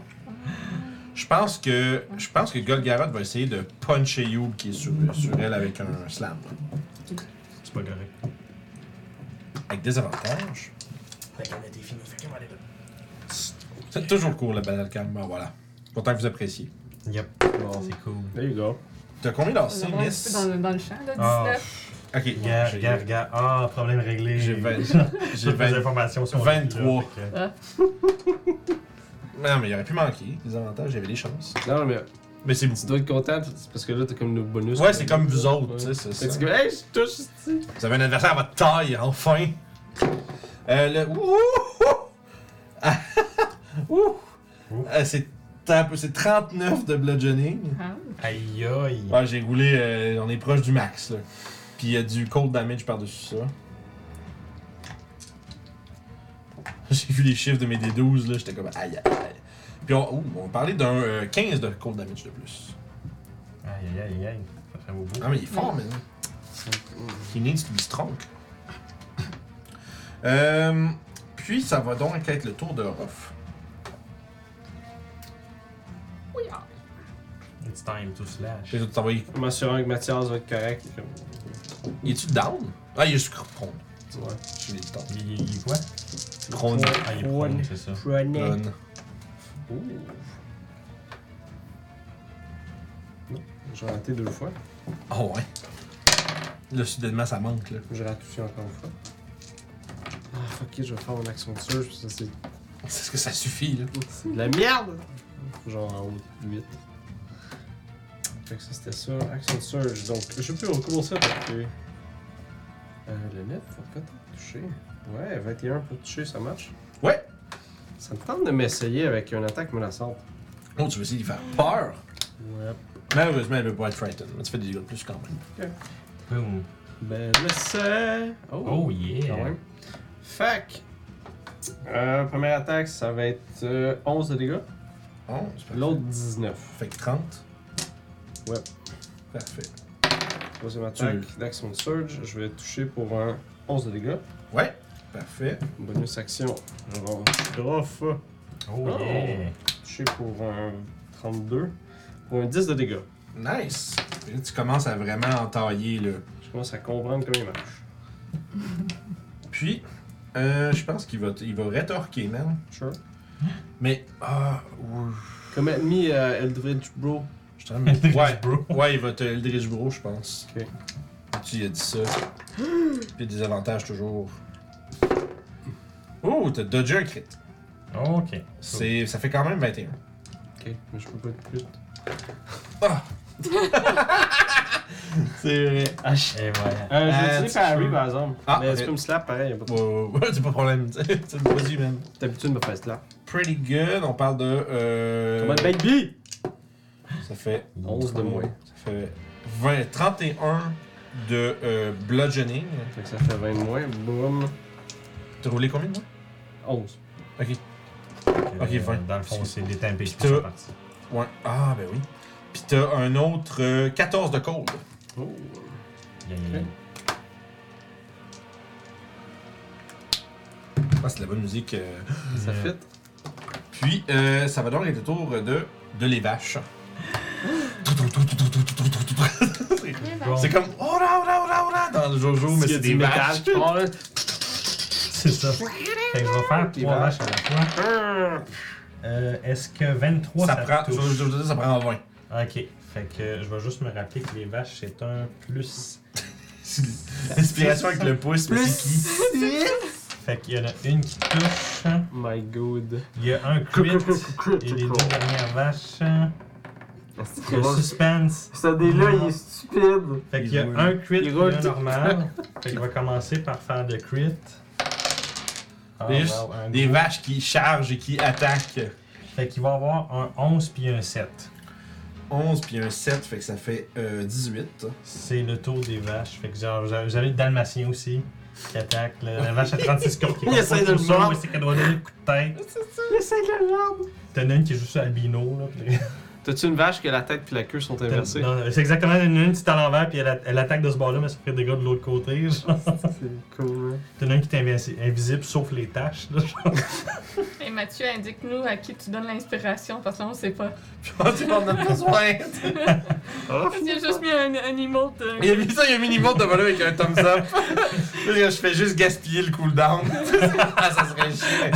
[SPEAKER 1] Je pense que je pense que Golgaroth va essayer de puncher Youb qui est sur, sur elle avec un slam.
[SPEAKER 3] C'est pas correct.
[SPEAKER 1] Avec des avantages.
[SPEAKER 5] Fait qu'on Ben, a des films, fait qu'on va aller là.
[SPEAKER 1] C'est toujours court le banal calme. Bon, voilà. Content que vous appréciez.
[SPEAKER 3] Yep,
[SPEAKER 2] Bon,
[SPEAKER 3] c'est cool.
[SPEAKER 2] there you go.
[SPEAKER 1] T'as combien d'AC,
[SPEAKER 4] On est un petit
[SPEAKER 1] Miss?
[SPEAKER 4] peu dans le- dans le champ, là,
[SPEAKER 3] Ah.
[SPEAKER 4] 19.
[SPEAKER 1] Ok.
[SPEAKER 3] Regarde,
[SPEAKER 1] j'ai-
[SPEAKER 3] regarde, regarde. Ah, problème réglé.
[SPEAKER 1] J'ai vingt- J'ai
[SPEAKER 3] Toutes les
[SPEAKER 1] 20.
[SPEAKER 3] informations sont
[SPEAKER 1] 23.
[SPEAKER 3] là, fait que-
[SPEAKER 1] Non, mais il aurait pu manquer. Des avantages, j'avais des chances.
[SPEAKER 2] Non, mais
[SPEAKER 1] Mais c'est
[SPEAKER 2] tu
[SPEAKER 1] beaucoup.
[SPEAKER 2] dois être content c'est parce que là, t'as comme le bonus.
[SPEAKER 1] Ouais, c'est comme vous autres, tu sais, c'est
[SPEAKER 2] Fait que
[SPEAKER 1] ça.
[SPEAKER 2] tu dis, hey, je touche ici.
[SPEAKER 1] Vous avez un adversaire à votre taille, enfin! Euh, le. Ouh! Ah, Ouh!
[SPEAKER 3] Ouh.
[SPEAKER 1] Euh, c'est un peu- c'est 39 de bludgeoning.
[SPEAKER 4] Ah.
[SPEAKER 3] Aïe aïe.
[SPEAKER 1] Ouais, j'ai roulé, euh, on est proche du max, là. Puis il y a du cold damage par-dessus ça. J'ai vu les chiffres de mes D12, là, j'étais comme aïe aïe aïe. Puis on, ouh, on parlait d'un euh, 15 de cold damage de plus.
[SPEAKER 3] Aïe aïe aïe aïe. Ça fait beaucoup.
[SPEAKER 1] Ah, mais il est fort, man. He needs to be strong. Euh, puis, ça va donc être le tour de Orof.
[SPEAKER 4] Oui, ah.
[SPEAKER 3] It's time to slash.
[SPEAKER 1] Je vais t'envoyer.
[SPEAKER 2] En m'assurant que Mathias va être correct. comme-
[SPEAKER 1] Es-tu down? Ah, il est juste prone.
[SPEAKER 2] Ouais.
[SPEAKER 1] Je l'ai dit tantôt.
[SPEAKER 3] Il, il- il est quoi?
[SPEAKER 1] Prone.
[SPEAKER 3] Ah, il est prone, c'est ça.
[SPEAKER 2] Prenez.
[SPEAKER 1] Prone.
[SPEAKER 2] Ouh. Non, J'ai raté deux fois.
[SPEAKER 1] Ah ouais. Là, soudainement, ça manque, là.
[SPEAKER 2] Je rate aussi encore une fois. Ah, fuck it, je vais faire mon action de surge, ça c'est
[SPEAKER 1] C'est ce que ça suffit, là.
[SPEAKER 2] C'est de la merde! Genre en haut, 8. Fait que ça c'était ça, Action Surge. Donc je peux recommencer avec euh, euh, le 9, faut peut-être toucher. Ouais, 21 pour toucher, ça marche.
[SPEAKER 1] Ouais!
[SPEAKER 2] Ça me tente de m'essayer avec une attaque menaçante.
[SPEAKER 1] Oh, tu veux essayer de faire peur?
[SPEAKER 2] Ouais.
[SPEAKER 1] Malheureusement, elle veut pas être frightened. Mais tu fais des dégâts de plus quand même.
[SPEAKER 3] Boom.
[SPEAKER 2] Ben là c'est...
[SPEAKER 3] Oh
[SPEAKER 2] quand
[SPEAKER 3] yeah.
[SPEAKER 2] même. Fac! Euh, première attaque, ça va être euh, 11 de dégâts.
[SPEAKER 1] 11, Oh, parfait.
[SPEAKER 2] L'autre 19.
[SPEAKER 1] Fait que 30.
[SPEAKER 2] Ouais.
[SPEAKER 1] Parfait.
[SPEAKER 2] Troisième attaque d'Action Surge, je vais toucher pour un 11 de dégâts.
[SPEAKER 1] Ouais! Parfait.
[SPEAKER 2] Bonus action. Alors, off.
[SPEAKER 3] Oh
[SPEAKER 2] Oh.
[SPEAKER 3] yeah.
[SPEAKER 2] Touché pour un 32. Pour un 10 de dégâts.
[SPEAKER 1] Nice! Et là, tu commences à vraiment entailler, là.
[SPEAKER 2] Je commence à comprendre comment il marche.
[SPEAKER 1] Puis, euh, je pense qu'il va, il va rétorquer, man.
[SPEAKER 2] Sure.
[SPEAKER 1] Mais, ah, ouf,
[SPEAKER 2] Comme ami euh, Eldridge Bro.
[SPEAKER 1] je t'en mets. Ouais,
[SPEAKER 3] Bro.
[SPEAKER 1] ouais, il va te Eldritch Bro, je pense.
[SPEAKER 2] Ok.
[SPEAKER 1] Tu lui as dit ça. Puis des avantages toujours. Oh, t'as dodgé un crit.
[SPEAKER 3] Ok.
[SPEAKER 1] C'est, ça fait quand même 21.
[SPEAKER 2] Ok, mais je peux pas être plus.
[SPEAKER 1] Ah! C'est vrai.
[SPEAKER 2] Ah, je
[SPEAKER 3] Et voilà.
[SPEAKER 2] euh,
[SPEAKER 1] Euh,
[SPEAKER 2] je vais
[SPEAKER 1] tu
[SPEAKER 2] utiliser Parry
[SPEAKER 1] peux-
[SPEAKER 2] par exemple.
[SPEAKER 1] Ah,
[SPEAKER 2] mais
[SPEAKER 1] ok.
[SPEAKER 2] tu peux me slap pareil, y'a pas de
[SPEAKER 1] Ouais, ouais, ouais, c'est pas de problème. C'est vas-y, man.
[SPEAKER 2] T'as l'habitude de me faire slap.
[SPEAKER 1] Pretty good. On parle de. Euh,
[SPEAKER 2] Euh, Comment baby!
[SPEAKER 1] Ça fait
[SPEAKER 2] 11 de moins.
[SPEAKER 1] Ça fait 20, 31 de euh, bludgeoning.
[SPEAKER 2] Fait que ça fait 20 de moins. Boum.
[SPEAKER 1] T'as roulé combien, moi?
[SPEAKER 2] 11.
[SPEAKER 1] Ok. Ok,
[SPEAKER 3] Euh,
[SPEAKER 1] vingt.
[SPEAKER 3] Dans le fond, c'est des tempés.
[SPEAKER 1] t'as-
[SPEAKER 3] C'est parti.
[SPEAKER 1] Ouais. Ah, ben oui. Puis t'as un autre euh, 14 de cold.
[SPEAKER 2] Oh.
[SPEAKER 3] Yeah, yeah, yeah.
[SPEAKER 1] Ah, c'est de la bonne musique. euh.
[SPEAKER 2] Ça
[SPEAKER 3] Yeah.
[SPEAKER 2] fit.
[SPEAKER 1] Puis, euh, ça va donc être le tour de, de les vaches.
[SPEAKER 3] Bon,
[SPEAKER 1] C'est comme oh là, oh là, oh là, oh là dans le Jojo, mais c'est des vaches.
[SPEAKER 3] C'est ça. Fait que je vais faire
[SPEAKER 2] Des
[SPEAKER 3] trois
[SPEAKER 2] vaches.
[SPEAKER 3] vaches à la fois. Euh, Est-ce que 23
[SPEAKER 1] Ça
[SPEAKER 3] ça,
[SPEAKER 1] prend, je
[SPEAKER 3] touche?
[SPEAKER 1] veux- je veux dire, ça prend 20.
[SPEAKER 3] Ok. Fait que je vais juste me rappeler que les vaches, c'est un plus.
[SPEAKER 1] Inspiration avec le pouce, mais c'est qui?
[SPEAKER 3] Fait qu'il y en a une qui touche.
[SPEAKER 2] My god.
[SPEAKER 3] Il y a un crit. Et les deux dernières vaches. euh, Le suspense.
[SPEAKER 2] Ce dé-là, il est stupide.
[SPEAKER 3] Fait
[SPEAKER 1] Il
[SPEAKER 3] qu'il y a
[SPEAKER 1] roule.
[SPEAKER 3] un crit
[SPEAKER 2] Il
[SPEAKER 3] et
[SPEAKER 2] roule
[SPEAKER 3] un
[SPEAKER 2] tout.
[SPEAKER 3] normal. fait qu'il va commencer par faire le crit. Ah,
[SPEAKER 1] Il y a juste
[SPEAKER 3] wow, un
[SPEAKER 1] des
[SPEAKER 3] gros.
[SPEAKER 1] vaches qui chargent et qui attaquent.
[SPEAKER 3] Fait qu'il va avoir un 11 puis un 7.
[SPEAKER 1] 11 puis un 7, fait que ça fait euh, 18.
[SPEAKER 3] C'est le tour des vaches. Fait que genre, vous avez vous avez le dalmatien aussi qui attaque. La, la vache à 36 cordes qui
[SPEAKER 2] Il
[SPEAKER 3] est
[SPEAKER 2] essaie
[SPEAKER 3] pas
[SPEAKER 2] de le
[SPEAKER 3] tout seul,
[SPEAKER 2] mordre.
[SPEAKER 3] mais C'est qu'elle doit donner le coup de tête. C'est ça. T'en as une qui joue sur albino. Là, puis-
[SPEAKER 2] T'as-tu une vache que la tête puis la queue sont inversées?
[SPEAKER 3] Non, non, c'est exactement une, une qui est à l'envers, puis elle, a- elle attaque de ce bord-là, mais ça fait des gars de l'autre côté. genre.
[SPEAKER 2] C'est cool, hein?
[SPEAKER 3] T'en as une qui est invinci- invisible, sauf les taches. Là, genre.
[SPEAKER 4] Et Mathieu, indique-nous à qui tu donnes l'inspiration, parce que là, on sait pas.
[SPEAKER 1] Je pense qu'on en a besoin.
[SPEAKER 4] Il a juste mis un, un emote euh, de-
[SPEAKER 1] Il a mis ça, il a mis l'imote devant lui avec un thumbs up. je fais juste gaspiller le cooldown. ah, ça serait chiant.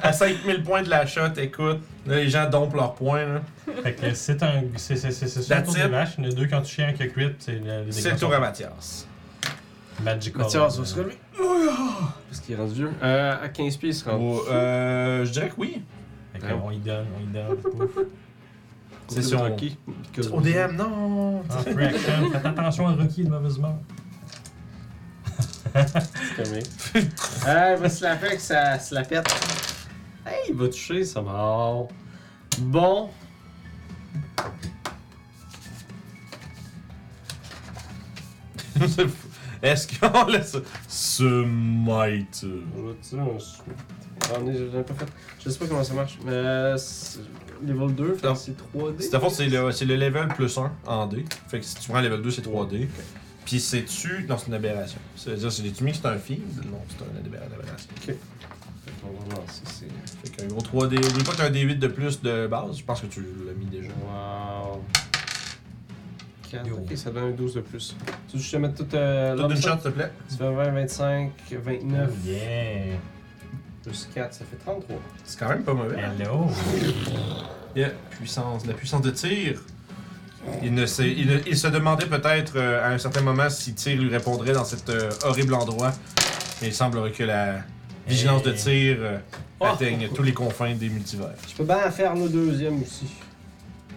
[SPEAKER 1] À 5000 points de la shot, écoute. Là, les gens dompent leurs points. Là.
[SPEAKER 3] Fait que c'est un. C'est c'est- c'est- c'est sur le
[SPEAKER 1] That's
[SPEAKER 3] tour des
[SPEAKER 1] it.
[SPEAKER 3] vaches. Il y en a deux qui ont touché, un qui a crit. C'est le, les
[SPEAKER 1] C'est le tour à Mathias.
[SPEAKER 3] Magical. euh,
[SPEAKER 2] Mathias va se relever. Parce qu'il est rendu vieux. Euh, à 15 pieds, il se rend.
[SPEAKER 1] Ou, euh, je dirais que oui.
[SPEAKER 3] Fait que on y donne, on y donne. Pouf.
[SPEAKER 1] C'est sur-
[SPEAKER 2] Rocky.
[SPEAKER 1] Au DM, non.
[SPEAKER 3] En free action, Ah, faites attention à Rocky de mauvaise mort.
[SPEAKER 2] C'est comique. Ah, il va se la faire que ça se la pète. Hey, il va toucher, ça mort. Bon.
[SPEAKER 1] Est-ce qu'on laisse ce might? euh,
[SPEAKER 2] Je vais tirer un sou- Ah, mais je l'ai pas fait. Je sais pas comment ça marche. Mais c'est- level 2, fait que
[SPEAKER 1] Non.
[SPEAKER 2] c'est 3D.
[SPEAKER 1] C'est à fond, c'est le, c'est le level plus 1 en D. Fait que si tu prends level 2, c'est 3D. Puis c'est tu dans une aberration. C'est-à-dire, c'est des tumis, c'est un field. Non, c'est un abé- aberration.
[SPEAKER 2] On va lancer, c'est-
[SPEAKER 1] Fait qu'un gros 3D. Oublie pas que t'as un D8 de plus de base. Je pense que tu l'as mis déjà.
[SPEAKER 2] Wow. 4.
[SPEAKER 3] Yo.
[SPEAKER 2] Ok, ça donne un 12 de plus. Tu veux juste te mettre tout euh,
[SPEAKER 1] Tout
[SPEAKER 2] l'homme
[SPEAKER 1] d'une
[SPEAKER 2] ça?
[SPEAKER 1] shot, s'il te plaît.
[SPEAKER 2] Ça fait 20, 25, 29,
[SPEAKER 3] Oh Yeah!
[SPEAKER 2] plus 4, ça fait 33.
[SPEAKER 1] C'est quand même pas mauvais.
[SPEAKER 3] Hello!
[SPEAKER 1] Yeah. Puissance, la puissance de tir. Il, ne sait- il, il se demandait peut-être euh, à un certain moment si tir lui répondrait dans cet euh, horrible endroit. Mais il semblerait que la vigilance de
[SPEAKER 3] Hey.
[SPEAKER 1] tir euh,
[SPEAKER 2] Oh.
[SPEAKER 1] atteigne tous les confins des multivers.
[SPEAKER 2] Je peux bien en faire le deuxième aussi.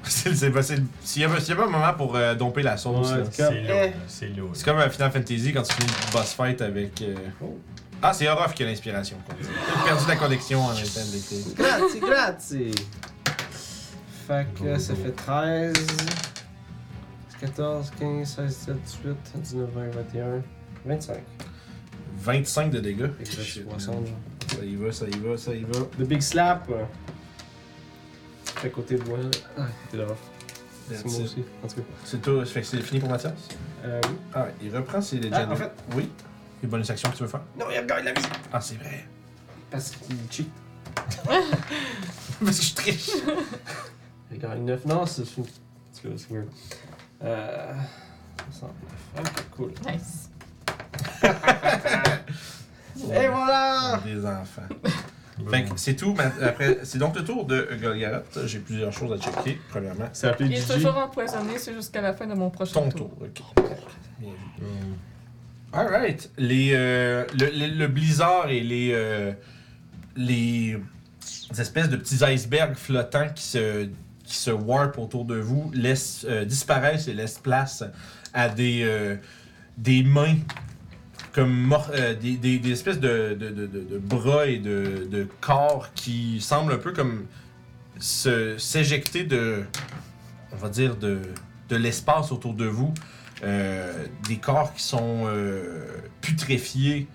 [SPEAKER 1] C'est- c'est pas- c'est- S'il y, avait- s'il y avait un moment pour euh, domper la sauce,
[SPEAKER 2] Ouais.
[SPEAKER 1] là.
[SPEAKER 3] C'est
[SPEAKER 2] Eh.
[SPEAKER 3] lourd, c'est lourd.
[SPEAKER 1] c'est comme à Final Fantasy quand tu finis le boss fight avec. euh,
[SPEAKER 2] Oh.
[SPEAKER 1] Ah, c'est Orof qui a l'inspiration. quoi. J'ai perdu la connexion en interne d'été.
[SPEAKER 2] Grazie, grazie! Fait que ça fait 13, 14, 15, 16, 17, 18, 19, 20, 21, 25.
[SPEAKER 1] 25 de dégâts.
[SPEAKER 2] Fait que ça, c'est
[SPEAKER 1] Shit,
[SPEAKER 2] 60. genre.
[SPEAKER 1] Ça y va, ça y va, ça y va.
[SPEAKER 2] The Big Slap! euh, Fait à côté de moi. là. Ah, t'es là. C'est moi
[SPEAKER 1] C'est-
[SPEAKER 2] aussi. En tout cas.
[SPEAKER 1] C'est tout. Fait que c'est fini pour Mathias.
[SPEAKER 2] Euh, oui.
[SPEAKER 1] Ah, ouais, il reprend ses
[SPEAKER 2] Ah,
[SPEAKER 1] légendes.
[SPEAKER 2] en fait,
[SPEAKER 1] Oui. Les bonus actions que tu veux faire.
[SPEAKER 2] non, il regarde la vie!
[SPEAKER 1] Ah, c'est vrai.
[SPEAKER 2] Parce qu'il cheat.
[SPEAKER 1] Parce que je triche.
[SPEAKER 2] Il gagne 9. Non, c'est fou. En tout cas, c'est weird. Euh. 69. Ok, cool.
[SPEAKER 4] Nice.
[SPEAKER 2] Et voilà!
[SPEAKER 1] Des enfants. Fait que c'est tout. ma- Après, c'est donc le tour de Golgaroth. J'ai plusieurs choses à checker. Premièrement,
[SPEAKER 2] C'est appelé
[SPEAKER 4] Il est toujours empoisonné, c'est jusqu'à la fin de mon prochain
[SPEAKER 1] ton
[SPEAKER 4] tour.
[SPEAKER 1] tour. Ok. Bien vu. Alright. Les, euh, le, le- le blizzard et les, euh, les espèces de petits icebergs flottants qui se, qui se warpent autour de vous laissent, euh, disparaissent et laissent place à des, euh, des mains comme mor- euh, des, des- des espèces de, de- de- de- de bras et de, de corps qui semblent un peu comme se- s'éjecter de, on va dire, de, de l'espace autour de vous. Euh, des corps qui sont euh, putréfiés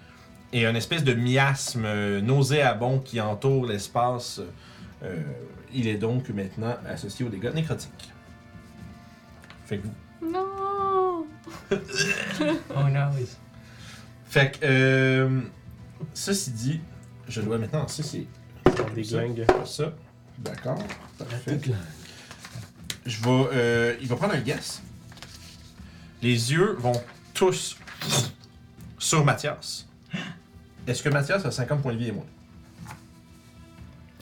[SPEAKER 1] et un espèce de miasme euh, nauséabond qui entoure l'espace. Euh, il est donc maintenant associé aux dégâts nécrotiques. Fait que,
[SPEAKER 4] Non!
[SPEAKER 3] Oh non, oui.
[SPEAKER 1] fait que, euh, ceci dit, je dois maintenant lancer ces-
[SPEAKER 2] Des gangs.
[SPEAKER 1] ça. D'accord. Parfait. Je vais. euh, il va prendre un guess. Les yeux vont tous sur Mathias. Est-ce que Mathias a 50 points de vie et moins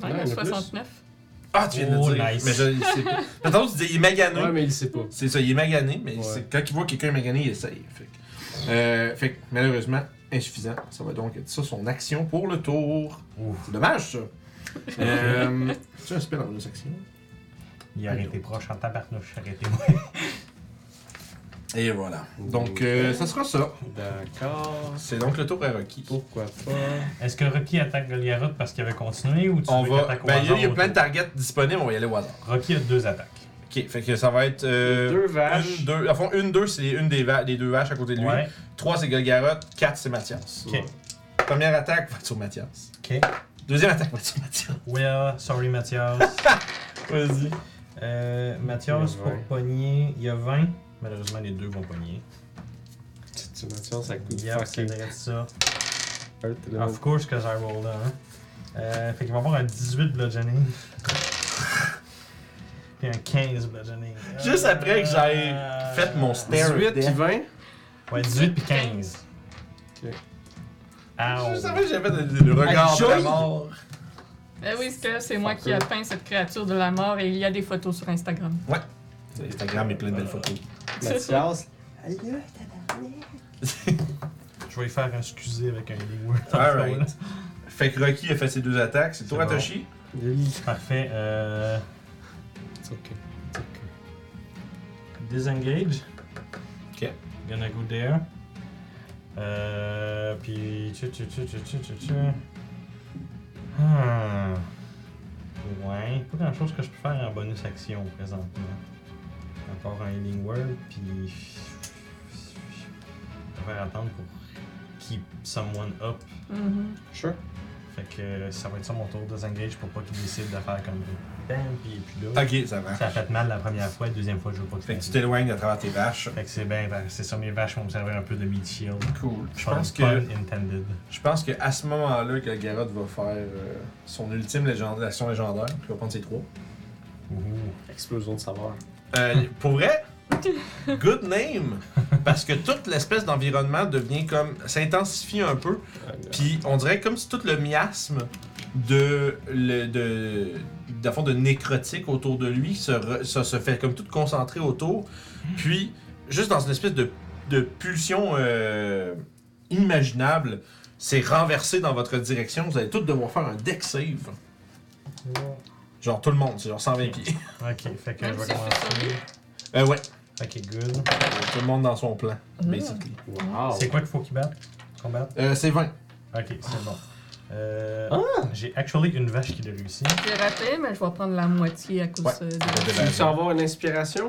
[SPEAKER 4] Ouais,
[SPEAKER 2] Ouais,
[SPEAKER 4] il a
[SPEAKER 2] il y en a plus.
[SPEAKER 4] 69.
[SPEAKER 1] Ah, tu viens de
[SPEAKER 3] Oh,
[SPEAKER 1] le dire.
[SPEAKER 3] nice.
[SPEAKER 1] Mais je, c'est- J'ai entendu que tu dis, il est magané.
[SPEAKER 2] Ouais, mais il sait pas.
[SPEAKER 1] C'est ça, il est magané, mais
[SPEAKER 2] Ouais.
[SPEAKER 1] c'est- quand il voit quelqu'un magané, il essaye. Fait que, euh, fait que, malheureusement, insuffisant. Ça va donc être ça, son action pour le tour.
[SPEAKER 3] Ouf.
[SPEAKER 1] C'est dommage, ça. euh, tu as un spell en bonus action
[SPEAKER 3] Il aurait été proche en tabarnouche, arrêtez-moi.
[SPEAKER 1] Et voilà. Donc, euh, ça sera ça.
[SPEAKER 2] D'accord.
[SPEAKER 1] C'est donc le tour à Rocky.
[SPEAKER 2] Pourquoi pas?
[SPEAKER 3] Est-ce que Rocky attaque Goliaroth parce qu'il avait continué ou tu
[SPEAKER 1] On
[SPEAKER 3] veux qu'il
[SPEAKER 1] va.
[SPEAKER 3] attaque au
[SPEAKER 1] Ben, il y a- il y a
[SPEAKER 3] hasard
[SPEAKER 1] plein de
[SPEAKER 3] autour?
[SPEAKER 1] targets disponibles, on va y aller au hasard.
[SPEAKER 3] Rocky a deux attaques.
[SPEAKER 1] Ok, fait que ça va être. euh,
[SPEAKER 2] Deux vaches.
[SPEAKER 1] Une, deux. À fond, une, deux, c'est une des, va- des deux vaches à côté de lui.
[SPEAKER 3] Ouais.
[SPEAKER 1] Trois, c'est Golgaroth. Quatre, c'est Mathias.
[SPEAKER 3] Ok.
[SPEAKER 1] Première attaque va sur Mathias.
[SPEAKER 3] Ok.
[SPEAKER 1] Deuxième attaque va sur Mathias.
[SPEAKER 3] Well, sorry Mathias.
[SPEAKER 1] Vas-y.
[SPEAKER 3] Euh, Mathias
[SPEAKER 2] Il y a
[SPEAKER 3] pour
[SPEAKER 2] 20.
[SPEAKER 3] pogner, il y a 20. Malheureusement, les deux vont pogner.
[SPEAKER 2] Tu m'attends, ça coûte
[SPEAKER 3] Yep, c'est
[SPEAKER 2] fucking
[SPEAKER 3] direct ça.
[SPEAKER 2] hurt, là.
[SPEAKER 3] Of course, que j'ai rolled hein. Euh, fait qu'il va avoir un 18 bludgeoning. Puis un 15 bludgeoning.
[SPEAKER 1] Juste après que j'aille
[SPEAKER 3] Euh,
[SPEAKER 1] fait mon stare.
[SPEAKER 2] 18 puis 20.
[SPEAKER 3] Ouais, 18 puis 15.
[SPEAKER 2] Ok.
[SPEAKER 3] Ow.
[SPEAKER 1] Je savais que j'avais le, le regard de la mort.
[SPEAKER 4] Ben oui, c'est que c'est moi
[SPEAKER 2] Fucker.
[SPEAKER 4] qui ai peint cette créature de la mort et il y a des photos sur Instagram.
[SPEAKER 1] Instagram est plein de belles photos.
[SPEAKER 2] Mathias.
[SPEAKER 3] Je vais y faire un excusé avec un D-word.
[SPEAKER 1] Alright. Fait que Rocky a fait ses deux attaques. C'est toi,
[SPEAKER 3] C'est bon.
[SPEAKER 1] Toshi.
[SPEAKER 2] Lily.
[SPEAKER 3] Parfait. Euh,
[SPEAKER 2] It's ok. It's ok.
[SPEAKER 3] disengage.
[SPEAKER 1] Ok.
[SPEAKER 3] Gonna go there. Euh, puis. tchou, tchou, tchou, tchou, tchou, tchou, tchou. Hmm. Ouais, pas grand chose que je peux faire en bonus action présentement. À part un Healing World, puis. Je vais faire attendre pour keep someone up.
[SPEAKER 4] Mhm.
[SPEAKER 2] Sure.
[SPEAKER 3] Fait que euh, ça va être ça mon tour, disengage pour pas qu'il décide de faire comme Bam, puis il est plus là.
[SPEAKER 1] Ok, ça va.
[SPEAKER 3] Ça a fait mal la première fois, la deuxième fois je veux pas que
[SPEAKER 1] Fait que tu
[SPEAKER 3] ça arrive.
[SPEAKER 1] t'éloignes à travers tes vaches.
[SPEAKER 3] Fait que c'est bien, ben, c'est ça, mes vaches vont me servir un peu de meat shield.
[SPEAKER 1] Cool. Je
[SPEAKER 3] Fun-
[SPEAKER 1] pense
[SPEAKER 3] fun
[SPEAKER 1] que.
[SPEAKER 3] intended.
[SPEAKER 1] Je pense que à ce moment-là que Garrod va faire euh, son ultime légende- action légendaire, puis il va prendre ses trois.
[SPEAKER 3] Ouhou.
[SPEAKER 2] Explosion de savoir.
[SPEAKER 1] Euh, pour vrai, good name! Parce que toute l'espèce d'environnement devient comme. s'intensifie un peu, puis on dirait comme si tout le miasme de. le, de d'un fond de nécrotique autour de lui se, re- se, se fait comme tout concentré autour, puis juste dans une espèce de, de pulsion euh, inimaginable, c'est renversé dans votre direction. Vous allez tous devoir faire un deck save. Genre tout le monde, c'est genre 120 pieds.
[SPEAKER 3] Ok, fait que je
[SPEAKER 4] Même
[SPEAKER 3] vais
[SPEAKER 4] si je suis
[SPEAKER 3] commencer.
[SPEAKER 1] Euh, ouais, Ah.
[SPEAKER 3] Ok, good.
[SPEAKER 1] Tout le monde dans son plan, basically. Oh.
[SPEAKER 2] Wow.
[SPEAKER 3] C'est quoi qu'il faut qu'il batte Combattre
[SPEAKER 1] Euh, c'est 20.
[SPEAKER 3] Ok, c'est bon. Euh,
[SPEAKER 1] Ah!
[SPEAKER 3] J'ai actually une vache qui l'a réussi.
[SPEAKER 4] J'ai raté, mais je vais prendre la moitié à cause
[SPEAKER 1] Ouais.
[SPEAKER 4] euh, de...
[SPEAKER 2] Tu veux avoir une inspiration?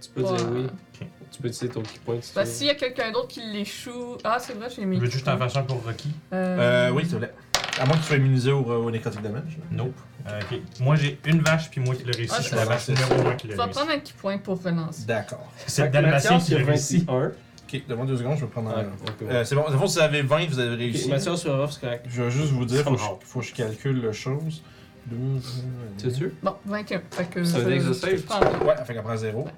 [SPEAKER 2] Tu peux
[SPEAKER 4] Ouais.
[SPEAKER 2] dire oui.
[SPEAKER 3] Ok.
[SPEAKER 2] Tu peux utiliser ton key point. si tu
[SPEAKER 4] Bah,
[SPEAKER 2] veux.
[SPEAKER 4] s'il y a quelqu'un d'autre qui l'échoue... Ah, c'est vrai, j'ai mis...
[SPEAKER 3] Veux-tu juste en faire un pour Rocky
[SPEAKER 1] Euh, oui, s'il te plaît. À moins que tu sois immunisé au, euh, au nécrotique damage.
[SPEAKER 3] Nope. Euh, Ok. Moi j'ai une vache puis moi qui l'ai réussi.
[SPEAKER 4] Ah,
[SPEAKER 3] c'est la
[SPEAKER 1] c'est
[SPEAKER 3] vache
[SPEAKER 1] ça.
[SPEAKER 3] numéro 1 qui
[SPEAKER 4] Je
[SPEAKER 3] l'a
[SPEAKER 4] vais
[SPEAKER 3] réussi.
[SPEAKER 4] prendre un petit point pour relancer.
[SPEAKER 1] D'accord.
[SPEAKER 3] C'est
[SPEAKER 2] Fait que
[SPEAKER 3] Dalmatien
[SPEAKER 2] Mathias,
[SPEAKER 3] qui
[SPEAKER 2] il
[SPEAKER 3] l'a
[SPEAKER 2] a
[SPEAKER 3] réussi.
[SPEAKER 2] 21.
[SPEAKER 1] Ok, demande deux secondes, je vais prendre
[SPEAKER 2] Ouais,
[SPEAKER 1] un.
[SPEAKER 2] ok, ouais.
[SPEAKER 1] Euh, c'est bon, dans le fond, si vous avez 20, vous avez
[SPEAKER 2] Ok,
[SPEAKER 1] réussi.
[SPEAKER 2] Mathias sur off, c'est correct.
[SPEAKER 1] Je vais juste vous dire, faut que,
[SPEAKER 2] Somehow.
[SPEAKER 1] je, faut que je calcule la chose. 12.
[SPEAKER 2] Tu es sûr?
[SPEAKER 4] Bon, 21. Fait que...
[SPEAKER 2] C'est un
[SPEAKER 4] je-
[SPEAKER 2] deck de save.
[SPEAKER 4] Je prends deux.
[SPEAKER 1] Ouais, fait qu'elle prend 0.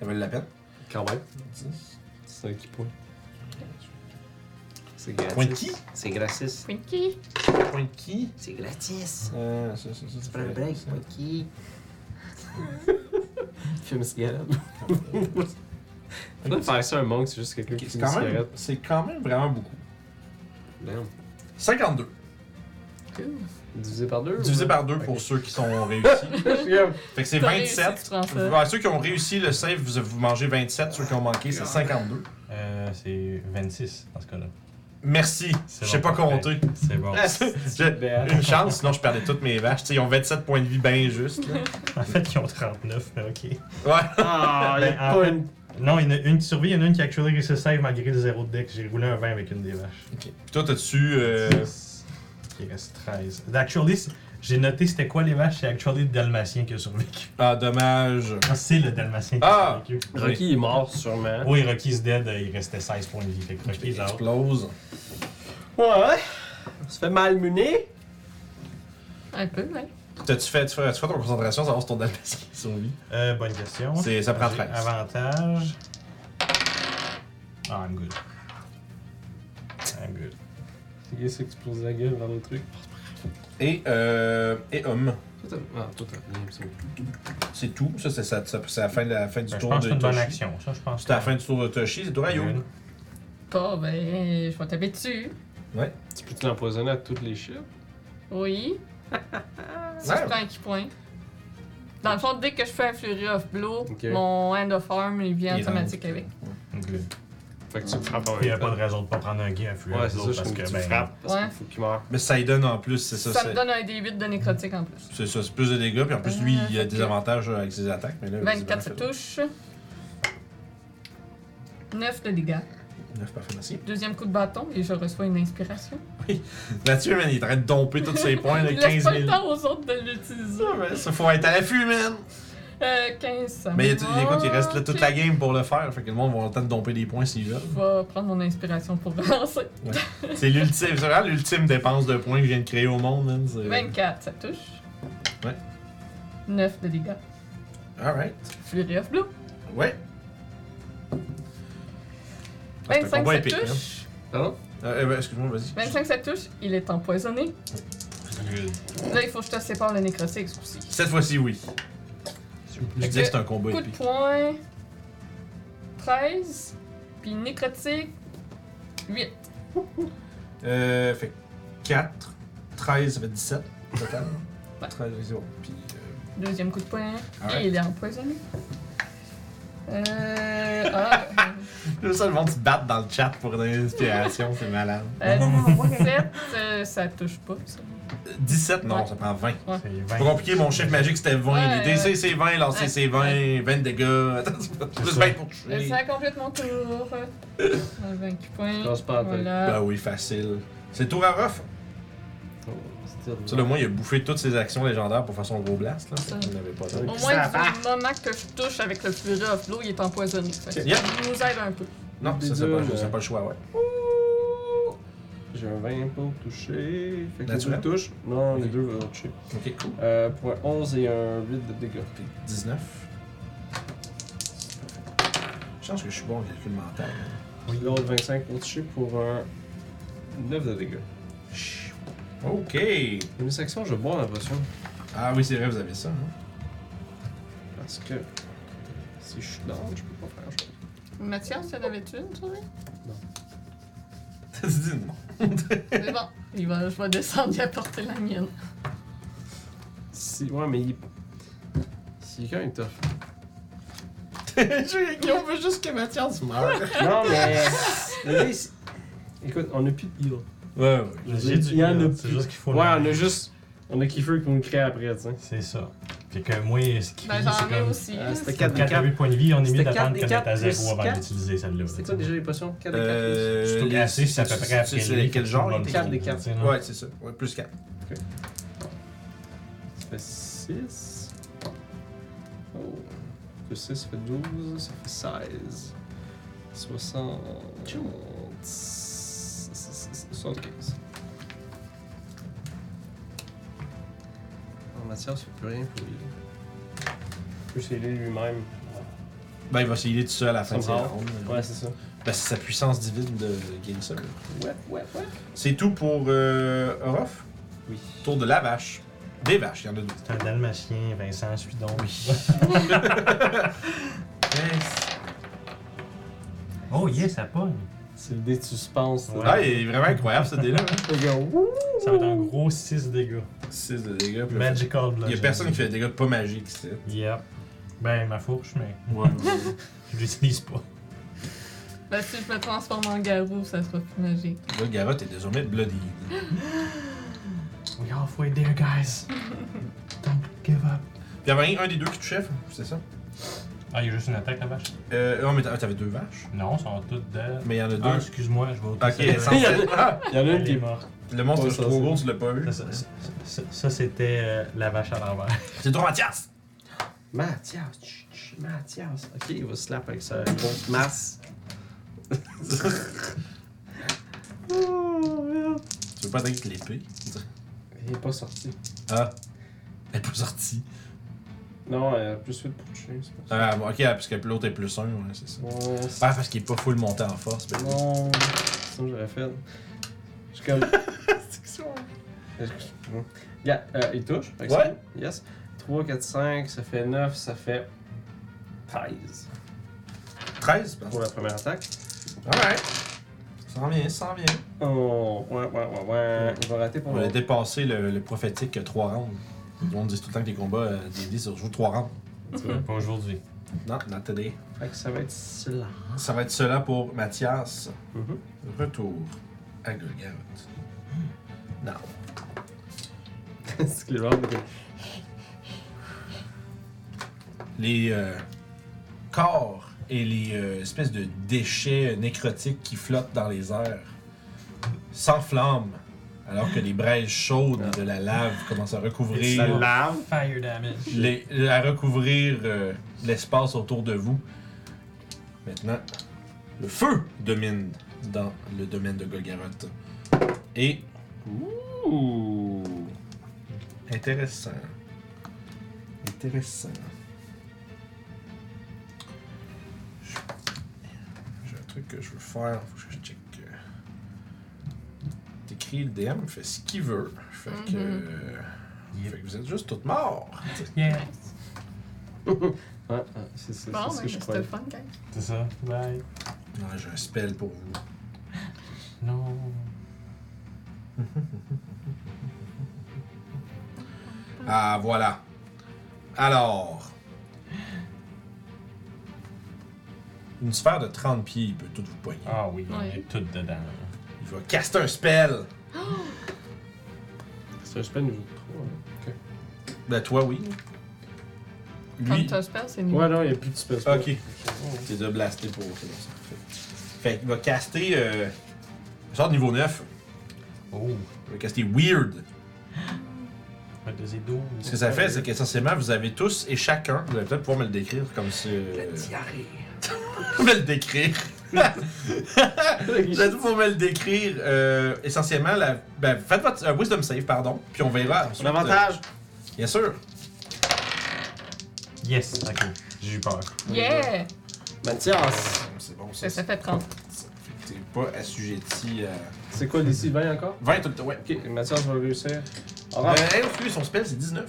[SPEAKER 1] Ça valait la peine.
[SPEAKER 2] Quand même.
[SPEAKER 1] 10.
[SPEAKER 2] C'est un key point. C'est
[SPEAKER 1] Point de
[SPEAKER 2] gratis.
[SPEAKER 1] qui
[SPEAKER 2] C'est gratis.
[SPEAKER 4] Twinkie.
[SPEAKER 1] Point de qui
[SPEAKER 5] C'est gratis.
[SPEAKER 1] Euh, ça, ça, ça.
[SPEAKER 5] Tu prends un break,
[SPEAKER 1] ça.
[SPEAKER 5] pas de qui.
[SPEAKER 2] Fume cigarette. Faut faire ça un monk, c'est juste quelqu'un
[SPEAKER 1] Ok,
[SPEAKER 2] qui
[SPEAKER 1] C'est
[SPEAKER 2] fume une
[SPEAKER 1] quand, même-
[SPEAKER 2] cigarette.
[SPEAKER 1] c'est quand même vraiment beaucoup.
[SPEAKER 2] Damn.
[SPEAKER 1] 52.
[SPEAKER 4] Cool.
[SPEAKER 2] Divisé par deux?
[SPEAKER 1] Divisé par deux pour ceux qui sont réussis.
[SPEAKER 2] deux.
[SPEAKER 1] Fait que c'est
[SPEAKER 4] T'as réussi,
[SPEAKER 1] 27.
[SPEAKER 4] tu prends ça.
[SPEAKER 1] Ouais, ceux qui ont réussi le save, vous, vous mangez 27. Ceux qui ont manqué, c'est 52.
[SPEAKER 3] Euh, c'est 26 dans ce cas-là.
[SPEAKER 1] Merci.
[SPEAKER 3] C'est
[SPEAKER 1] Je sais
[SPEAKER 3] bon,
[SPEAKER 1] pas
[SPEAKER 3] parfait.
[SPEAKER 1] compter.
[SPEAKER 3] C'est bon.
[SPEAKER 1] Ah,
[SPEAKER 2] Ah,
[SPEAKER 1] J'ai une chance, sinon je perdais toutes mes vaches. Tu sais, ils ont 27 points de vie bien juste. là.
[SPEAKER 3] En fait, ils ont 39, mais ok.
[SPEAKER 1] Ouais.
[SPEAKER 2] Ah, il y a
[SPEAKER 3] Ben, en
[SPEAKER 2] pas
[SPEAKER 3] fait-
[SPEAKER 2] une.
[SPEAKER 3] Non, il y en a une qui survit, il y en a une qui a actually réussi le save malgré le zéro de deck. J'ai roulé un 20 avec une des vaches.
[SPEAKER 1] Ok. Puis toi, t'as-tu. euh,
[SPEAKER 3] Il reste 13. Actually, c'est- j'ai noté c'était quoi les vaches, c'est actually le dalmatien qui a survécu.
[SPEAKER 1] Ah, dommage.
[SPEAKER 3] Ah, c'est le dalmatien qui
[SPEAKER 1] Ah!
[SPEAKER 3] a survécu.
[SPEAKER 2] Rocky est mort sûrement.
[SPEAKER 3] Oui, Rocky's dead, euh, il restait 16 points de vie. Fait que Rocky est out.
[SPEAKER 1] Explose.
[SPEAKER 2] Ouais. On se fait malmener.
[SPEAKER 4] Un peu, ouais.
[SPEAKER 1] T'as-tu fait, tu fais, tu fais ton concentration, savoir si ton damage qui survit.
[SPEAKER 3] Euh, bonne question.
[SPEAKER 1] C'est- ça prend
[SPEAKER 3] J'ai
[SPEAKER 1] 13.
[SPEAKER 3] Avantage. Ah, I'm good. I'm good.
[SPEAKER 2] Il s'explose la gueule dans le truc.
[SPEAKER 1] Et, euh, et homme.
[SPEAKER 2] Toi, t'as- Ah, toi, t'as rien, c'est bon.
[SPEAKER 1] C'est tout. Ça, c'est ça- ça- c'est la fin de la fin du
[SPEAKER 3] Ben, je
[SPEAKER 1] tour
[SPEAKER 3] pense que
[SPEAKER 1] de
[SPEAKER 3] c'est une bonne
[SPEAKER 1] Toshi.
[SPEAKER 3] action. Ça, je pense
[SPEAKER 1] C'était la fin du tour de Toshi. C'est toi, Ryo.
[SPEAKER 3] Good.
[SPEAKER 4] Bon, ben, je vais taper dessus.
[SPEAKER 2] Tu peux t'empoisonner à toutes les chips?
[SPEAKER 4] Oui. Si
[SPEAKER 1] Ouais.
[SPEAKER 4] je prends un petit point. Dans le fond, dès que je fais un Flurry of Blow,
[SPEAKER 2] Ok.
[SPEAKER 4] mon End of Arm, il vient
[SPEAKER 1] Il est dans
[SPEAKER 4] automatique
[SPEAKER 1] le-
[SPEAKER 4] avec.
[SPEAKER 3] Ok.
[SPEAKER 2] Fait que tu frappes en
[SPEAKER 3] Ah, Il n'y a
[SPEAKER 2] même
[SPEAKER 3] pas
[SPEAKER 2] temps.
[SPEAKER 3] de raison de pas prendre un gain à Fury
[SPEAKER 2] Ouais,
[SPEAKER 3] of
[SPEAKER 2] c'est
[SPEAKER 3] Blow
[SPEAKER 2] ça, je
[SPEAKER 3] parce
[SPEAKER 2] trouve
[SPEAKER 3] que
[SPEAKER 2] que tu
[SPEAKER 3] ben,
[SPEAKER 2] frappes parce
[SPEAKER 4] Ouais.
[SPEAKER 2] qu'il faut qu'il meure.
[SPEAKER 1] Mais ça lui donne en plus, c'est ça.
[SPEAKER 4] Ça, me
[SPEAKER 1] c'est-
[SPEAKER 4] donne un D8 de nécrotique en plus.
[SPEAKER 1] C'est ça, c'est plus de dégâts, puis en plus, lui, il a des avantages euh, avec ses attaques. Mais là,
[SPEAKER 4] 24, ça
[SPEAKER 1] visiblement,
[SPEAKER 4] touche. 9 de dégâts.
[SPEAKER 1] fait Neuf, parfait, merci.
[SPEAKER 4] Deuxième coup de bâton et je reçois une inspiration.
[SPEAKER 1] Mathieu, man, il est en train de domper tous ses points, là,
[SPEAKER 4] Je
[SPEAKER 1] 15
[SPEAKER 4] laisse pas
[SPEAKER 1] 000.
[SPEAKER 4] le temps aux autres de l'utiliser.
[SPEAKER 1] Ça, man, ça, faut être à l'affût, man!
[SPEAKER 4] Euh, 15. ça
[SPEAKER 1] Mais il,
[SPEAKER 4] me manque.
[SPEAKER 1] écoute, il reste là
[SPEAKER 4] Oh,
[SPEAKER 1] toute la game pour le faire, fait que le monde va tenter de domper des points s'ils veulent.
[SPEAKER 4] Je vais prendre mon inspiration pour relancer.
[SPEAKER 1] C'est l'ultime, c'est vraiment l'ultime dépense de points que je viens de créer au monde, man. c'est-
[SPEAKER 4] 24, ça touche.
[SPEAKER 1] Ouais.
[SPEAKER 4] 9 de dégâts.
[SPEAKER 1] Alright.
[SPEAKER 4] Flurry of Blue.
[SPEAKER 1] Ah, Ouais. Ah, c'est un
[SPEAKER 4] 25,
[SPEAKER 1] combat
[SPEAKER 4] ça
[SPEAKER 1] épique, man.
[SPEAKER 4] touche.
[SPEAKER 2] Pardon?
[SPEAKER 1] Euh, euh, ben, excuse-moi, vas-y.
[SPEAKER 4] 25, ça touche. Il est empoisonné. Là, il faut que je te sépare le nécrotique ce coup-ci.
[SPEAKER 1] Cette fois-ci, oui. Je disais que c'est un combat
[SPEAKER 4] Coup de
[SPEAKER 1] épique.
[SPEAKER 4] poing. 13. Puis nécrotique. 8.
[SPEAKER 1] Euh, fait 4, 13, ça fait 17 total.
[SPEAKER 4] Ouais.
[SPEAKER 1] 13, vas-y, bon. Puis, euh,
[SPEAKER 4] Deuxième coup de poing.
[SPEAKER 1] Alright.
[SPEAKER 4] Et il est empoisonné. Euh. Ah,
[SPEAKER 1] J'aime ça, le monde se battre dans le chat pour donner l'inspiration, c'est malade.
[SPEAKER 4] euh, 17, euh, ça touche pas, ça.
[SPEAKER 1] Euh, 17, non,
[SPEAKER 4] Ouais.
[SPEAKER 1] ça prend 20.
[SPEAKER 3] c'est
[SPEAKER 1] Pas
[SPEAKER 3] 20.
[SPEAKER 1] compliqué, mon chiffre magique c'était 20.
[SPEAKER 4] Ouais,
[SPEAKER 1] les DC
[SPEAKER 4] ouais.
[SPEAKER 1] c'est 20, lancer
[SPEAKER 4] Ouais.
[SPEAKER 1] c'est 20, 20 de dégâts. Attends, c'est pas-
[SPEAKER 3] C'est
[SPEAKER 1] plus
[SPEAKER 3] ça.
[SPEAKER 1] 20 pour toucher.
[SPEAKER 4] Ça complète mon tour. Un 28 points.
[SPEAKER 2] Lance pas la tête.
[SPEAKER 1] Ben
[SPEAKER 4] voilà.
[SPEAKER 1] oui, facile. C'est tour à Ruff.
[SPEAKER 2] Oh,
[SPEAKER 1] Tu
[SPEAKER 2] c'est
[SPEAKER 1] sais, le moins, il a bouffé toutes ses actions légendaires pour faire son gros blast. Là.
[SPEAKER 4] Ça.
[SPEAKER 1] Il n'avait pas ça.
[SPEAKER 4] Au moins, du moment que je touche avec le fleuret of l'eau, il est empoisonné. Ça fait que
[SPEAKER 1] Yep.
[SPEAKER 4] ça nous aide un peu.
[SPEAKER 1] Non, ça, c'est pas, c'est pas le choix, ouais.
[SPEAKER 2] J'ai un 20 pour toucher. Fait que les
[SPEAKER 1] Naturel?
[SPEAKER 2] deux touchent. Non, les deux vont toucher.
[SPEAKER 1] Ok, cool.
[SPEAKER 2] Euh, pour un 11 et un 8 de dégâts.
[SPEAKER 1] Puis 19. Je pense que je suis bon en calcul mental.
[SPEAKER 2] Oui. L'autre 25 pour toucher pour un 9 de dégâts.
[SPEAKER 1] Chut. Ok.
[SPEAKER 2] Dans mes actions, je vais boire la potion.
[SPEAKER 1] Ah oui, c'est vrai, vous avez ça. hein.
[SPEAKER 2] Parce que si je suis down, je peux pas faire chose.
[SPEAKER 4] Mathias, en avais-tu une, toi?
[SPEAKER 1] T'as dit non.
[SPEAKER 4] C'est bon. Il va, je vais descendre et apporter la mienne.
[SPEAKER 2] Si, ouais, mais il. Si quand même tough.
[SPEAKER 1] On veut juste que Mathias meure.
[SPEAKER 2] non, mais. le gars, il s- Écoute, on a plus de heal.
[SPEAKER 1] Ouais, ouais.
[SPEAKER 3] J'ai du
[SPEAKER 2] Il y en a
[SPEAKER 3] heal,
[SPEAKER 2] plus.
[SPEAKER 3] c'est juste qu'il faut.
[SPEAKER 2] Ouais, on
[SPEAKER 3] le-
[SPEAKER 2] a juste. On a Kiefer qui nous crée après, tu sais.
[SPEAKER 3] C'est ça. Puis que moi, ce qui
[SPEAKER 4] Ben,
[SPEAKER 3] fait,
[SPEAKER 4] j'en
[SPEAKER 3] c'est
[SPEAKER 4] ai
[SPEAKER 3] comme.
[SPEAKER 4] aussi.
[SPEAKER 2] Ah, c'était
[SPEAKER 3] Quand
[SPEAKER 2] quatre des
[SPEAKER 3] t'as
[SPEAKER 2] quatre.
[SPEAKER 3] 8 points de vie, on est mieux
[SPEAKER 2] C'était quatre
[SPEAKER 3] d'attendre
[SPEAKER 2] des
[SPEAKER 3] que t'es
[SPEAKER 2] quatre
[SPEAKER 3] à
[SPEAKER 2] plus
[SPEAKER 3] 0 avant
[SPEAKER 2] quatre.
[SPEAKER 3] d'utiliser celle-là.
[SPEAKER 2] C'était quoi déjà les potions 4 des 4
[SPEAKER 1] Euh.
[SPEAKER 3] Surtout assez, c'est à peu près après.
[SPEAKER 1] C'est c'est quel genre il
[SPEAKER 2] était-
[SPEAKER 1] était
[SPEAKER 2] Quatre des quatre.
[SPEAKER 1] Ouais, c'est ça. Ouais, plus 4.
[SPEAKER 2] Ça fait 6. Oh. Plus 6, ça fait 12. Ça fait 16. 60. 75. En matière, ça fait plus rien pour lui. Plus c'est lui lui-même.
[SPEAKER 1] Ben, il va s'y aller tout seul à la fin de ses
[SPEAKER 2] Somehow.
[SPEAKER 1] rounds.
[SPEAKER 2] Ouais, c'est ça.
[SPEAKER 1] Ben, c'est sa puissance divine de gain ça. là.
[SPEAKER 2] Ouais, ouais, ouais.
[SPEAKER 1] C'est tout pour euh, Orof.
[SPEAKER 2] Oui.
[SPEAKER 1] Tour de la vache. Des vaches, il y en a deux.
[SPEAKER 3] C'est un dalmatien, Vincent, suis donc. Oh yes, ça pogne.
[SPEAKER 2] C'est le dé de suspense.
[SPEAKER 3] Ouais.
[SPEAKER 1] Ah, il est vraiment incroyable ce dé-là. hein.
[SPEAKER 2] Les gars, wouh!
[SPEAKER 3] Ça va être un gros 6 dégâts.
[SPEAKER 1] 6 de dégâts. puis là,
[SPEAKER 3] Magical
[SPEAKER 1] Il
[SPEAKER 3] Blood.
[SPEAKER 1] y a personne qui fait des dégâts pas magiques ici.
[SPEAKER 3] Yep. Ben, ma fourche, mais
[SPEAKER 1] Ouais.
[SPEAKER 3] je l'utilise pas.
[SPEAKER 4] Ben, si je me transforme en garou, ça sera plus magique.
[SPEAKER 1] Là, Garrot est désormais bloody.
[SPEAKER 3] We halfway there, guys. Don't give up.
[SPEAKER 1] Puis il y avait un des deux qui touchait, c'est ça?
[SPEAKER 3] Ah, il y a juste une attaque, la vache?
[SPEAKER 1] Euh, non, mais t'a- t'avais deux vaches.
[SPEAKER 3] Non, ils sont toutes de.
[SPEAKER 1] Mais il y en a deux.
[SPEAKER 3] Ah, excuse-moi, je vais
[SPEAKER 1] Ok,
[SPEAKER 2] Il y
[SPEAKER 3] ôter celle-là.
[SPEAKER 2] en
[SPEAKER 1] essentiel. Ah,
[SPEAKER 2] Il y en a
[SPEAKER 3] Elle
[SPEAKER 2] une qui
[SPEAKER 3] est
[SPEAKER 2] est
[SPEAKER 3] morte.
[SPEAKER 1] le monstre
[SPEAKER 2] Ouais,
[SPEAKER 1] est
[SPEAKER 2] ça,
[SPEAKER 1] trop
[SPEAKER 2] c'est-
[SPEAKER 1] gros, tu l'as pas eu.
[SPEAKER 3] Ça, ça- ça- ça- ça, c'était euh, la vache à l'envers.
[SPEAKER 1] C'est toi, Mathias!
[SPEAKER 2] Mathias, chut, chut, Mathias. Ok, il va slap avec sa grosse masse. oh merde.
[SPEAKER 1] Tu veux pas attaquer avec l'épée?
[SPEAKER 2] Il est pas sorti.
[SPEAKER 1] Ah. Elle est pas sortie.
[SPEAKER 2] Non, euh, plus 8 pour toucher, c'est pas ça.
[SPEAKER 1] Ah, bon, ok, ah, parce que l'autre est plus 1, ouais, c'est ça.
[SPEAKER 2] Non, c'est-
[SPEAKER 1] Ah, parce qu'il est pas full monté en force. ben oui.
[SPEAKER 2] non. Sinon, j'aurais fait. Je suis comme. Excuse-moi. Yeah, euh, il touche. fait que
[SPEAKER 1] Ouais.
[SPEAKER 2] c'est- Yes. 3, 4, 5, ça fait 9, ça fait 13
[SPEAKER 1] 13, parce
[SPEAKER 2] pour la première attaque.
[SPEAKER 1] Alright. Ça s'en vient, ça s'en vient.
[SPEAKER 2] Oh, ouais, ouais, ouais, ouais. Il va rater pour
[SPEAKER 1] On a
[SPEAKER 2] l'autre.
[SPEAKER 1] dépassé le, le prophétique 3 rounds. Le monde dit tout le temps que les combats euh, D&D se jouent 3 rounds.
[SPEAKER 3] Pas aujourd'hui.
[SPEAKER 1] Non, not today.
[SPEAKER 2] Fait que ça va être cela.
[SPEAKER 1] Ça va être cela pour Mathias. Retour à Golgaroth. Non.
[SPEAKER 2] C'est que les gens, ok.
[SPEAKER 1] les euh, corps et les euh, espèces de déchets euh, nécrotiques qui flottent dans les airs s'enflamment alors que les braises chaudes et de la lave commencent à recouvrir
[SPEAKER 2] lave.
[SPEAKER 3] Fire damage.
[SPEAKER 1] les- à recouvrir euh, l'espace autour de vous. Maintenant, le feu domine dans le domaine de Golgaroth. Et. Ouh! Intéressant. Intéressant. Je- J'ai un truc que je veux faire. Faut que je check. euh, T'écris le DM, il fait ce qu'il veut. Fait que.
[SPEAKER 4] Mhm.
[SPEAKER 1] Fait que vous êtes juste toutes morts.
[SPEAKER 3] Yeah.
[SPEAKER 2] Ouais, ouais, c'est c'est-
[SPEAKER 4] Bon,
[SPEAKER 2] c'est ce
[SPEAKER 4] ben,
[SPEAKER 2] que je
[SPEAKER 4] c'était
[SPEAKER 2] croyais.
[SPEAKER 4] le fun, gang.
[SPEAKER 3] C'est ça. Bye.
[SPEAKER 1] Non, j'ai un spell pour vous.
[SPEAKER 3] Non.
[SPEAKER 1] Ah, voilà. Alors. Une sphère de 30 pieds, il peut tout vous poigner.
[SPEAKER 3] Ah oui, on
[SPEAKER 4] Ouais.
[SPEAKER 3] est tout dedans. là.
[SPEAKER 1] Il va caster un spell.
[SPEAKER 2] C'est un spell niveau hein. 3.
[SPEAKER 1] Ben, toi, oui.
[SPEAKER 4] Comme
[SPEAKER 1] Lui.
[SPEAKER 4] tu spell, c'est nul.
[SPEAKER 2] Ouais, non, il n'y a plus de spell.
[SPEAKER 1] Ok. T'es déjà blasté pour. c'est bon, ça. Fait, fait qu'il va caster. Euh, sort de niveau 9.
[SPEAKER 3] Oh.
[SPEAKER 1] Il va caster Weird.
[SPEAKER 3] What does it do?
[SPEAKER 1] Ce que ça fait, c'est qu'essentiellement, vous avez tous et chacun, vous allez peut-être pouvoir me le décrire comme si. euh, me le décrire. Vous allez pouvoir me le décrire. euh, essentiellement, la, ben, faites votre un wisdom save, pardon, puis on verra. ensuite,
[SPEAKER 2] L'avantage.
[SPEAKER 1] euh, bien sûr.
[SPEAKER 3] Yes, ok. J'ai eu peur.
[SPEAKER 4] Yeah!
[SPEAKER 2] Mathias.
[SPEAKER 1] C'est bon,
[SPEAKER 4] Ça, ça fait 30.
[SPEAKER 1] T'es pas assujetti à.
[SPEAKER 2] C'est quoi d'ici 20 encore
[SPEAKER 1] 20 tout le temps, ouais.
[SPEAKER 2] Ok, Mathias va réussir.
[SPEAKER 1] Euh,
[SPEAKER 2] Orof.
[SPEAKER 1] elle, lui, son spell, c'est 19.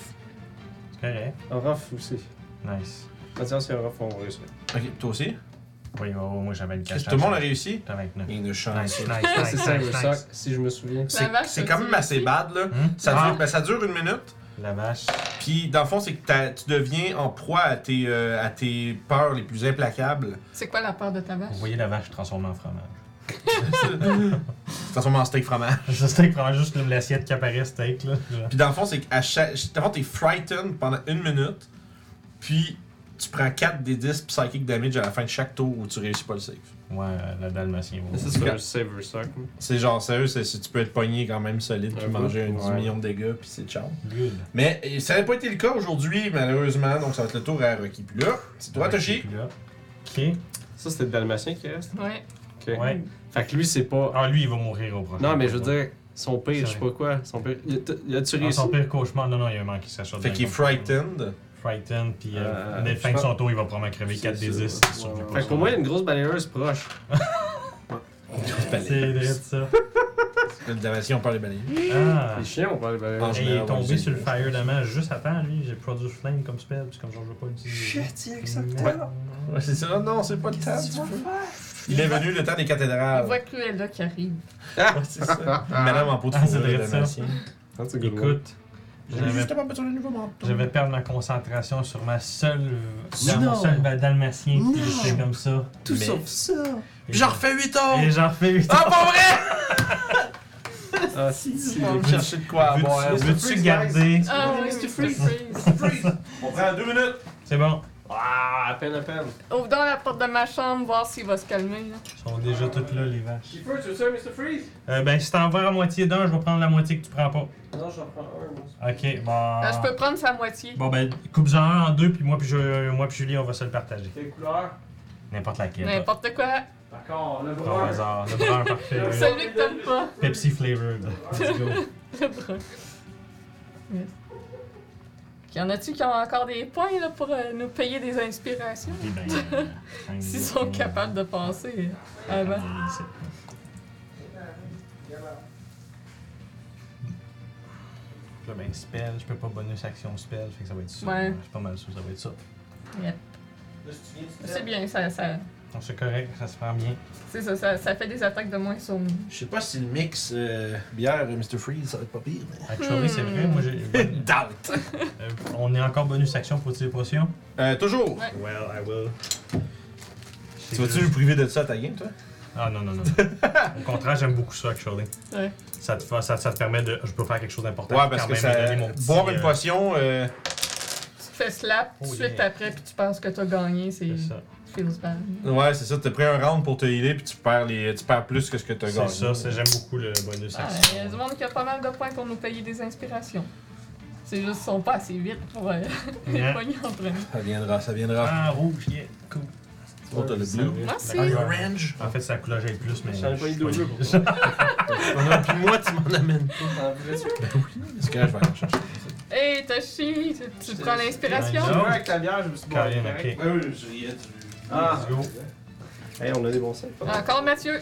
[SPEAKER 3] C'est correct.
[SPEAKER 2] Orof aussi.
[SPEAKER 3] Nice.
[SPEAKER 2] Mathias et Orof vont réussir.
[SPEAKER 1] Ok, toi aussi.
[SPEAKER 3] Oui, oh, moi j'avais une
[SPEAKER 1] Est-ce
[SPEAKER 3] cachette.
[SPEAKER 1] que tout le monde a réussi?
[SPEAKER 3] J'étais avec neuf.
[SPEAKER 1] Il y a une chance.
[SPEAKER 3] Nice, nice,
[SPEAKER 2] Ah, c'est
[SPEAKER 3] nice,
[SPEAKER 2] ça, le
[SPEAKER 3] nice,
[SPEAKER 2] sac,
[SPEAKER 3] nice.
[SPEAKER 2] si je me souviens.
[SPEAKER 4] La vache,
[SPEAKER 1] C'est
[SPEAKER 4] ça
[SPEAKER 1] quand
[SPEAKER 4] dit
[SPEAKER 1] même assez
[SPEAKER 4] aussi.
[SPEAKER 1] bad, là.
[SPEAKER 3] Hum?
[SPEAKER 1] Ça
[SPEAKER 3] Ah,
[SPEAKER 1] dure, ben, ça dure une minute.
[SPEAKER 3] La vache.
[SPEAKER 1] Puis, dans le fond, c'est que t'as- tu deviens en proie à tes, euh, à tes peurs les plus implacables.
[SPEAKER 4] C'est quoi la peur de ta vache?
[SPEAKER 3] Vous voyez la vache transformée en fromage.
[SPEAKER 1] Ça transforme en steak fromage.
[SPEAKER 3] Ça, c'était vraiment juste comme l'assiette qui apparaît, steak, là. Genre.
[SPEAKER 1] Puis dans le fond, c'est qu'à chaque. Dans le fond, t'es frightened pendant une minute, puis tu prends 4 des 10 psychic damage à la fin de chaque tour où tu réussis pas le save.
[SPEAKER 3] Ouais, le dalmatien.
[SPEAKER 1] C'est
[SPEAKER 3] Ouais.
[SPEAKER 1] ça.
[SPEAKER 2] un saver sac.
[SPEAKER 1] C'est genre sérieux, c'est, c'est- tu peux être pogné quand même solide, puis
[SPEAKER 2] Un
[SPEAKER 1] manger un
[SPEAKER 2] peu,
[SPEAKER 1] 10
[SPEAKER 2] ouais.
[SPEAKER 1] millions de dégâts, puis c'est ciao.
[SPEAKER 3] Good.
[SPEAKER 1] Mais et ça n'a pas été le cas aujourd'hui, malheureusement, donc ça va être le tour à Rocky. Puis là, c'est toi, Toshi.
[SPEAKER 3] Là. Ok.
[SPEAKER 2] Ça, c'était le dalmatien qui reste.
[SPEAKER 4] Ouais.
[SPEAKER 2] Ok.
[SPEAKER 3] Ouais.
[SPEAKER 2] Fait que lui, c'est pas.
[SPEAKER 3] Ah, lui, il va mourir au prochain.
[SPEAKER 2] Non, mais je veux dire, son pire, je
[SPEAKER 3] C'est
[SPEAKER 2] sais
[SPEAKER 3] vrai.
[SPEAKER 2] pas quoi. Son pire. Il a- Il a-tu
[SPEAKER 3] Dans
[SPEAKER 2] réussi
[SPEAKER 3] son pire cauchemar, non, non, il y a un manque qui s'achète.
[SPEAKER 1] Fait qu'il est frightened.
[SPEAKER 3] Frightened, puis euh,
[SPEAKER 2] Euh,
[SPEAKER 3] dès la fin
[SPEAKER 2] je
[SPEAKER 3] de son
[SPEAKER 2] pense-
[SPEAKER 3] tour, il va probablement crever
[SPEAKER 2] C'est
[SPEAKER 3] 4 des
[SPEAKER 2] ça,
[SPEAKER 3] 10.
[SPEAKER 2] ouais. Fait que pour moi, il y a une grosse balayeuse proche.
[SPEAKER 3] C'est vrai ça.
[SPEAKER 1] Le Damasi, on parle des balayés.
[SPEAKER 3] Ah!
[SPEAKER 2] Les chiens, on parle de
[SPEAKER 1] Ah,
[SPEAKER 2] balayeuses.
[SPEAKER 1] je
[SPEAKER 3] Et il
[SPEAKER 1] mets
[SPEAKER 3] est tombé
[SPEAKER 1] un
[SPEAKER 3] sur le
[SPEAKER 1] zéro.
[SPEAKER 3] fire damage juste avant, lui. J'ai produce flame comme spell, puis comme genre, je veux pas utiliser.
[SPEAKER 5] Shit, il y a que ça que
[SPEAKER 3] Ouais.
[SPEAKER 5] t'as.
[SPEAKER 1] Ouais, c'est ça. Non, c'est pas le temps.
[SPEAKER 5] Qu'est-ce que tu vas faire?
[SPEAKER 1] Il est venu le temps des cathédrales.
[SPEAKER 4] On voit Cruella qui arrive.
[SPEAKER 1] Ouais, c'est ça. Madame en peau de
[SPEAKER 3] Ah, c'est
[SPEAKER 1] fourrure,
[SPEAKER 3] vrai,
[SPEAKER 1] le
[SPEAKER 3] ça.
[SPEAKER 1] Dalmatien.
[SPEAKER 2] Ah, c'est good one.
[SPEAKER 3] Écoute, j'avais
[SPEAKER 1] pas besoin de nouveau manteau.
[SPEAKER 3] J'avais perdu ma concentration sur ma seule. euh,
[SPEAKER 5] Non.
[SPEAKER 3] Dans mon seul ba- dalmatien,
[SPEAKER 5] Non.
[SPEAKER 3] puis j'étais comme ça.
[SPEAKER 5] Tout
[SPEAKER 1] Mais-
[SPEAKER 5] sauf ça.
[SPEAKER 1] Puis j'en refais 8
[SPEAKER 3] Et
[SPEAKER 1] ans!
[SPEAKER 3] j'en refais 8
[SPEAKER 1] Ah, pas vrai!
[SPEAKER 2] Ah, si, si,
[SPEAKER 1] On va me chercher de quoi à boire.
[SPEAKER 3] Veux-tu veux-tu garder
[SPEAKER 4] Ah oui,
[SPEAKER 5] Mr.
[SPEAKER 4] Mr.
[SPEAKER 5] Freeze.
[SPEAKER 4] Freeze.
[SPEAKER 1] On prend deux minutes!
[SPEAKER 3] C'est bon.
[SPEAKER 2] Ah, à peine, à peine.
[SPEAKER 4] Ouvre donc la porte de ma chambre, voir s'il va se calmer. Là.
[SPEAKER 3] Ils sont déjà toutes là, les vaches.
[SPEAKER 2] Keeper, tu veux ça, Mr. Freeze
[SPEAKER 3] Euh, ben, si t'en vas à moitié d'un, je vais prendre la moitié que tu prends pas.
[SPEAKER 2] Non, j'en prends un, moi.
[SPEAKER 3] Ok,
[SPEAKER 4] Euh, je peux
[SPEAKER 3] bon.
[SPEAKER 4] prendre sa moitié.
[SPEAKER 3] Ah. Bon, ben, coupe-en un en deux, puis moi, puis, je, moi, puis Julie, on va se le partager.
[SPEAKER 2] Quelle couleur
[SPEAKER 3] N'importe laquelle. là.
[SPEAKER 4] N'importe quoi.
[SPEAKER 2] D'accord, le
[SPEAKER 3] Par hasard, le brun parfait. là.
[SPEAKER 4] Celui que t'aimes pas.
[SPEAKER 3] Pepsi flavored. Let's go.
[SPEAKER 4] Le brun. Yes. Y en a-tu qui ont encore des points là, pour euh, nous payer des inspirations?
[SPEAKER 3] Eh ben, euh, cinq,
[SPEAKER 4] S'ils
[SPEAKER 3] dix,
[SPEAKER 4] sont
[SPEAKER 3] quinze,
[SPEAKER 4] capables de penser avant.
[SPEAKER 3] dix-sept. Là, ben, spell, je peux pas bonus action spell, fait que ça va être ça.
[SPEAKER 4] Ouais.
[SPEAKER 3] C'est pas mal ça, ça va être ça.
[SPEAKER 4] C'est bien, ça, ça,
[SPEAKER 3] Donc c'est correct, ça se prend bien.
[SPEAKER 4] C'est ça, ça, ça fait des attaques de moins sur nous.
[SPEAKER 1] Je sais pas si le mix euh, bière et Mr. Freeze, ça va être pas pire.
[SPEAKER 3] Actually,
[SPEAKER 4] Hmm.
[SPEAKER 3] c'est vrai, moi j'ai. bonne-
[SPEAKER 1] Doubt!
[SPEAKER 3] euh, on est encore bonus action pour tirer potion.
[SPEAKER 1] Euh, toujours!
[SPEAKER 4] Ouais.
[SPEAKER 3] Well, I will.
[SPEAKER 1] Tu vas-tu le priver de ça à ta game, toi?
[SPEAKER 3] Ah non, non, non. Au contraire, j'aime beaucoup ça, actually.
[SPEAKER 4] Ouais.
[SPEAKER 3] Ça te, fa- ça, ça te permet de. Je peux faire quelque chose d'important.
[SPEAKER 1] Ouais,
[SPEAKER 3] puis
[SPEAKER 1] parce
[SPEAKER 3] quand
[SPEAKER 1] que
[SPEAKER 3] même
[SPEAKER 1] ça.
[SPEAKER 3] donner mon petit,
[SPEAKER 1] Boire une
[SPEAKER 3] euh,
[SPEAKER 1] potion, euh,
[SPEAKER 4] Tu te fais slap tout de
[SPEAKER 3] Oh,
[SPEAKER 4] suite
[SPEAKER 3] yeah.
[SPEAKER 4] après, puis tu penses que t'as gagné, c'est.
[SPEAKER 3] C'est ça.
[SPEAKER 4] Feels bad.
[SPEAKER 1] ouais, c'est ça. T'as pris un round pour te healer, puis tu perds, les, tu perds plus que ce que t'as
[SPEAKER 3] C'est
[SPEAKER 1] gagné.
[SPEAKER 3] ça, c'est- j'aime beaucoup le bonus
[SPEAKER 4] Ah,
[SPEAKER 3] action.
[SPEAKER 4] Il y a du monde qui a pas mal de points pour nous payer des inspirations. C'est juste qu'ils sont pas assez vite pour euh, les
[SPEAKER 3] Yeah.
[SPEAKER 4] poigner en premier.
[SPEAKER 1] Ça viendra, ça viendra.
[SPEAKER 3] Hein? Ah, rouge, yeah, cool. Ah,
[SPEAKER 1] Oh, t'as le bleu.
[SPEAKER 4] Merci.
[SPEAKER 5] Are you
[SPEAKER 3] Ouais.
[SPEAKER 5] orange?
[SPEAKER 3] En fait, ça coulage avec plus, mais.
[SPEAKER 2] J'en ai pas eu
[SPEAKER 3] je
[SPEAKER 2] deux
[SPEAKER 3] suis
[SPEAKER 2] jeux
[SPEAKER 3] pas-
[SPEAKER 2] pour ça. Puis moi, tu m'en amènes pas en vrai.
[SPEAKER 1] Est-ce que je vais aller en chercher?
[SPEAKER 4] Hey, Toshi, tu, tu prends l'inspiration?
[SPEAKER 3] Ouais,
[SPEAKER 2] Moi, avec la bière, je me suis
[SPEAKER 3] Carré,
[SPEAKER 2] barré direct.
[SPEAKER 3] ok.
[SPEAKER 2] Ah,
[SPEAKER 3] Let's go.
[SPEAKER 2] hey, on a des bons sacs.
[SPEAKER 4] Encore Mathieu.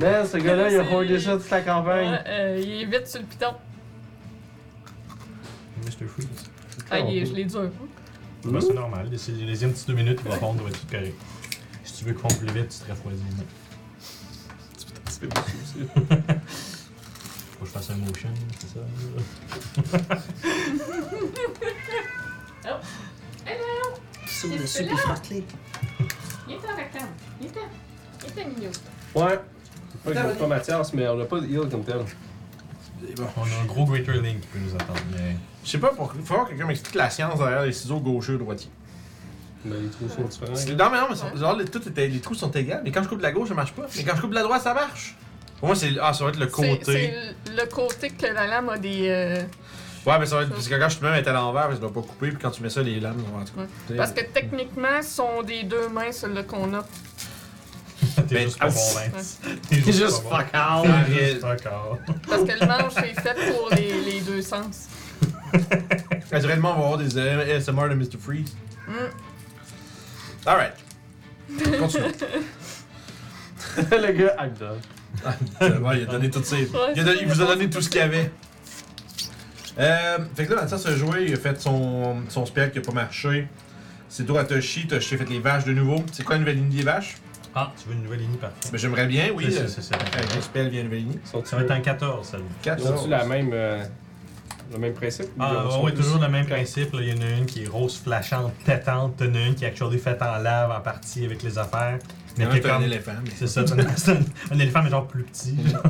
[SPEAKER 2] Man, ce gars-là, il a hoardé ça toute la
[SPEAKER 4] Ouais,
[SPEAKER 2] campagne.
[SPEAKER 4] euh, il est vite sur le piton.
[SPEAKER 3] Mr. Freeze.
[SPEAKER 4] Ah, il est, je l'ai dur.
[SPEAKER 3] Bah, c'est normal, les, les deuxièmes petites deux minutes, il va fondre, doit être tout correct. Si tu veux qu'on plus vite, tu te refroidis. mais Faut que je fasse un motion, c'est ça?
[SPEAKER 4] Hello!
[SPEAKER 5] Sous
[SPEAKER 4] le sous- puis
[SPEAKER 5] frotté.
[SPEAKER 4] Il est en rectangle. Il était, il était mignon.
[SPEAKER 2] Ouais. Pas que j'ai pas Mathias, mais on a pas de heal comme tel.
[SPEAKER 1] C'est bon.
[SPEAKER 3] On a un gros Greater Link qui peut nous attendre, mais.
[SPEAKER 1] Je sais pas, pour... faut que quelqu'un m'explique la science derrière les ciseaux gaucheux droitiers.
[SPEAKER 2] Mais les trous sont différents.
[SPEAKER 1] C'est- Non, mais non, mais sont- genre, les, tout était- les trous sont égaux, mais quand je coupe de la gauche, ça marche pas. Mais quand je coupe de la droite, ça marche. Pour moi, c'est. Ah, ça va être le côté.
[SPEAKER 4] C'est- C'est le côté que la lame a des. euh,
[SPEAKER 1] Ouais, mais ça va être. Parce que quand je te mets est à l'envers, je dois pas couper, puis quand tu mets ça, les lames, en tout cas.
[SPEAKER 4] Ouais. Parce que techniquement, ce sont des deux mains, celle qu'on a.
[SPEAKER 3] T'es
[SPEAKER 1] Ben,
[SPEAKER 3] juste pas bon,
[SPEAKER 1] ah,
[SPEAKER 3] Lance. T'es
[SPEAKER 2] C'est juste
[SPEAKER 3] pas bon.
[SPEAKER 2] fuck out.
[SPEAKER 3] T'es juste fuck out.
[SPEAKER 4] Parce que le manche est fait pour les, les deux sens.
[SPEAKER 1] Naturellement, on va avoir des euh, ASMR de Mr. Freeze.
[SPEAKER 4] Hmm. Mm.
[SPEAKER 1] Alright. Continue.
[SPEAKER 2] Le gars, I'm done.
[SPEAKER 1] Ouais, il a donné toutes ses. Il, a donné- il vous a donné tout ce qu'il y avait. Euh, fait que là, Mathias a joué, il a fait son, son spell qui a pas marché. C'est tour à Toshi, Toshi a fait les vaches de nouveau. C'est quoi la nouvelle ligne des vaches?
[SPEAKER 3] Ah, tu veux une nouvelle ligne parfaite?
[SPEAKER 1] Ben, J'aimerais bien, oui.
[SPEAKER 3] C'est-
[SPEAKER 1] euh,
[SPEAKER 3] c'est- c'est- c'est-
[SPEAKER 1] Avec le spell vient une nouvelle ligne.
[SPEAKER 2] Sont-tu
[SPEAKER 3] Ça va être en 14, celle-là.
[SPEAKER 2] sont
[SPEAKER 1] 14.
[SPEAKER 2] la même. euh, Le même principe?
[SPEAKER 3] Ah, ouais, ouais, toujours le même principe. là. Il y en a une qui est rose flashante, tétante. T'en as une qui est actually faite en lave en partie avec les affaires. Mais
[SPEAKER 1] Non,
[SPEAKER 3] t'es
[SPEAKER 1] c'est un
[SPEAKER 3] comme-
[SPEAKER 1] éléphant. mais-
[SPEAKER 3] C'est ça, t'en as- c'est un, un éléphant, mais genre plus petit. genre.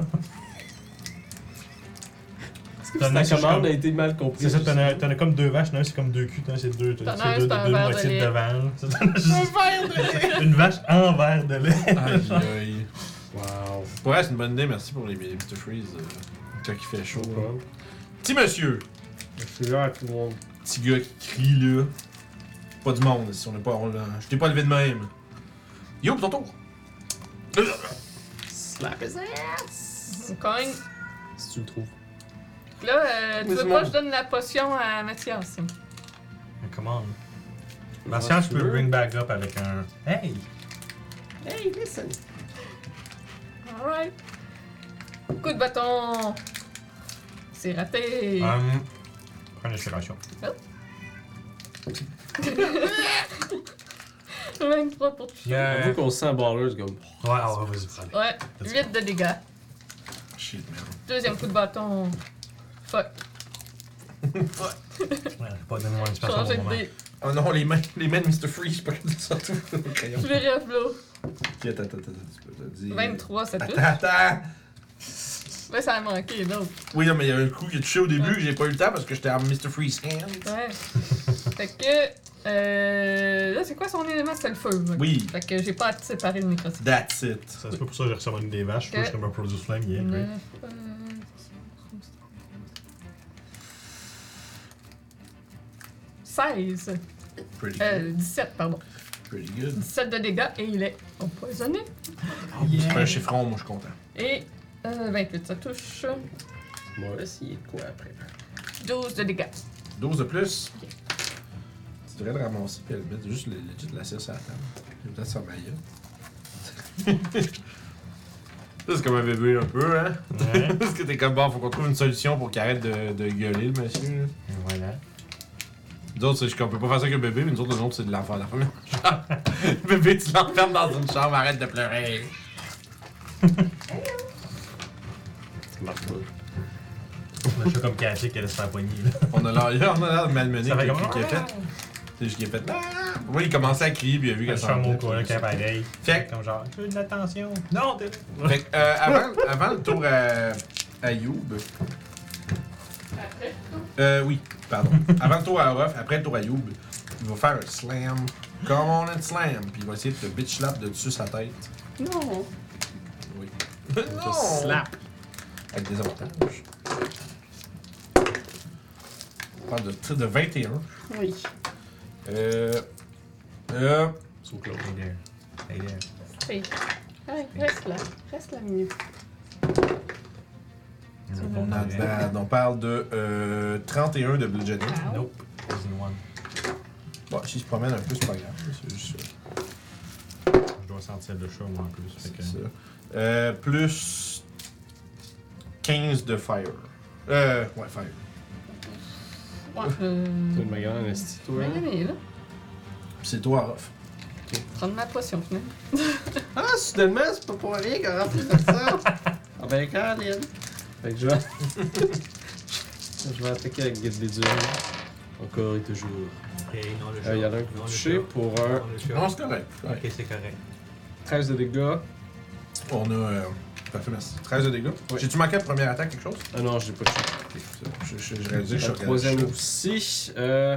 [SPEAKER 2] Est-ce que
[SPEAKER 3] T'en
[SPEAKER 2] ta
[SPEAKER 3] as-
[SPEAKER 2] commande a été mal comprise?
[SPEAKER 3] C'est ça, t'en as, t'en as comme deux vaches. T'en as un, c'est comme deux culs. T'en as, c'est deux, t'en
[SPEAKER 4] T'en
[SPEAKER 3] as,
[SPEAKER 4] as
[SPEAKER 3] c'est
[SPEAKER 4] un,
[SPEAKER 3] deux,
[SPEAKER 4] c'est
[SPEAKER 3] deux
[SPEAKER 4] un verre de
[SPEAKER 3] moitiés
[SPEAKER 4] lait.
[SPEAKER 3] de devant. là. T'en as juste une vache en verre de lait.
[SPEAKER 1] Aïe, aïe.
[SPEAKER 2] Wow.
[SPEAKER 1] Ouais, c'est une bonne idée, merci pour les les Mr. Freeze. euh, Quand il fait chaud.
[SPEAKER 2] Chaud,
[SPEAKER 1] là. Petit monsieur,
[SPEAKER 2] Je suis là à tout le monde.
[SPEAKER 1] petit gars qui crie là. Pas du monde, si on n'est pas. On l'a- je t'ai pas levé de même. Yo, ton tour.
[SPEAKER 2] Slap his ass!
[SPEAKER 4] On cogne.
[SPEAKER 2] Si tu le trouves.
[SPEAKER 4] Là, euh, tu
[SPEAKER 2] Mais
[SPEAKER 4] veux
[SPEAKER 2] c'est
[SPEAKER 4] pas
[SPEAKER 2] mon-
[SPEAKER 4] que je donne la potion à Mathias?
[SPEAKER 3] Mais comment? Martial, je peux Bah, bring back up avec un. Hey!
[SPEAKER 2] Hey, listen!
[SPEAKER 4] Alright. Coup de bâton! C'est raté!
[SPEAKER 3] Hum. Prends l'inspiration.
[SPEAKER 4] 23 pour toucher.
[SPEAKER 3] Yeah.
[SPEAKER 2] J'avoue
[SPEAKER 3] Ouais,
[SPEAKER 2] qu'on se sent ballers, comme. oh,
[SPEAKER 3] ouais, vas-y, prends
[SPEAKER 4] Ouais, 8 de dégâts.
[SPEAKER 1] Shit, merde.
[SPEAKER 4] Deuxième coup de bâton. Fuck.
[SPEAKER 3] Ouais, j'ai pas donné mon inspiration pour
[SPEAKER 4] Changer
[SPEAKER 3] le
[SPEAKER 4] de
[SPEAKER 3] moment.
[SPEAKER 4] dé.
[SPEAKER 1] Oh non, les mains, les mains de Mr. Freeze, je peux pas ça tout. Crayon.
[SPEAKER 4] Je vais rêve là.
[SPEAKER 1] Ok, Attends, attends, attends, tu peux te dire.
[SPEAKER 4] 23, ça touche.
[SPEAKER 1] Attends, attends!
[SPEAKER 4] Ouais, ça a manqué, l'autre.
[SPEAKER 1] Oui, non, mais il y a un coup qui a touché au début, j'ai pas eu le temps parce que j'étais en Mr. Freeze hand.
[SPEAKER 4] Ouais. fait que. Euh, là, c'est quoi son élément? C'est le feu. moi.
[SPEAKER 1] Oui,
[SPEAKER 4] Fait que j'ai pas à séparer le microcycle.
[SPEAKER 1] that's it.
[SPEAKER 3] Ça, C'est pas pour ça que j'ai ressemblé des vaches. Je
[SPEAKER 4] Ok.
[SPEAKER 3] suis comme un produce flame, yeah, great.
[SPEAKER 4] Neuf, euh, Seize.
[SPEAKER 1] Pretty
[SPEAKER 4] Euh,
[SPEAKER 1] good.
[SPEAKER 4] 17, pardon.
[SPEAKER 1] Pretty good.
[SPEAKER 4] 17 de dégâts et il est empoisonné.
[SPEAKER 1] C'est pas un chiffron, moi je suis content.
[SPEAKER 4] Et euh, 28, ça touche.
[SPEAKER 2] Moi aussi, quoi après?
[SPEAKER 4] 12 de dégâts.
[SPEAKER 1] 12 de plus. Tu devrais le ramasser puis le mettre juste le, legit la cire sur la table. Puis peut-être sur ma gueule. Ça, c'est comme un bébé un peu, hein?
[SPEAKER 3] Ouais.
[SPEAKER 1] Parce que t'es comme bon, faut qu'on trouve une solution pour qu'il arrête de, de gueuler le monsieur. là.
[SPEAKER 3] Et Voilà.
[SPEAKER 1] Nous autres, c'est qu'on peut pas faire ça avec un bébé, mais nous autres, le nôtre, c'est de l'enfer dans la chambre. Le bébé, tu l'enfermes dans une chambre, arrête de pleurer.
[SPEAKER 2] Ça marche pas.
[SPEAKER 3] Je suis comme caché qu'elle se fait poignée. là.
[SPEAKER 1] On a l'air, on a l'air malmené
[SPEAKER 3] Ça fait
[SPEAKER 1] que
[SPEAKER 3] comme-
[SPEAKER 1] qui a
[SPEAKER 4] Ah, Hein?
[SPEAKER 1] fait. C'est juste qu'il a fait. Ah! Moi, il commençait à crier, puis il a vu
[SPEAKER 3] Je
[SPEAKER 1] qu'elle
[SPEAKER 3] suis un
[SPEAKER 1] s'en
[SPEAKER 3] mot
[SPEAKER 1] venait.
[SPEAKER 3] quoi, là, qui est pareil.
[SPEAKER 1] Fait-
[SPEAKER 3] Comme genre, je veux de l'attention. Non, t'es.
[SPEAKER 1] Fait que, euh, avant, avant le tour à, à Youb.
[SPEAKER 4] Après,
[SPEAKER 1] Euh, oui, pardon. Avant le tour à Orof, après le tour à Youb, il va faire un slam. Come on and slam. Puis il va essayer de te bitch slap de dessus sa tête.
[SPEAKER 4] non.
[SPEAKER 1] Oui.
[SPEAKER 2] Ça slap.
[SPEAKER 1] Avec des avantages. On parle de, de 21.
[SPEAKER 4] Oui.
[SPEAKER 1] Euh. Euh.
[SPEAKER 2] So close.
[SPEAKER 3] Hey there. Hey there.
[SPEAKER 4] Hey. Hey, Ah reste là. Reste là, mieux.
[SPEAKER 3] Je
[SPEAKER 4] Tu
[SPEAKER 3] réponds
[SPEAKER 4] veux-
[SPEAKER 1] Not
[SPEAKER 3] en vrai.
[SPEAKER 1] bad. On parle de euh, 31 de Bludgeoning.
[SPEAKER 4] Ah,
[SPEAKER 3] Nope. Season one.
[SPEAKER 1] Bon, s'il se promène un peu, c'est pas grave. C'est juste ça.
[SPEAKER 3] Je dois sentir le chat, moi, en plus. Fait
[SPEAKER 1] C'est
[SPEAKER 3] que-
[SPEAKER 1] ça. Euh, plus 15 de fire. Euh, ouais, fire.
[SPEAKER 4] Ouais. Euh...
[SPEAKER 2] C'est une bagarre en esti, toi. hein?
[SPEAKER 4] Megan est là.
[SPEAKER 1] Puis C'est toi, Rof.
[SPEAKER 4] Prends de ma potion, hein. finalement.
[SPEAKER 2] Ah, soudainement, c'est pas pour rien qu'on rentre comme ça. Ah ben, Caroline. Fait que je vais. je vais attaquer avec Guide des Dunes. Encore et toujours.
[SPEAKER 5] Hey, non, le
[SPEAKER 2] Euh, y en a un qui va toucher pour un
[SPEAKER 1] Non, c'est correct. Ouais.
[SPEAKER 5] Ok, c'est correct.
[SPEAKER 2] 13 de dégâts.
[SPEAKER 1] On a. Euh, parfait, merci. 13 de dégâts.
[SPEAKER 2] Ouais.
[SPEAKER 1] J'ai-tu manqué la première attaque, quelque chose
[SPEAKER 2] Ah non, j'ai pas de chute.
[SPEAKER 1] Ok, c'est bon. Je, je, je réalisais que je
[SPEAKER 2] Le
[SPEAKER 1] suis
[SPEAKER 2] troisième
[SPEAKER 1] regardé.
[SPEAKER 2] aussi. Euh...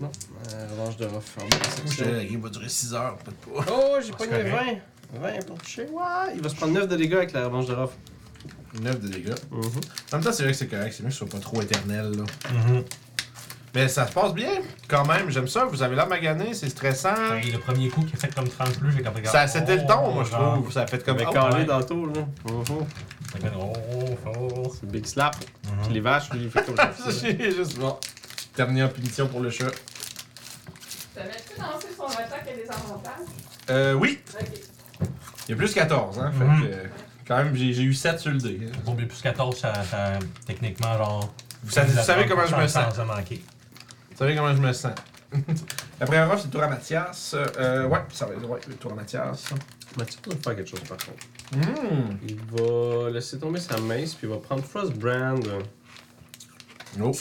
[SPEAKER 2] Non, euh, revanche de refermer.
[SPEAKER 1] Moi, je te dis, la game va durer 6 heures, peut-être pas.
[SPEAKER 2] Oh, j'ai
[SPEAKER 3] C'est
[SPEAKER 2] pogné 20! 20 pour toucher. Ouais, il va se prendre 9 de dégâts avec la revanche de Rof.
[SPEAKER 1] 9 de dégâts. En même temps, c'est vrai que c'est correct. C'est mieux que ce soit pas trop éternel, là.
[SPEAKER 3] Mhm.
[SPEAKER 1] Mais ça se passe bien, quand même. J'aime ça. Vous avez l'air magané, c'est stressant.
[SPEAKER 3] Hey, Le premier coup qui a fait comme 30 plus, j'ai comme regardé.
[SPEAKER 1] Ça, c'était le ton,
[SPEAKER 3] Oh,
[SPEAKER 1] moi, je
[SPEAKER 3] genre.
[SPEAKER 1] trouve. Ça a fait comme.
[SPEAKER 2] Avec
[SPEAKER 1] Oh,
[SPEAKER 2] carré
[SPEAKER 3] ouais.
[SPEAKER 2] dans le tour, là. Mhm.
[SPEAKER 3] Fait que, oh, oh, oh.
[SPEAKER 2] C'est Big Slap.
[SPEAKER 3] Mhm.
[SPEAKER 2] Puis les vaches, lui, il fait comme
[SPEAKER 1] Ça,
[SPEAKER 2] ça.
[SPEAKER 1] j'ai juste bon. Terminé en punition pour le chat.
[SPEAKER 4] T'avais-tu lancé son attaque à des avantages?
[SPEAKER 1] Euh, oui,
[SPEAKER 4] Ok.
[SPEAKER 1] il y a plus 14, hein. Fait
[SPEAKER 3] Mhm.
[SPEAKER 1] que, euh, quand même, j'ai j'ai eu 7 sur le dé. hein.
[SPEAKER 3] Pour B plus 14, ça, ça- techniquement, genre.
[SPEAKER 1] Vous savez, vous savez comment je me
[SPEAKER 3] Ça
[SPEAKER 1] sens.
[SPEAKER 3] ça manquait.
[SPEAKER 1] Vous savez comment je me sens. La première offre, c'est le tour à Mathias. Euh, ouais, ça va être ouais, le tour à Mathias.
[SPEAKER 2] Mathieu doit faire quelque chose, par contre.
[SPEAKER 1] Hum!
[SPEAKER 2] Il va laisser tomber sa mace, puis il va prendre Frostbrand.
[SPEAKER 1] Oh.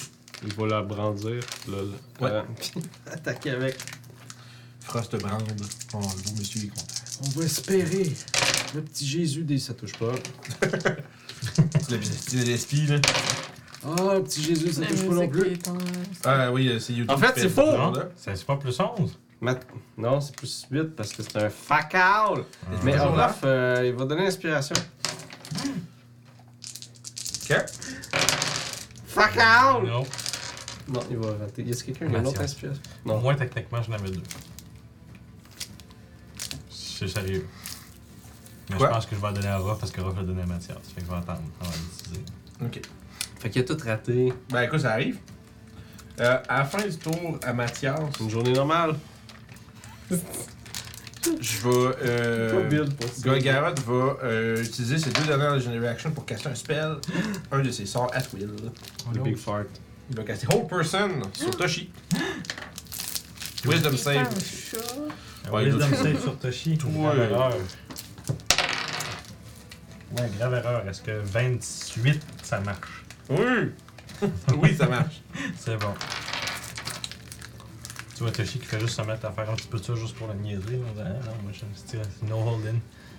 [SPEAKER 2] Il va la brandir. Lol.
[SPEAKER 1] Ouais.
[SPEAKER 2] Euh, attaquer avec.
[SPEAKER 1] Frostbrand. Oh, le beau monsieur est content.
[SPEAKER 2] On va espérer. Le petit Jésus, des- ça touche pas.
[SPEAKER 1] C'est le petit Gillespie, là.
[SPEAKER 2] Ah, le petit Jésus, ça
[SPEAKER 4] La
[SPEAKER 2] touche pas non
[SPEAKER 4] musique
[SPEAKER 2] plus.
[SPEAKER 4] est en-
[SPEAKER 1] Ah oui, euh, c'est YouTube.
[SPEAKER 2] En fait,
[SPEAKER 1] qui
[SPEAKER 2] c'est
[SPEAKER 1] ce
[SPEAKER 2] faux.
[SPEAKER 1] tour-là.
[SPEAKER 3] Ça, C'est pas plus 11.
[SPEAKER 2] Mat- Non, c'est plus 8 parce que c'est un facal.
[SPEAKER 1] Ah.
[SPEAKER 2] Mais Olaf, euh, il va donner l'inspiration.
[SPEAKER 1] Ok.
[SPEAKER 2] Facal!
[SPEAKER 3] Non.
[SPEAKER 2] Non, il va rater. Y a quelqu'un qui a une autre inspiration? Non.
[SPEAKER 3] Moi, techniquement, j'en avais deux. C'est sérieux. Mais je
[SPEAKER 1] Quoi?
[SPEAKER 3] pense que je vais la donner à Ruff parce que Ruff l'a donné à Mathias. Fait que je vais attendre avant de l'utiliser.
[SPEAKER 1] Ok.
[SPEAKER 2] Fait qu'il a tout raté.
[SPEAKER 1] Ben écoute, ça arrive. Euh, à la fin du tour à Mathias,
[SPEAKER 2] Une journée normale.
[SPEAKER 1] je vais. Euh,
[SPEAKER 2] build pour ça.
[SPEAKER 1] Golgaroth va euh, utiliser ses deux dernières Legendary Action pour caster un spell, un de ses sorts at will.
[SPEAKER 2] Le big fart.
[SPEAKER 1] Il va caster Whole Person sur Toshi. Wisdom
[SPEAKER 4] Il fait un
[SPEAKER 1] save.
[SPEAKER 4] chat.
[SPEAKER 3] Un
[SPEAKER 1] Ouais,
[SPEAKER 3] Wisdom
[SPEAKER 1] il doit-
[SPEAKER 3] save sur Toshi.
[SPEAKER 1] Ouais.
[SPEAKER 3] Grave erreur. Ouais, grave erreur. Est-ce que 28, ça marche?
[SPEAKER 1] Oui! oui, ça marche.
[SPEAKER 3] C'est bon. Tu vois Toshi qui fait juste se mettre à faire un petit peu de ça juste pour le niaiser. là, en disant, Ah non, moi je me suis tiré, no hold in.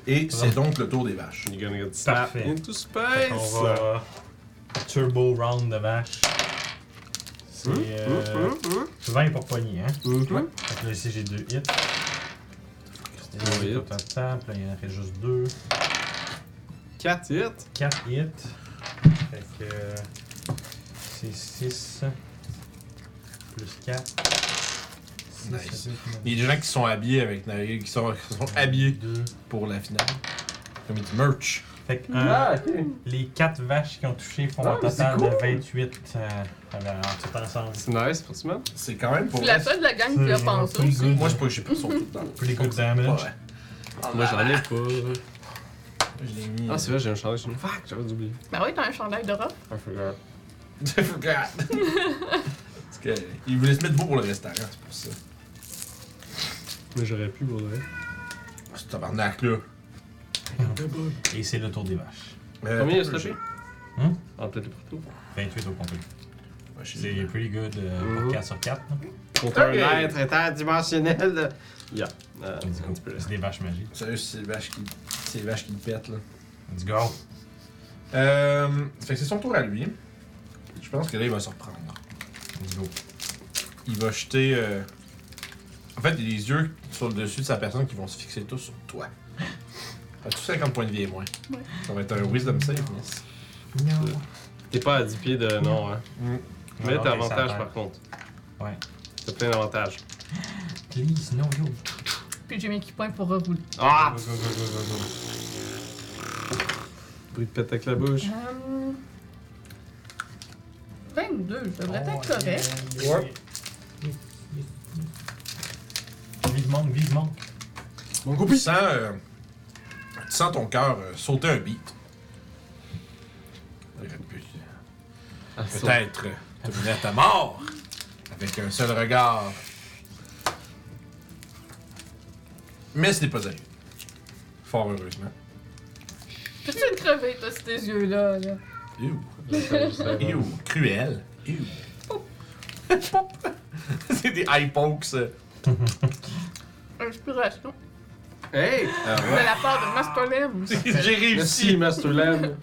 [SPEAKER 1] Et c'est donc le tour des vaches.
[SPEAKER 2] You're gonna get slapped
[SPEAKER 3] Parfait.
[SPEAKER 2] into
[SPEAKER 3] Fait qu'on
[SPEAKER 2] space!
[SPEAKER 3] va turbo round de vache. C'est
[SPEAKER 2] Hum,
[SPEAKER 3] euh, 20 pour poigner, hein?
[SPEAKER 2] Mhm.
[SPEAKER 3] Fait que là, ici, j'ai deux hits.
[SPEAKER 2] Deux hits.
[SPEAKER 3] Au total, puis là, il en reste juste deux.
[SPEAKER 2] 4 hits.
[SPEAKER 3] 4 hits. Fait que. euh, C'est 6. Plus 4.
[SPEAKER 1] Nice. Il y a des gens qui sont habillés avec qui sont, qui sont habillés pour la finale. Comme il dit merch.
[SPEAKER 3] Fait que euh,
[SPEAKER 2] Ah, ok.
[SPEAKER 3] les 4 vaches qui ont touché font
[SPEAKER 2] Ah,
[SPEAKER 3] un
[SPEAKER 2] mais c'est
[SPEAKER 3] total
[SPEAKER 2] cool.
[SPEAKER 3] de 28 euh, alors, en tout ensemble.
[SPEAKER 2] C'est nice pour ce man.
[SPEAKER 1] C'est quand même pour.
[SPEAKER 4] Puis la seule de la gang qui
[SPEAKER 3] C'est
[SPEAKER 4] l'a
[SPEAKER 3] genre
[SPEAKER 4] pensé
[SPEAKER 3] plus
[SPEAKER 4] aussi.
[SPEAKER 3] good.
[SPEAKER 1] Moi, je peux, je sais pas, ils sont tout le temps.
[SPEAKER 3] Pretty good
[SPEAKER 1] Ouais.
[SPEAKER 3] damage.
[SPEAKER 6] Moi, j'en ai pas.
[SPEAKER 1] Je l'ai mis.
[SPEAKER 2] Ah, c'est vrai, j'ai un chandail sur nous. Fuck, j'avais oublié.
[SPEAKER 4] Ben oui, t'as un chandail de robe.
[SPEAKER 2] I forgot.
[SPEAKER 1] I forgot. Parce que, il voulait se mettre beau pour le restaurant, c'est pour ça.
[SPEAKER 2] Mais j'aurais pu, pour vrai.
[SPEAKER 1] Ce tabarnak-là.
[SPEAKER 3] Et c'est le tour des vaches.
[SPEAKER 1] Euh,
[SPEAKER 2] Combien il a
[SPEAKER 1] peu,
[SPEAKER 2] stoppé
[SPEAKER 3] Hum?
[SPEAKER 2] Ah, peut-être pour tout.
[SPEAKER 3] 28 au complet.
[SPEAKER 1] Ouais, je
[SPEAKER 3] C'est
[SPEAKER 1] sais pas.
[SPEAKER 3] pretty good euh,
[SPEAKER 2] Mhm.
[SPEAKER 3] pour 4 sur 4.
[SPEAKER 2] Contre un
[SPEAKER 1] Ok.
[SPEAKER 2] être interdimensionnel. là. Yeah. Euh, un petit peu là.
[SPEAKER 3] C'est des vaches magiques.
[SPEAKER 1] Sérieux, c'est les vaches qui, c'est les vaches qui le pètent, là.
[SPEAKER 3] Let's go.
[SPEAKER 1] Euh, fait que c'est son tour à lui. Je pense que là, il va se reprendre.
[SPEAKER 3] Let's go.
[SPEAKER 1] Il va jeter. euh, En fait, il a les yeux sur le dessus de sa personne qui vont se fixer tous sur toi. T'as tous 50 points de vie et moins.
[SPEAKER 4] Ouais.
[SPEAKER 1] Ça va être un wisdom save, Miss.
[SPEAKER 2] T'es pas à 10 pieds de. Non, hein. Mais
[SPEAKER 3] Alors,
[SPEAKER 2] t'as
[SPEAKER 3] les
[SPEAKER 2] avantage
[SPEAKER 3] sapins.
[SPEAKER 2] par contre.
[SPEAKER 3] Ouais.
[SPEAKER 2] T'as plein d'avantages.
[SPEAKER 3] Please, no, yo.
[SPEAKER 4] Puis j'ai mes qui points pour rerouler.
[SPEAKER 2] Ah!
[SPEAKER 3] Go, go, go, go, go, go.
[SPEAKER 2] Bruit de pète avec la bouche.
[SPEAKER 4] Hum, 22, ça devrait être correct.
[SPEAKER 1] Ouais.
[SPEAKER 3] Vivement, vivement.
[SPEAKER 2] Mon
[SPEAKER 1] Tu sens, euh, tu sens ton cœur euh, sauter un beat. Peut-être euh, te mener à ta mort avec un seul regard. Mais ce n'est pas arrivé. Fort heureusement.
[SPEAKER 4] Peux-tu une crever, toi, sur tes yeux-là? Là?
[SPEAKER 1] Ew.
[SPEAKER 2] Ew.
[SPEAKER 1] Ew, cruel. Ew. C'est des eye pokes. euh.
[SPEAKER 4] Euh, Inspiration.
[SPEAKER 2] Hey!
[SPEAKER 4] De la part de Mastolem.
[SPEAKER 1] J'ai
[SPEAKER 2] Merci,
[SPEAKER 1] réussi.
[SPEAKER 2] Master Lem.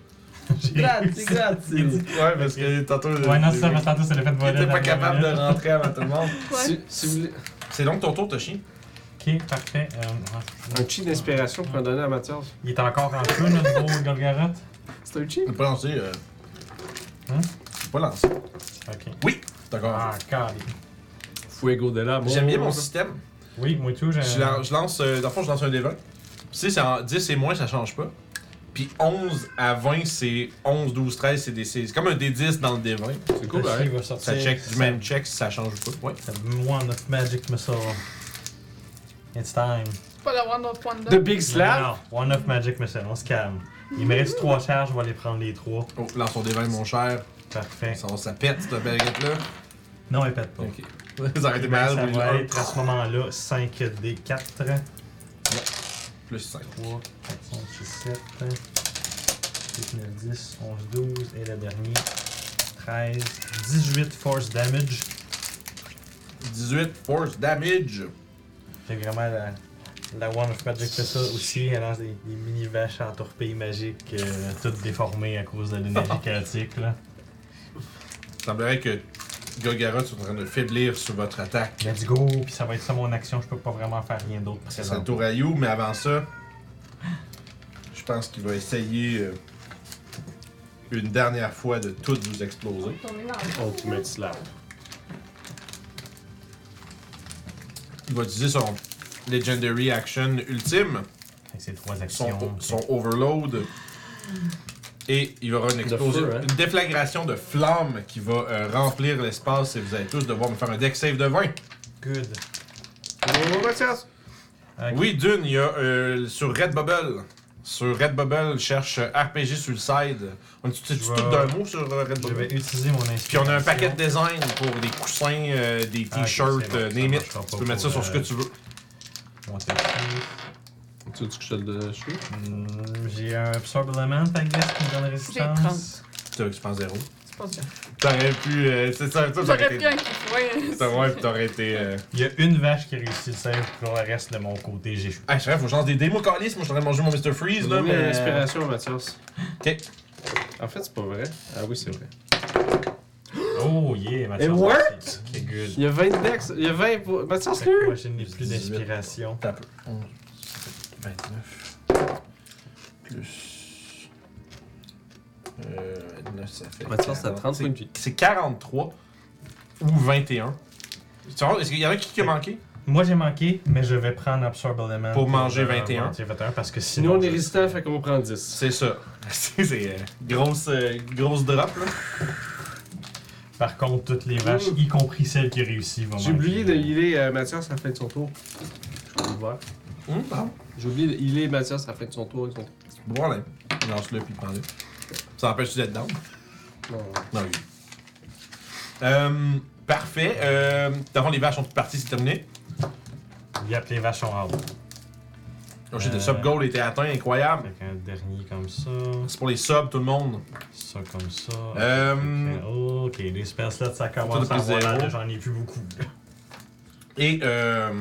[SPEAKER 2] Gratis, gratis.
[SPEAKER 1] Ouais, parce que tantôt,
[SPEAKER 3] Ouais, non, c'est ça,
[SPEAKER 1] euh,
[SPEAKER 3] mais tantôt, c'est le fait de voler.
[SPEAKER 1] t'étais
[SPEAKER 3] la
[SPEAKER 1] pas capable de
[SPEAKER 3] minute.
[SPEAKER 1] rentrer avant tout le monde.
[SPEAKER 4] Ouais.
[SPEAKER 2] Si, si vous voulez.
[SPEAKER 1] C'est donc ton tour, Toshi.
[SPEAKER 3] Ok, parfait. Euh, ouais.
[SPEAKER 2] Un chi d'inspiration pour en donner à Mathias.
[SPEAKER 3] Il est encore en feu, notre beau Golgaroth.
[SPEAKER 2] C'est un chi?
[SPEAKER 1] Je peux pas lancer. Euh...
[SPEAKER 3] Hein?
[SPEAKER 1] Je pas lancer.
[SPEAKER 3] Ok.
[SPEAKER 1] Oui, c'est encore un
[SPEAKER 3] Ah,
[SPEAKER 1] jeu.
[SPEAKER 3] carré.
[SPEAKER 2] Fuego de l'amour.
[SPEAKER 1] J'aime bien mon système.
[SPEAKER 3] Oui, moi tout, j'ai.
[SPEAKER 1] Je lan- je lance, euh, dans le fond, je lance un D20. Tu sais, c'est en 10 et moins, ça change pas. Puis 11 à 20, c'est 11, 12, 13, c'est des. C'est c'est comme un D10 dans le D20.
[SPEAKER 2] C'est cool,
[SPEAKER 3] Il
[SPEAKER 2] ouais.
[SPEAKER 3] va sortir.
[SPEAKER 1] bah, Ça check du même check si ça change ou pas. Ouais.
[SPEAKER 3] The one of magic missile. It's time.
[SPEAKER 4] Pas la One of Wonder.
[SPEAKER 2] The Big Slap.
[SPEAKER 3] Non, non, one of magic missile, on se calme. Il me reste trois charges, je vais aller prendre les trois.
[SPEAKER 1] Oh, lance ton D20, mon cher.
[SPEAKER 3] Parfait.
[SPEAKER 1] Ça, ça pète, cette baguette là.
[SPEAKER 3] Non, elle pète pas.
[SPEAKER 1] Ok. Ça aurait été
[SPEAKER 3] Ben,
[SPEAKER 1] malade,
[SPEAKER 3] ça
[SPEAKER 1] mais
[SPEAKER 3] va
[SPEAKER 1] un
[SPEAKER 3] être à ce moment-là 5 d 4. 3, 4,
[SPEAKER 1] plus 5.
[SPEAKER 3] 5, 6, 7, 8, 9, 10, 11, 12 et le dernier 13, 18 force damage.
[SPEAKER 1] 18 force damage.
[SPEAKER 3] J'ai vraiment la, la One of Magic fait ça aussi. Elle lance des, des mini vaches en torpille magique, euh, toutes déformées à cause de l'énergie chaotique. Là.
[SPEAKER 1] Il semblerait que Golgaroth soit en train de faiblir sur votre attaque.
[SPEAKER 3] Let's go, puis ça va être ça mon action. Je peux pas vraiment faire rien d'autre
[SPEAKER 1] Ça serait le
[SPEAKER 3] présentement.
[SPEAKER 1] tour à You, mais avant ça, je pense qu'il va essayer euh, une dernière fois de toutes vous exploser.
[SPEAKER 4] Ton énorme.
[SPEAKER 2] Ultimate Slap.
[SPEAKER 1] Il va utiliser son Legendary Action ultime,
[SPEAKER 3] Fait que C'est trois
[SPEAKER 1] son,
[SPEAKER 3] actions.
[SPEAKER 1] son Overload. Et il y aura une, explosion,
[SPEAKER 2] feu, hein?
[SPEAKER 1] une déflagration de flammes qui va euh, remplir l'espace et vous allez tous devoir me faire un deck save de 20.
[SPEAKER 3] Good.
[SPEAKER 2] Oh, Mathias!
[SPEAKER 3] Ok.
[SPEAKER 1] Oui, d'une, il y a euh, sur Redbubble. Sur Redbubble, cherche euh, RPG Suicide. On est tout,
[SPEAKER 3] Je
[SPEAKER 1] tout
[SPEAKER 3] vais-
[SPEAKER 1] d'un mot sur euh,
[SPEAKER 3] Je vais
[SPEAKER 1] Redbubble.
[SPEAKER 3] utiliser mon inspiration.
[SPEAKER 1] Puis on a un paquet de designs pour des coussins, euh, des
[SPEAKER 3] Ah, ok,
[SPEAKER 1] t-shirts,
[SPEAKER 3] c'est bon,
[SPEAKER 1] euh,
[SPEAKER 3] ça
[SPEAKER 1] name it.
[SPEAKER 3] marchera pas
[SPEAKER 1] Tu peux mettre ça
[SPEAKER 3] pour,
[SPEAKER 1] sur ce que
[SPEAKER 3] euh,
[SPEAKER 1] tu veux.
[SPEAKER 3] Mon texte.
[SPEAKER 2] Tu veux que je te le chou?
[SPEAKER 3] Hmm, J'ai un Absorb Element, I guess, qui me donne résistance.
[SPEAKER 1] Tu as- tu penses zéro.
[SPEAKER 4] C'est pas ça.
[SPEAKER 1] T'aurais pu. euh, c'est ça, toi, t'aurais
[SPEAKER 4] J'aurais
[SPEAKER 1] été.
[SPEAKER 4] bien un qui
[SPEAKER 1] t'aurais- ouais, puis t'aurais été. euh,
[SPEAKER 3] Il y a une vache qui réussit le save, pour le reste de mon côté, j'ai
[SPEAKER 1] Ah, c'est vrai, faut que je lance des démos calices. Moi, j'aurais mangé mon Mr. Freeze,
[SPEAKER 2] J'ai
[SPEAKER 1] là,
[SPEAKER 2] donné une
[SPEAKER 1] mais. euh,
[SPEAKER 2] inspiration à Mathias.
[SPEAKER 1] Ok.
[SPEAKER 2] euh, En fait, c'est pas vrai. Ah oui, c'est vrai.
[SPEAKER 3] Oh yeah, Mathias.
[SPEAKER 2] It
[SPEAKER 3] worked! Ok, good.
[SPEAKER 2] Il y a 20 decks. Il y a 20 pour. Mathias,
[SPEAKER 3] Fait que
[SPEAKER 2] lui!
[SPEAKER 3] moi, je n'ai plus d'inspiration.
[SPEAKER 1] T'as peu. 11, 29. Plus. Euh, 29, ça fait.
[SPEAKER 2] Mathias, t'as
[SPEAKER 1] 40.
[SPEAKER 2] 30 points de vie.
[SPEAKER 1] C'est 43 ou 21. Tu vois, Est-ce qu'il y en a qui, qui a manqué?
[SPEAKER 3] Moi, j'ai manqué, mais je vais prendre Absorb Element.
[SPEAKER 1] Pour manger
[SPEAKER 3] euh,
[SPEAKER 1] 21.
[SPEAKER 3] manger 21 parce que sinon.
[SPEAKER 2] Sinon, on est
[SPEAKER 3] je-
[SPEAKER 2] résistant, fait qu'on prend 10.
[SPEAKER 1] C'est ça. C'est c'est, euh, grosse, euh, grosse drop, là.
[SPEAKER 3] Par contre, toutes les vaches,
[SPEAKER 2] Ouh.
[SPEAKER 3] y compris celle qui réussit, vont
[SPEAKER 2] J'ai
[SPEAKER 3] manger.
[SPEAKER 2] oublié de healer euh, Mathias à la fin de son tour. Je vais le voir.
[SPEAKER 1] Hum, pardon.
[SPEAKER 2] J'ai oublié, de- il est Mathias à la fin de son tour. Ils sont...
[SPEAKER 1] Bon, problème. Lance-le puis prends-le. Ça empêche-tu d'être down?
[SPEAKER 2] Non, non.
[SPEAKER 1] Non, oui. Euh, parfait. Euh, D'avant, les vaches sont toutes parties, c'est terminé.
[SPEAKER 3] Yep, les vaches sont out.
[SPEAKER 1] Oh shit, le
[SPEAKER 3] Euh.
[SPEAKER 1] sub goal était atteint, incroyable.
[SPEAKER 3] Fait qu'un dernier comme ça,
[SPEAKER 1] C'est pour les subs, tout le monde.
[SPEAKER 3] ça comme ça.
[SPEAKER 1] Euh,
[SPEAKER 3] Fait que- Ok, les spell slots, ça commence
[SPEAKER 1] Toi,
[SPEAKER 3] à
[SPEAKER 1] t'as pris
[SPEAKER 3] avoir l'air
[SPEAKER 1] zéro.
[SPEAKER 3] de j'en ai plus beaucoup.
[SPEAKER 1] Et euh,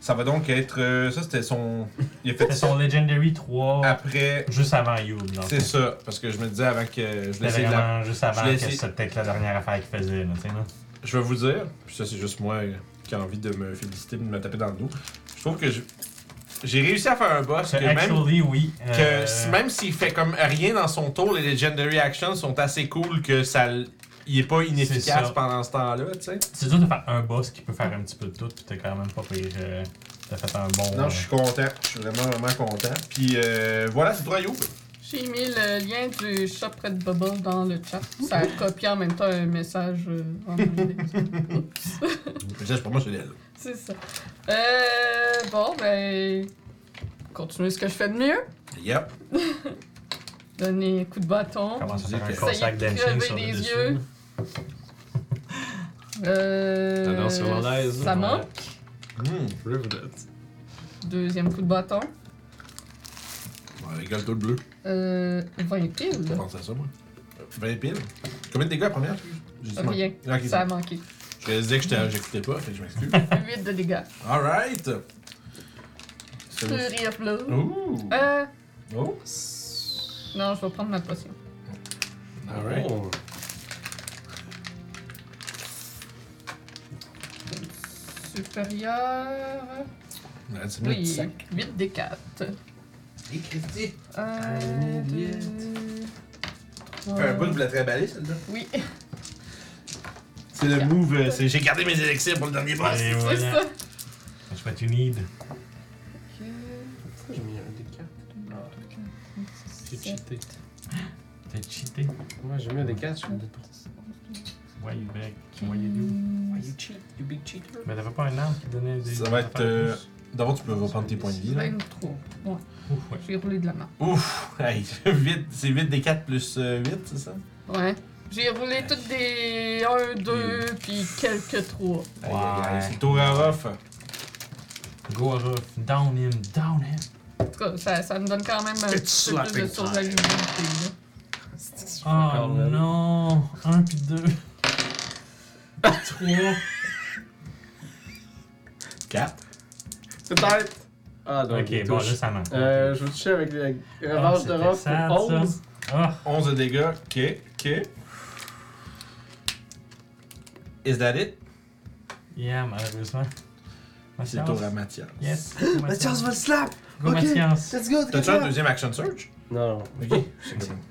[SPEAKER 1] ça va donc être. euh, ça, c'était son. Il a fait
[SPEAKER 3] C'était
[SPEAKER 1] ça
[SPEAKER 3] son Legendary 3
[SPEAKER 1] après.
[SPEAKER 3] juste avant Youb. dans le
[SPEAKER 1] Ah. C'est
[SPEAKER 3] fond.
[SPEAKER 1] ça, parce que je me disais avant que je
[SPEAKER 3] C'était
[SPEAKER 1] l'essaye de
[SPEAKER 3] vraiment
[SPEAKER 1] la...
[SPEAKER 3] juste avant
[SPEAKER 1] je l'ai
[SPEAKER 3] que
[SPEAKER 1] essayé-
[SPEAKER 3] c'était peut-être la dernière affaire qu'il faisait, là, tu sais, là.
[SPEAKER 1] Je vais vous dire, puis ça c'est juste moi qui ai envie de me féliciter et de me taper dans le dos. Je trouve que je- j'ai réussi à faire un boss
[SPEAKER 3] Ça,
[SPEAKER 1] que même
[SPEAKER 3] Actually, oui.
[SPEAKER 1] que
[SPEAKER 3] euh,
[SPEAKER 1] si- même s'il fait comme rien dans son tour, les legendary actions sont assez cool que ça l- il est pas
[SPEAKER 3] C'est
[SPEAKER 1] inefficace
[SPEAKER 3] ça.
[SPEAKER 1] pendant ce temps-là, tu sais.
[SPEAKER 3] C'est dur de faire un boss qui peut faire un petit peu de tout, pis t'es quand même pas pire. euh, T'as fait un bon. euh,
[SPEAKER 1] Non, je suis content, je suis vraiment vraiment content. Puis euh, voilà, c'est toi You.
[SPEAKER 4] J'ai mis le lien du shop près de Bubble dans le chat. Ça a copié en même temps un message euh, en anglais.
[SPEAKER 1] Je sais, pour moi c'est l'elle.
[SPEAKER 4] C'est ça. Euh, bon, ben. Continuez ce que je fais de mieux.
[SPEAKER 1] Yep.
[SPEAKER 4] Donner un coup de bâton.
[SPEAKER 3] Commence à faire un
[SPEAKER 1] Essayez
[SPEAKER 3] contact
[SPEAKER 4] de
[SPEAKER 3] dancing
[SPEAKER 4] crever
[SPEAKER 3] sur le
[SPEAKER 4] des
[SPEAKER 3] dessus.
[SPEAKER 4] yeux. Euh,
[SPEAKER 2] La danse irlandaise,
[SPEAKER 4] Ça
[SPEAKER 2] ouais.
[SPEAKER 4] manque.
[SPEAKER 1] Hum,
[SPEAKER 2] Riveted.
[SPEAKER 4] Deuxième coup de bâton.
[SPEAKER 1] Ouais, Régale tout le bleu.
[SPEAKER 4] Euh, 20
[SPEAKER 1] Je
[SPEAKER 4] piles.
[SPEAKER 1] pense à ça moi. 20 piles. Combien de dégâts la première J'ai dit-
[SPEAKER 4] Rien.
[SPEAKER 1] Ok,
[SPEAKER 4] Ça a manqué.
[SPEAKER 1] Je disais que j'étais- j'écoutais pas, fait que je m'excuse.
[SPEAKER 4] 8 de dégâts.
[SPEAKER 1] Alright!
[SPEAKER 4] Fury of Love.
[SPEAKER 1] Ouh!
[SPEAKER 4] Euh,
[SPEAKER 1] Oh!
[SPEAKER 4] non, je vais prendre ma potion. Euh.
[SPEAKER 1] Alright.
[SPEAKER 2] Oh.
[SPEAKER 4] Supérieur.
[SPEAKER 1] Ah, c'est mieux.
[SPEAKER 4] Oui, 8 des 4.
[SPEAKER 2] Allez,
[SPEAKER 4] 1, 2,
[SPEAKER 2] vite.
[SPEAKER 1] Fait un bout, vous la trimballez, celle-là?
[SPEAKER 4] Oui,
[SPEAKER 1] C'est le move, euh, c'est j'ai gardé mes élixirs pour le dernier boss.
[SPEAKER 3] Et
[SPEAKER 4] c'est
[SPEAKER 3] voilà.
[SPEAKER 4] ça.
[SPEAKER 3] That's what you need.
[SPEAKER 2] Pourquoi j'ai mis un des quatre J'ai cheaté.
[SPEAKER 3] T'as cheaté.
[SPEAKER 2] Ouais, j'ai mis un des quatre, je me dis pas.
[SPEAKER 3] Why you back? Why you do?
[SPEAKER 2] you cheat, you big cheater.
[SPEAKER 3] Mais t'avais pas un arme qui donnait des.
[SPEAKER 1] Ça va être, euh, D'abord, tu peux reprendre tes points de vie, là.
[SPEAKER 4] 23. Ouais,
[SPEAKER 3] Ouf, ouais.
[SPEAKER 4] j'ai roulé de la merde.
[SPEAKER 1] Ouf! Hey, huit- c'est 8 des 4 plus 8, c'est ça?
[SPEAKER 4] Ouais. J'ai roulé toutes des 1, 2, puis quelques 3.
[SPEAKER 1] Aïe, aïe, aïe,
[SPEAKER 3] Ouais.
[SPEAKER 1] C'est le tour à Ruff.
[SPEAKER 3] Go off, down him, down him.
[SPEAKER 4] En tout cas, ça, ça me donne quand même un petit peu plus de survivabilité. là.
[SPEAKER 3] Oh non! Un puis deux. Trois.
[SPEAKER 1] 4.
[SPEAKER 2] Peut-être. Ah, donc. il
[SPEAKER 3] Ok, bon, là
[SPEAKER 2] touche.
[SPEAKER 3] ça marche.
[SPEAKER 2] Euh, je vais toucher avec la
[SPEAKER 3] Ah,
[SPEAKER 2] revanche de
[SPEAKER 3] c'était
[SPEAKER 2] Ross
[SPEAKER 3] sad,
[SPEAKER 2] pour
[SPEAKER 3] ça.
[SPEAKER 2] 11.
[SPEAKER 3] Ah,
[SPEAKER 1] 11 de dégâts. Ok, ok. Is that it?
[SPEAKER 3] yeah, malheureusement.
[SPEAKER 1] C'est le
[SPEAKER 3] Mathias.
[SPEAKER 1] tour à Mathias.
[SPEAKER 3] Yes.
[SPEAKER 5] va le slap!
[SPEAKER 3] Go
[SPEAKER 5] Ok.
[SPEAKER 3] Mathias.
[SPEAKER 5] Let's go!
[SPEAKER 1] T'as-tu un deuxième action surge?
[SPEAKER 2] Non, non.
[SPEAKER 1] Ok.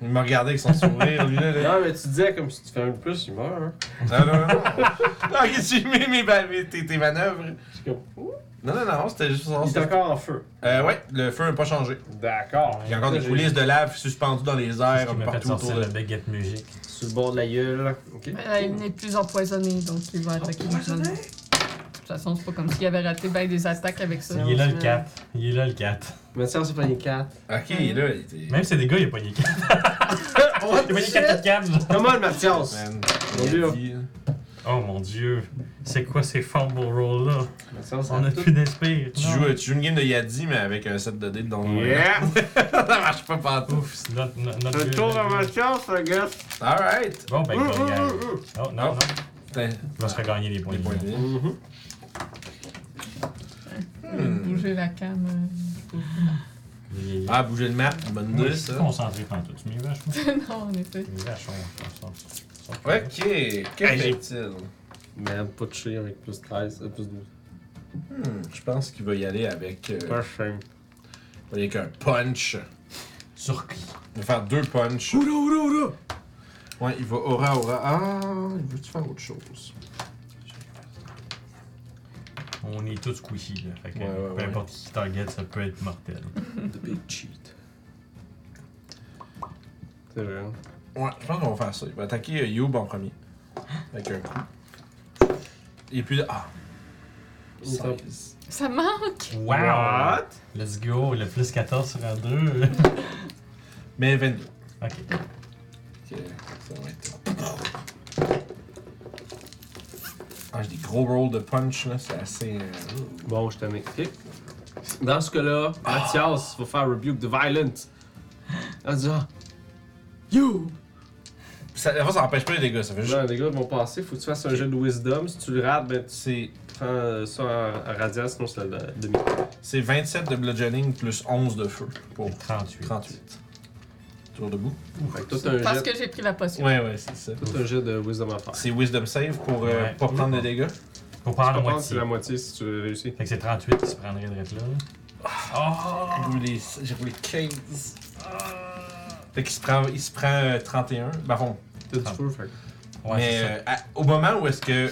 [SPEAKER 1] Il m'a regardé avec son sourire, lui, là. là.
[SPEAKER 2] Non, mais tu disais comme si tu fais un de plus, il meurt. Hein.
[SPEAKER 1] Non, non, non. non, ok, tu mets mes, ma- mes- tes, tes manœuvres.
[SPEAKER 2] Je suis comme, ouh,
[SPEAKER 1] Non, non, non, c'était juste
[SPEAKER 2] Il est
[SPEAKER 1] ça.
[SPEAKER 2] encore en feu.
[SPEAKER 1] Euh, ouais, le feu n'a pas changé.
[SPEAKER 2] D'accord.
[SPEAKER 1] Il y a encore des coulisses de lave suspendues dans les
[SPEAKER 3] Ben, C'est ce
[SPEAKER 1] airs,
[SPEAKER 3] qui
[SPEAKER 1] un peu
[SPEAKER 3] m'a fait
[SPEAKER 1] partout autour
[SPEAKER 3] sortir
[SPEAKER 1] de
[SPEAKER 3] le baguette musique.
[SPEAKER 2] Sur le bord de la gueule. Ok.
[SPEAKER 4] Euh, il n'est plus empoisonné, donc il va attaquer maintenant. De toute façon, c'est pas comme s'il avait raté ben des attaques avec ça.
[SPEAKER 3] Il est là le 4. Il est là le 4.
[SPEAKER 2] Mathias a pogné 4.
[SPEAKER 1] Ok,
[SPEAKER 3] Hein?
[SPEAKER 1] là, il était.
[SPEAKER 3] Même ces dégâts, il a pogné 4.
[SPEAKER 2] What
[SPEAKER 3] Il a pogné
[SPEAKER 2] the
[SPEAKER 3] 4 4
[SPEAKER 2] shit?
[SPEAKER 3] 4
[SPEAKER 2] Comment, Mathias?
[SPEAKER 1] Man,
[SPEAKER 2] Mon
[SPEAKER 1] il a
[SPEAKER 2] Dieu.
[SPEAKER 1] dit-
[SPEAKER 3] Oh mon dieu. C'est quoi ces fumble rolls là?
[SPEAKER 2] Mathias,
[SPEAKER 3] On a
[SPEAKER 2] tout-
[SPEAKER 3] plus d'inspire.
[SPEAKER 1] Tu
[SPEAKER 3] non?
[SPEAKER 1] joues, tu joues une game de Yadi, mais avec un set de dés dedans.
[SPEAKER 2] Yeah!
[SPEAKER 1] ça marche pas partout.
[SPEAKER 3] Ouf, c'est notre. notre
[SPEAKER 2] Un
[SPEAKER 3] notre-
[SPEAKER 2] tour à Mathias, I guess.
[SPEAKER 1] Alright.
[SPEAKER 3] Bon, ben, il
[SPEAKER 2] Hum,
[SPEAKER 3] va
[SPEAKER 2] hum,
[SPEAKER 3] gagner.
[SPEAKER 2] hum,
[SPEAKER 3] Oh, non, non.
[SPEAKER 1] Putain,
[SPEAKER 3] Il va se regagner les points.
[SPEAKER 1] les points de vie.
[SPEAKER 2] hum. Mhm.
[SPEAKER 4] Bouger la canne. euh, pour-
[SPEAKER 3] Il est
[SPEAKER 1] Ah, bouger le map, bonne idée,
[SPEAKER 3] suis
[SPEAKER 1] ça.
[SPEAKER 3] concentré pendant tout. Tu m'y vas, je pense.
[SPEAKER 4] non, en effet.
[SPEAKER 3] Mes vaches sont- sont- sont- sont-
[SPEAKER 1] Ok, quel est-il?
[SPEAKER 2] Man, pas de chier avec plus 13, euh, plus 12.
[SPEAKER 1] Hmm, je pense qu'il va y aller avec, euh,
[SPEAKER 2] Pas shame.
[SPEAKER 1] avec un punch.
[SPEAKER 3] Sur qui
[SPEAKER 1] Il va faire deux punchs.
[SPEAKER 5] Oula, oula, oula!
[SPEAKER 1] Ouais, il va aura, aura. Ah, il veut-tu faire autre chose?
[SPEAKER 3] On est tous squishy, là. Fait que
[SPEAKER 1] Ouais, ouais,
[SPEAKER 3] peu
[SPEAKER 1] ouais.
[SPEAKER 3] importe qui target, ça peut être mortel.
[SPEAKER 2] The big cheat. C'est vrai. hein?
[SPEAKER 1] Ouais, je pense qu'on va faire ça. Il va attaquer euh, Youb en premier. Avec un coup. Et puis. Ah! 16.
[SPEAKER 4] Ça manque!
[SPEAKER 3] Wow! Let's go, le plus 14 sur un 2.
[SPEAKER 1] Mais 22.
[SPEAKER 3] ok.
[SPEAKER 1] Ok, ça va être- Ah, j'ai des gros rolls de punch, là, c'est assez. euh,
[SPEAKER 2] Bon, je te mets. Ok. Dans ce cas-là, Mathias va faire Rebuke de Violence. En disant You!
[SPEAKER 1] Ça, la fois, ça n'empêche pas les dégâts, ça fait juste.
[SPEAKER 2] Là, les gars vont passer, faut que tu fasses un jeu de Wisdom. Si tu le rates, ben tu
[SPEAKER 1] C'est,
[SPEAKER 2] prends euh, ça en, en radial, sinon c'est la la demi.
[SPEAKER 1] c'est 27 de bludgeoning plus 11 de feu pour
[SPEAKER 3] 38.
[SPEAKER 1] 38. Toujours debout?
[SPEAKER 2] Fait que tout un
[SPEAKER 4] Parce
[SPEAKER 2] jet,
[SPEAKER 4] que j'ai pris la potion.
[SPEAKER 1] Ouais, ouais, c'est ça.
[SPEAKER 2] tout un jet de Wisdom à faire.
[SPEAKER 1] C'est Wisdom Save pour euh,
[SPEAKER 3] Ouais.
[SPEAKER 1] pas prendre de dégâts.
[SPEAKER 3] Faut
[SPEAKER 2] Tu
[SPEAKER 3] prendre la
[SPEAKER 2] comprends, c'est
[SPEAKER 3] moitié.
[SPEAKER 2] la moitié si tu réussis.
[SPEAKER 3] Fait que c'est 38 qui se prendrait de là. là.
[SPEAKER 1] J'ai roulé- J'ai roulé 15.
[SPEAKER 3] Ah!
[SPEAKER 1] Fait qu'il se prend, il se prend euh, 31. Bah bon.
[SPEAKER 2] T'as du feu, fait que-
[SPEAKER 3] Oh! Ouais,
[SPEAKER 1] mais
[SPEAKER 3] c'est ça.
[SPEAKER 1] euh, à- au moment où est-ce que.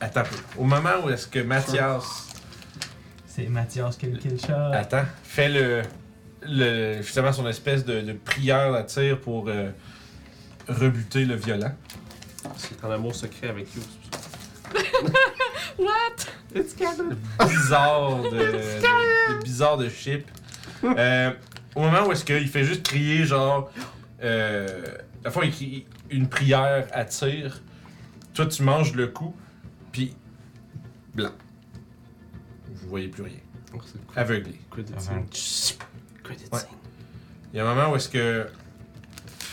[SPEAKER 1] Attends un peu. Au moment où est-ce que Mathias.
[SPEAKER 3] C'est Mathias qui a le kill shot.
[SPEAKER 1] Attends. Fait le. le justement, son espèce de, de prière à tir pour euh, rebuter le violent.
[SPEAKER 2] C'est en amour secret avec You.
[SPEAKER 4] What?
[SPEAKER 2] It's Kevin!
[SPEAKER 1] bizarre de, de- de bizarre de ship. Euh, au moment où est-ce qu'il fait juste crier genre euh, la fois il crie une prière à tir, toi tu manges le coup, puis blanc. Vous voyez plus rien, aveuglé.
[SPEAKER 2] Credit
[SPEAKER 3] Avant.
[SPEAKER 2] Credit
[SPEAKER 1] Ouais. Il y a un moment où est-ce que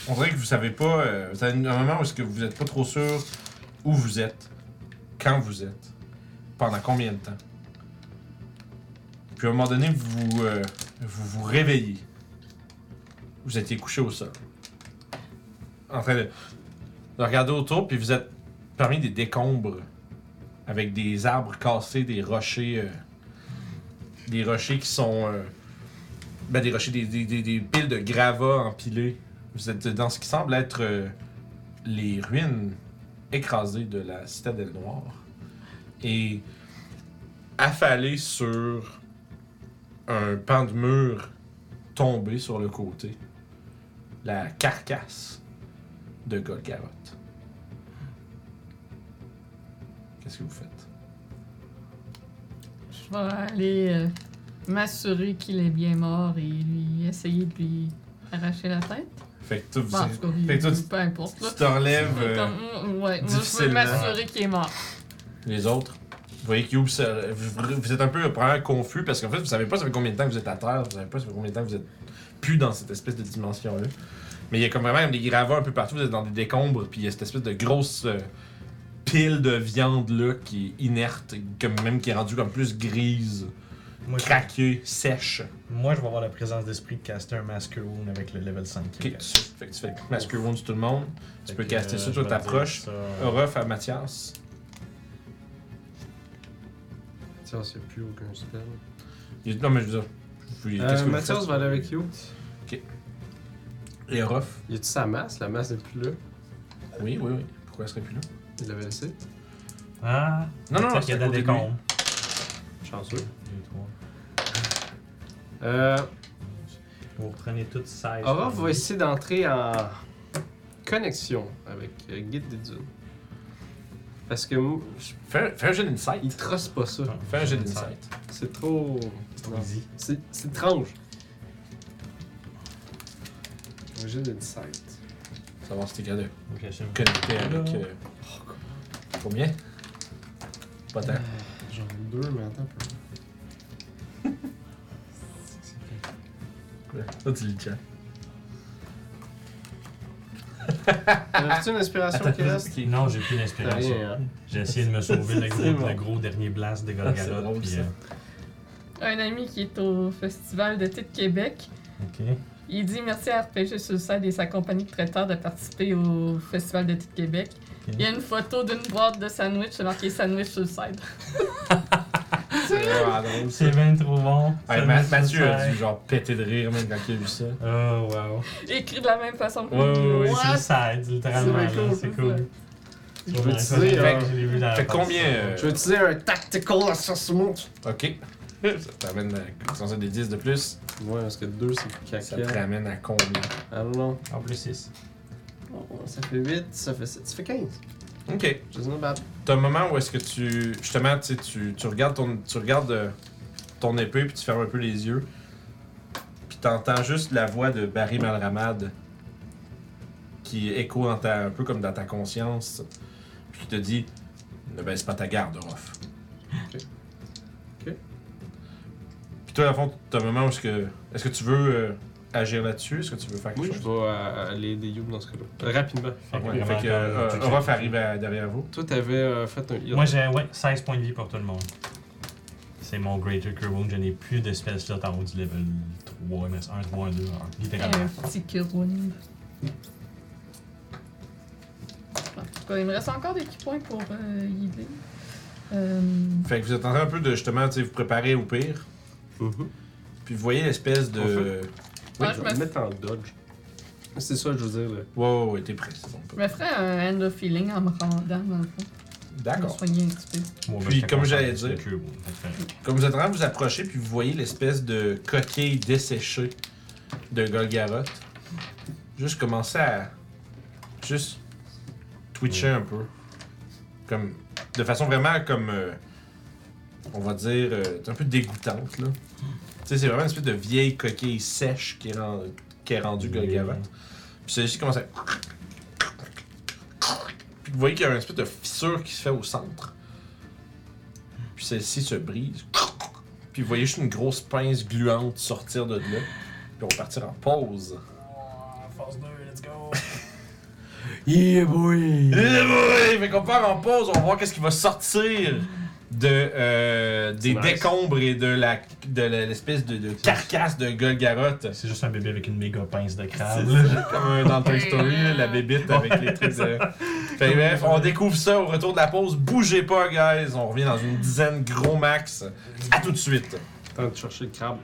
[SPEAKER 1] on dirait que vous savez pas, euh, vous avez un moment où est-ce que vous êtes pas trop sûr où vous êtes, quand vous êtes, pendant combien de temps. Puis à un moment donné, vous euh, vous, vous réveillez. Vous étiez couché au sol. En train de, de regarder autour, puis vous êtes parmi des décombres avec des arbres cassés, des rochers, euh, des rochers qui sont euh, ben, des rochers, des, des- des- des piles de gravats empilés. Vous êtes dans ce qui semble être euh, les ruines écrasées de la citadelle noire. Et affalé sur un pan de mur tombé sur le côté, la carcasse de Golgaroth. Qu'est-ce que vous faites?
[SPEAKER 4] Je vais aller euh, m'assurer qu'il est bien mort et lui essayer de lui arracher la tête.
[SPEAKER 1] Fait que toi, vous-
[SPEAKER 4] Bon, en tout cas,
[SPEAKER 1] fait que toi,
[SPEAKER 4] il-
[SPEAKER 1] tu
[SPEAKER 4] peu importe. Là.
[SPEAKER 1] tu te relèves. euh,
[SPEAKER 4] Comme, mm, ouais, moi, je veux
[SPEAKER 1] difficilement.
[SPEAKER 4] m'assurer qu'il est mort.
[SPEAKER 1] les autres. Vous voyez que Youb, ça- vous vous êtes un peu probablement confus parce qu'en fait, vous savez pas ça fait combien de temps que vous êtes à terre, vous savez pas ça fait combien de temps que vous êtes plus dans cette espèce de dimension-là. Mais il y a comme vraiment des gravats un peu partout, vous êtes dans des décombres, puis il y a cette espèce de grosse euh, pile de viande-là qui est inerte, et comme même qui est rendue comme plus grise,
[SPEAKER 3] Moi, je,
[SPEAKER 1] craquée, sèche.
[SPEAKER 3] moi, je vais avoir la présence d'esprit de caster un Master Wound avec le level 5.
[SPEAKER 1] Ok, tu- Fait que tu fais Master Wound sur tout le monde, tu peux caster
[SPEAKER 2] euh,
[SPEAKER 1] ça, toi t'approches. Oh. Orof à Mathias.
[SPEAKER 2] Mathias, y'a plus aucun spell.
[SPEAKER 1] Il- Non, mais je veux dire. vous- qu'est-ce
[SPEAKER 2] Euh,
[SPEAKER 1] que vous
[SPEAKER 2] Mathias
[SPEAKER 1] faites?
[SPEAKER 2] va aller avec You.
[SPEAKER 1] Et Orof.
[SPEAKER 2] Y'a-tu sa masse? La masse n'est plus là.
[SPEAKER 1] Oui, oui, oui. Pourquoi elle serait plus là?
[SPEAKER 2] Il l'avait laissé.
[SPEAKER 3] Ah!
[SPEAKER 1] Non, non, non,
[SPEAKER 3] il y
[SPEAKER 1] c'est
[SPEAKER 3] a
[SPEAKER 1] à
[SPEAKER 3] de la
[SPEAKER 1] côté de
[SPEAKER 3] décombre.
[SPEAKER 2] Chanceux.
[SPEAKER 3] Deux, trois.
[SPEAKER 2] Euh,
[SPEAKER 3] Vous reprenez toutes 16.
[SPEAKER 2] Aurore va essayer d'entrer en connexion avec euh, Guide des Dunes. Parce que m-
[SPEAKER 1] Fais, fais un jeu
[SPEAKER 2] il
[SPEAKER 1] d'insight.
[SPEAKER 2] trosse pas ça.
[SPEAKER 1] Fais un jeu d'insight.
[SPEAKER 2] C'est trop.
[SPEAKER 3] Trop
[SPEAKER 2] Non.
[SPEAKER 3] easy.
[SPEAKER 2] C'est c'est étrange. Un jeu de 17.
[SPEAKER 1] Savoir si t'es capable de
[SPEAKER 3] Donc, la chaîne-
[SPEAKER 1] connecter avec. euh, Combien? Pas tant.
[SPEAKER 2] J'en ai deux, mais attends un peu.
[SPEAKER 1] Ouais. Toi, tu lis le chat.
[SPEAKER 2] T'as-tu une inspiration qui reste?
[SPEAKER 3] Non, j'ai plus
[SPEAKER 2] T'as
[SPEAKER 3] d'inspiration.
[SPEAKER 2] rien, hein?
[SPEAKER 3] J'ai essayé de me sauver le
[SPEAKER 1] C'est
[SPEAKER 3] gros,
[SPEAKER 1] bon.
[SPEAKER 3] le gros dernier blast de
[SPEAKER 1] Ah, c'est
[SPEAKER 3] Golgaroth.
[SPEAKER 1] drôle,
[SPEAKER 3] puis,
[SPEAKER 1] ça.
[SPEAKER 3] euh,
[SPEAKER 4] Un ami qui est au Festival d'été de Québec,
[SPEAKER 3] ok.
[SPEAKER 4] il dit merci à RPG Suicide et sa compagnie de traiteurs de participer au Festival d'été de Québec. Il y a une photo d'une boîte de sandwich, c'est marqué Sandwich Suicide.
[SPEAKER 1] C'est vraiment drôle. ça.
[SPEAKER 3] C'est bien trop bon.
[SPEAKER 1] Ouais, Ma- Mathieu a dû genre péter de rire même quand il a vu ça.
[SPEAKER 3] Oh, wow.
[SPEAKER 4] Écrit de la même façon que
[SPEAKER 1] Ouais, ouais, ouais,
[SPEAKER 4] What?
[SPEAKER 3] Suicide, littéralement.
[SPEAKER 2] C'est bien
[SPEAKER 3] là,
[SPEAKER 2] cool,
[SPEAKER 3] C'est
[SPEAKER 4] c'est
[SPEAKER 3] cool.
[SPEAKER 2] Je vais utiliser, euh,
[SPEAKER 3] Je l'ai vu dans la
[SPEAKER 1] Fait
[SPEAKER 3] partie.
[SPEAKER 1] combien. euh,
[SPEAKER 2] Je vais utiliser un tactical assessment.
[SPEAKER 1] Ok. Ça t'amène à. Si on a des 10 de plus,
[SPEAKER 2] Ouais, parce que 2 c'est
[SPEAKER 1] ça te
[SPEAKER 2] caca.
[SPEAKER 1] ramène à combien
[SPEAKER 2] Ah non, non.
[SPEAKER 3] En plus 6.
[SPEAKER 2] Ça fait 8, ça fait 7, ça fait 15.
[SPEAKER 1] Ok.
[SPEAKER 2] Just not bad.
[SPEAKER 1] T'as un moment où est-ce que tu. Justement, tu, sais, tu, tu regardes, ton, tu regardes euh, ton épée, puis tu fermes un peu les yeux. Puis t'entends juste la voix de Barry Malramad qui écho dans ta- un peu comme dans ta conscience. Puis qui te dit Ne baisse pas ta garde, Ruff.
[SPEAKER 2] Ok. Ok.
[SPEAKER 1] Puis toi, à fond, t'as un moment où est-ce que. Est-ce que tu veux euh, agir là-dessus Est-ce que tu veux faire quelque
[SPEAKER 2] Oui, je
[SPEAKER 1] chose
[SPEAKER 2] vais euh, aller des Youb dans ce cas-là. Euh, Rapidement.
[SPEAKER 3] Fait que
[SPEAKER 1] Ouais,
[SPEAKER 3] vraiment,
[SPEAKER 1] Fait que
[SPEAKER 3] quand-
[SPEAKER 1] euh,
[SPEAKER 3] check, check.
[SPEAKER 1] Ruff arrive à- derrière vous.
[SPEAKER 2] Toi, t'avais euh, fait un heal.
[SPEAKER 3] Moi, j'ai ouais, 16 points de vie pour tout le monde. C'est mon Greater Cure Wound. Je n'ai plus de spell slot en haut du level 3. Il me reste 1, 3, 2, 1. Littéralement.
[SPEAKER 4] Un petit kiroun. En tout cas, il me reste encore des petits points pour euh, healer. Euh,
[SPEAKER 1] Fait que vous êtes en train un peu de justement tu sais, vous préparer au pire.
[SPEAKER 2] Mhm.
[SPEAKER 1] Puis vous voyez l'espèce de.
[SPEAKER 2] On
[SPEAKER 1] Ouais,
[SPEAKER 2] fait- Oui,
[SPEAKER 4] Ouais, je
[SPEAKER 2] je
[SPEAKER 4] me-
[SPEAKER 2] vais le mettre en dodge. C'est ça, je veux dire. là.
[SPEAKER 1] ouais, ouais, t'es prêt. c'est bon.
[SPEAKER 4] je me ferais un end of healing en me rendant dans le fond. Je me
[SPEAKER 1] D'accord.
[SPEAKER 4] soigner un petit peu.
[SPEAKER 3] Moi, ben,
[SPEAKER 1] Puis,
[SPEAKER 3] je te
[SPEAKER 1] comme
[SPEAKER 3] conseille
[SPEAKER 1] j'allais
[SPEAKER 3] le
[SPEAKER 1] dire-
[SPEAKER 3] Cure Wound. Fait que,
[SPEAKER 1] Comme vous êtes en train de vous approcher, puis vous voyez l'espèce de coquille desséchée de Golgaroth. Juste commencer à. Juste. twitcher un peu. Comme. De façon vraiment comme. euh, on va dire. euh, un peu dégoûtante, là. Tu sais, c'est vraiment une espèce de vieille coquille sèche qui est, rend- qui est rendue Golgaroth. Puis celui-ci commence à. Puis vous voyez qu'il y a une espèce de fissure qui se fait au centre. Puis celle-ci se brise. Puis vous voyez juste une grosse pince gluante sortir de là. Puis on va partir en pause.
[SPEAKER 5] Ah, Force 2, let's go.
[SPEAKER 2] Yeah, boy!
[SPEAKER 1] Eh oui! Fait qu'on part en pause, on va voir qu'est-ce qui va sortir de, euh, des
[SPEAKER 2] C'est nice.
[SPEAKER 1] décombres et de la de la- l'espèce de, de carcasse de Golgaroth.
[SPEAKER 3] C'est juste un bébé avec une méga pince de
[SPEAKER 1] Ah,
[SPEAKER 3] crabe.
[SPEAKER 1] Comme un dans Toy Story, là, la bébite avec les trucs de. Fait que bref, on découvre ça au retour de la pause. Bougez pas, guys. On revient dans une dizaine, gros max. À tout de suite.
[SPEAKER 2] Attends de chercher le crabe.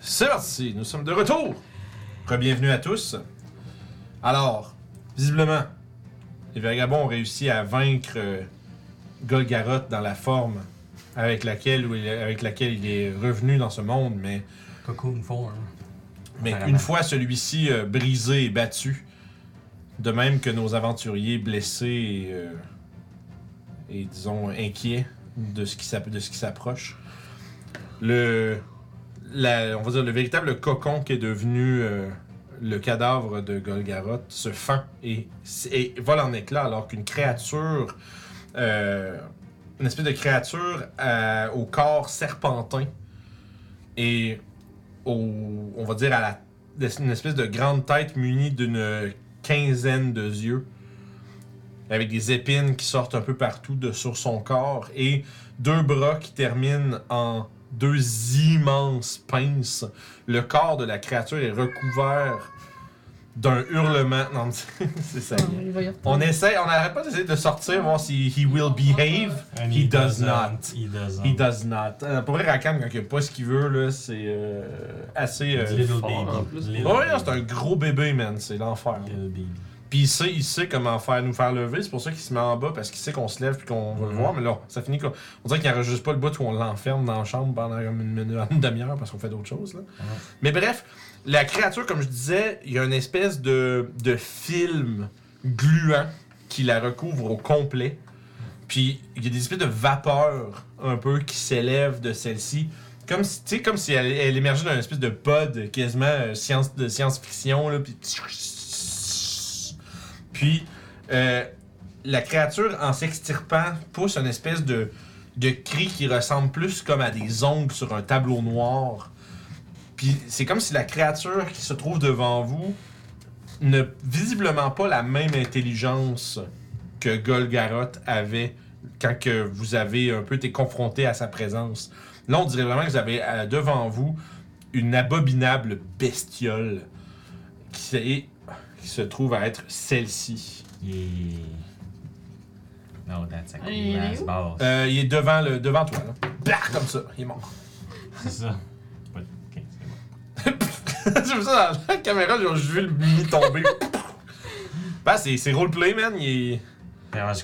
[SPEAKER 1] C'est parti, nous sommes de retour. Bienvenue à tous. Alors, visiblement, les vagabonds ont réussi à vaincre euh, Golgaroth dans la forme avec laquelle, où il- avec laquelle il est revenu dans ce monde, mais
[SPEAKER 3] Cocoon form.
[SPEAKER 1] Mais
[SPEAKER 3] Apparemment.
[SPEAKER 1] une fois celui-ci euh, brisé et battu, de même que nos aventuriers blessés et, euh, et, disons inquiets de ce qui s'app- de ce qui s'approche, le, la- on va dire le véritable cocon qui est devenu euh, le cadavre de Golgaroth se fend et, et vole en éclats alors qu'une créature, euh, une espèce de créature euh, au corps serpentin et au- on va dire, à la, de- une espèce de grande tête munie d'une quinzaine de yeux, avec des épines qui sortent un peu partout de, sur son corps, et deux bras qui terminent en deux immenses pinces. Le corps de la créature est recouvert d'un hurlement. Non, c'est ça.
[SPEAKER 4] Ah, il va y
[SPEAKER 1] On
[SPEAKER 4] retourner.
[SPEAKER 1] essaie, on n'arrête pas d'essayer de sortir, voir si he will behave.
[SPEAKER 3] And
[SPEAKER 1] He does not.
[SPEAKER 3] He doesn't.
[SPEAKER 1] He does not. Euh, pour vrai, Rakam, quand il a pas ce qu'il veut, là, c'est euh, assez. euh,
[SPEAKER 3] Little
[SPEAKER 2] fort, en
[SPEAKER 3] baby.
[SPEAKER 2] plus.
[SPEAKER 3] Little
[SPEAKER 1] Ouais, non, Oh, c'est un
[SPEAKER 3] baby.
[SPEAKER 1] gros bébé, man. C'est l'enfer. là.
[SPEAKER 3] Little baby.
[SPEAKER 1] Puis il sait, il sait comment faire, nous faire lever. C'est pour ça qu'il se met en bas parce qu'il sait qu'on se lève puis qu'on va le
[SPEAKER 3] Mhm.
[SPEAKER 1] voir. Mais là, ça finit qu'on. On dirait qu'il n'enregistre pas le bout où on l'enferme dans la chambre pendant comme une minute, une demi-heure parce qu'on fait d'autres choses. Là. Mais bref, la créature, comme je disais, il y a une espèce de, de film gluant qui la recouvre au complet. Puis il y a des espèces de vapeurs un peu qui s'élèvent de celle-ci. Comme si, tu sais, comme si elle, elle émergeait d'un espèce de pod quasiment euh, science, de science-fiction. Là, puis puis euh, la créature, en s'extirpant, pousse une espèce de, de cri qui ressemble plus comme à des ongles sur un tableau noir. Puis c'est comme si la créature qui se trouve devant vous n'a visiblement pas la même intelligence que Golgaroth avait quand que vous avez un peu été confronté à sa présence. Là, on dirait vraiment que vous avez euh, devant vous une abominable bestiole qui, s'est- qui se trouve à être celle-ci.
[SPEAKER 3] Yeah. No, that's a cool
[SPEAKER 4] Il est
[SPEAKER 3] ass
[SPEAKER 4] où?
[SPEAKER 3] boss.
[SPEAKER 1] Euh, il est devant, le, devant toi, là. Bah, comme ça, il est mort.
[SPEAKER 3] C'est ça. Ouais, ok, c'est bon.
[SPEAKER 1] J'ai vu ça dans la caméra, j'ai juste vu le mini tomber. bah, c'est c'est roleplay, man. Il est-
[SPEAKER 3] Mais alors, je-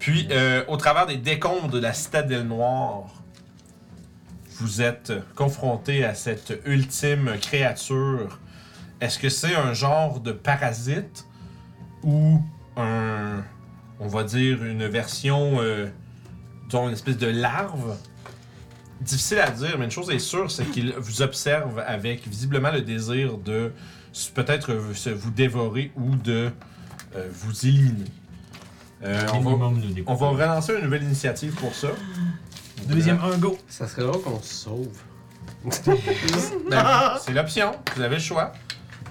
[SPEAKER 1] Puis, euh, au travers des décombres de la citadelle noire, vous êtes confronté à cette ultime créature Est-ce que c'est un genre de parasite ou un, on va dire, une version, euh, disons, une espèce de larve? Difficile à dire, mais une chose est sûre, c'est qu'il vous observe avec visiblement le désir de s- peut-être euh, se- vous dévorer ou de euh, vous éliminer. Euh, on, va,
[SPEAKER 3] Minimum, nous
[SPEAKER 1] on va
[SPEAKER 3] découvrir.
[SPEAKER 1] relancer une nouvelle initiative pour ça.
[SPEAKER 3] Deuxième un go.
[SPEAKER 2] Ça serait drôle qu'on se sauve.
[SPEAKER 1] Ben, C'est l'option, vous avez le choix.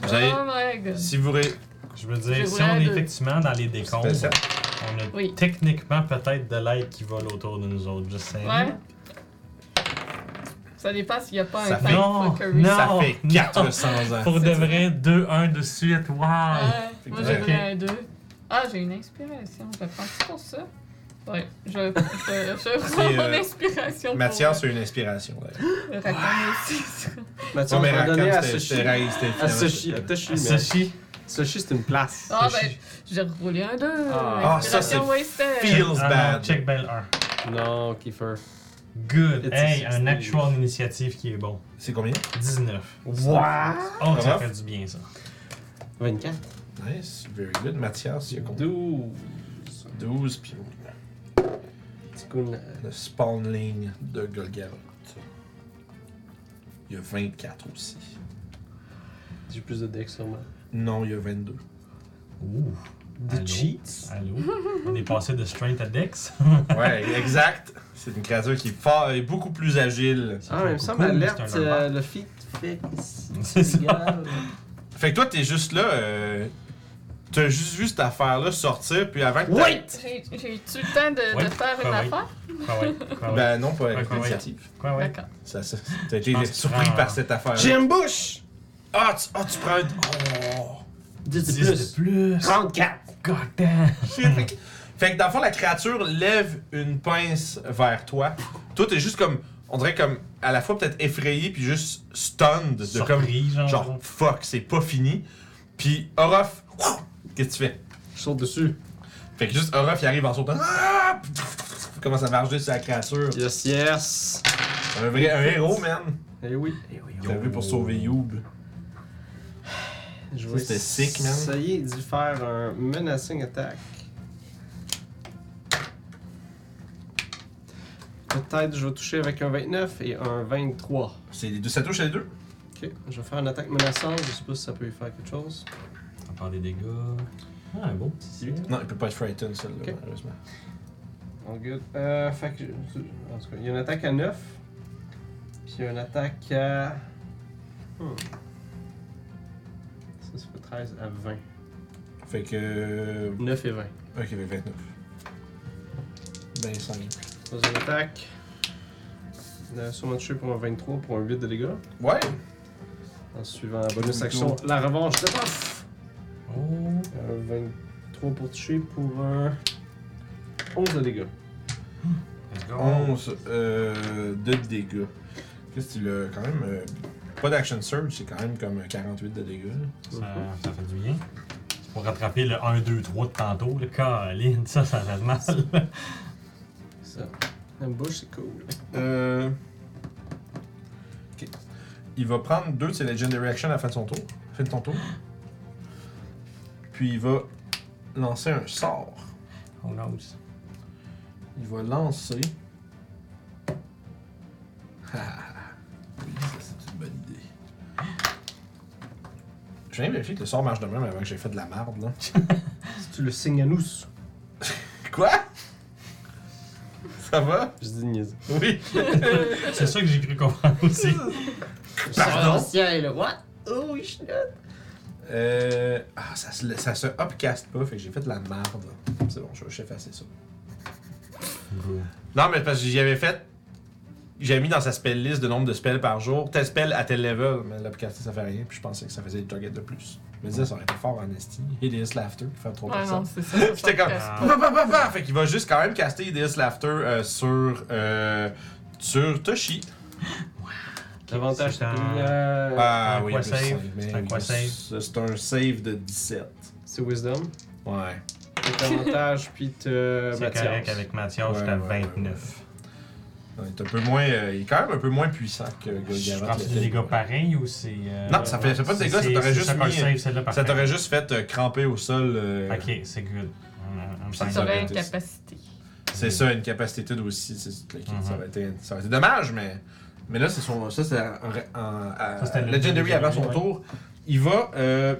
[SPEAKER 1] Vous avez,
[SPEAKER 4] Oh my god.
[SPEAKER 1] si vous, ré-
[SPEAKER 3] Je veux dire,
[SPEAKER 4] Je
[SPEAKER 3] si
[SPEAKER 4] voulais
[SPEAKER 3] on est
[SPEAKER 4] deux.
[SPEAKER 3] effectivement dans les décombres,
[SPEAKER 1] C'est ça.
[SPEAKER 3] on a
[SPEAKER 4] Oui.
[SPEAKER 3] techniquement peut-être de l'aide qui vole autour de nous autres. Je sais.
[SPEAKER 4] Ouais. Ça dépend s'il n'y a pas
[SPEAKER 1] Ça
[SPEAKER 4] un
[SPEAKER 1] fait-
[SPEAKER 4] time
[SPEAKER 3] Non,
[SPEAKER 4] fuckery.
[SPEAKER 3] non.
[SPEAKER 1] Ça
[SPEAKER 3] Oh,
[SPEAKER 1] fait
[SPEAKER 3] non.
[SPEAKER 1] 400 ans.
[SPEAKER 3] Pour de
[SPEAKER 4] C'est
[SPEAKER 3] vrai, 2-1 de suite. Wow!
[SPEAKER 4] Ah, moi, j'ai
[SPEAKER 1] Ok.
[SPEAKER 4] donné un 2. Ah, j'ai une inspiration. Je vais prendre ça pour ça. Ouais, je, je, je prends
[SPEAKER 1] C'est,
[SPEAKER 4] mon
[SPEAKER 1] euh,
[SPEAKER 4] inspiration.
[SPEAKER 1] Mathias Ah.
[SPEAKER 4] pour,
[SPEAKER 1] a une inspiration d'ailleurs.
[SPEAKER 4] euh, le raconter aussi ça.
[SPEAKER 2] Mathieu,
[SPEAKER 1] Non,
[SPEAKER 2] on
[SPEAKER 1] mais
[SPEAKER 2] va donner à
[SPEAKER 1] Rakam,
[SPEAKER 2] Sushi.
[SPEAKER 1] c'était Rai, c'était
[SPEAKER 2] À
[SPEAKER 1] finalement-
[SPEAKER 2] Sushi, à Toshi, mais
[SPEAKER 3] Sachi,
[SPEAKER 2] Sushi, c'est une place.
[SPEAKER 4] Ah,
[SPEAKER 3] Sushi.
[SPEAKER 4] ben, j'ai roulé un 2.
[SPEAKER 2] Ah.
[SPEAKER 1] Ah, ça, c'est
[SPEAKER 4] inspiration wasted.
[SPEAKER 1] Feels
[SPEAKER 3] Ah non,
[SPEAKER 1] bad.
[SPEAKER 3] check bell 1.
[SPEAKER 2] Non, Kiefer.
[SPEAKER 3] Good.
[SPEAKER 2] It's a
[SPEAKER 3] hey, un
[SPEAKER 2] 16.
[SPEAKER 3] actual initiative qui est bon.
[SPEAKER 1] C'est combien
[SPEAKER 3] 19.
[SPEAKER 4] Ah.
[SPEAKER 1] Wow!
[SPEAKER 3] Oh,
[SPEAKER 1] Ça
[SPEAKER 3] ça
[SPEAKER 1] va?
[SPEAKER 3] fait du bien, ça.
[SPEAKER 2] 24.
[SPEAKER 1] Nice, very good. Mathias, il a combien
[SPEAKER 2] 12.
[SPEAKER 1] 12 puis oh,
[SPEAKER 2] Petit coup de-
[SPEAKER 1] le spawnling de Golgaroth. Il y a 24 aussi.
[SPEAKER 2] J'ai plus de deck sur moi.
[SPEAKER 1] Non, il y a 22.
[SPEAKER 3] Ouh.
[SPEAKER 2] The
[SPEAKER 3] Allô?
[SPEAKER 2] cheats?
[SPEAKER 3] Allô? On est passé de strength à dex.
[SPEAKER 1] Ouais, exact. C'est une créature qui est, fort, est beaucoup plus agile.
[SPEAKER 2] Ah, mais il me semble
[SPEAKER 3] Coucou,
[SPEAKER 2] alerte,
[SPEAKER 3] c'est un
[SPEAKER 2] euh,
[SPEAKER 3] normal.
[SPEAKER 2] le feed fait ici.
[SPEAKER 3] C'est ça.
[SPEAKER 2] légal.
[SPEAKER 1] Fait que toi, t'es juste là. euh, T'as juste vu cette affaire-là sortir, puis avant que t'a-
[SPEAKER 2] Wait!
[SPEAKER 4] J'ai j'ai eu le temps de,
[SPEAKER 3] Ouais,
[SPEAKER 4] de faire une
[SPEAKER 3] ah oui.
[SPEAKER 4] affaire?
[SPEAKER 3] Quoi, ouais? Quoi, ouais?
[SPEAKER 1] Ben non, pas avec
[SPEAKER 3] Ouais, ouais.
[SPEAKER 1] l'initiative.
[SPEAKER 3] Quoi, ouais?
[SPEAKER 4] D'accord.
[SPEAKER 1] Ça, ça- T'as été
[SPEAKER 3] Je pense que tu
[SPEAKER 1] surpris
[SPEAKER 3] prends,
[SPEAKER 1] par
[SPEAKER 3] euh,
[SPEAKER 1] cette affaire-là.
[SPEAKER 2] Jim Bush!
[SPEAKER 1] Ah, tu, ah, tu prends un. Oh!
[SPEAKER 2] 10 de
[SPEAKER 3] 10 de
[SPEAKER 2] plus.
[SPEAKER 3] plus.
[SPEAKER 2] 34.
[SPEAKER 3] God damn.
[SPEAKER 1] Shit, fait que- fait que dans le fond, la créature lève une pince vers toi. Toi, t'es juste comme. On dirait comme à la fois peut-être effrayé puis juste stunned de comme.
[SPEAKER 3] Surpris, genre.
[SPEAKER 1] Genre, fuck, c'est pas fini. Puis Orof, qu'est-ce que tu fais?
[SPEAKER 2] Je saute dessus.
[SPEAKER 1] Fait que juste Orof, il arrive en sautant. Ah! Il Commence à marcher sur la créature.
[SPEAKER 2] Yes, yes.
[SPEAKER 1] Un vrai un héros, man.
[SPEAKER 2] Eh oui. Eh oui.
[SPEAKER 1] T'as vu pour sauver Youb.
[SPEAKER 2] Je
[SPEAKER 1] Ça, c'était sick, man.
[SPEAKER 2] essayer d'y faire un menacing attack. Peut-être je vais toucher avec un 29 et un 23.
[SPEAKER 1] C'est les deux. Ça touche les deux?
[SPEAKER 2] Ok, je vais faire une attaque menaçante. Je sais pas si ça peut y faire quelque chose.
[SPEAKER 3] On part des dégâts. Ah, un beau petit six.
[SPEAKER 1] Non, il peut pas être frightened, celle-là,
[SPEAKER 2] Ok.
[SPEAKER 1] malheureusement.
[SPEAKER 2] Oh good. Euh, fait que. En tout cas, il y a une attaque à 9. Puis il y a une attaque à. Hmm. Ça, ça fait 13 à 20.
[SPEAKER 1] Fait que. euh,
[SPEAKER 2] 9 et 20.
[SPEAKER 1] Ok, fait 29. 25.
[SPEAKER 2] Deuxième attaque. Euh, Sûrement touché pour un 23 pour un 8 de dégâts.
[SPEAKER 1] Ouais!
[SPEAKER 2] En suivant la bonus
[SPEAKER 1] Plutôt.
[SPEAKER 2] action, la revanche de paf!
[SPEAKER 3] Oh.
[SPEAKER 2] Un 23 pour toucher pour un 11 de dégâts.
[SPEAKER 3] Let's go.
[SPEAKER 1] 11 euh, de dégâts. Qu'est-ce qu'il a quand même. euh, pas d'action surge, c'est quand même comme 48 de dégâts. là.
[SPEAKER 3] Ça, ça fait du bien. C'est pour rattraper le 1, 2, 3 de tantôt. Le Caroline, ça, ça fait mal.
[SPEAKER 2] Ça. Ambush, c'est cool.
[SPEAKER 1] Euh. Ok. Il va prendre 2 de ses Legendary Action à la fin de son tour. Fin de ton tour. Puis il va lancer un sort.
[SPEAKER 3] Who knows?
[SPEAKER 1] Il va lancer. Ah, oui, ça c'est une bonne idée. Je viens vérifier que le sort marche de même avant que j'ai fait de la marde là.
[SPEAKER 2] C'est-tu le signe à nous?
[SPEAKER 1] Quoi? Ça va?
[SPEAKER 2] Je dis niaise.
[SPEAKER 1] Oui.
[SPEAKER 3] C'est ça que j'ai cru comprendre aussi.
[SPEAKER 1] Pardon?
[SPEAKER 2] ciel, what? Oh, je suis là.
[SPEAKER 1] Euh, ah, ça se, ça se upcast pas, fait que j'ai fait de la marde. C'est bon, je vais effacer ça. Non, mais parce que j'y avais fait. J'avais mis dans sa spell list le nombre de spells par jour. Tel spell à tel level, mais l'upcast ça fait rien. Puis je pensais que ça faisait des targets de plus. Je me disais, ça aurait été fort en esti. Hideous Laughter qui fait trop
[SPEAKER 4] Ouais, non,
[SPEAKER 1] personnes.
[SPEAKER 4] c'est ça. ça
[SPEAKER 1] J'étais comme.
[SPEAKER 4] casse
[SPEAKER 1] Pa,
[SPEAKER 4] pas.
[SPEAKER 1] pa, pa, pa. Fait qu'il va juste quand même caster Hideous Laughter euh, sur. euh, sur Toshi.
[SPEAKER 2] L'avantage,
[SPEAKER 3] C'est
[SPEAKER 2] c'est
[SPEAKER 3] un-
[SPEAKER 2] euh,
[SPEAKER 1] Ah
[SPEAKER 3] un
[SPEAKER 1] oui,
[SPEAKER 3] quoi
[SPEAKER 1] plus
[SPEAKER 3] save?
[SPEAKER 1] cinq,
[SPEAKER 3] C'est
[SPEAKER 1] mais
[SPEAKER 3] un quoi save?
[SPEAKER 1] C'est un save de 17.
[SPEAKER 2] C'est Wisdom.
[SPEAKER 1] Ouais.
[SPEAKER 2] T'as bah, avantage, puis t'as
[SPEAKER 3] C'est correct
[SPEAKER 2] Mathias.
[SPEAKER 3] avec Mathias,
[SPEAKER 1] Ouais,
[SPEAKER 3] j'étais à
[SPEAKER 1] ouais, ouais,
[SPEAKER 3] 29.
[SPEAKER 1] Il est un peu moins. euh, il est quand même un peu moins puissant que
[SPEAKER 3] Je
[SPEAKER 1] Golgaroth.
[SPEAKER 3] prends
[SPEAKER 1] le
[SPEAKER 3] des
[SPEAKER 1] fait.
[SPEAKER 3] dégâts pareils ou c'est. euh,
[SPEAKER 1] Non, ça fait- c'est pas de
[SPEAKER 3] c'est-
[SPEAKER 1] dégâts, ça
[SPEAKER 3] c'est-
[SPEAKER 1] t'aurait
[SPEAKER 3] c'est
[SPEAKER 1] juste
[SPEAKER 3] chacun
[SPEAKER 1] mis-
[SPEAKER 3] save, celle-là, parfait.
[SPEAKER 1] Ça t'aurait juste fait euh, cramper au sol. euh,
[SPEAKER 3] Ok, c'est good. Un- un- un
[SPEAKER 1] Ça
[SPEAKER 3] cinq.
[SPEAKER 1] Ça
[SPEAKER 4] Sur
[SPEAKER 1] aurait été-
[SPEAKER 4] incapacité.
[SPEAKER 1] C'est ça, une capacité TUD aussi. c'est- c'est-
[SPEAKER 3] Mhm.
[SPEAKER 1] ça, aurait été, ça aurait été dommage, mais, mais là, c'est son, ça, c'est en- en- à-
[SPEAKER 3] Ça, c'était le
[SPEAKER 1] euh, Legendary avant son
[SPEAKER 3] Legendary, ouais.
[SPEAKER 1] tour. Il va. euh,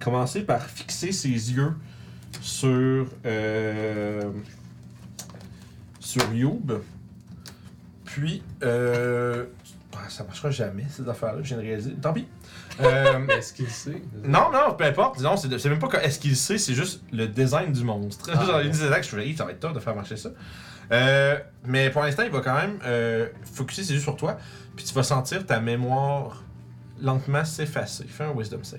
[SPEAKER 1] commencer par fixer ses yeux sur. euh, sur Youb. Puis. euh, ah, ça marchera jamais, cette affaire-là, je viens de réaliser. Tant pis. Euh,
[SPEAKER 2] Mais Est-ce qu'il sait
[SPEAKER 1] non, non, peu importe. Disons, c'est de- c'est même pas que est-ce qu'il sait, c'est juste le design du monstre.
[SPEAKER 2] Ah,
[SPEAKER 1] Genre,
[SPEAKER 2] ouais.
[SPEAKER 1] il disait là que je faisais, Hey, ça va être tough de faire marcher ça. Euh, mais pour l'instant, il va quand même euh, focuser ses yeux sur toi, puis tu vas sentir ta mémoire lentement s'effacer. Fais un wisdom save.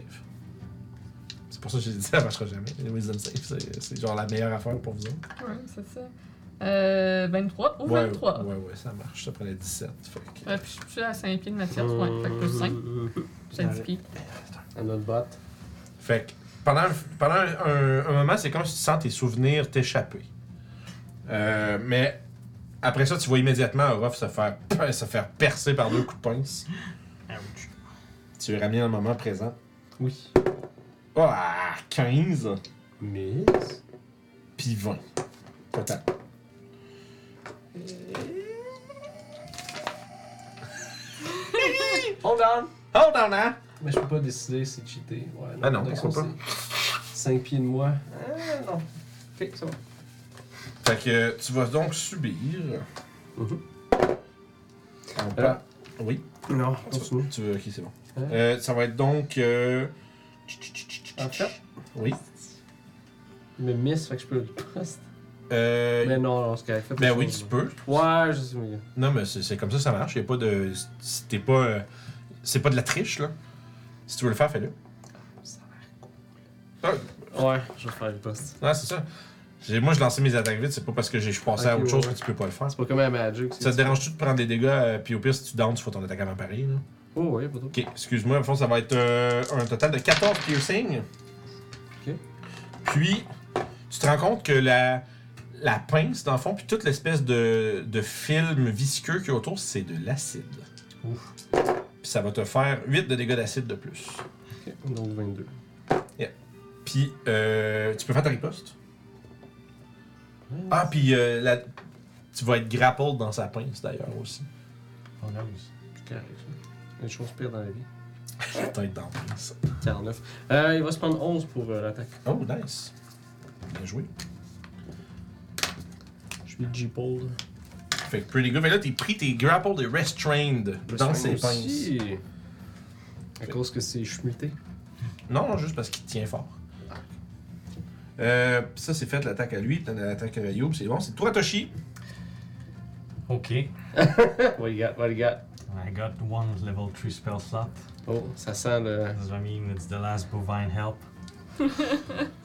[SPEAKER 1] C'est pour ça que j'ai dit ça marchera jamais. Le wisdom save, c'est- c'est genre la meilleure affaire pour vous. autres.
[SPEAKER 4] Ouais, c'est ça. Euh, 23 ou
[SPEAKER 1] ouais,
[SPEAKER 4] 23.
[SPEAKER 1] Ouais, ouais, ça marche. Ça prenait 17. Fait que-
[SPEAKER 4] Ouais, Euh, puis je suis plus à 5 pieds de matière, ouais. Fait que plus 5,
[SPEAKER 2] Mmh.
[SPEAKER 4] j'ai 10 pieds.
[SPEAKER 2] Un autre bot.
[SPEAKER 1] Fait que pendant, pendant un, un- un moment, c'est comme si tu sens tes souvenirs t'échapper. Euh, mais après ça, tu vois immédiatement Orof se faire, se faire percer par deux coups de pince.
[SPEAKER 3] Ouch.
[SPEAKER 1] Tu es ramené dans le moment présent.
[SPEAKER 2] Oui.
[SPEAKER 1] Oh, ah, 15,
[SPEAKER 2] Mais.
[SPEAKER 1] puis 20. Total.
[SPEAKER 2] Hold on!
[SPEAKER 1] Hold on, hein?
[SPEAKER 2] Mais je peux pas décider, c'est cheaté. Ouais,
[SPEAKER 1] Ah non,
[SPEAKER 2] donc
[SPEAKER 1] on peut
[SPEAKER 2] ça,
[SPEAKER 1] pas.
[SPEAKER 2] c'est Cinq pieds de moi. Ah non. Ok, ça va.
[SPEAKER 1] Fait que tu vas donc subir.
[SPEAKER 2] Mhm.
[SPEAKER 1] en
[SPEAKER 2] Euh,
[SPEAKER 1] pa- oui.
[SPEAKER 2] Non,
[SPEAKER 1] Tu
[SPEAKER 2] continue.
[SPEAKER 1] tu veux, ok, c'est bon.
[SPEAKER 2] Ouais.
[SPEAKER 1] Euh, ça va être donc. euh,
[SPEAKER 2] En fait,
[SPEAKER 1] Oui.
[SPEAKER 2] il me miss, fait que je peux le poste.
[SPEAKER 1] Euh,
[SPEAKER 2] Mais non, non, c'est correct. Faites
[SPEAKER 1] ben
[SPEAKER 2] autre
[SPEAKER 1] oui,
[SPEAKER 2] chose,
[SPEAKER 1] tu peux.
[SPEAKER 2] là. Ouais, je sais, mais.
[SPEAKER 1] Non, mais c'est c'est comme ça, ça marche. Y a pas de. si T'es pas. euh, C'est pas de la triche, là. Si tu veux le faire, fais-le.
[SPEAKER 2] Ça a
[SPEAKER 1] Ah,
[SPEAKER 2] l'air cool. Ouais, je vais faire le poste.
[SPEAKER 1] Non, c'est ça. J'ai- Moi, je lançais mes attaques vite, c'est pas parce que j'ai- je suis passé à
[SPEAKER 2] Ok,
[SPEAKER 1] autre chose
[SPEAKER 2] ouais.
[SPEAKER 1] que tu peux pas le faire.
[SPEAKER 2] C'est pas comme à Magic. c'est-
[SPEAKER 1] Ça te dérange-tu de prendre des dégâts, euh, puis au pire, si tu downs, tu fais ton attaque avant Paris, là.
[SPEAKER 2] Oh, ouais, pas trop.
[SPEAKER 1] Ok, excuse-moi, au fond, ça va être euh, un total de 14 piercings.
[SPEAKER 2] Ok.
[SPEAKER 1] Puis, tu te rends compte que la, la pince, dans le fond, puis toute l'espèce de, de film visqueux qui est autour, c'est de l'acide.
[SPEAKER 3] Ouf.
[SPEAKER 1] Puis ça va te faire 8 de dégâts d'acide de plus.
[SPEAKER 2] Ok, donc 22.
[SPEAKER 1] Puis, euh, tu peux faire ta riposte. Ah, puis euh, la- tu vas être grappled dans sa pince, d'ailleurs, aussi.
[SPEAKER 3] On lose.
[SPEAKER 2] C'est correct, ça. Il y a Des choses pires dans la vie.
[SPEAKER 1] Peut-être dans la pince.
[SPEAKER 2] 49. Euh, il va se prendre 11 pour euh, l'attaque.
[SPEAKER 1] Oh, nice. Bien joué.
[SPEAKER 2] Je suis G-Pold.
[SPEAKER 1] Fait que pretty good. Mais là, t'es pris, t'es grappled et restrained dans ses pinces.
[SPEAKER 2] À cause que c'est chmuté.
[SPEAKER 1] Non, non, juste parce qu'il tient fort. Euh, pis ça, c'est fait l'attaque à lui, puis t'en as l'attaque à Youb, c'est bon. C'est toi, Toshi.
[SPEAKER 3] Ok.
[SPEAKER 2] what you got? What you got?
[SPEAKER 3] I got one level 3 spell slot.
[SPEAKER 2] Oh, ça sent le.
[SPEAKER 3] Does that mean it's the last bovine help?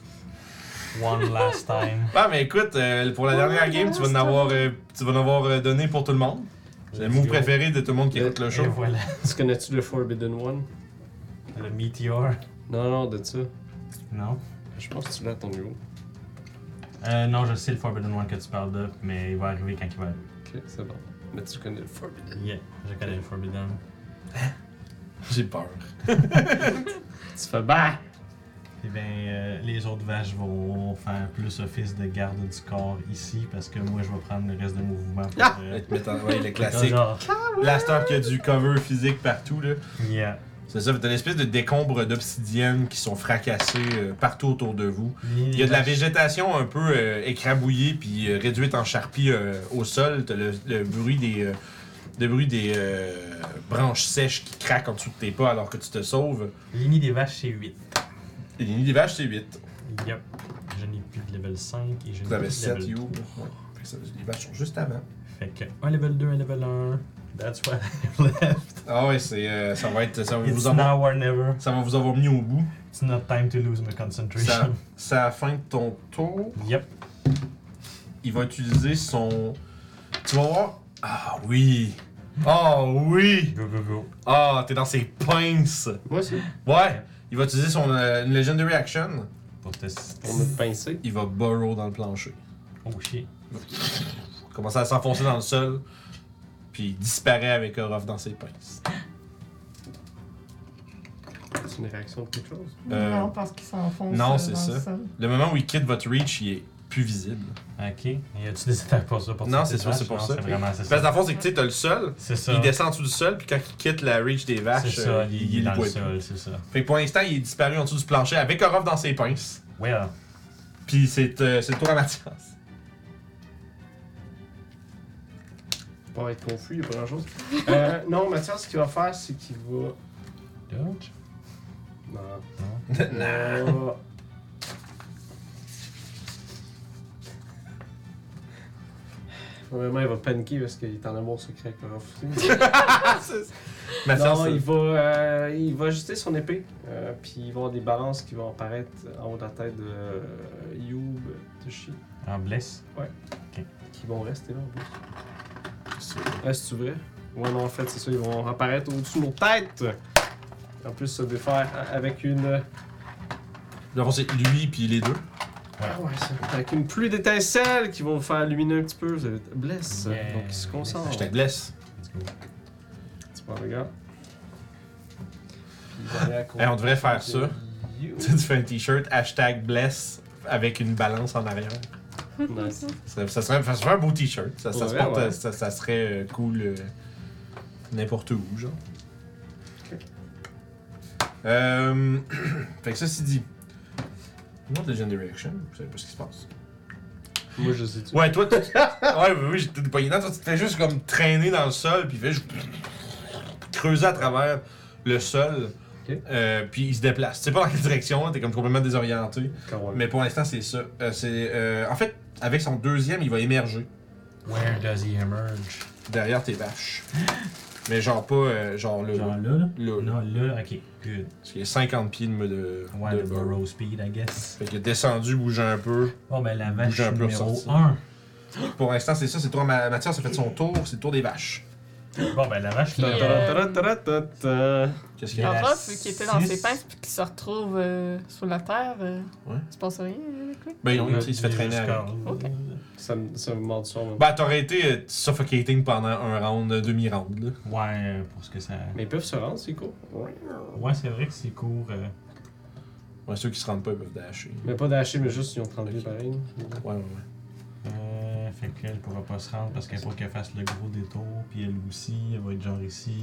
[SPEAKER 3] one last time.
[SPEAKER 1] Ah, mais écoute, euh, pour la dernière game, tu vas en avoir, euh, tu vas en avoir euh, donné pour tout le monde. C'est le
[SPEAKER 3] Let's
[SPEAKER 1] move
[SPEAKER 3] go.
[SPEAKER 1] préféré de tout le monde qui écoute le show.
[SPEAKER 3] Et voilà.
[SPEAKER 2] Tu connais-tu le Forbidden One?
[SPEAKER 3] Le meteor.
[SPEAKER 2] Non, non, de ça.
[SPEAKER 3] Non?
[SPEAKER 2] Je pense que tu l'as à ton niveau.
[SPEAKER 3] Euh, non, je sais le Forbidden One que tu parles de, mais il va arriver quand il va arriver.
[SPEAKER 2] Ok, c'est bon. Mais tu connais le Forbidden.
[SPEAKER 3] Yeah, je connais le Forbidden.
[SPEAKER 1] J'ai peur.
[SPEAKER 2] Tu fais bah!
[SPEAKER 3] Eh bien, les autres vaches vont faire plus office de garde du corps ici parce que moi je vais prendre le reste de mouvement pour. euh,
[SPEAKER 1] Ils te mettent en- ouais, Ah! le
[SPEAKER 3] faire
[SPEAKER 1] classique.
[SPEAKER 3] genre,
[SPEAKER 1] Blaster qui a du cover physique partout, là.
[SPEAKER 3] yeah.
[SPEAKER 1] C'est ça, t'as une espèce de décombres d'obsidienne qui sont fracassés euh, partout autour de vous.
[SPEAKER 3] Il
[SPEAKER 1] Il y a de la végétation un peu euh, écrabouillée puis euh, réduite en charpie euh, au sol. T'as le, le bruit des, euh, le bruit des euh, branches sèches qui craquent en dessous de tes pas alors que tu te sauves.
[SPEAKER 3] L'ini des vaches c'est 8.
[SPEAKER 1] Et les nids des vaches, c'est 8.
[SPEAKER 3] Yep. Je n'ai plus de level 5 et je n'ai plus
[SPEAKER 1] Vous avez
[SPEAKER 3] de
[SPEAKER 1] 7
[SPEAKER 3] level
[SPEAKER 1] you. Ouais. Fait que ça, Les vaches sont juste avant.
[SPEAKER 3] Fait que un level 2, un level 1. That's what I left.
[SPEAKER 1] Ah ouais, c'est, euh, ça va être. Ça va,
[SPEAKER 3] It's
[SPEAKER 1] vous avoir,
[SPEAKER 3] now or never.
[SPEAKER 1] ça va vous avoir mis au bout.
[SPEAKER 3] It's not time to lose my concentration.
[SPEAKER 1] Ça, ça à la fin de ton tour.
[SPEAKER 3] Yep.
[SPEAKER 1] il va utiliser son. Tu vas voir. Ah oui! Ah oui!
[SPEAKER 3] Go, go, go.
[SPEAKER 1] Ah, t'es dans ses pinces!
[SPEAKER 2] Moi aussi.
[SPEAKER 1] Ouais! Il va utiliser son euh, une Legendary Action.
[SPEAKER 3] Pour te.
[SPEAKER 2] Pour me pincer.
[SPEAKER 1] Il va burrow dans le plancher.
[SPEAKER 3] Oh shit.
[SPEAKER 1] Commence à s'enfoncer dans le sol, puis il disparaît avec Orof dans ses pinces.
[SPEAKER 2] C'est une réaction de quelque chose.
[SPEAKER 1] Euh,
[SPEAKER 4] Non, parce qu'il s'enfonce.
[SPEAKER 1] non,
[SPEAKER 4] euh,
[SPEAKER 1] c'est
[SPEAKER 4] dans
[SPEAKER 1] ça.
[SPEAKER 4] le sol.
[SPEAKER 1] Le moment où il quitte votre reach, il est plus visible.
[SPEAKER 3] Ok. Et Y a-tu des attaques pour ça? Pour
[SPEAKER 1] Non,
[SPEAKER 3] sortir
[SPEAKER 1] c'est sûr,
[SPEAKER 3] de
[SPEAKER 1] c'est pour
[SPEAKER 3] vache?
[SPEAKER 1] ça.
[SPEAKER 3] Non, C'est vraiment c'est
[SPEAKER 1] Parce que
[SPEAKER 3] ça.
[SPEAKER 1] dans le fond, c'est que tu sais, t'as le sol,
[SPEAKER 3] C'est ça.
[SPEAKER 1] il descend en dessous du sol, puis quand il quitte la reach des
[SPEAKER 3] C'est
[SPEAKER 1] vaches,
[SPEAKER 3] ça,
[SPEAKER 1] euh,
[SPEAKER 3] il, il est
[SPEAKER 1] le
[SPEAKER 3] dans le
[SPEAKER 1] voit plus.
[SPEAKER 3] sol, c'est ça.
[SPEAKER 1] Fait que pour l'instant, il est disparu en dessous du plancher avec Orof dans ses pinces,
[SPEAKER 3] Well.
[SPEAKER 1] puis c'est euh, c'est le tour à Mathias.
[SPEAKER 2] Faut Pas être confus, il y a pas grand chose. Euh, non, Mathias, ce qu'il va faire, c'est qu'il va.
[SPEAKER 3] Donc.
[SPEAKER 2] Non.
[SPEAKER 3] Non.
[SPEAKER 2] Non. Vraiment, il va paniquer parce qu'il est en amour secret avec Orof aussi.
[SPEAKER 1] Mathias,
[SPEAKER 2] non,
[SPEAKER 1] euh,
[SPEAKER 2] il va, euh, il va ajuster son épée, euh, puis il va y avoir des balances qui vont apparaître en haut de la tête de euh, Youb Toshi,
[SPEAKER 3] En blesse.
[SPEAKER 2] qui vont rester là en plus.
[SPEAKER 1] c'est-
[SPEAKER 2] Ah, c'est vrai? Ouais, non, en fait, c'est ça, ils vont apparaître au-dessus de nos têtes! En plus, ça veut faire avec une.
[SPEAKER 1] dans le fond, c'est lui, puis les deux.
[SPEAKER 2] Ah ouais, ça. Avec une pluie d'étincelles qui vont vous faire illuminer un petit peu. Vous avez blesse.
[SPEAKER 3] Yeah,
[SPEAKER 2] Donc, il se concentre.
[SPEAKER 1] Je te blesse.
[SPEAKER 3] Let's go.
[SPEAKER 2] Tu prends le gars. Puis il va aller à côté
[SPEAKER 1] Hey, Eh, on devrait faire
[SPEAKER 2] de
[SPEAKER 1] ça.
[SPEAKER 2] You.
[SPEAKER 1] Tu sais, tu fais un t-shirt, hashtag bless, avec une balance en arrière.
[SPEAKER 2] Nice.
[SPEAKER 1] Ça, ça serait, ça serait un beau t-shirt. Ça, ça, se
[SPEAKER 2] Ouais,
[SPEAKER 1] porte,
[SPEAKER 2] ouais.
[SPEAKER 1] ça, ça serait euh, cool euh, n'importe où, genre.
[SPEAKER 2] Ok.
[SPEAKER 1] Euh, fait que ceci dit, Not Legendary Action, vous savez pas ce qui se passe.
[SPEAKER 2] Moi, je sais.
[SPEAKER 1] Ouais, toi, tu... ouais, oui, oui, j'étais poigné dedans. Toi, tu te fais juste comme traîner dans le sol, puis fait juste creuser à travers le sol.
[SPEAKER 2] Ok.
[SPEAKER 1] Euh, puis il se déplace. Tu sais pas dans quelle direction, là, t'es comme complètement désorienté. Mais pour l'instant, c'est ça. Euh, c'est, euh, en fait, avec son deuxième, il va émerger
[SPEAKER 3] Where does he emerge?
[SPEAKER 1] derrière tes vaches. Mais genre pas, euh, genre là.
[SPEAKER 3] Genre là, là?
[SPEAKER 1] Là, là.
[SPEAKER 3] Non, là, ok. Good.
[SPEAKER 1] Parce qu'il y a 50 pieds de, de,
[SPEAKER 3] Ouais,
[SPEAKER 1] de
[SPEAKER 3] le
[SPEAKER 1] burrow.
[SPEAKER 3] burrow speed, I guess.
[SPEAKER 1] Fait qu'il est descendu, bougeait un peu.
[SPEAKER 3] Bon, ben la
[SPEAKER 1] Bouge
[SPEAKER 3] vache
[SPEAKER 1] un peu,
[SPEAKER 3] numéro
[SPEAKER 1] ressorti.
[SPEAKER 3] 1.
[SPEAKER 1] Pour l'instant, c'est ça. C'est toi, Ma- Mathias, a fait son tour. C'est le tour des vaches.
[SPEAKER 3] Bon, ben la vache
[SPEAKER 4] Puis,
[SPEAKER 3] numéro
[SPEAKER 4] euh,
[SPEAKER 1] Qu'est-ce
[SPEAKER 3] Il y
[SPEAKER 1] qu'il y
[SPEAKER 3] a
[SPEAKER 1] a
[SPEAKER 3] la
[SPEAKER 4] Orof, qui était dans
[SPEAKER 3] six.
[SPEAKER 4] ses pinces puis qui se retrouve euh, sur la terre, euh,
[SPEAKER 1] Ouais.
[SPEAKER 4] tu penses à rien euh, avec lui?
[SPEAKER 1] Ben, il, il se fait traîner avec.
[SPEAKER 4] Ok.
[SPEAKER 2] Ça me, ça me mord sur moi.
[SPEAKER 1] Bah, t'aurais été euh, suffocating pendant un round, euh, demi-round, là.
[SPEAKER 3] Ouais, pour ce que ça.
[SPEAKER 2] Mais ils peuvent se rendre, c'est cool.
[SPEAKER 3] Ouais, c'est vrai que c'est court. euh,
[SPEAKER 1] Ouais, ceux qui se rendent pas, ils peuvent dasher.
[SPEAKER 2] Mais pas d'HM, mais juste ils ont 30 pieds
[SPEAKER 1] Ok.
[SPEAKER 2] pareil.
[SPEAKER 1] Ouais, ouais, ouais.
[SPEAKER 3] Euh, fait qu'elle pourra pas se rendre parce qu'il faut qu'elle fasse le gros détour, puis elle aussi, elle va être genre ici.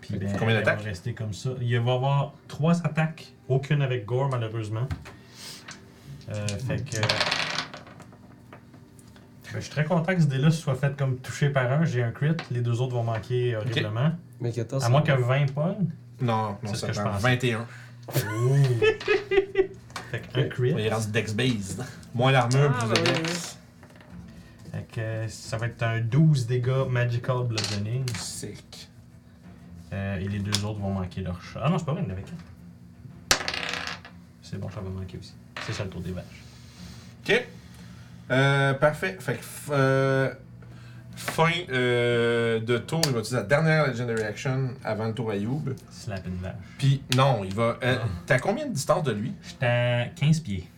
[SPEAKER 3] Puis
[SPEAKER 1] Fait que
[SPEAKER 3] ben,
[SPEAKER 1] combien
[SPEAKER 3] elle va
[SPEAKER 1] d'attaques?
[SPEAKER 3] rester comme ça. Il va y avoir trois attaques, aucune avec Gore malheureusement. Euh, fait que. Ben, je suis très content que ce dé-là soit fait comme touché par un. J'ai un crit, les deux autres vont manquer horriblement.
[SPEAKER 2] Mais 14.
[SPEAKER 3] À moins que 20 pogne.
[SPEAKER 1] Non, non,
[SPEAKER 3] C'est ce
[SPEAKER 1] ça
[SPEAKER 3] que je
[SPEAKER 1] prend
[SPEAKER 3] pensais.
[SPEAKER 1] 21.
[SPEAKER 3] fait qu'un crit.
[SPEAKER 1] Ouais, il est rendu dex based. Moins l'armure,
[SPEAKER 4] Ah,
[SPEAKER 1] plus
[SPEAKER 4] ben
[SPEAKER 1] le
[SPEAKER 4] oui,
[SPEAKER 1] dex.
[SPEAKER 3] Fait que ça va être un 12 dégâts Magical Bludgeoning.
[SPEAKER 1] Sick.
[SPEAKER 3] Euh, et les deux autres vont manquer leur chat. Ah non, c'est pas vrai, il y en avait quatre. C'est bon, ça va manquer aussi. C'est ça le tour des vaches.
[SPEAKER 1] Ok. Euh, parfait. Fait que. f- euh, fin euh, de tour, il va utiliser la dernière Legendary Action avant le tour à Youb.
[SPEAKER 3] Slap une vache.
[SPEAKER 1] Puis, non, il va. euh,
[SPEAKER 3] Ah.
[SPEAKER 1] T'as combien de distance de lui
[SPEAKER 3] J'étais à 15 pieds.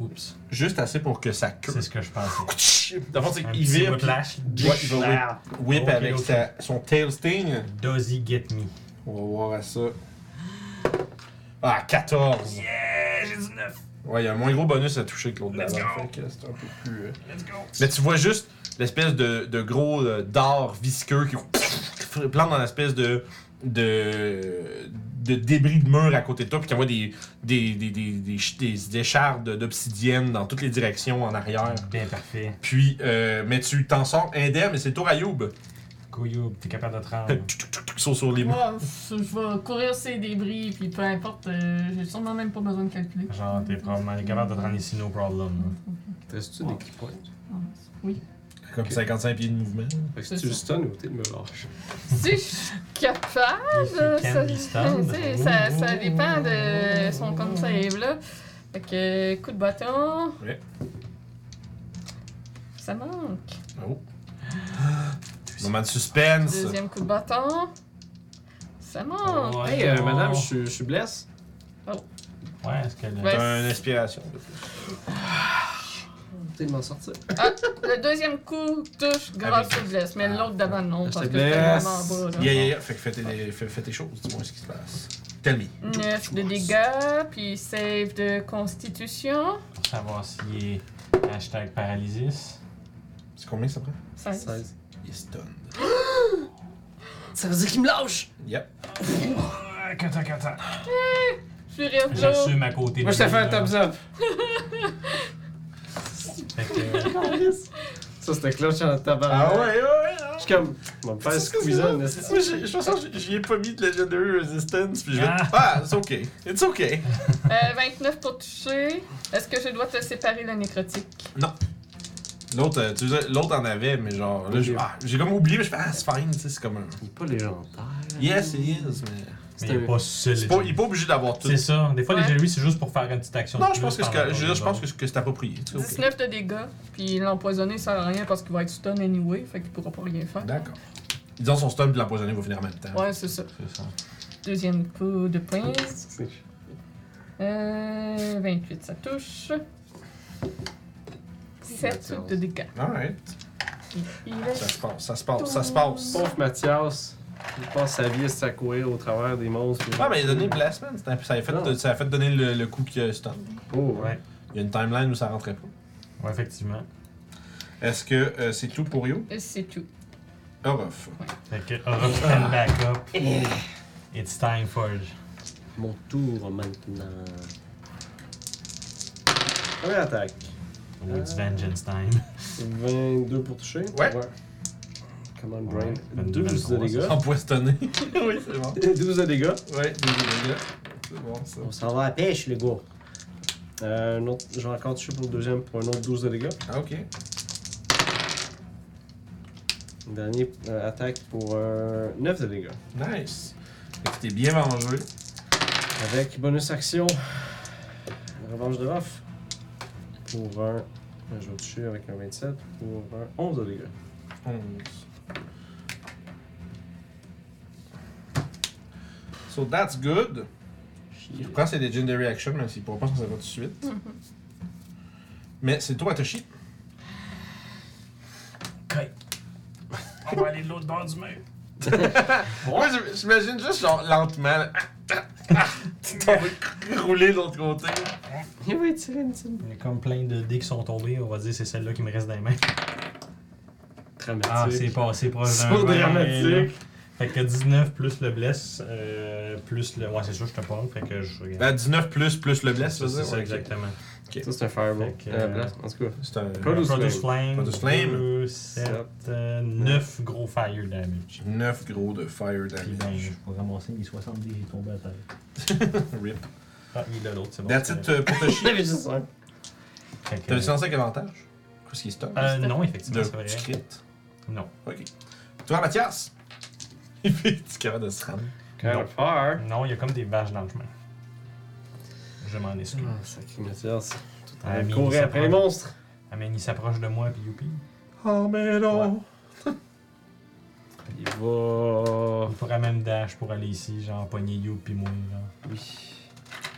[SPEAKER 3] Oups.
[SPEAKER 1] Juste assez pour que sa queue.
[SPEAKER 3] C'est ce que je pensais.
[SPEAKER 1] Dans le fond, c'est
[SPEAKER 3] Un
[SPEAKER 1] il
[SPEAKER 3] petit
[SPEAKER 1] vire. puis
[SPEAKER 3] whiplash.
[SPEAKER 1] Ouais, il va whip,
[SPEAKER 3] Ok,
[SPEAKER 1] avec
[SPEAKER 3] ok.
[SPEAKER 1] sa- son tail sting.
[SPEAKER 3] Does he get me?
[SPEAKER 1] On va voir à ça. Ah, 14!
[SPEAKER 5] Yeah, j'ai 19.
[SPEAKER 1] Ouais, il y a un moins gros bonus à toucher que l'autre
[SPEAKER 5] Let's
[SPEAKER 1] d'avant,
[SPEAKER 5] go.
[SPEAKER 1] fait que c'est un peu plus. euh.
[SPEAKER 5] Let's go.
[SPEAKER 1] Mais tu vois juste l'espèce de, de gros euh, dard visqueux qui qui plante dans l'espèce de, de. de débris de mur à côté de toi, puis qui envoie des, des, des, des, des, ch- des, des shards d'obsidienne dans toutes les directions en arrière.
[SPEAKER 3] Bien parfait.
[SPEAKER 1] Puis, euh, mais tu t'en sors indemne et c'est le tour à Youb.
[SPEAKER 3] Couillou, t'es capable de te rendre.
[SPEAKER 1] Qui sont sur les murs.
[SPEAKER 4] Moi, je je vais courir ses débris, puis peu importe, euh, j'ai sûrement même pas besoin de calculer.
[SPEAKER 3] Genre, t'es probablement capable de te rendre ici, no problem.
[SPEAKER 2] T'as-tu des key points?
[SPEAKER 4] Oui.
[SPEAKER 1] Comme 55 pieds de mouvement.
[SPEAKER 2] Fait que
[SPEAKER 4] C'est
[SPEAKER 2] si tu le
[SPEAKER 4] ça.
[SPEAKER 2] stun ou t'es le me lâche.
[SPEAKER 4] Si je suis capable,
[SPEAKER 3] If you can be
[SPEAKER 4] Ah, bah, ça,
[SPEAKER 3] stunned.
[SPEAKER 4] tu sais, ça, ça dépend de son compte save là. Fait que coup de bâton.
[SPEAKER 1] Ouais.
[SPEAKER 4] Ça manque.
[SPEAKER 1] Oh.
[SPEAKER 3] Ah,
[SPEAKER 1] Moment de suspense.
[SPEAKER 4] Deuxième coup de bâton. Ça manque.
[SPEAKER 3] Ouais,
[SPEAKER 2] Hey, euh,
[SPEAKER 3] non.
[SPEAKER 2] madame, je suis- je suis blesse.
[SPEAKER 3] Ouais, est-ce qu'elle.
[SPEAKER 4] Ouais.
[SPEAKER 1] T'as une inspiration.
[SPEAKER 2] T'es de m'en sortir.
[SPEAKER 4] Le deuxième coup touche
[SPEAKER 1] Ah,
[SPEAKER 4] grâce
[SPEAKER 1] Avec-
[SPEAKER 4] faiblesse, mais l'autre d'avant non, parce que c'était
[SPEAKER 2] Faiblesse.
[SPEAKER 4] vraiment bas. Là.
[SPEAKER 1] Yeah, yeah, yeah. Fait que fais tes, fais, fais tes choses, dis-moi ce qui se passe. Tell me.
[SPEAKER 4] 9 de dégâts, puis save de constitution.
[SPEAKER 3] Pour savoir s'il est hashtag paralysis.
[SPEAKER 1] C'est combien ça prend?
[SPEAKER 4] 16.
[SPEAKER 2] 16.
[SPEAKER 1] Il est stunned.
[SPEAKER 2] Ça veut dire qu'il me lâche!
[SPEAKER 1] Yep.
[SPEAKER 5] Attends, attends.
[SPEAKER 4] Fury of Blow.
[SPEAKER 3] J'assume à côté
[SPEAKER 2] Moi, je t'ai
[SPEAKER 3] lui,
[SPEAKER 2] fait un
[SPEAKER 3] là.
[SPEAKER 2] thumbs up!
[SPEAKER 3] Fait que, euh,
[SPEAKER 2] Ça, c'était clutch en tabac.
[SPEAKER 3] Ah
[SPEAKER 1] ouais,
[SPEAKER 2] Je suis comme. On va me faire squeezer un esti.
[SPEAKER 1] je pense que j'y ai pas mis de Legendary Resistance, puis
[SPEAKER 3] je vais- Ah.
[SPEAKER 1] Ah, it's ok. It's ok.
[SPEAKER 4] Euh, 29 pour toucher. Est-ce que je dois te séparer le nécrotique?
[SPEAKER 1] L'autre, euh, tu sais, l'autre en avait, mais genre, là, j'ai ah, j'ai comme oublié, mais je fais, ah, c'est fine, tu sais, c'est comme un.
[SPEAKER 2] Il est pas légendaire.
[SPEAKER 1] Yes, it is, mais.
[SPEAKER 3] mais il est pas seul.
[SPEAKER 1] C'est pas, il est pas obligé d'avoir tout.
[SPEAKER 3] C'est ça. Des fois,
[SPEAKER 4] Ouais.
[SPEAKER 3] les Jerry, c'est juste pour faire une petite action. de
[SPEAKER 1] Non, je
[SPEAKER 3] plus
[SPEAKER 1] pense que, c'est
[SPEAKER 3] pendant
[SPEAKER 1] que- je, veux dire, je
[SPEAKER 3] qu'on
[SPEAKER 1] pense que, c'est- que c'est approprié. tu sais, ok.
[SPEAKER 4] 19 de dégâts, puis l'empoisonné sert à rien parce qu'il va être stun anyway, fait qu'il pourra pas rien faire.
[SPEAKER 1] D'accord. Disons son stun puis l'empoisonné va finir en même temps.
[SPEAKER 4] Ouais, c'est ça.
[SPEAKER 3] C'est ça.
[SPEAKER 4] Deuxième coup de poing. Euh, 28, ça touche. 7 de dégâts.
[SPEAKER 1] Alright.
[SPEAKER 4] Il est
[SPEAKER 1] Ça se passe, ça se passe, ça se passe.
[SPEAKER 2] Sauf Mathias, il passe sa vie à courir au travers des monstres.
[SPEAKER 1] Ah, mais il a donné Blastman. c'était- Ça a fait,
[SPEAKER 2] Non.
[SPEAKER 1] ça a fait donner le, le coup qui a stun.
[SPEAKER 2] Oh, ouais.
[SPEAKER 3] Ouais.
[SPEAKER 1] Il y a une timeline où ça rentrait pas.
[SPEAKER 3] Ouais, effectivement.
[SPEAKER 1] Est-ce que euh, c'est tout pour You? Ah, bah,
[SPEAKER 4] Et c'est tout.
[SPEAKER 1] Orof.
[SPEAKER 3] Fait que, euh, Orof stand back up. It's time for.
[SPEAKER 2] Mon tour maintenant. Première attaque.
[SPEAKER 3] Oh, it's vengeance time.
[SPEAKER 2] 22 pour toucher.
[SPEAKER 1] Ouais.
[SPEAKER 2] Come on, Brain.
[SPEAKER 3] Ouais, 22,
[SPEAKER 2] 12 de
[SPEAKER 3] 23,
[SPEAKER 2] dégâts.
[SPEAKER 1] Empoisonné. oui, c'est bon.
[SPEAKER 2] 12 de dégâts.
[SPEAKER 1] Ouais, désolé, les gars. C'est bon, ça.
[SPEAKER 2] On s'en va à la pêche, les gars. Euh, un autre- J'ai encore touché pour le deuxième pour un autre 12 de dégâts.
[SPEAKER 1] Ah, ok.
[SPEAKER 2] Une dernière euh, attaque pour euh, 9 de dégâts.
[SPEAKER 1] Nice. Fait que t'es bien mangé.
[SPEAKER 2] Avec bonus action, revanche de off. Pour un. euh, Je vais toucher avec un 27 pour un 11 de dégâts.
[SPEAKER 1] 11. So that's good. Il reprend ses Legendary Action, même s'il pourra pas s'en servir tout de suite. Mais c'est toi, Toshi.
[SPEAKER 5] Ok. On va aller de l'autre bord du mur.
[SPEAKER 1] Moi, j'im- j'imagine juste genre lentement. là, t'en vas rouler de l'autre côté.
[SPEAKER 2] Il va tirer une petite.
[SPEAKER 3] Il y a comme plein de dés qui sont tombés. On va dire c'est celle-là qui me reste dans les mains.
[SPEAKER 2] Dramatique.
[SPEAKER 3] Ah, c'est passé proche d'un
[SPEAKER 2] Sur
[SPEAKER 3] vingt,
[SPEAKER 2] dramatique.
[SPEAKER 3] là. Fait que 19 plus le bless, euh, plus le. Ouais, c'est sûr, je te parle. Fait que je regarde.
[SPEAKER 1] Ben, 19 plus, plus le bless,
[SPEAKER 3] c'est
[SPEAKER 1] vas-y.
[SPEAKER 3] ça, exactement.
[SPEAKER 2] Ça, c'est un fireball.
[SPEAKER 3] Fait que,
[SPEAKER 2] Euh,
[SPEAKER 3] euh,
[SPEAKER 2] blast, en tout cas.
[SPEAKER 1] C'est un
[SPEAKER 2] Produce
[SPEAKER 3] Produce
[SPEAKER 2] Flame.
[SPEAKER 3] Flame.
[SPEAKER 1] Produce Flame.
[SPEAKER 3] 7,
[SPEAKER 2] Sept.
[SPEAKER 3] 9 gros fire damage.
[SPEAKER 1] 9 gros de fire
[SPEAKER 3] Puis ben, je
[SPEAKER 1] damage.
[SPEAKER 3] pourrais ramasser mes 70 et tomber à terre.
[SPEAKER 1] Rip.
[SPEAKER 3] Ah, il est là l'autre, c'est bon.
[SPEAKER 1] That's
[SPEAKER 3] c'est
[SPEAKER 1] it
[SPEAKER 3] bien.
[SPEAKER 1] euh, pour Toshi.
[SPEAKER 2] J'avais juste un.
[SPEAKER 3] Fait que-
[SPEAKER 1] T'as lancé avec avantage Qu'est-ce qui est stun
[SPEAKER 3] Euh, non,
[SPEAKER 1] De
[SPEAKER 3] effectivement, c'est vrai.
[SPEAKER 1] tu crit.
[SPEAKER 3] Non.
[SPEAKER 1] Ok. Toi, Mathias Il fait du capable de se rendre.
[SPEAKER 2] Kind
[SPEAKER 3] Non.
[SPEAKER 2] of fire.
[SPEAKER 3] Non, il y a comme des vaches dans le chemin. Je m'en
[SPEAKER 2] Ah,
[SPEAKER 3] excuse.
[SPEAKER 2] sacré Mathias.
[SPEAKER 3] Ah,
[SPEAKER 2] Elle
[SPEAKER 3] mais
[SPEAKER 2] courait
[SPEAKER 3] il
[SPEAKER 2] Euh, après les
[SPEAKER 3] s'approche.
[SPEAKER 2] monstres.
[SPEAKER 3] Ah, mais il s'approche de moi, puis youpi.
[SPEAKER 1] Oh, mais
[SPEAKER 3] non.
[SPEAKER 2] Il va.
[SPEAKER 3] Il pourrait même dash pour aller ici, genre pogner you, puis moi, genre.
[SPEAKER 2] Oui.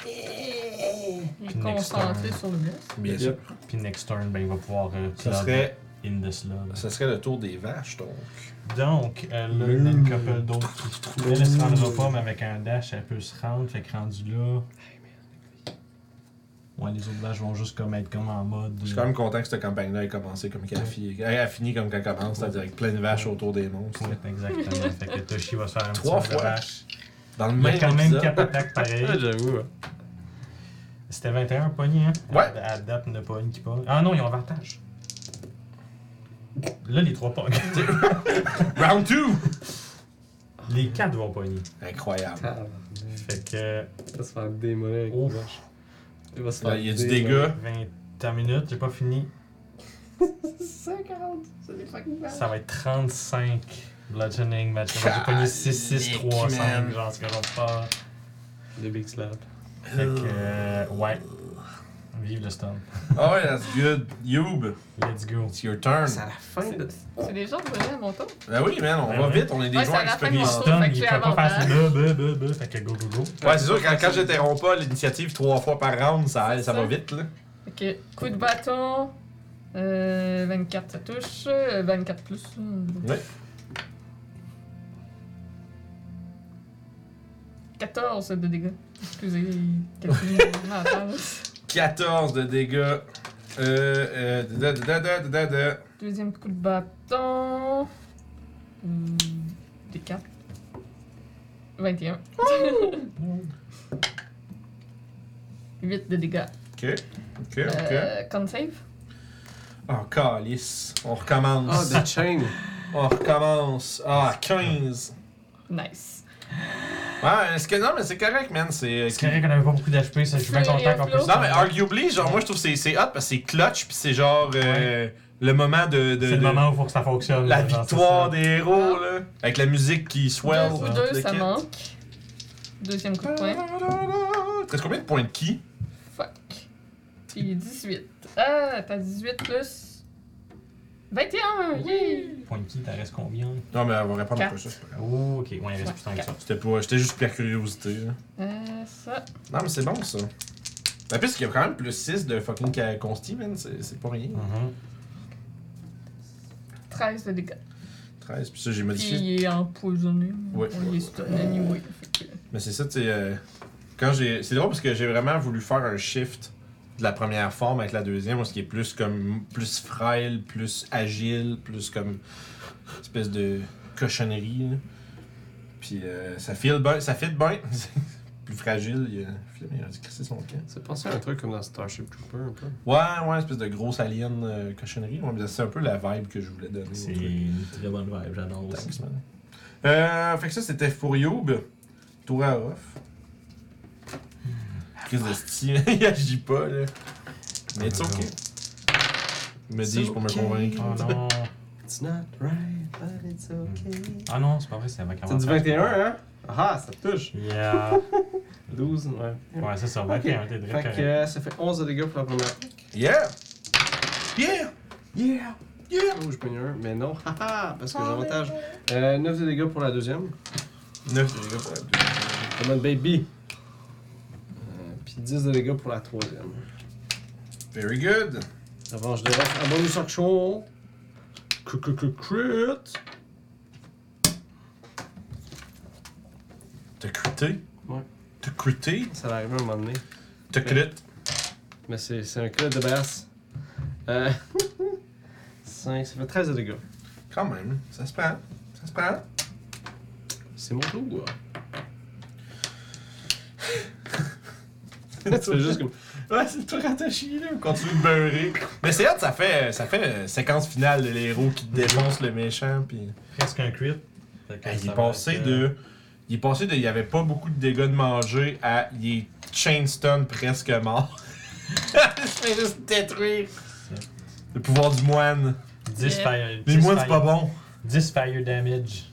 [SPEAKER 4] Il est
[SPEAKER 3] Puis next
[SPEAKER 4] concentré
[SPEAKER 3] turn.
[SPEAKER 4] sur le bless.
[SPEAKER 1] Bien sûr.
[SPEAKER 3] Puis next turn, ben, il va pouvoir euh,
[SPEAKER 1] Ce
[SPEAKER 3] club
[SPEAKER 1] serait,
[SPEAKER 3] in the slug.
[SPEAKER 1] ce serait le tour des vaches, donc.
[SPEAKER 3] Donc, euh, là, il y a une couple d'autres qui elle, elle se rendra pas, mais avec un dash, elle peut se rendre. Fait que rendu là. Ouais, les autres vaches vont juste comme être comme en mode.
[SPEAKER 1] Je suis quand même content que cette campagne-là ait commencé comme qu'elle a, fi- elle a fini comme qu'elle commence, c'est-à-dire avec plein de vaches autour des monstres.
[SPEAKER 3] Ouais, exactement. fait que Toshi va se faire un petit
[SPEAKER 1] Trois
[SPEAKER 3] peu de
[SPEAKER 1] fois.
[SPEAKER 3] vache.
[SPEAKER 1] Dans le
[SPEAKER 3] Il y
[SPEAKER 1] même
[SPEAKER 3] a quand même
[SPEAKER 1] épisode.
[SPEAKER 3] 4 attaques pareil.
[SPEAKER 2] Ah, j'avoue. hein.
[SPEAKER 3] C'était 21 pognes, hein?
[SPEAKER 1] Ouais.
[SPEAKER 3] À, à date, ne pogne qui pogne. Ah non, ils ont avantage. Là, les trois pognes.
[SPEAKER 1] Round 2
[SPEAKER 3] les quatre vont pogner.
[SPEAKER 1] Incroyable.
[SPEAKER 2] Tabarnak.
[SPEAKER 3] Fait que.
[SPEAKER 2] Il va se faire démolir avec
[SPEAKER 3] Ouf.
[SPEAKER 2] une vache. Il va se
[SPEAKER 1] Là, il y a du
[SPEAKER 2] démolir.
[SPEAKER 1] dégât.
[SPEAKER 3] 20 minutes, j'ai pas fini.
[SPEAKER 2] 50. C'est des fucking vaches.
[SPEAKER 3] Ça va être 35 Bludgeoning match. J'ai pogné 6, 6, 3, 5, genre ce que j'en pas.
[SPEAKER 2] Le big slap.
[SPEAKER 3] Fait que. euh, ouais. Vive le stun.
[SPEAKER 1] Oh, ouais, that's good. Youb,
[SPEAKER 3] Let's go.
[SPEAKER 1] it's your turn.
[SPEAKER 2] C'est à la fin de.
[SPEAKER 4] C'est les gens de revenir à mon tour.
[SPEAKER 1] Ben oui, man, on
[SPEAKER 3] Ouais,
[SPEAKER 1] va
[SPEAKER 3] ouais.
[SPEAKER 1] vite, on est des
[SPEAKER 4] Ouais, c'est
[SPEAKER 1] joueurs
[SPEAKER 4] à la fin de
[SPEAKER 3] Les
[SPEAKER 4] mon
[SPEAKER 1] expérimentés.
[SPEAKER 4] tour.
[SPEAKER 3] stuns,
[SPEAKER 4] Fait que
[SPEAKER 3] ils
[SPEAKER 4] j'ai
[SPEAKER 3] peuvent pas faire
[SPEAKER 4] avantage.
[SPEAKER 3] ça. Bah, bah, bah. Fait que go, go, go.
[SPEAKER 1] Ouais, c'est sûr, quand, quand j'interromps pas l'initiative trois fois par round, ça, ça va vite, là.
[SPEAKER 4] Ok, coup de bâton. Euh, 24, ça touche. Euh, 24 plus. euh,
[SPEAKER 1] Ouais.
[SPEAKER 4] 14 de dégâts. Excusez, calcul mental.
[SPEAKER 1] 14 de dégâts. Euh, euh, da, da, da, da, da, da.
[SPEAKER 4] Deuxième coup de bâton. Hum, Des 4. 21. 8 de dégâts.
[SPEAKER 1] Ok, ok, ok.
[SPEAKER 4] Euh, con save.
[SPEAKER 1] Oh, calice. On
[SPEAKER 3] Oh,
[SPEAKER 1] recommence.
[SPEAKER 3] ben.
[SPEAKER 2] Ah, The Chain.
[SPEAKER 1] On recommence. Ah, 15.
[SPEAKER 4] Nice.
[SPEAKER 1] Ouais, est-ce que non, mais c'est correct, man. C'est. euh,
[SPEAKER 3] C'est correct qu'on avait pas beaucoup d'HP, ça, je suis bien content qu'on puisse.
[SPEAKER 1] Non, mais arguably, genre, moi, je trouve que c'est- c'est hot parce que c'est clutch, puis c'est genre euh, le moment de. de-
[SPEAKER 3] C'est le
[SPEAKER 1] de-
[SPEAKER 3] moment où faut que ça fonctionne.
[SPEAKER 1] La
[SPEAKER 3] là, genre,
[SPEAKER 1] victoire
[SPEAKER 3] c'est
[SPEAKER 1] des héros, là. Avec la musique qui swell.
[SPEAKER 4] Ah. deux ou
[SPEAKER 1] tout
[SPEAKER 4] deux,
[SPEAKER 1] le
[SPEAKER 4] ça
[SPEAKER 1] kit.
[SPEAKER 4] manque. Deuxième coup de poing.
[SPEAKER 1] T'as combien de points de ki?
[SPEAKER 4] Fuck. Puis 18. Ah, t'as 18 plus. 21! Yay!
[SPEAKER 3] ça. Point de qui, t'en restes combien
[SPEAKER 1] Non, mais elle va répondre
[SPEAKER 4] Quatre.
[SPEAKER 1] après ça. c'est pas grave.
[SPEAKER 3] Oh, ok, ouais, il reste plus tant que ça.
[SPEAKER 1] C'était pour- J'étais juste pour la curiosité, là.
[SPEAKER 4] Euh, ça.
[SPEAKER 1] Non, mais c'est bon, ça. La piste, qu'il y a quand même plus 6 de fucking ca- consti, man. C'est c'est pas rien.
[SPEAKER 3] Mhm.
[SPEAKER 4] 13 de dégâts.
[SPEAKER 1] 13, puis ça, j'ai
[SPEAKER 4] Puis
[SPEAKER 1] modifié.
[SPEAKER 4] il est empoisonné.
[SPEAKER 1] Ouais.
[SPEAKER 4] On est stun anyway. Fait que-
[SPEAKER 1] Mais c'est ça, tu sais. euh, quand j'ai. C'est drôle parce que j'ai vraiment voulu faire un shift de la première forme avec la deuxième, ce qui est plus comme. plus frêle, plus agile, plus comme. espèce de cochonnerie, là. Puis euh, ça file bien. Ça fit bien. plus fragile, il a, il a dû crisser son camp.
[SPEAKER 2] C'est pensé à un truc comme dans Starship Trooper un peu.
[SPEAKER 1] Ouais, ouais, espèce de grosse alien euh, cochonnerie. Ouais, mais c'est un peu la vibe que je voulais donner. au
[SPEAKER 3] C'est
[SPEAKER 1] truc.
[SPEAKER 3] une très bonne vibe, j'adore aussi.
[SPEAKER 1] Thanks, man. Euh, fait que ça, c'était Fourioub. Tour à off. Hmm. Chris de style, il agit pas, là. Mais c'est ok. Me dis-je pour me convaincre.
[SPEAKER 3] Oh non.
[SPEAKER 2] It's not right, but it's okay.
[SPEAKER 3] Ah non, c'est pas vrai, c'est avec
[SPEAKER 2] C'est du 21, hein? Ah, ça te touche.
[SPEAKER 3] Yeah.
[SPEAKER 2] 12, ouais.
[SPEAKER 3] Ouais, c'est ça,
[SPEAKER 2] Ok.
[SPEAKER 3] 21, t'es direct.
[SPEAKER 2] Fait que
[SPEAKER 3] correct.
[SPEAKER 2] euh, ça fait 11 de dégâts pour la première.
[SPEAKER 1] Yeah! Yeah! Yeah! Yeah!
[SPEAKER 2] Oh, je pogne un, mais non. Haha, parce que j'ai avantage. Euh, 9 de dégâts pour la deuxième.
[SPEAKER 1] 9 de dégâts pour la deuxième.
[SPEAKER 2] Come on, baby. Euh, Puis 10 de dégâts pour la troisième.
[SPEAKER 1] Very good!
[SPEAKER 2] Revanche de ref. Un bonus action. Cou- cou- cou- Crit.
[SPEAKER 1] T'as crité?
[SPEAKER 2] Ouais.
[SPEAKER 1] T'as crité?
[SPEAKER 2] Ça va arriver à un moment donné.
[SPEAKER 1] T'as crit?
[SPEAKER 2] Mais c'est c'est un crit de basse. Euh, 5, ça fait 13 de dégâts.
[SPEAKER 1] Quand même, ça se prend. Ça se prend.
[SPEAKER 2] C'est mon tour, quoi. tu fais juste comme.
[SPEAKER 1] Ouais, c'est tout rattaché, là. On continue de beurrer. Mais c'est hot, ça fait, ça fait euh, séquence finale de l'héros qui défonce le méchant, puis...
[SPEAKER 3] Presque un crit. Fait que
[SPEAKER 1] Hey, il
[SPEAKER 3] ça
[SPEAKER 1] est
[SPEAKER 3] va
[SPEAKER 1] passé
[SPEAKER 3] être, euh,
[SPEAKER 1] de. Il est passé de. Il y avait pas beaucoup de dégâts de manger à. Il est chain stun presque mort. il se fait juste détruire. Le pouvoir du moine.
[SPEAKER 3] 10 fire.
[SPEAKER 1] Les
[SPEAKER 3] 10
[SPEAKER 1] moines, c'est pas
[SPEAKER 3] fire-
[SPEAKER 1] bon.
[SPEAKER 3] 10 fire damage.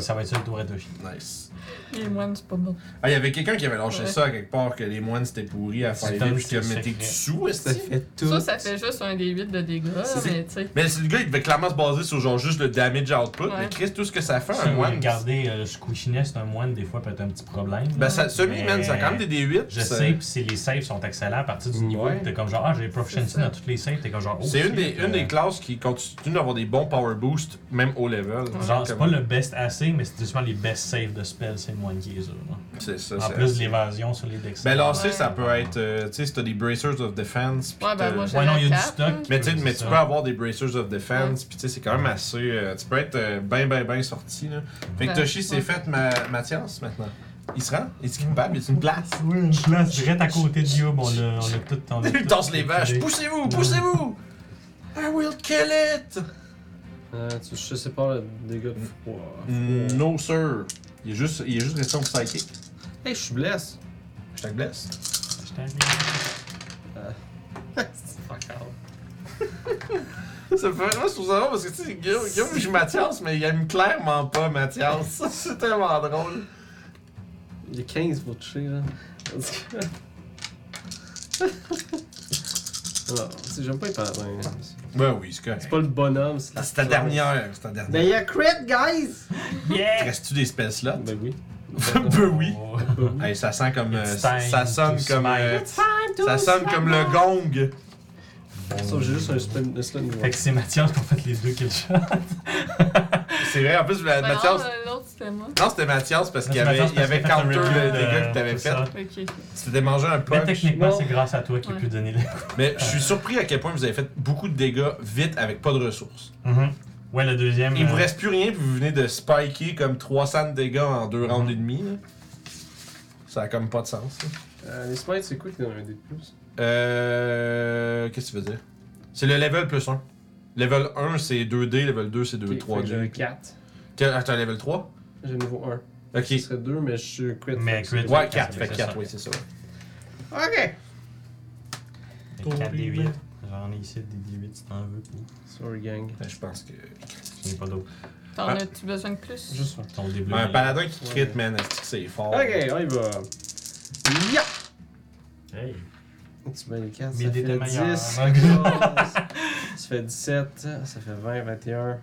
[SPEAKER 3] Ça va être ça le tour à Toshi.
[SPEAKER 1] Nice.
[SPEAKER 4] Les moines, c'est pas bon.
[SPEAKER 1] Ah, il y avait quelqu'un qui avait lâché
[SPEAKER 4] Ouais.
[SPEAKER 1] ça à quelque part que les moines c'était pourri à faire
[SPEAKER 3] C'est
[SPEAKER 1] les
[SPEAKER 3] un
[SPEAKER 1] livres, puis qui a
[SPEAKER 3] petit
[SPEAKER 1] metté du
[SPEAKER 3] secret.
[SPEAKER 1] sous,
[SPEAKER 2] Ça
[SPEAKER 1] est-ce que-
[SPEAKER 2] fait tout.
[SPEAKER 4] Ça, ça fait juste un des 8 de dégâts,
[SPEAKER 1] C'est-
[SPEAKER 4] mais tu sais.
[SPEAKER 1] Mais c'est- le gars, il devait clairement se baser sur genre juste le damage output.
[SPEAKER 4] Ouais.
[SPEAKER 1] Mais Chris, tout ce que ça fait,
[SPEAKER 3] Si
[SPEAKER 1] un
[SPEAKER 3] vous
[SPEAKER 1] moine.
[SPEAKER 3] regardez euh, le squishiness d'un moine, des fois, peut être un petit problème.
[SPEAKER 1] Ben, ça, semi, man, ça a quand même des D8.
[SPEAKER 3] Je
[SPEAKER 1] ça-
[SPEAKER 3] sais, puis si les saves sont excellents à partir du niveau,
[SPEAKER 2] Ouais.
[SPEAKER 3] où t'es comme genre, ah, j'ai proficiency dans toutes les saves, t'es comme genre, oh.
[SPEAKER 1] C'est une, des,
[SPEAKER 3] shit,
[SPEAKER 1] une
[SPEAKER 3] euh,
[SPEAKER 1] des classes qui continue d'avoir des bons power boosts, même au level.
[SPEAKER 3] Genre, c'est pas le best AC, mais c'est souvent les best saves de spells, c'est le moine qui est sûr. hein.
[SPEAKER 1] C'est ça.
[SPEAKER 3] En
[SPEAKER 1] c'est-
[SPEAKER 3] plus, l'évasion sur les decks.
[SPEAKER 1] Ben, lancer,
[SPEAKER 4] Ouais.
[SPEAKER 1] ça peut être. euh, tu sais, si t'as des Bracers of Defense. pis
[SPEAKER 4] Ouais, ben
[SPEAKER 1] t'as-
[SPEAKER 4] moi, j'ai
[SPEAKER 3] Ouais, non, il y a
[SPEAKER 4] la
[SPEAKER 3] du
[SPEAKER 4] cape,
[SPEAKER 3] stock.
[SPEAKER 4] hein.
[SPEAKER 1] mais tu sais, mais tu
[SPEAKER 3] Ça.
[SPEAKER 1] peux avoir des Bracers of Defense, puis tu sais, c'est quand même assez. euh, tu peux être euh, ben, ben, ben sorti, là. Fait que
[SPEAKER 4] Ouais.
[SPEAKER 1] Toshi, c'est
[SPEAKER 4] Ouais.
[SPEAKER 1] fait ma, Mathias maintenant. Il se rend, il est capable, il est une place.
[SPEAKER 3] Oui, je lance direct à côté de Yob, on l'a on l'a tout. on l'a
[SPEAKER 1] Il
[SPEAKER 3] tout
[SPEAKER 1] danse les vaches,
[SPEAKER 3] calculé.
[SPEAKER 1] poussez-vous, poussez-vous! I will kill it!
[SPEAKER 2] Euh, tu, je sais pas le dégât de froid. Mm.
[SPEAKER 3] Mm.
[SPEAKER 1] No, sir. Il est juste, il est juste resté en psychic.
[SPEAKER 2] Hey, je suis blesse.
[SPEAKER 1] Je te blesse.
[SPEAKER 3] Je t'en ai.
[SPEAKER 2] Fuck out.
[SPEAKER 1] Ça me fait vraiment sur ça parce que tu sais, Guillaume, Guillaume joue Mathias, mais il aime clairement pas Mathias. C'est tellement drôle.
[SPEAKER 2] Il y a 15 pour toucher, là. Alors, si j'aime pas les paladins. là.
[SPEAKER 1] Ben oui, c'est
[SPEAKER 2] C'est
[SPEAKER 1] correct. Ah,
[SPEAKER 2] pas le bonhomme, Ah, c'est
[SPEAKER 1] C'est ta dernière, c'est ta
[SPEAKER 2] Ben,
[SPEAKER 1] dernière.
[SPEAKER 2] y'a crit, guys!
[SPEAKER 3] Yeah!
[SPEAKER 1] Restes-tu des spell slots?
[SPEAKER 3] Bah
[SPEAKER 2] Ben oui.
[SPEAKER 1] ben oui.
[SPEAKER 3] Oh.
[SPEAKER 2] Ben oui.
[SPEAKER 1] Hey, ça sent comme. euh,
[SPEAKER 3] It's
[SPEAKER 1] ça
[SPEAKER 3] time
[SPEAKER 1] sonne
[SPEAKER 3] to
[SPEAKER 1] comme.
[SPEAKER 3] smite.
[SPEAKER 1] euh, ça sonne comme le gong.
[SPEAKER 2] Sauf que j'ai juste un spin, un spin
[SPEAKER 3] Fait que c'est Mathias qui a fait les deux kill shots.
[SPEAKER 1] C'est vrai, en plus, la-
[SPEAKER 4] Ben non,
[SPEAKER 1] Mathias.
[SPEAKER 4] euh, L'autre, c'était moi.
[SPEAKER 1] Non, c'était Mathias parce qu'il
[SPEAKER 3] C'est
[SPEAKER 1] avait,
[SPEAKER 3] Mathias
[SPEAKER 1] il
[SPEAKER 3] parce
[SPEAKER 1] avait
[SPEAKER 3] qu'il a fait
[SPEAKER 1] counter
[SPEAKER 3] un review
[SPEAKER 1] le
[SPEAKER 3] de-
[SPEAKER 1] dégât que t'avais
[SPEAKER 3] c'est
[SPEAKER 1] fait.
[SPEAKER 3] ça.
[SPEAKER 4] Ok.
[SPEAKER 1] Tu t'étais mangé un
[SPEAKER 3] Mais
[SPEAKER 1] punch.
[SPEAKER 3] Ben, techniquement,
[SPEAKER 2] Non.
[SPEAKER 3] c'est grâce à toi qu'il a pu
[SPEAKER 4] Ouais.
[SPEAKER 3] donner les.
[SPEAKER 1] Mais je suis surpris à quel point vous avez fait beaucoup de dégâts vite avec pas de ressources.
[SPEAKER 3] Mhm. Ouais, le deuxième.
[SPEAKER 1] Il
[SPEAKER 3] euh,
[SPEAKER 1] vous reste plus rien, puis vous venez de spiker comme 300 de dégâts en deux
[SPEAKER 3] Mhm.
[SPEAKER 1] rounds et demi. là. Ça a comme pas de sens. là.
[SPEAKER 2] Euh, les smites, c'est quoi qui donne un dé de plus
[SPEAKER 1] Euh. Qu'est-ce que tu veux dire C'est le level plus 1. Level 1, c'est 2D, level 2, c'est 2,
[SPEAKER 2] Ok,
[SPEAKER 1] 3D.
[SPEAKER 2] fait que J'avais 4.
[SPEAKER 1] Quel- ah, t'as un level 3
[SPEAKER 2] J'ai niveau 1.
[SPEAKER 1] Ok.
[SPEAKER 2] Ce serait 2, mais je suis crit.
[SPEAKER 3] Mais
[SPEAKER 2] fait que
[SPEAKER 3] crit.
[SPEAKER 1] Ouais,
[SPEAKER 3] quatre,
[SPEAKER 1] 4. Fait
[SPEAKER 3] c'est
[SPEAKER 1] 4,
[SPEAKER 3] ça.
[SPEAKER 1] oui, c'est ça.
[SPEAKER 2] Ok.
[SPEAKER 3] les quatre des huit. J'en ai ici des D8 si t'en veux. ou-
[SPEAKER 2] Sorry, gang.
[SPEAKER 1] Ben, Je pense que.
[SPEAKER 3] J'en ai pas d'autres.
[SPEAKER 4] T'en
[SPEAKER 1] Ah.
[SPEAKER 4] as-tu besoin de plus?
[SPEAKER 2] Juste un.
[SPEAKER 3] Ton dé bleu,
[SPEAKER 1] Un
[SPEAKER 3] il-
[SPEAKER 1] paladin qui crit,
[SPEAKER 2] Ouais.
[SPEAKER 1] man, est-ce que c'est fort.
[SPEAKER 2] Ok, on y va. Ya!
[SPEAKER 3] Hey.
[SPEAKER 2] Tu mets les 4,
[SPEAKER 3] Mes
[SPEAKER 2] ça
[SPEAKER 3] dés
[SPEAKER 2] fait
[SPEAKER 3] de meilleur,
[SPEAKER 2] 10,
[SPEAKER 3] hein.
[SPEAKER 2] 14, ça fait 17, ça fait 20, 21,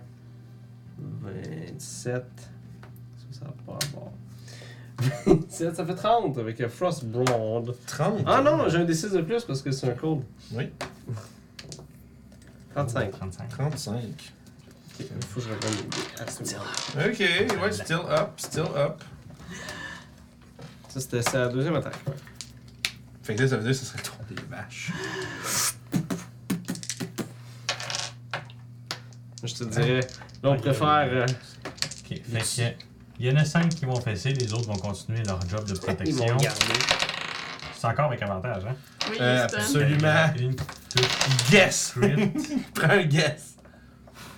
[SPEAKER 2] 27, ça, ça va pas avoir. 27, ça fait 30 avec un Frost Blonde.
[SPEAKER 1] 30.
[SPEAKER 2] Ah non, j'ai un D6 de plus parce que c'est un cold.
[SPEAKER 1] Oui.
[SPEAKER 2] 35.
[SPEAKER 3] 35.
[SPEAKER 1] 35.
[SPEAKER 2] Ok, il faut que je reprenne les dés. Ah, c'est bon.
[SPEAKER 1] Ok, ouais, still up, still up.
[SPEAKER 2] Ça, c'était sa deuxième attaque. ouais.
[SPEAKER 1] Fait que là, ça veut dire que ce serait ton des vaches.
[SPEAKER 2] Je te dirais, là, on
[SPEAKER 3] Ok.
[SPEAKER 2] préfère. euh,
[SPEAKER 3] Ok, fait que. Il y en a 5 qui vont fesser, les autres vont continuer leur job de
[SPEAKER 2] ils vont
[SPEAKER 3] protection.
[SPEAKER 2] garder.
[SPEAKER 3] C'est encore avec avantage, hein?
[SPEAKER 4] Oui,
[SPEAKER 1] Euh,
[SPEAKER 4] Houston.
[SPEAKER 1] absolument. Absolument.
[SPEAKER 3] Une, touche
[SPEAKER 1] Guess!
[SPEAKER 3] crit.
[SPEAKER 1] Prends un guess!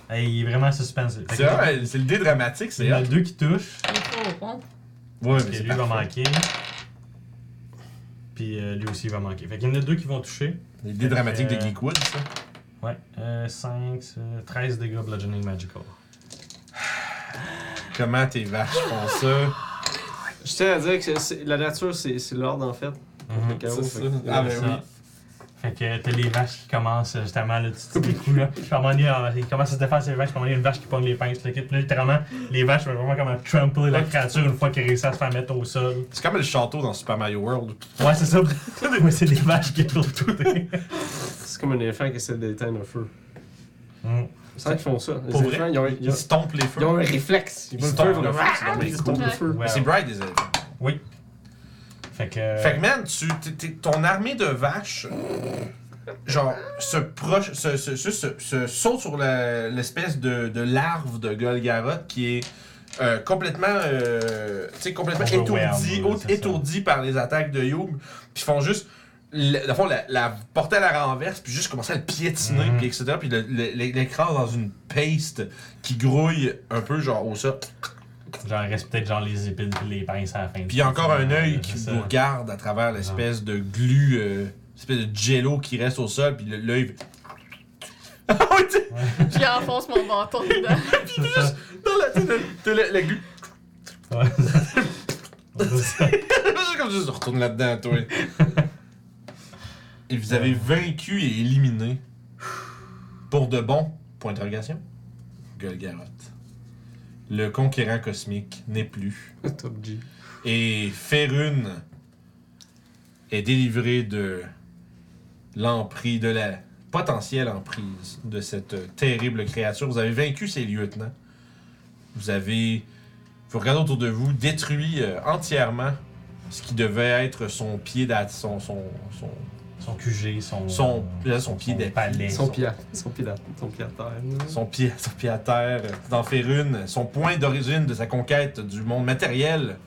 [SPEAKER 3] hey, il est vraiment suspensif. Fait
[SPEAKER 1] C'est
[SPEAKER 3] que-
[SPEAKER 1] vrai, c'est le dé dramatique,
[SPEAKER 3] Il
[SPEAKER 1] c'est
[SPEAKER 3] y en a
[SPEAKER 1] hot.
[SPEAKER 3] deux qui touchent,
[SPEAKER 4] Il est trop rond.
[SPEAKER 1] Ouais,
[SPEAKER 3] puis
[SPEAKER 1] c'est
[SPEAKER 3] lui va
[SPEAKER 1] parfait.
[SPEAKER 3] manquer. Puis euh, lui aussi il va manquer. Fait qu'il y en a deux qui vont toucher.
[SPEAKER 1] Les dés dramatiques de
[SPEAKER 3] Euh,
[SPEAKER 1] Geekwood, ça.
[SPEAKER 3] Ouais, euh, 5, 13 dégâts bludgeoning magical.
[SPEAKER 1] Comment tes vaches font ça?
[SPEAKER 2] Je tiens à dire que c'est- la nature, c'est c'est l'ordre en fait. Le chaos,
[SPEAKER 1] C'est
[SPEAKER 2] fait
[SPEAKER 1] ça.
[SPEAKER 2] que-
[SPEAKER 1] Ah,
[SPEAKER 3] C'est
[SPEAKER 1] ben
[SPEAKER 3] ça.
[SPEAKER 1] oui.
[SPEAKER 3] Fait que t'as les vaches qui commencent euh, justement là, tu te dis coups là. Puis à un moment donné, euh, ils commencent à se défendre ces vaches, puis à un moment donné, une vache qui pogne les pinces, le kit. Puis là, littéralement, les vaches vont vraiment comme à trampler la créature une fois qu'ils réussissent à se faire mettre au sol.
[SPEAKER 1] C'est comme le château dans Super Mario World.
[SPEAKER 3] Ouais, c'est ça. Mais c'est des vaches qui tournent tout.
[SPEAKER 2] C'est comme un éléphant qui essaie d'éteindre un feu.
[SPEAKER 3] Hum.
[SPEAKER 2] C'est vrai qu'ils font ça. Les
[SPEAKER 1] Pour
[SPEAKER 2] éléphants, ils ont, ils,
[SPEAKER 1] Ils
[SPEAKER 2] ont,
[SPEAKER 1] se tompent les feux.
[SPEAKER 2] ils ont un réflexe. Ils
[SPEAKER 1] Ils
[SPEAKER 2] veulent
[SPEAKER 1] se
[SPEAKER 2] le feu,
[SPEAKER 1] tombent
[SPEAKER 2] ils
[SPEAKER 1] le
[SPEAKER 2] vont-
[SPEAKER 1] feu, c'est
[SPEAKER 2] Ah,
[SPEAKER 1] donc
[SPEAKER 2] ils
[SPEAKER 1] bien
[SPEAKER 2] se tombent
[SPEAKER 4] cool.
[SPEAKER 2] le feu.
[SPEAKER 1] Mais
[SPEAKER 3] Well.
[SPEAKER 1] C'est bright, des éléphants.
[SPEAKER 3] Oui. Fait que.
[SPEAKER 1] Fait que, man, tu, t'es- t'es- ton armée de vaches, genre, se proche, se, se, se- se- se saute sur la- l'espèce de, de larve de Golgaroth qui est euh, complètement, euh, tu sais, complètement
[SPEAKER 3] Overwhelmed,
[SPEAKER 1] étourdie,
[SPEAKER 3] ouais,
[SPEAKER 1] au-
[SPEAKER 3] c'est ça.
[SPEAKER 1] étourdie par les attaques de Youb. Puis ils font juste, le, dans le fond, la, la porter à la renverse, puis juste commencer à le piétiner,
[SPEAKER 3] Mhm.
[SPEAKER 1] puis etc. Puis le- le- l'écrase dans une paste qui grouille un peu, genre, au sol.
[SPEAKER 3] euh, Genre, il reste peut-être genre les épines puis les pinces à la fin.
[SPEAKER 1] Puis il y a encore un œil
[SPEAKER 3] C'est
[SPEAKER 1] qui
[SPEAKER 3] ça. Ah.
[SPEAKER 1] vous regarde à travers l'espèce de glu, euh, espèce de jello qui reste au sol, puis le- l'œil. Ah ouais, tu sais,
[SPEAKER 4] Puis il enfonce mon bâton dedans.
[SPEAKER 3] C'est ça.
[SPEAKER 1] dans la. tu sais, le- t'as le- le glu.
[SPEAKER 3] Ouais. C'est ça.
[SPEAKER 1] Juste comme ça, je retourne là-dedans, toi. Et vous avez vaincu et éliminé. Pour de bon, point d'interrogation, Golgaroth. Le conquérant cosmique n'est plus.
[SPEAKER 2] Top G.
[SPEAKER 1] Et Ferun est délivré de l'emprise, de la potentielle emprise de cette terrible créature. Vous avez vaincu ses lieutenants. Vous avez, vous regardez autour de vous, détruit euh, entièrement ce qui devait être son pied d'at- son, son, son,
[SPEAKER 3] Son QG, son.
[SPEAKER 1] Son- là, son pied d'appui.
[SPEAKER 3] palais.
[SPEAKER 2] Ils sont pia- ils sont pia- ils sont pia à terre. là.
[SPEAKER 1] son pied, son pied à terre, euh, dans Ferun, son point d'origine de sa conquête du monde matériel.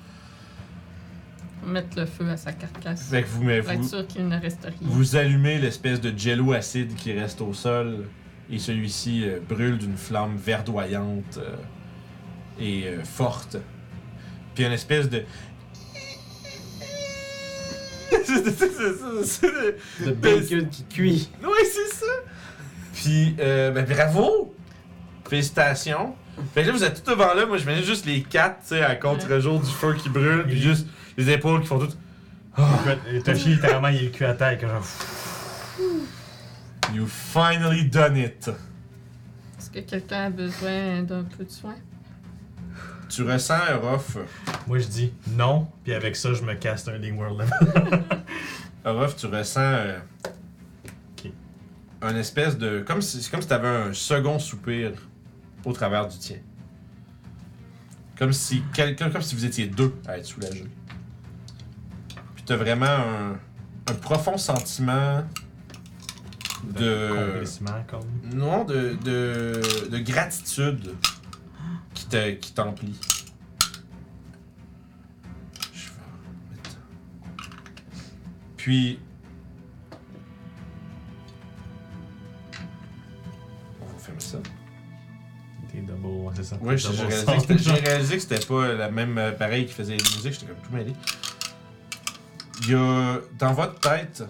[SPEAKER 4] Mettre le feu à sa carcasse.
[SPEAKER 1] Fait que vous, mais
[SPEAKER 4] Pour être
[SPEAKER 1] Ben, vous,
[SPEAKER 4] sûr qu'il ne reste rien.
[SPEAKER 1] Vous allumez l'espèce de jello acide qui reste au sol et celui-ci euh, brûle d'une flamme verdoyante euh, et euh, forte. Puis une espèce de C'est- c'est- c'est- c'est-
[SPEAKER 2] Le bacon qui cuit.
[SPEAKER 1] Ouais, c'est ça. Puis euh, ben bravo. Félicitations. Fait que là vous êtes tout devant là, moi je mets juste les quatre, tu sais, à contre-jour du feu qui brûle, puis juste les épaules qui font toutes
[SPEAKER 3] Et Toshi, littéralement, il est le cul à terre. que Genre,
[SPEAKER 1] You finally done it.
[SPEAKER 4] Est-ce que quelqu'un a besoin d'un peu de soin?
[SPEAKER 1] Tu ressens euh, un rough
[SPEAKER 3] moi, je dis non, puis avec ça, je me casse un Ding World.
[SPEAKER 1] Orof, tu ressens euh,
[SPEAKER 3] Ok.
[SPEAKER 1] un espèce de. Comme si, c'est comme si t'avais un second soupir au travers du tien. Comme si quelqu'un, comme si vous étiez deux à être soulagés. Puis t'as vraiment un, un profond sentiment de.
[SPEAKER 3] Complissement, comme.
[SPEAKER 1] Non, de, de, de gratitude qui te- qui t'emplit. Je vais mettre- Puis. On va fermer ça.
[SPEAKER 3] T'es double, ouais, c'est ça.
[SPEAKER 1] Ouais,
[SPEAKER 3] T'es
[SPEAKER 1] j'ai j'ai
[SPEAKER 3] double
[SPEAKER 1] réalisé,
[SPEAKER 3] sort.
[SPEAKER 1] que c'était- j'ai réalisé que c'était pas la même euh, pareil qui faisait les musiques, j'étais comme tout mêlé. Il y a dans votre tête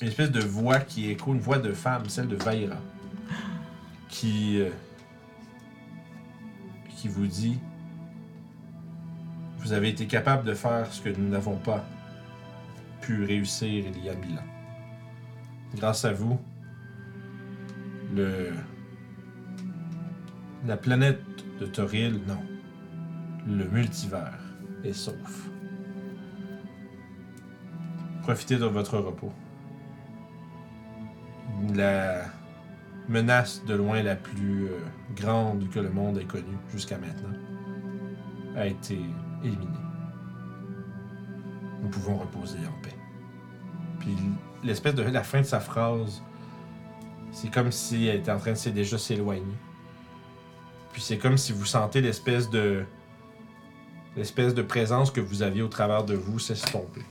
[SPEAKER 1] une espèce de voix qui écho, une voix de femme, celle de Vaïra, qui, euh, qui vous dit Vous avez été capable de faire ce que nous n'avons pas pu réussir il y a mille ans. Grâce à vous, le la planète de Toril, non. Le multivers est sauf. Profitez de votre repos. La menace de loin la plus euh, grande que le monde ait connue jusqu'à maintenant a été éliminée. Nous pouvons reposer en paix. Puis l'espèce de la fin de sa phrase, c'est comme si elle était en train de s'est- déjà s'éloigner. Puis c'est comme si vous sentez l'espèce de. l'espèce de présence que vous aviez au travers de vous s'estomper.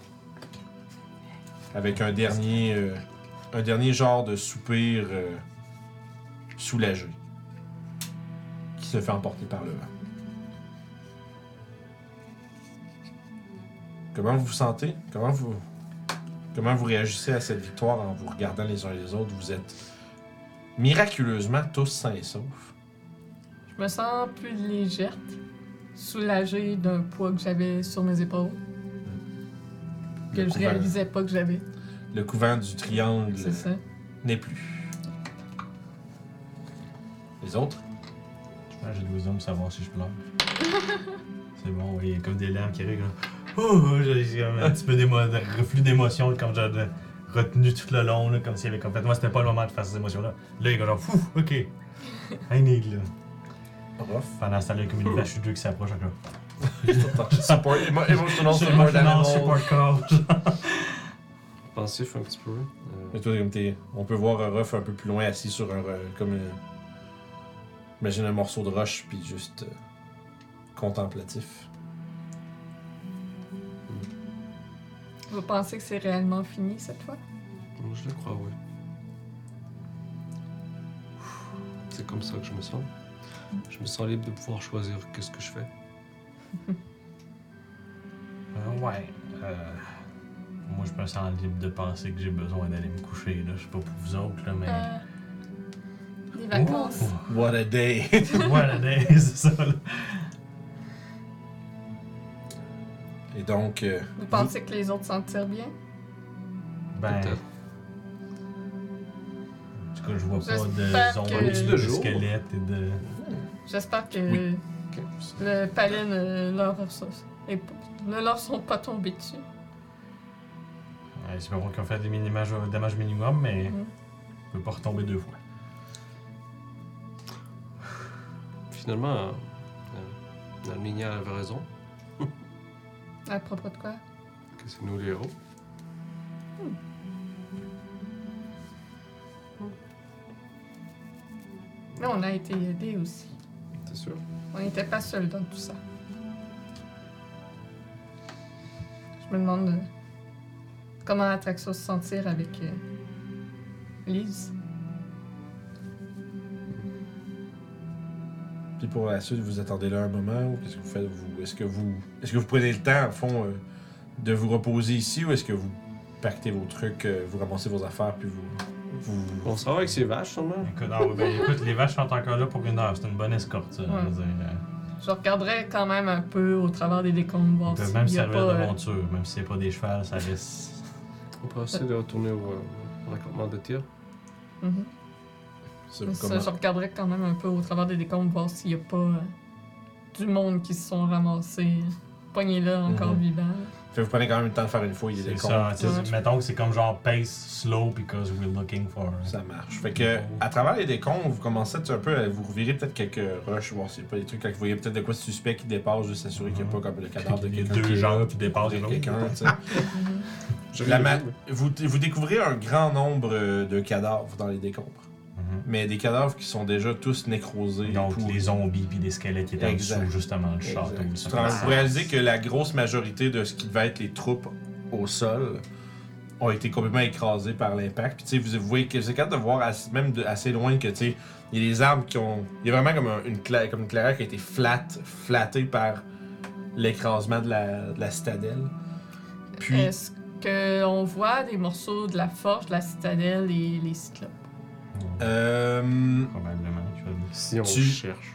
[SPEAKER 1] Avec un dernier. euh, un dernier genre de soupir euh, soulagé. Qui se fait emporter par le vent. Comment vous vous sentez? Comment vous. Comment vous réagissez à cette victoire en vous regardant les uns les autres? Vous êtes miraculeusement tous sains et saufs.
[SPEAKER 4] Je me sens plus légère, soulagée d'un poids que j'avais sur mes épaules, que
[SPEAKER 1] Le
[SPEAKER 4] je
[SPEAKER 1] couvert-
[SPEAKER 4] réalisais pas que j'avais.
[SPEAKER 1] Le couvent du triangle
[SPEAKER 4] C'est ça.
[SPEAKER 1] n'est plus. Les autres?
[SPEAKER 3] Ouais, J'ai deux hommes savoir si je pleure. c'est bon, ouais, il y a comme des larmes qui arrivent. Comme... Ouh, j'ai j'ai comme un petit peu d'émo- de reflux d'émotions, comme genre de retenu tout le long, là, comme s'il y avait complètement. C'était pas le moment de faire ces émotions-là. Là, il est comme genre, fou, ok. I need, là. Pendant ce temps-là, il y a comme une vache ou deux qui s'approche encore.
[SPEAKER 1] support, émo- emotional support
[SPEAKER 3] non,
[SPEAKER 1] animal.
[SPEAKER 3] support call.
[SPEAKER 2] Pensif un petit peu. Euh,
[SPEAKER 1] Mais toi, comme t'es- on peut voir euh, Ruff un peu plus loin assis sur un, euh, comme une- imagine un morceau de roche puis juste euh, contemplatif.
[SPEAKER 4] Vous pensez que c'est réellement fini cette fois?
[SPEAKER 2] moi, je le crois, oui. C'est comme ça que je me sens. Je me sens libre de pouvoir choisir qu'est-ce que je fais.
[SPEAKER 3] Euh, ouais. euh, moi, je me sens libre de penser que j'ai besoin d'aller me coucher, là. Je sais pas pour vous autres, là, mais.
[SPEAKER 4] Euh,
[SPEAKER 3] Euh,
[SPEAKER 4] les vacances.
[SPEAKER 3] Ouh.
[SPEAKER 1] What a day!
[SPEAKER 3] What a day, c'est ça, là.
[SPEAKER 1] Et donc, euh,
[SPEAKER 4] Vous pensez que les autres s'en tirent bien?
[SPEAKER 3] Ben.
[SPEAKER 2] Peut-être.
[SPEAKER 3] En tout cas, je vois pas de
[SPEAKER 4] J'espère que-
[SPEAKER 3] zombies,
[SPEAKER 2] Au-dessus de
[SPEAKER 3] de
[SPEAKER 2] jour.
[SPEAKER 3] squelettes et de.
[SPEAKER 4] J'espère que
[SPEAKER 1] Oui.
[SPEAKER 2] Ok.
[SPEAKER 4] le palais ne leur, et ne leur sont pas tombés dessus.
[SPEAKER 3] Ouais, c'est pas bon qu'on fait des minimages- dommages minimum, mais
[SPEAKER 4] Mhm.
[SPEAKER 3] on peut pas retomber deux fois.
[SPEAKER 2] Finalement, euh, euh, Nalminia avait raison,
[SPEAKER 4] À propos de quoi?
[SPEAKER 2] que c'est nous les héros.
[SPEAKER 4] Mais on a été aidés aussi.
[SPEAKER 2] C'est sûr.
[SPEAKER 4] On n'était pas seuls dans tout ça. Je me demande euh, comment Atraxos se sentir avec euh, Lise.
[SPEAKER 1] puis pour la suite, vous attendez là un moment ou qu'est-ce que vous faites? Vous, est-ce que vous, est-ce que vous prenez le temps, en fond, euh, de vous reposer ici ou est-ce que vous pactez vos trucs, euh, vous ramassez vos affaires puis vous, vous
[SPEAKER 2] On s'en va avec ces vaches, sûrement.
[SPEAKER 3] Écoute, ah ouais, ben, écoute, les vaches sont encore là pour une heure. C'est une bonne escorte, ça.
[SPEAKER 4] Ouais.
[SPEAKER 3] je veux dire, euh,
[SPEAKER 4] Je regarderai quand même un peu au travers des décombres,
[SPEAKER 3] ils
[SPEAKER 4] voir
[SPEAKER 3] peuvent
[SPEAKER 4] s'il
[SPEAKER 3] même
[SPEAKER 4] y a
[SPEAKER 3] servir
[SPEAKER 4] pas...
[SPEAKER 3] de
[SPEAKER 4] euh,
[SPEAKER 3] monture, même si c'est pas des chevals, ça reste.
[SPEAKER 2] On peut essayer de retourner au euh, raccordement de tir.
[SPEAKER 4] mhm.
[SPEAKER 1] Ça,
[SPEAKER 4] Mais
[SPEAKER 1] comment-
[SPEAKER 4] ça, je regarderai quand même un peu au travers des décombres, voir s'il n'y a pas euh, du monde qui se sont ramassés, pognés là, encore
[SPEAKER 1] Mhm.
[SPEAKER 4] vivants.
[SPEAKER 1] Fait que vous prenez quand même le temps de faire une fouille des
[SPEAKER 3] C'est
[SPEAKER 1] décomptes.
[SPEAKER 3] ça. tu sais,
[SPEAKER 4] Ouais.
[SPEAKER 3] Mettons que c'est comme genre pace slow because we're looking for.
[SPEAKER 1] Ça marche. Fait que, à travers les décombres, vous commencez tu sais, un peu à vous revirer peut-être quelques rushs, voir s'il y a pas des trucs. Quand vous voyez peut-être de quoi de suspect qui dépasse, juste s'assurer qu'il n'y a pas comme le cadavre de
[SPEAKER 3] Il Ah. y a
[SPEAKER 1] quelqu'un.
[SPEAKER 3] deux
[SPEAKER 1] qui est là,
[SPEAKER 3] jambes qui dépassent
[SPEAKER 1] de
[SPEAKER 3] l'autre.
[SPEAKER 1] quelqu'un, tu sais. Mhm.
[SPEAKER 2] Je
[SPEAKER 1] La
[SPEAKER 2] rigole,
[SPEAKER 1] ma-
[SPEAKER 2] mais-
[SPEAKER 1] vous, vous découvrez un grand nombre euh, de cadavres dans les décombres.
[SPEAKER 3] Mhm.
[SPEAKER 1] Mais des cadavres qui sont déjà tous nécrosés.
[SPEAKER 3] Donc
[SPEAKER 1] pour-
[SPEAKER 3] les zombies puis des squelettes qui étaient en
[SPEAKER 1] Exact.
[SPEAKER 3] dessous justement du
[SPEAKER 1] Exact.
[SPEAKER 3] château.
[SPEAKER 1] Tu
[SPEAKER 3] Ça
[SPEAKER 1] te
[SPEAKER 3] fait
[SPEAKER 1] rends-
[SPEAKER 3] sens.
[SPEAKER 1] Vous réalisez que la grosse majorité de ce qui devait être les troupes au sol ont été complètement écrasées par l'impact. Puis tu sais, vous, vous voyez que c'est capable de voir assez- même de- assez loin que tu sais, il y a des arbres qui ont. Il y a vraiment comme un- une, cla- comme une clairière qui a été flatte, flattée par l'écrasement de la, de la citadelle. Puis.
[SPEAKER 4] Est-ce qu'on voit des morceaux de la forge, de la citadelle et les cyclopes?
[SPEAKER 1] euh,
[SPEAKER 3] Probablement. je vais dire.
[SPEAKER 2] Si on
[SPEAKER 1] Tu-
[SPEAKER 2] cherche,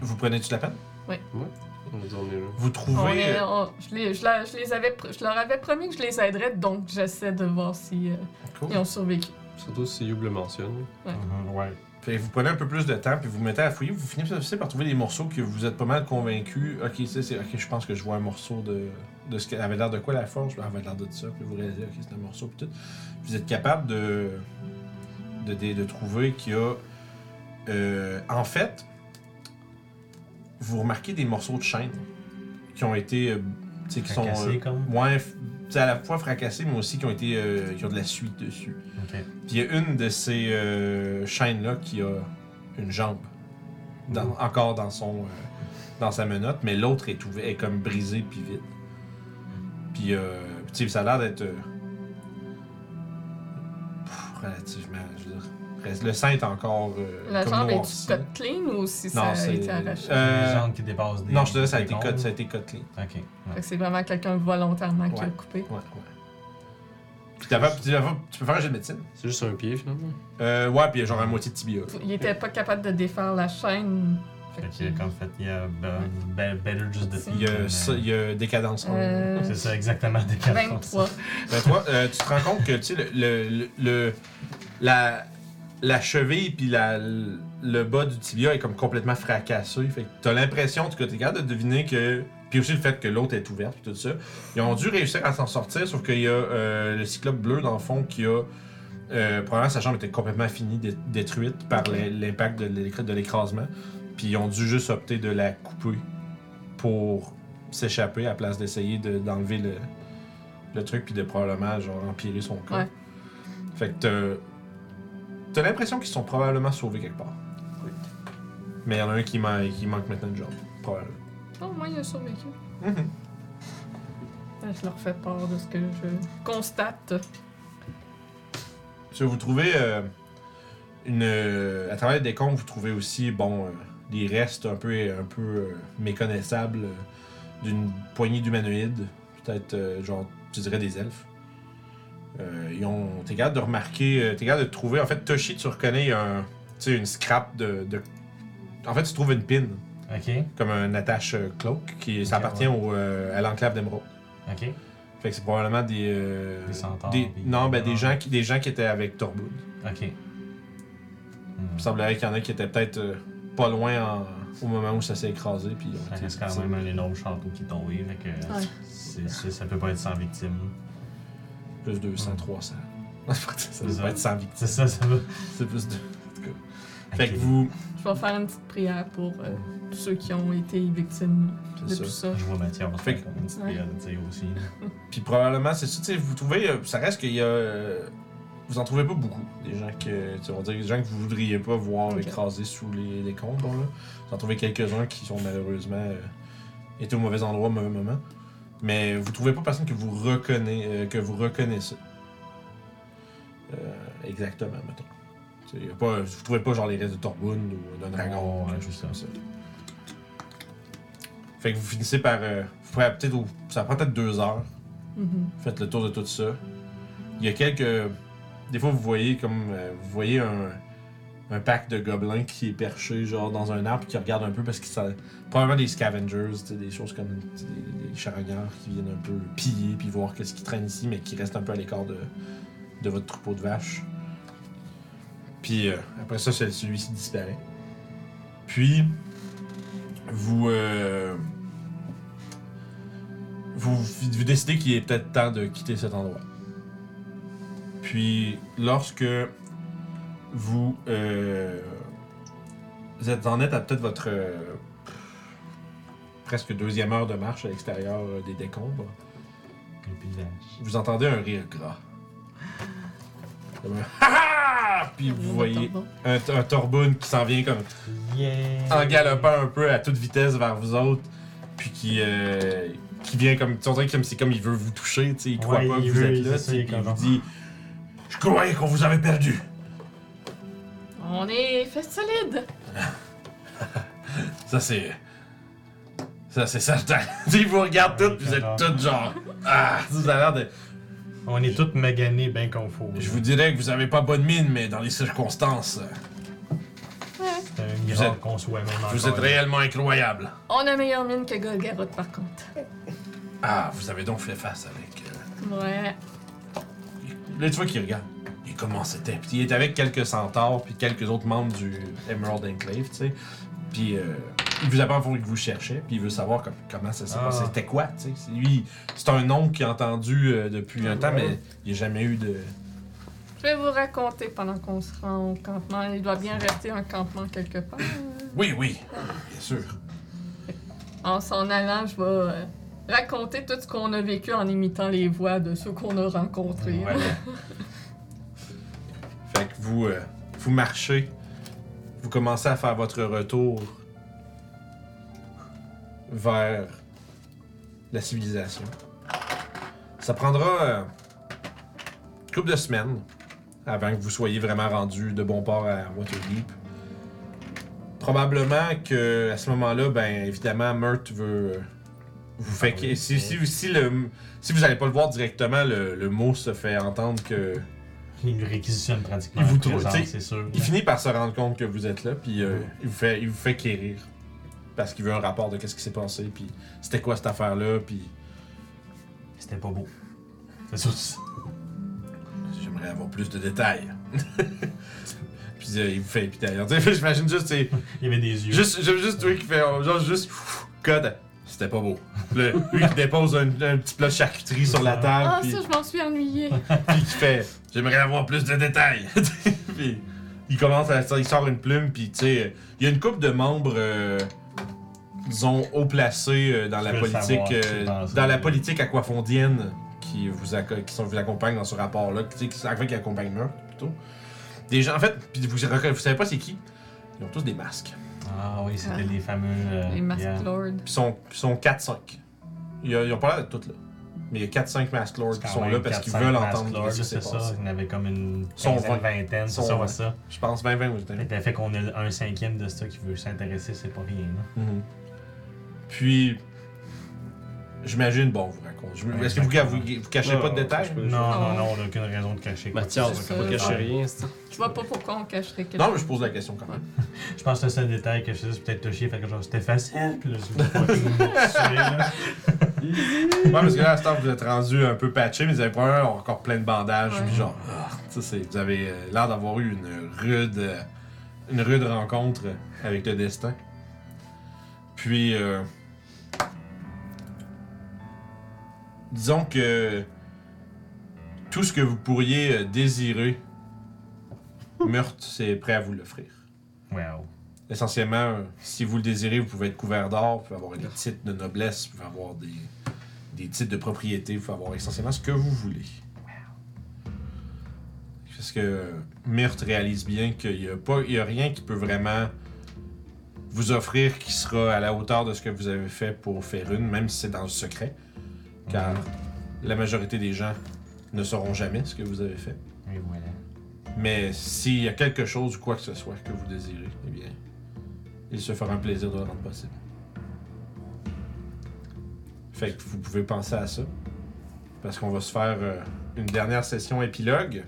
[SPEAKER 1] vous prenez-tu la peine?
[SPEAKER 2] on va dire on est là.
[SPEAKER 1] Vous euh,
[SPEAKER 4] On
[SPEAKER 1] trouvez.
[SPEAKER 4] est- on- je, les, je, la- je les avais, pr- je leur avais promis que je les aiderais, donc j'essaie de voir si euh,
[SPEAKER 1] Cool.
[SPEAKER 4] ils ont survécu.
[SPEAKER 1] Euh,
[SPEAKER 2] Surtout si Youb le mentionne.
[SPEAKER 3] Mhm, Ouais.
[SPEAKER 1] Fait que vous prenez un peu plus de temps, puis vous mettez à fouiller, vous finissez aussi par trouver des morceaux que vous êtes pas mal convaincus. Ok, ça, c'est, ok, je pense que je vois un morceau de, de ce qu'elle avait l'air de quoi la forge, elle avait l'air de ça, puis vous réalisez, ok, c'est un morceau, puis tout. Vous êtes capable de, de, de, de trouver qu'il y a. euh, en fait, vous remarquez des morceaux de chaîne qui ont été. euh, tu sais, qui sont.
[SPEAKER 3] Cassé
[SPEAKER 1] euh,
[SPEAKER 3] comme.
[SPEAKER 1] moins. f- tu sais, à la fois fracassés, mais aussi qui ont été. euh, qui ont de la suite dessus.
[SPEAKER 3] Ok.
[SPEAKER 1] Puis il y a une de ces euh, chaînes-là qui a une jambe. dans-
[SPEAKER 3] Mhm.
[SPEAKER 1] Encore dans son. euh, dans sa menotte, mais l'autre est, ouver- est comme brisée puis vide. Puis, euh, tu sais, ça a l'air d'être. euh, pff, relativement. Je veux dire, reste- le sein est encore. euh,
[SPEAKER 4] La
[SPEAKER 1] comme
[SPEAKER 4] jambe
[SPEAKER 1] noirci.
[SPEAKER 4] est-tu cut clean ou si ça
[SPEAKER 1] Non,
[SPEAKER 4] a
[SPEAKER 1] c'est.
[SPEAKER 4] été arraché?
[SPEAKER 1] euh,
[SPEAKER 3] Les jambes qui dépassent des.
[SPEAKER 1] non, je te dis, ça a
[SPEAKER 3] des
[SPEAKER 1] été
[SPEAKER 3] cônes.
[SPEAKER 1] cut, ça a été cut clean.
[SPEAKER 3] Ok. ouais.
[SPEAKER 4] Fait que C'est vraiment quelqu'un volontairement qui l'a
[SPEAKER 1] Ouais.
[SPEAKER 4] coupé.
[SPEAKER 1] Ouais, ouais. Puis t'as pas- tu vas- tu peux faire un jeu de médecine.
[SPEAKER 2] C'est juste un pied finalement.
[SPEAKER 1] Euh, ouais, puis genre à moitié de tibia.
[SPEAKER 4] Il était pas capable de défaire la chaîne. Fait
[SPEAKER 3] Fait
[SPEAKER 4] que-
[SPEAKER 3] qu'il y a comme fait, il y a ben, ben- better just the euh,
[SPEAKER 1] Il y a, ça- il y a décadence. en-
[SPEAKER 4] Euh,
[SPEAKER 3] C'est ça, exactement. Des cartons.
[SPEAKER 4] 23.
[SPEAKER 1] Ben toi, euh, tu te rends compte que tu sais, le, le- le- le- la, la cheville puis la, le bas du tibia est comme complètement fracassé. Fait que t'as l'impression, en tout cas, t'es capable de deviner que. Puis aussi le fait que l'autre est ouverte puis tout ça. Ils ont dû réussir à s'en sortir, sauf qu'il y a euh, le cyclope bleu dans le fond qui a. euh, probablement sa chambre était complètement finie, dé- détruite par
[SPEAKER 4] Ok.
[SPEAKER 1] l'é- l'impact de l'écr- de l'écrasement. Puis ils ont dû juste opter de la couper pour s'échapper à place d'essayer de- d'enlever le, le truc puis de probablement genre empirer son corps.
[SPEAKER 4] Ouais.
[SPEAKER 1] Fait que t'as- t'as l'impression qu'ils sont probablement sauvés quelque part.
[SPEAKER 4] Cool.
[SPEAKER 1] Mais il y en a un qui, man- qui manque maintenant de jambe, probablement.
[SPEAKER 4] Oh, moi, il a survécu. Ah,
[SPEAKER 1] Mhm.
[SPEAKER 4] Je leur fais part de ce que je constate.
[SPEAKER 1] Si vous trouvez euh, une, euh, à travers des décombres, vous trouvez aussi bon euh, des restes un peu un peu euh, méconnaissables euh, d'une poignée d'humanoïdes, peut-être euh, genre tu dirais des elfes. Euh, ils ont t'es capable de remarquer, euh, t'es capable de trouver en fait Toshi tu reconnais il y a un, tu sais, une scrap de, de- en fait tu trouves une pin
[SPEAKER 3] Ok,
[SPEAKER 1] comme un attache euh, cloak qui ça
[SPEAKER 3] Ok,
[SPEAKER 1] appartient au, euh, à l'enclave d'Emeraude.
[SPEAKER 3] ok.
[SPEAKER 1] Fait que c'est probablement des euh,
[SPEAKER 3] Des centaures, puis-
[SPEAKER 1] non ben des
[SPEAKER 3] non.
[SPEAKER 1] gens qui des gens qui étaient avec Torbood.
[SPEAKER 3] Ok. Hmm.
[SPEAKER 1] Il semblerait qu'il y en a qui étaient peut-être euh, pas loin en- au moment où ça s'est écrasé. Puis ils ont
[SPEAKER 3] Ça
[SPEAKER 1] été-
[SPEAKER 3] reste quand même un énorme château qui est tombé, fait que
[SPEAKER 4] Ouais.
[SPEAKER 3] c'est- c'est- ça peut pas être sans victime.
[SPEAKER 1] Plus 200,
[SPEAKER 3] Mm.
[SPEAKER 1] 300. ça
[SPEAKER 3] C'est
[SPEAKER 1] doit
[SPEAKER 3] ça.
[SPEAKER 1] pas être 100 victimes.
[SPEAKER 3] C'est ça, ça va.
[SPEAKER 1] C'est plus de. en tout cas. Fait
[SPEAKER 3] Ok.
[SPEAKER 1] que vous.
[SPEAKER 4] Je vais faire une petite prière pour euh, tous ceux qui ont été victimes de
[SPEAKER 1] C'est ça.
[SPEAKER 4] tout ça.
[SPEAKER 3] Je vois Mathieu, on va se
[SPEAKER 1] Fait
[SPEAKER 3] faire une petite
[SPEAKER 4] Ouais.
[SPEAKER 3] période, tu sais, aussi.
[SPEAKER 1] Puis probablement, c'est ça, tu sais, vous trouvez. euh, Ça reste qu'il y a. euh, Vous en trouvez pas beaucoup. Des gens que. tu sais, on va dire, des gens que vous voudriez pas voir
[SPEAKER 4] Ok.
[SPEAKER 1] écrasés sous les, les décombres, là. Vous en trouvez quelques-uns qui sont malheureusement. euh, étaient au mauvais endroit au mauvais moment. Mais vous trouvez pas personne que vous, reconna- euh, que vous reconnaissez. Euh, exactement, mettons. Tu sais, y a pas, vous trouvez pas genre les restes de Torbund ou d'un dragon
[SPEAKER 3] Ouais,
[SPEAKER 1] ou quelque
[SPEAKER 3] ouais,
[SPEAKER 1] chose
[SPEAKER 3] c'est
[SPEAKER 1] comme ça. Fait que vous finissez par. euh, vous prenez peut-être au- ça prend peut-être deux heures.
[SPEAKER 4] Mhm.
[SPEAKER 1] Faites le tour de tout ça. Il y a quelques. Des fois, vous voyez comme. euh, vous voyez un, un pack de gobelins qui est perché, genre, dans un arbre, qui regarde un peu parce que ça. Probablement des scavengers, tu sais, des choses comme. tu sais, Des, des charognards qui viennent un peu piller puis voir qu'est-ce qui traîne ici, mais qui restent un peu à l'écart de, de votre troupeau de vaches. Puis euh, après ça, c'est- celui-ci disparaît. Puis. Vous. euh, vous vous, vous décidez qu'il est peut-être temps de quitter cet endroit. Puis, lorsque vous, euh, vous êtes en êtes à peut-être votre euh, presque deuxième heure de marche à l'extérieur euh, des décombres,
[SPEAKER 3] Le village.
[SPEAKER 1] vous entendez un rire gras. Comme un Ha ha! Puis vous voyez un, un Torbun qui s'en vient comme
[SPEAKER 3] Yeah!
[SPEAKER 1] en galopant un peu à toute vitesse vers vous autres, puis qui, euh, qui vient comme. Tu entends comme c'est comme il veut vous toucher, tu sais, il croit
[SPEAKER 3] Ouais,
[SPEAKER 1] pas que
[SPEAKER 3] il
[SPEAKER 1] vous
[SPEAKER 3] veut,
[SPEAKER 1] êtes là, tu
[SPEAKER 3] c'est ça,
[SPEAKER 1] sais,
[SPEAKER 3] il est
[SPEAKER 1] puis il vous
[SPEAKER 3] comme-
[SPEAKER 1] dit Je croyais qu'on vous avait perdu.
[SPEAKER 4] On est fait solide.
[SPEAKER 1] Ça c'est. Ça c'est certain. Tu sais, il vous regarde
[SPEAKER 3] Ouais,
[SPEAKER 1] toutes, puis vous êtes
[SPEAKER 3] j'adore.
[SPEAKER 1] toutes genre. Ah, vous avez l'air de.
[SPEAKER 3] On est tous maganés ben qu'on faut.
[SPEAKER 1] Je vous dirais que vous avez pas bonne mine, mais dans les circonstances, euh,
[SPEAKER 4] Ouais.
[SPEAKER 3] C'est un miracle
[SPEAKER 1] êtes-
[SPEAKER 3] qu'on soit même
[SPEAKER 1] vous
[SPEAKER 3] encore
[SPEAKER 1] êtes
[SPEAKER 3] là.
[SPEAKER 1] réellement incroyable.
[SPEAKER 4] On a meilleure mine que Golgaroth, par contre.
[SPEAKER 1] Ah, vous avez donc fait face avec. euh,
[SPEAKER 4] Ouais.
[SPEAKER 1] Là, tu vois qu'il regarde. Et comment c'était? Puis il est avec quelques centaures, puis quelques autres membres du Emerald Enclave, tu sais. Puis euh, il vous apprend pour que vous cherchez, puis il veut savoir comme- comment ça s'est
[SPEAKER 3] Ah.
[SPEAKER 1] passé. C'était quoi, tu sais? C'est- Lui, c'est un nom qu'il a entendu euh, depuis un temps, mais il n'a jamais eu de.
[SPEAKER 4] Je vais vous raconter pendant qu'on se rend au campement. Il doit bien rester un campement quelque part.
[SPEAKER 1] Oui, oui, bien sûr.
[SPEAKER 4] En s'en allant, je vais euh, raconter tout ce qu'on a vécu en imitant les voix de ceux qu'on a rencontrés.
[SPEAKER 1] Ouais. fait que vous, euh, vous marchez, vous commencez à faire votre retour vers la civilisation. Ça prendra euh, une couple de semaines avant que vous soyez vraiment rendu de bon port à Waterdeep. Probablement que à ce moment-là, ben évidemment, Meurt veut euh, vous fait que- si, si, si le si vous n'allez pas le voir directement, le, le mot se fait entendre que
[SPEAKER 3] Ils nous réquisitionnent pratiquement.
[SPEAKER 1] Ils vous
[SPEAKER 3] à
[SPEAKER 1] trouvent,
[SPEAKER 3] présent,
[SPEAKER 1] tu sais,
[SPEAKER 3] c'est sûr.
[SPEAKER 1] il finit par se rendre compte que vous êtes là, puis euh,
[SPEAKER 3] Ouais.
[SPEAKER 1] il vous fait il vous fait quérir parce qu'il veut un rapport de qu'est-ce qui s'est passé, puis c'était quoi cette affaire là, puis
[SPEAKER 3] C'était pas beau. C'est sûr.
[SPEAKER 1] j'aimerais avoir plus de détails. puis euh, il vous fait puis d'ailleurs, tu sais, j'imagine juste c'est
[SPEAKER 3] Il y avait des yeux.
[SPEAKER 1] Juste, j'aime juste toi qui fait euh, genre juste pff, code. C'était pas beau. Le, lui qui dépose un, un petit plat de charcuterie sur la table,
[SPEAKER 4] Ah,
[SPEAKER 1] puis,
[SPEAKER 4] ça, je m'en suis ennuyée.
[SPEAKER 1] puis qui fait j'aimerais avoir plus de détails. puis il commence à il sort une plume puis tu sais euh, il y a une couple de membres euh, disons haut placés euh, dans
[SPEAKER 3] Je
[SPEAKER 1] la
[SPEAKER 3] veux le
[SPEAKER 1] politique
[SPEAKER 3] savoir,
[SPEAKER 1] euh,
[SPEAKER 3] c'est dans ça.
[SPEAKER 1] dans la politique aquafondienne qui vous acco- qui sont, vous accompagnent dans ce rapport là, tu sais qui en fait qui accompagnent Meurthe, plutôt. Des gens en fait puis vous vous savez pas c'est qui. Ils ont tous des masques.
[SPEAKER 3] Ah oui, c'était
[SPEAKER 4] Ah.
[SPEAKER 3] les fameux. euh,
[SPEAKER 4] Les Mask
[SPEAKER 3] yeah.
[SPEAKER 4] Lords.
[SPEAKER 1] Puis sont, puis sont 4-5. Ils, ils ont pas l'air de toutes là. Mais il y a 4-5 Mask Lords
[SPEAKER 3] C'est
[SPEAKER 1] qui
[SPEAKER 3] quand
[SPEAKER 1] sont
[SPEAKER 3] même
[SPEAKER 1] là parce qu'ils
[SPEAKER 3] 4-5
[SPEAKER 1] veulent
[SPEAKER 3] Mask
[SPEAKER 1] entendre
[SPEAKER 3] Lords,
[SPEAKER 1] ce qui s'est
[SPEAKER 3] C'est ça,
[SPEAKER 1] passé.
[SPEAKER 3] il y en avait comme une
[SPEAKER 1] Sont
[SPEAKER 3] quinzaine,
[SPEAKER 1] vingt-
[SPEAKER 3] vingtaine,
[SPEAKER 1] sont
[SPEAKER 3] c'est ça,
[SPEAKER 1] vingt.
[SPEAKER 3] ouais, ça.
[SPEAKER 1] Je pense 20-20 ou 20.
[SPEAKER 3] Fait que le fait qu'on ait un cinquième de ça qui veut s'intéresser, c'est pas rien. Là.
[SPEAKER 1] Mhm. Puis, j'imagine, bon, vous racontez. je- Est-ce que vous, vous, vous cachez
[SPEAKER 2] Non,
[SPEAKER 1] pas de
[SPEAKER 2] non,
[SPEAKER 1] détails?
[SPEAKER 2] je peux-
[SPEAKER 3] Non,
[SPEAKER 4] Ah
[SPEAKER 3] non,
[SPEAKER 4] ouais.
[SPEAKER 3] non, on n'a aucune raison de cacher. quoi.
[SPEAKER 2] Mathias,
[SPEAKER 4] C'est
[SPEAKER 2] on peut
[SPEAKER 4] ça.
[SPEAKER 2] pas cacher rien, c'est
[SPEAKER 4] Je vois pas pourquoi on cacherait quelque
[SPEAKER 1] Non, mais je pose la question quand même.
[SPEAKER 3] Je pense que le seul détail que je sais, c'est peut-être le chiffre, fait que genre c'était facile, puis là, je me fucking tuer, là.
[SPEAKER 1] ouais, parce que là, à ce temps, vous êtes rendu un peu patché, mais vous avez probablement encore plein de bandages.
[SPEAKER 4] Ouais.
[SPEAKER 1] Puis genre, ah, ça, c'est- vous avez euh, l'air d'avoir eu une rude, euh, une rude rencontre avec le destin. Puis, euh, disons que tout ce que vous pourriez euh, désirer, Meurthe, c'est prêt à vous l'offrir.
[SPEAKER 3] Wow.
[SPEAKER 1] Essentiellement, euh, si vous le désirez, vous pouvez être couvert d'or, vous pouvez avoir des titres de noblesse, vous pouvez avoir des, des titres de propriété, vous pouvez avoir essentiellement ce que vous voulez. Parce que Myrthe réalise bien qu'il n'y a, pas- il y a rien qui peut vraiment vous offrir qui sera à la hauteur de ce que vous avez fait pour faire une, même si c'est dans le secret. Car la majorité des gens ne sauront jamais ce que vous avez fait.
[SPEAKER 3] Et voilà.
[SPEAKER 1] Mais s'il y a quelque chose ou quoi que ce soit que vous désirez, eh bien, il se fera un plaisir de le rendre possible. Fait que vous pouvez penser à ça. Parce qu'on va se faire euh, une dernière session épilogue.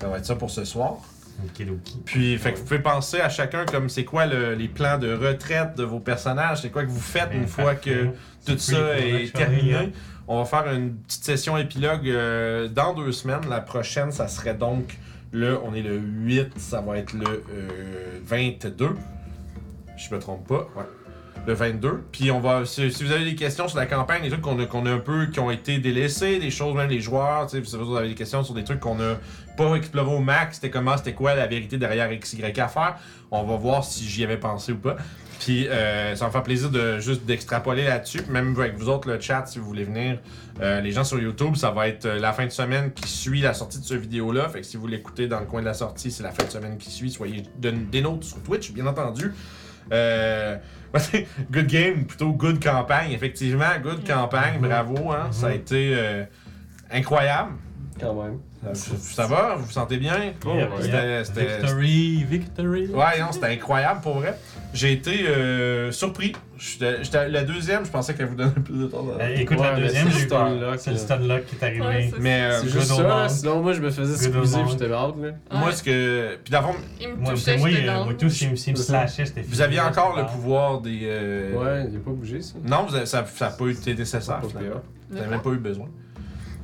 [SPEAKER 1] Ça va être ça pour ce soir.
[SPEAKER 3] Okidoki.
[SPEAKER 1] Puis, fait que vous pouvez penser à chacun comme c'est quoi le- les plans de retraite de vos personnages, c'est quoi que vous faites
[SPEAKER 3] Ben,
[SPEAKER 1] une fois que
[SPEAKER 3] parfait.
[SPEAKER 1] tout
[SPEAKER 3] C'est cool,
[SPEAKER 1] ça
[SPEAKER 3] les
[SPEAKER 1] est
[SPEAKER 3] productions, hein.
[SPEAKER 1] terminé. On va faire une petite session épilogue euh, dans deux semaines. La prochaine, ça serait donc le. On est le 8, ça va être le euh, 22. Je me trompe pas. Ouais. le 22. Puis on va, si, si vous avez des questions sur la campagne, des trucs qu'on a, qu'on a un peu, qui ont été délaissés, des choses, même les joueurs, tu sais, si vous avez des questions sur des trucs qu'on a pas exploré au max, c'était comment, c'était quoi la vérité derrière XY à faire, on va voir si j'y avais pensé ou pas. Puis euh, ça me fait plaisir de juste d'extrapoler là-dessus. Puis Même avec vous autres, le chat, si vous voulez venir, euh, les gens sur YouTube, ça va être euh, la fin de semaine qui suit la sortie de ce vidéo-là. Fait que si vous l'écoutez dans le coin de la sortie, c'est la fin de semaine qui suit. Soyez de- des nôtres sur Twitch, bien entendu. Euh, good game, plutôt good campagne. Effectivement, good campagne, bravo. Hein? Ça a été euh, incroyable.
[SPEAKER 2] Quand même.
[SPEAKER 1] Ça, ça va, vous vous sentez bien?
[SPEAKER 3] Yep,
[SPEAKER 1] Oh, C'était-
[SPEAKER 3] yep.
[SPEAKER 1] c'était-
[SPEAKER 3] Victory, victory.
[SPEAKER 1] Ouais, non, c'était incroyable pour vrai. J'ai été euh, surpris. J'étais j'étais- la deuxième, je pensais qu'elle vous donnait plus de temps.
[SPEAKER 3] Euh, écoute,
[SPEAKER 2] Ouais,
[SPEAKER 3] la
[SPEAKER 2] mais
[SPEAKER 3] deuxième,
[SPEAKER 2] c'est
[SPEAKER 3] j'ai eu
[SPEAKER 2] le
[SPEAKER 3] peur.
[SPEAKER 2] Stunlock,
[SPEAKER 3] C'est le
[SPEAKER 2] là.
[SPEAKER 3] Stunlock qui est
[SPEAKER 4] Ouais,
[SPEAKER 3] arrivé.
[SPEAKER 4] ça,
[SPEAKER 1] Mais euh,
[SPEAKER 2] C'est
[SPEAKER 3] good
[SPEAKER 2] juste
[SPEAKER 3] old
[SPEAKER 2] ça,
[SPEAKER 3] man.
[SPEAKER 2] sinon moi je me faisais
[SPEAKER 3] Good old
[SPEAKER 2] squeezer
[SPEAKER 3] man.
[SPEAKER 2] puis j'étais out là.
[SPEAKER 1] moi, euh, ce que. Puis d'abord,
[SPEAKER 4] Il me
[SPEAKER 3] Moi,
[SPEAKER 4] touchait,
[SPEAKER 3] moi,
[SPEAKER 4] j'étais
[SPEAKER 3] il,
[SPEAKER 4] dans
[SPEAKER 3] moi
[SPEAKER 4] le-
[SPEAKER 3] tout, s'il me- s'il me
[SPEAKER 2] C'est ça.
[SPEAKER 3] slashait, c'était fini.
[SPEAKER 1] vous aviez encore le
[SPEAKER 3] Ah.
[SPEAKER 1] pouvoir des. euh,
[SPEAKER 2] Ouais, il a pas bougé ça.
[SPEAKER 1] Non, vous avez- ça n'a pas été nécessaire,
[SPEAKER 2] Pas
[SPEAKER 1] finalement.
[SPEAKER 2] pire.
[SPEAKER 1] Vous n'avez même pas eu besoin.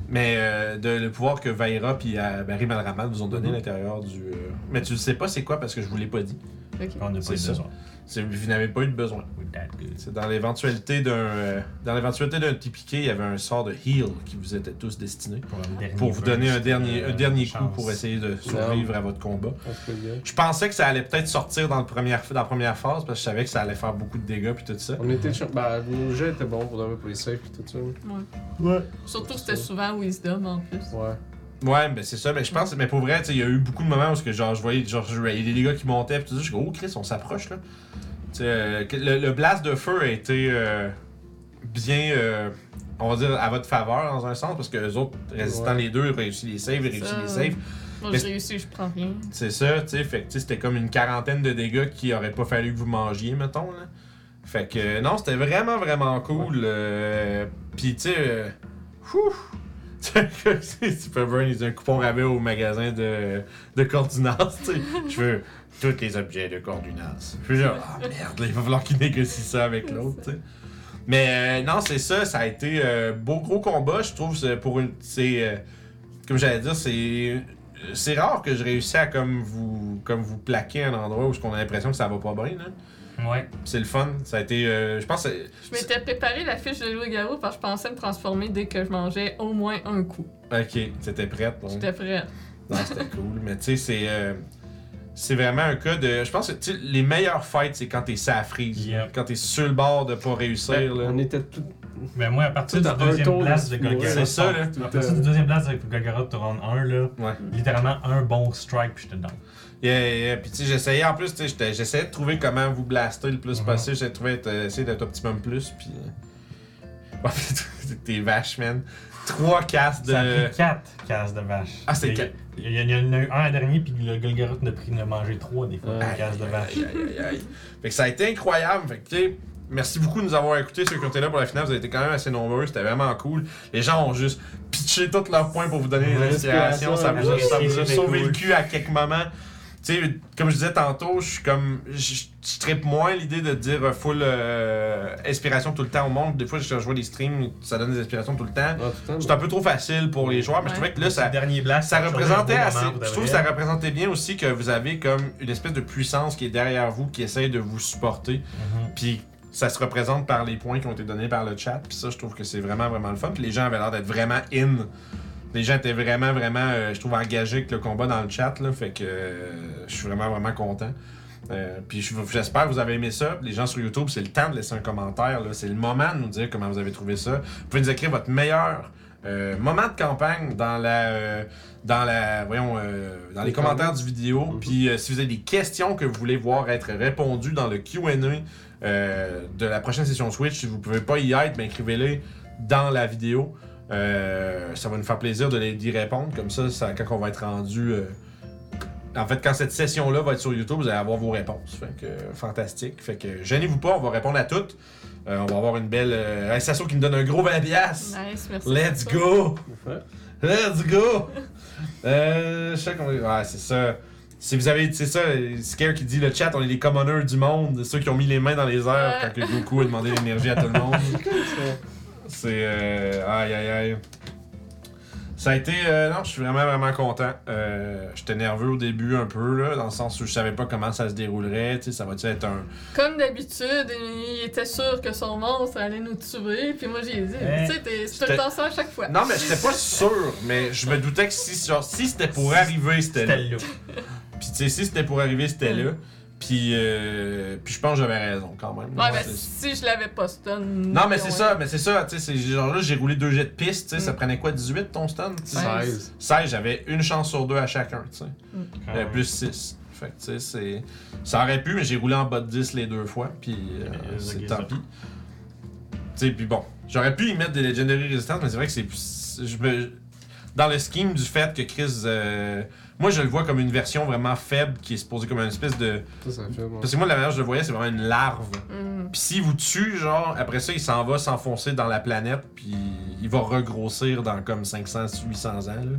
[SPEAKER 1] Mais euh, de, le pouvoir que Vaira et Barry Malraman vous ont donné
[SPEAKER 2] Mhm.
[SPEAKER 1] à l'intérieur du. euh, Mais tu ne sais pas c'est quoi parce que je vous l'ai pas dit.
[SPEAKER 4] Ok.
[SPEAKER 3] On n'a pas
[SPEAKER 1] C'est
[SPEAKER 3] eu
[SPEAKER 1] ça.
[SPEAKER 3] besoin.
[SPEAKER 1] C'est- Vous n'avez pas eu de besoin.
[SPEAKER 3] We're that good.
[SPEAKER 1] C'est dans l'éventualité d'un. euh, dans l'éventualité d'un petit piqué, il y avait un sort de heal qui vous était tous destiné.
[SPEAKER 3] Pour, un dernier
[SPEAKER 1] pour vous donner un
[SPEAKER 3] burst,
[SPEAKER 1] dernier, un
[SPEAKER 3] euh,
[SPEAKER 1] dernier coup
[SPEAKER 3] chance.
[SPEAKER 1] pour essayer de survivre à votre combat.
[SPEAKER 2] En tout cas, gars.
[SPEAKER 1] Je pensais que ça allait peut-être sortir dans, le première, dans la première phase parce que je savais que ça allait faire beaucoup de dégâts puis tout ça.
[SPEAKER 2] On était sur. Bah, nos jets étaient bons pour de vrai, pour les saves et tout ça. là.
[SPEAKER 4] Surtout que c'était souvent Wisdom en plus.
[SPEAKER 2] Ouais.
[SPEAKER 1] Ouais, mais c'est ça, mais je pense, mais pour vrai, tu sais, il y a eu beaucoup de moments où ce que, genre, je voyais genre, je- il y a des dégâts qui montaient puis tout ça, je dis, oh Chris, on s'approche là. Tu sais, euh, que- le, le blast de feu a été euh, bien, euh, on va dire, à votre faveur dans un sens parce que les autres, résistant
[SPEAKER 2] Ouais.
[SPEAKER 1] les deux, réussissent les saves, réussissent
[SPEAKER 4] Ça,
[SPEAKER 1] les saves.
[SPEAKER 4] Moi,
[SPEAKER 1] Mais-
[SPEAKER 4] j'ai réussi, je prends rien.
[SPEAKER 1] C'est ça, tu sais, fait que tu sais, c'était comme une quarantaine de dégâts qui aurait pas fallu que vous mangiez, mettons, là. Fait que euh, non, c'était vraiment, vraiment cool. euh, Puis, tu sais, euh, whew! Tu sais, comme si tu peux burn, ils ont un coupon rabais au magasin de, de Cordunance, tu sais. Je veux tous les objets de Cordunance. Je suis genre, ah merde, là, il va falloir qu'ils négocient ça avec l'autre, tu sais. Mais euh, non, c'est ça, ça a été euh, beau gros combat, je trouve, c'est pour une. C'est. euh, comme j'allais dire, c'est. C'est rare que je réussisse à comme vous comme vous plaquer à un endroit où on a l'impression que ça va pas bien. là.
[SPEAKER 3] Ouais.
[SPEAKER 1] C'est le fun. Ça a été. euh, je pense que c'est-
[SPEAKER 4] Je m'étais préparé la fiche de loup-garou parce que je pensais me transformer dès que je mangeais au moins un coup.
[SPEAKER 1] Ok, t'étais prête. donc.
[SPEAKER 4] J'étais prête.
[SPEAKER 1] Non, c'était cool. Mais tu sais, c'est. euh, c'est vraiment un cas de. Je pense que tu sais, les meilleurs fights, c'est quand t'es safrise.
[SPEAKER 3] Yep.
[SPEAKER 1] Quand t'es sur le bord de pas réussir. là.
[SPEAKER 2] Ben, On était tout.
[SPEAKER 3] Mais moi, à partir
[SPEAKER 2] Tout
[SPEAKER 3] du
[SPEAKER 2] à un
[SPEAKER 3] deuxième
[SPEAKER 2] tour,
[SPEAKER 3] blast de
[SPEAKER 2] c'est
[SPEAKER 3] Golgoroth.
[SPEAKER 1] C'est ça, là.
[SPEAKER 3] À partir du deuxième blast de Golgoroth de round 1, là,
[SPEAKER 1] Ouais.
[SPEAKER 3] littéralement un bon strike, puis j'étais dedans.
[SPEAKER 1] Yeah, yeah. Puis tu sais, j'essayais en plus, tu sais, j'étais- j'essayais de trouver comment vous blaster le plus
[SPEAKER 3] Mhm.
[SPEAKER 1] possible. J'essayais de trouver, de- essayer d'être optimum plus. Puis. euh, Ouais, puis t'es vache, man. Trois castes
[SPEAKER 3] Ça a
[SPEAKER 1] de.
[SPEAKER 3] pris 4 cases de vache.
[SPEAKER 1] Ah, c'est
[SPEAKER 3] Il y a-
[SPEAKER 1] quatre.
[SPEAKER 3] Il y, en- il y en a eu un à dernier, puis le Golgoroth ne pris ne mangé 3 des
[SPEAKER 1] Euh.
[SPEAKER 3] fois,
[SPEAKER 2] Ouais.
[SPEAKER 3] des cases de vache.
[SPEAKER 1] Aïe, aïe, aïe, aïe. Fait que ça a été incroyable. Fait que, tu sais, merci beaucoup de nous avoir écoutés. Ceux qui étaient là pour la finale, vous avez été quand même assez nombreux. C'était vraiment cool. Les gens ont juste pitché tous leurs points pour vous donner des
[SPEAKER 2] Ouais,
[SPEAKER 1] inspirations. Ça vous a, ça vous a
[SPEAKER 3] c'était
[SPEAKER 1] sauvé
[SPEAKER 3] cool.
[SPEAKER 1] le cul à quelques moments. Tu sais, comme je disais tantôt, je suis comme. Je je trippe moins l'idée de dire euh, full euh, inspiration tout le temps au monde. Des fois, je vois des streams, ça donne des inspirations tout le temps.
[SPEAKER 2] Ah, tout le temps.
[SPEAKER 1] C'est un peu trop facile pour les joueurs, mais je
[SPEAKER 4] Ouais.
[SPEAKER 1] trouvais que là, ça,
[SPEAKER 3] Le dernier blast,
[SPEAKER 1] ça
[SPEAKER 3] ça a changé
[SPEAKER 1] représentait
[SPEAKER 3] un beau
[SPEAKER 1] assez.
[SPEAKER 3] moment, pour
[SPEAKER 1] Je
[SPEAKER 3] de
[SPEAKER 1] trouve que
[SPEAKER 3] vrai.
[SPEAKER 1] ça représentait bien aussi que vous avez comme une espèce de puissance qui est derrière vous, qui essaye de vous supporter.
[SPEAKER 3] Mhm.
[SPEAKER 1] Puis ça se représente par les points qui ont été donnés par le chat. Puis ça, je trouve que c'est vraiment, vraiment le fun. Puis les gens avaient l'air d'être vraiment in. Les gens étaient vraiment, vraiment, euh, je trouve, engagés avec le combat dans le chat. Là, fait que euh, je suis vraiment, vraiment content. Euh, puis je- j'espère que vous avez aimé ça. Les gens sur YouTube, c'est le temps de laisser un commentaire. là. C'est le moment de nous dire comment vous avez trouvé ça. Vous pouvez nous écrire votre meilleur euh, moment de campagne dans la, euh, dans la, voyons, euh, dans les
[SPEAKER 2] Les
[SPEAKER 1] commentaires du vidéo. Puis euh, si vous avez des questions que vous voulez voir être répondues dans le Q&A euh, de la prochaine session Switch, si vous pouvez pas y être, ben écrivez-les dans la vidéo. Euh, ça va nous faire plaisir de les- d'y répondre. Comme ça, ça, quand on va être rendu. euh, en fait, quand cette session-là va être sur YouTube, vous allez avoir vos réponses. Fait que, euh, fantastique. Fait que, euh, gênez-vous pas, on va répondre à toutes. Euh, on va avoir une belle. Euh, hey, Sasso qui me donne un gros 20$. piastres.
[SPEAKER 4] Nice, merci.
[SPEAKER 1] Let's
[SPEAKER 4] pour ça.
[SPEAKER 1] go!
[SPEAKER 2] Ouais.
[SPEAKER 1] Let's go! euh, je sais qu'on est. Ouais, c'est ça. Si vous avez. C'est ça, euh, Scare qui dit le chat, on est les commoners du monde, ceux qui ont mis les mains dans les airs quand
[SPEAKER 4] Ouais.
[SPEAKER 1] que Goku a demandé l'énergie à tout le monde.
[SPEAKER 2] C'est cool, ça.
[SPEAKER 1] C'est. Euh, aïe aïe aïe. Ça a été. euh, non, je suis vraiment, vraiment content. Euh, J'étais nerveux au début un peu, là, dans le sens où je savais pas comment ça se déroulerait. Tu sais, ça va-tu être un.
[SPEAKER 4] Comme d'habitude, il était sûr que son monstre allait nous tuer, puis moi j'ai dit,
[SPEAKER 3] Ouais.
[SPEAKER 4] tu sais, t'es- c'est tout le temps ça à chaque fois.
[SPEAKER 1] Non, mais j'étais pas sûr, mais je me doutais que si, genre, si c'était pour arriver, c'était là.
[SPEAKER 3] C'était là.
[SPEAKER 1] Puis, tu sais, si c'était pour arriver, c'était là. Puis, euh, puis je pense que j'avais raison quand même.
[SPEAKER 4] Ouais, ben,
[SPEAKER 1] Ouais,
[SPEAKER 4] mais
[SPEAKER 1] c'est-
[SPEAKER 4] si je l'avais pas stun.
[SPEAKER 1] Non, mais c'est ça, mais c'est ça, tu sais, c'est genre là, j'ai roulé deux jets de piste, tu sais, ça prenait quoi, 18 ton stun?
[SPEAKER 2] 16.
[SPEAKER 1] 16, j'avais une chance sur deux à chacun, tu sais.
[SPEAKER 3] Ah,
[SPEAKER 1] Euh, plus 6. Fait que, tu sais, c'est. Ça aurait pu, mais j'ai roulé en bas de 10 les deux fois, puis euh,
[SPEAKER 3] Mais, euh,
[SPEAKER 1] c'est
[SPEAKER 3] ok,
[SPEAKER 1] tant
[SPEAKER 3] ça.
[SPEAKER 1] pis. Tu sais, puis bon. J'aurais pu y mettre des Legendary Resistance, mais c'est vrai que c'est. plus- je me- Dans le scheme du fait que Chris. euh, Moi, je le vois comme une version vraiment faible qui est supposée comme une espèce de.
[SPEAKER 2] Ça, ça fait bon.
[SPEAKER 1] Parce que moi, la manière dont je le voyais, c'est vraiment une larve.
[SPEAKER 4] Mm.
[SPEAKER 1] Puis s'il vous tue, genre, après ça, il s'en va s'enfoncer dans la planète, puis il va regrossir dans comme 500, 800 ans, là.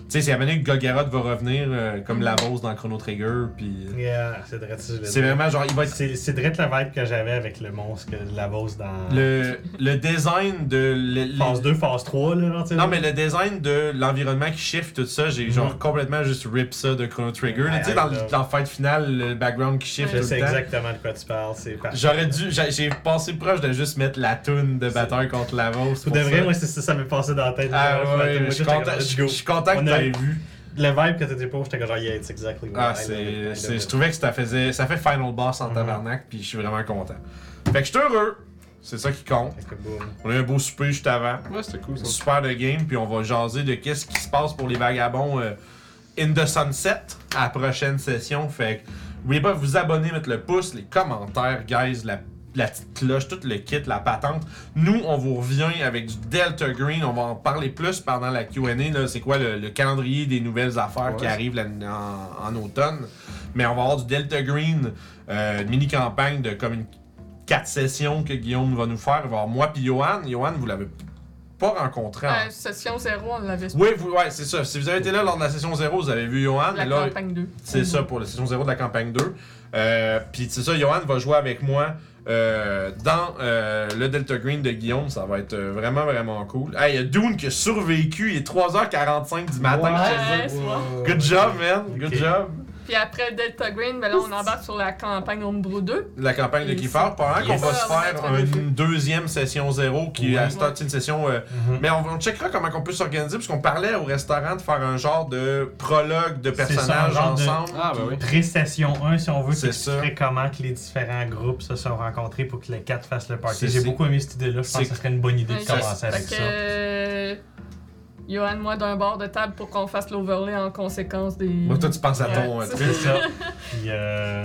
[SPEAKER 1] Tu sais, c'est à manière que Golgaroth va revenir euh, comme Lavos dans Chrono Trigger, puis... euh,
[SPEAKER 3] Yeah, c'est drôle. je le
[SPEAKER 1] C'est
[SPEAKER 3] dis.
[SPEAKER 1] vraiment genre, il va être...
[SPEAKER 3] C'est c'est direct la vibe que j'avais avec le monstre que la bosse dans.
[SPEAKER 1] Le, le design de... le- le-
[SPEAKER 3] Phase 2, phase 3, là, genre, tu sais.
[SPEAKER 1] Non, mais le design de l'environnement qui shift, tout ça, j'ai
[SPEAKER 3] Mhm.
[SPEAKER 1] genre complètement juste rip ça de Chrono Trigger. là.
[SPEAKER 3] Ouais,
[SPEAKER 1] tu sais, dans,
[SPEAKER 3] ouais,
[SPEAKER 1] le-
[SPEAKER 3] là.
[SPEAKER 1] dans le fight final, le background qui shift
[SPEAKER 3] Je
[SPEAKER 1] tout
[SPEAKER 3] sais
[SPEAKER 1] le temps.
[SPEAKER 3] exactement de quoi tu parles, c'est parfait.
[SPEAKER 1] J'aurais dû... J'ai j'ai passé proche de juste mettre la toune de batteur contre Lavos.
[SPEAKER 3] Pour
[SPEAKER 1] pour
[SPEAKER 3] de vrai,
[SPEAKER 1] ça.
[SPEAKER 3] moi, c'est ça, ça m'est passé dans la tête.
[SPEAKER 1] Ah
[SPEAKER 3] Genre,
[SPEAKER 1] ouais, je
[SPEAKER 3] j'étais
[SPEAKER 1] suis
[SPEAKER 3] comme,
[SPEAKER 1] content,
[SPEAKER 3] let's
[SPEAKER 1] je-
[SPEAKER 3] go.
[SPEAKER 1] je suis content que
[SPEAKER 3] On
[SPEAKER 1] tu
[SPEAKER 3] a-
[SPEAKER 1] vu.
[SPEAKER 3] Le vibe que t'étais pour, j'étais comme genre, yeah, it's exactly what
[SPEAKER 1] Ah,
[SPEAKER 3] I
[SPEAKER 1] c'est,
[SPEAKER 3] love.
[SPEAKER 1] c'est- je trouvais que ça faisait, ça fait final boss en
[SPEAKER 3] Mhm.
[SPEAKER 1] tabarnak, puis je suis vraiment content. Fait que je suis heureux, c'est ça qui compte.
[SPEAKER 3] Fait que boum.
[SPEAKER 1] On a eu un beau souper juste avant,
[SPEAKER 2] Ouais, c'était cool. Ça.
[SPEAKER 1] super de game, puis on va jaser de qu'est-ce qui se passe pour les vagabonds euh, in the sunset à la prochaine session. Fait que n'oubliez pas de vous abonner, mettre le pouce, les commentaires, guys, la la petite cloche, tout le kit, la patente. Nous, on vous revient avec du Delta Green. On va en parler plus pendant la Q&A. là. C'est quoi le, le calendrier des nouvelles affaires qui
[SPEAKER 2] Ouais.
[SPEAKER 1] arrivent la- en, en automne. Mais on va avoir du Delta Green, euh, une mini-campagne de comme une quatre sessions que Guillaume va nous faire. Il va y avoir moi puis Johan. Johan, vous l'avez pas rencontré. en-
[SPEAKER 4] Ouais, session 0, on l'avait
[SPEAKER 1] Oui, vous- ouais, c'est ça. Si vous avez été là lors de la session 0, vous avez vu Johan.
[SPEAKER 4] la
[SPEAKER 1] Et là,
[SPEAKER 4] campagne 2.
[SPEAKER 1] c'est ça pour la saison 0 de la campagne 2. Euh, Puis c'est ça, Johan va jouer avec moi euh, dans euh, le Delta Green de Guillaume. Ça va être euh, vraiment, vraiment cool. Hey, il y a Dune qui a survécu. Il est 3h45 du matin.
[SPEAKER 4] Ouais. c'est moi.
[SPEAKER 1] Good job, man. Good
[SPEAKER 3] Ok.
[SPEAKER 1] job.
[SPEAKER 4] Puis après Delta Green, ben là, on embarque sur la campagne Ombre 2.
[SPEAKER 1] La campagne de
[SPEAKER 4] Et
[SPEAKER 1] Kiefer. Pendant qu'on
[SPEAKER 3] Yes.
[SPEAKER 1] va se
[SPEAKER 4] Ah,
[SPEAKER 1] faire
[SPEAKER 4] on a fait
[SPEAKER 1] une deuxième session 0 qui
[SPEAKER 3] Ouais.
[SPEAKER 1] à start, c'est une session. euh,
[SPEAKER 3] Mhm.
[SPEAKER 1] mais on, on checkera comment on peut s'organiser, parce qu'on parlait au restaurant de faire un genre de prologue de
[SPEAKER 3] C'est ça, un
[SPEAKER 1] personnages
[SPEAKER 3] genre de-
[SPEAKER 1] ensemble.
[SPEAKER 2] Ah, bah oui.
[SPEAKER 3] Pré-session 1, si on veut,
[SPEAKER 1] C'est
[SPEAKER 3] qui
[SPEAKER 1] ça.
[SPEAKER 3] expliquerait comment que les différents groupes se sont rencontrés pour que les 4 fassent le
[SPEAKER 1] C'est-
[SPEAKER 3] party. J'ai
[SPEAKER 1] c'est-
[SPEAKER 3] beaucoup aimé cette idée-là, je pense
[SPEAKER 1] c'est-
[SPEAKER 3] que ce serait une bonne idée de
[SPEAKER 4] Ouais,
[SPEAKER 3] commencer
[SPEAKER 4] Fait
[SPEAKER 3] avec
[SPEAKER 4] que.
[SPEAKER 3] ça.
[SPEAKER 4] euh, Johan, moi, d'un bord de table pour qu'on fasse l'overlay en conséquence des.
[SPEAKER 1] Moi, toi, tu penses à ton.
[SPEAKER 4] Ouais,
[SPEAKER 1] euh,
[SPEAKER 4] c'est
[SPEAKER 3] C'est ça. Puis euh,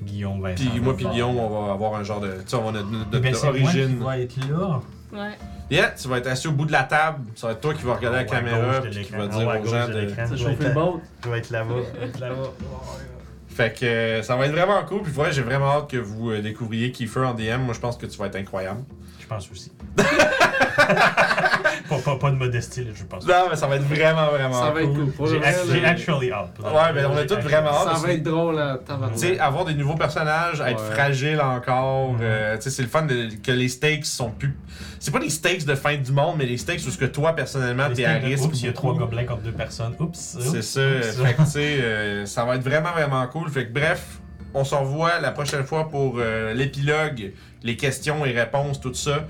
[SPEAKER 3] Guillaume Vincent.
[SPEAKER 1] Puis moi
[SPEAKER 3] Vincent.
[SPEAKER 1] puis Guillaume, on va avoir un genre de... Tu sais, on a notre, notre-
[SPEAKER 3] Eh ben,
[SPEAKER 1] notre
[SPEAKER 3] c'est moi
[SPEAKER 1] origine.
[SPEAKER 3] qui va être là.
[SPEAKER 4] Ouais.
[SPEAKER 1] Yeah, tu vas être assis au bout de la table. Ça va être toi qui vas regarder la
[SPEAKER 3] Au haut Ah, à
[SPEAKER 1] caméra
[SPEAKER 3] gauche de
[SPEAKER 1] puis qui
[SPEAKER 3] l'écran.
[SPEAKER 1] va
[SPEAKER 3] Au
[SPEAKER 1] dire
[SPEAKER 3] haut à
[SPEAKER 1] aux
[SPEAKER 3] gauche
[SPEAKER 1] gens
[SPEAKER 3] de
[SPEAKER 1] de...
[SPEAKER 3] l'écran.
[SPEAKER 2] Ça
[SPEAKER 3] Je vais
[SPEAKER 2] chauffe le
[SPEAKER 3] être-
[SPEAKER 2] bon.
[SPEAKER 3] Je vais être là-bas. Je vais être là-bas.
[SPEAKER 1] Fait que euh, ça va être vraiment cool. Puis ouais, j'ai vraiment hâte que vous euh, découvriez Kiefer en DM. Moi, je pense que tu vas être incroyable.
[SPEAKER 3] Je pense aussi. pas, pas, pas de modestie, là, je pense.
[SPEAKER 1] Non, mais ça va être vraiment, vraiment
[SPEAKER 2] Ça va être
[SPEAKER 1] cool.
[SPEAKER 2] cool. Pour
[SPEAKER 3] J'ai
[SPEAKER 2] le
[SPEAKER 3] act-
[SPEAKER 2] vrai,
[SPEAKER 3] j'ai
[SPEAKER 2] là,
[SPEAKER 3] actually hâte.
[SPEAKER 1] Ouais, mais on a
[SPEAKER 3] J'ai
[SPEAKER 1] tous
[SPEAKER 3] actually-
[SPEAKER 1] vraiment hâte.
[SPEAKER 2] Ça va être drôle, là, tabarnak.
[SPEAKER 1] Tu sais, avoir des nouveaux personnages, être
[SPEAKER 2] Ouais.
[SPEAKER 1] fragile encore,
[SPEAKER 3] Mhm.
[SPEAKER 1] euh, tu sais, c'est le fun de- que les stakes sont plus. C'est pas des stakes de fin du monde, mais les stakes où ce que toi, personnellement,
[SPEAKER 3] Les
[SPEAKER 1] t'es à
[SPEAKER 3] steaks de-
[SPEAKER 1] risque.
[SPEAKER 3] Oups, il y a
[SPEAKER 1] beaucoup.
[SPEAKER 3] trois gobelins contre deux personnes. Oups.
[SPEAKER 1] C'est
[SPEAKER 3] oups,
[SPEAKER 1] ça.
[SPEAKER 3] oups.
[SPEAKER 1] Fait que, tu sais, euh, ça va être vraiment, vraiment cool. Fait que, bref, on se revoit la prochaine fois pour euh, l'épilogue, les questions et réponses, tout ça.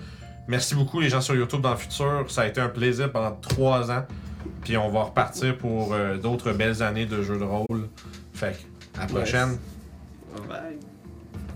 [SPEAKER 1] Merci beaucoup, les gens sur YouTube dans le futur. Ça a été un plaisir pendant trois ans. Puis on va repartir pour euh, d'autres belles années de jeux de rôle. Fait que, à la
[SPEAKER 2] Yes.
[SPEAKER 1] prochaine.
[SPEAKER 2] Bye.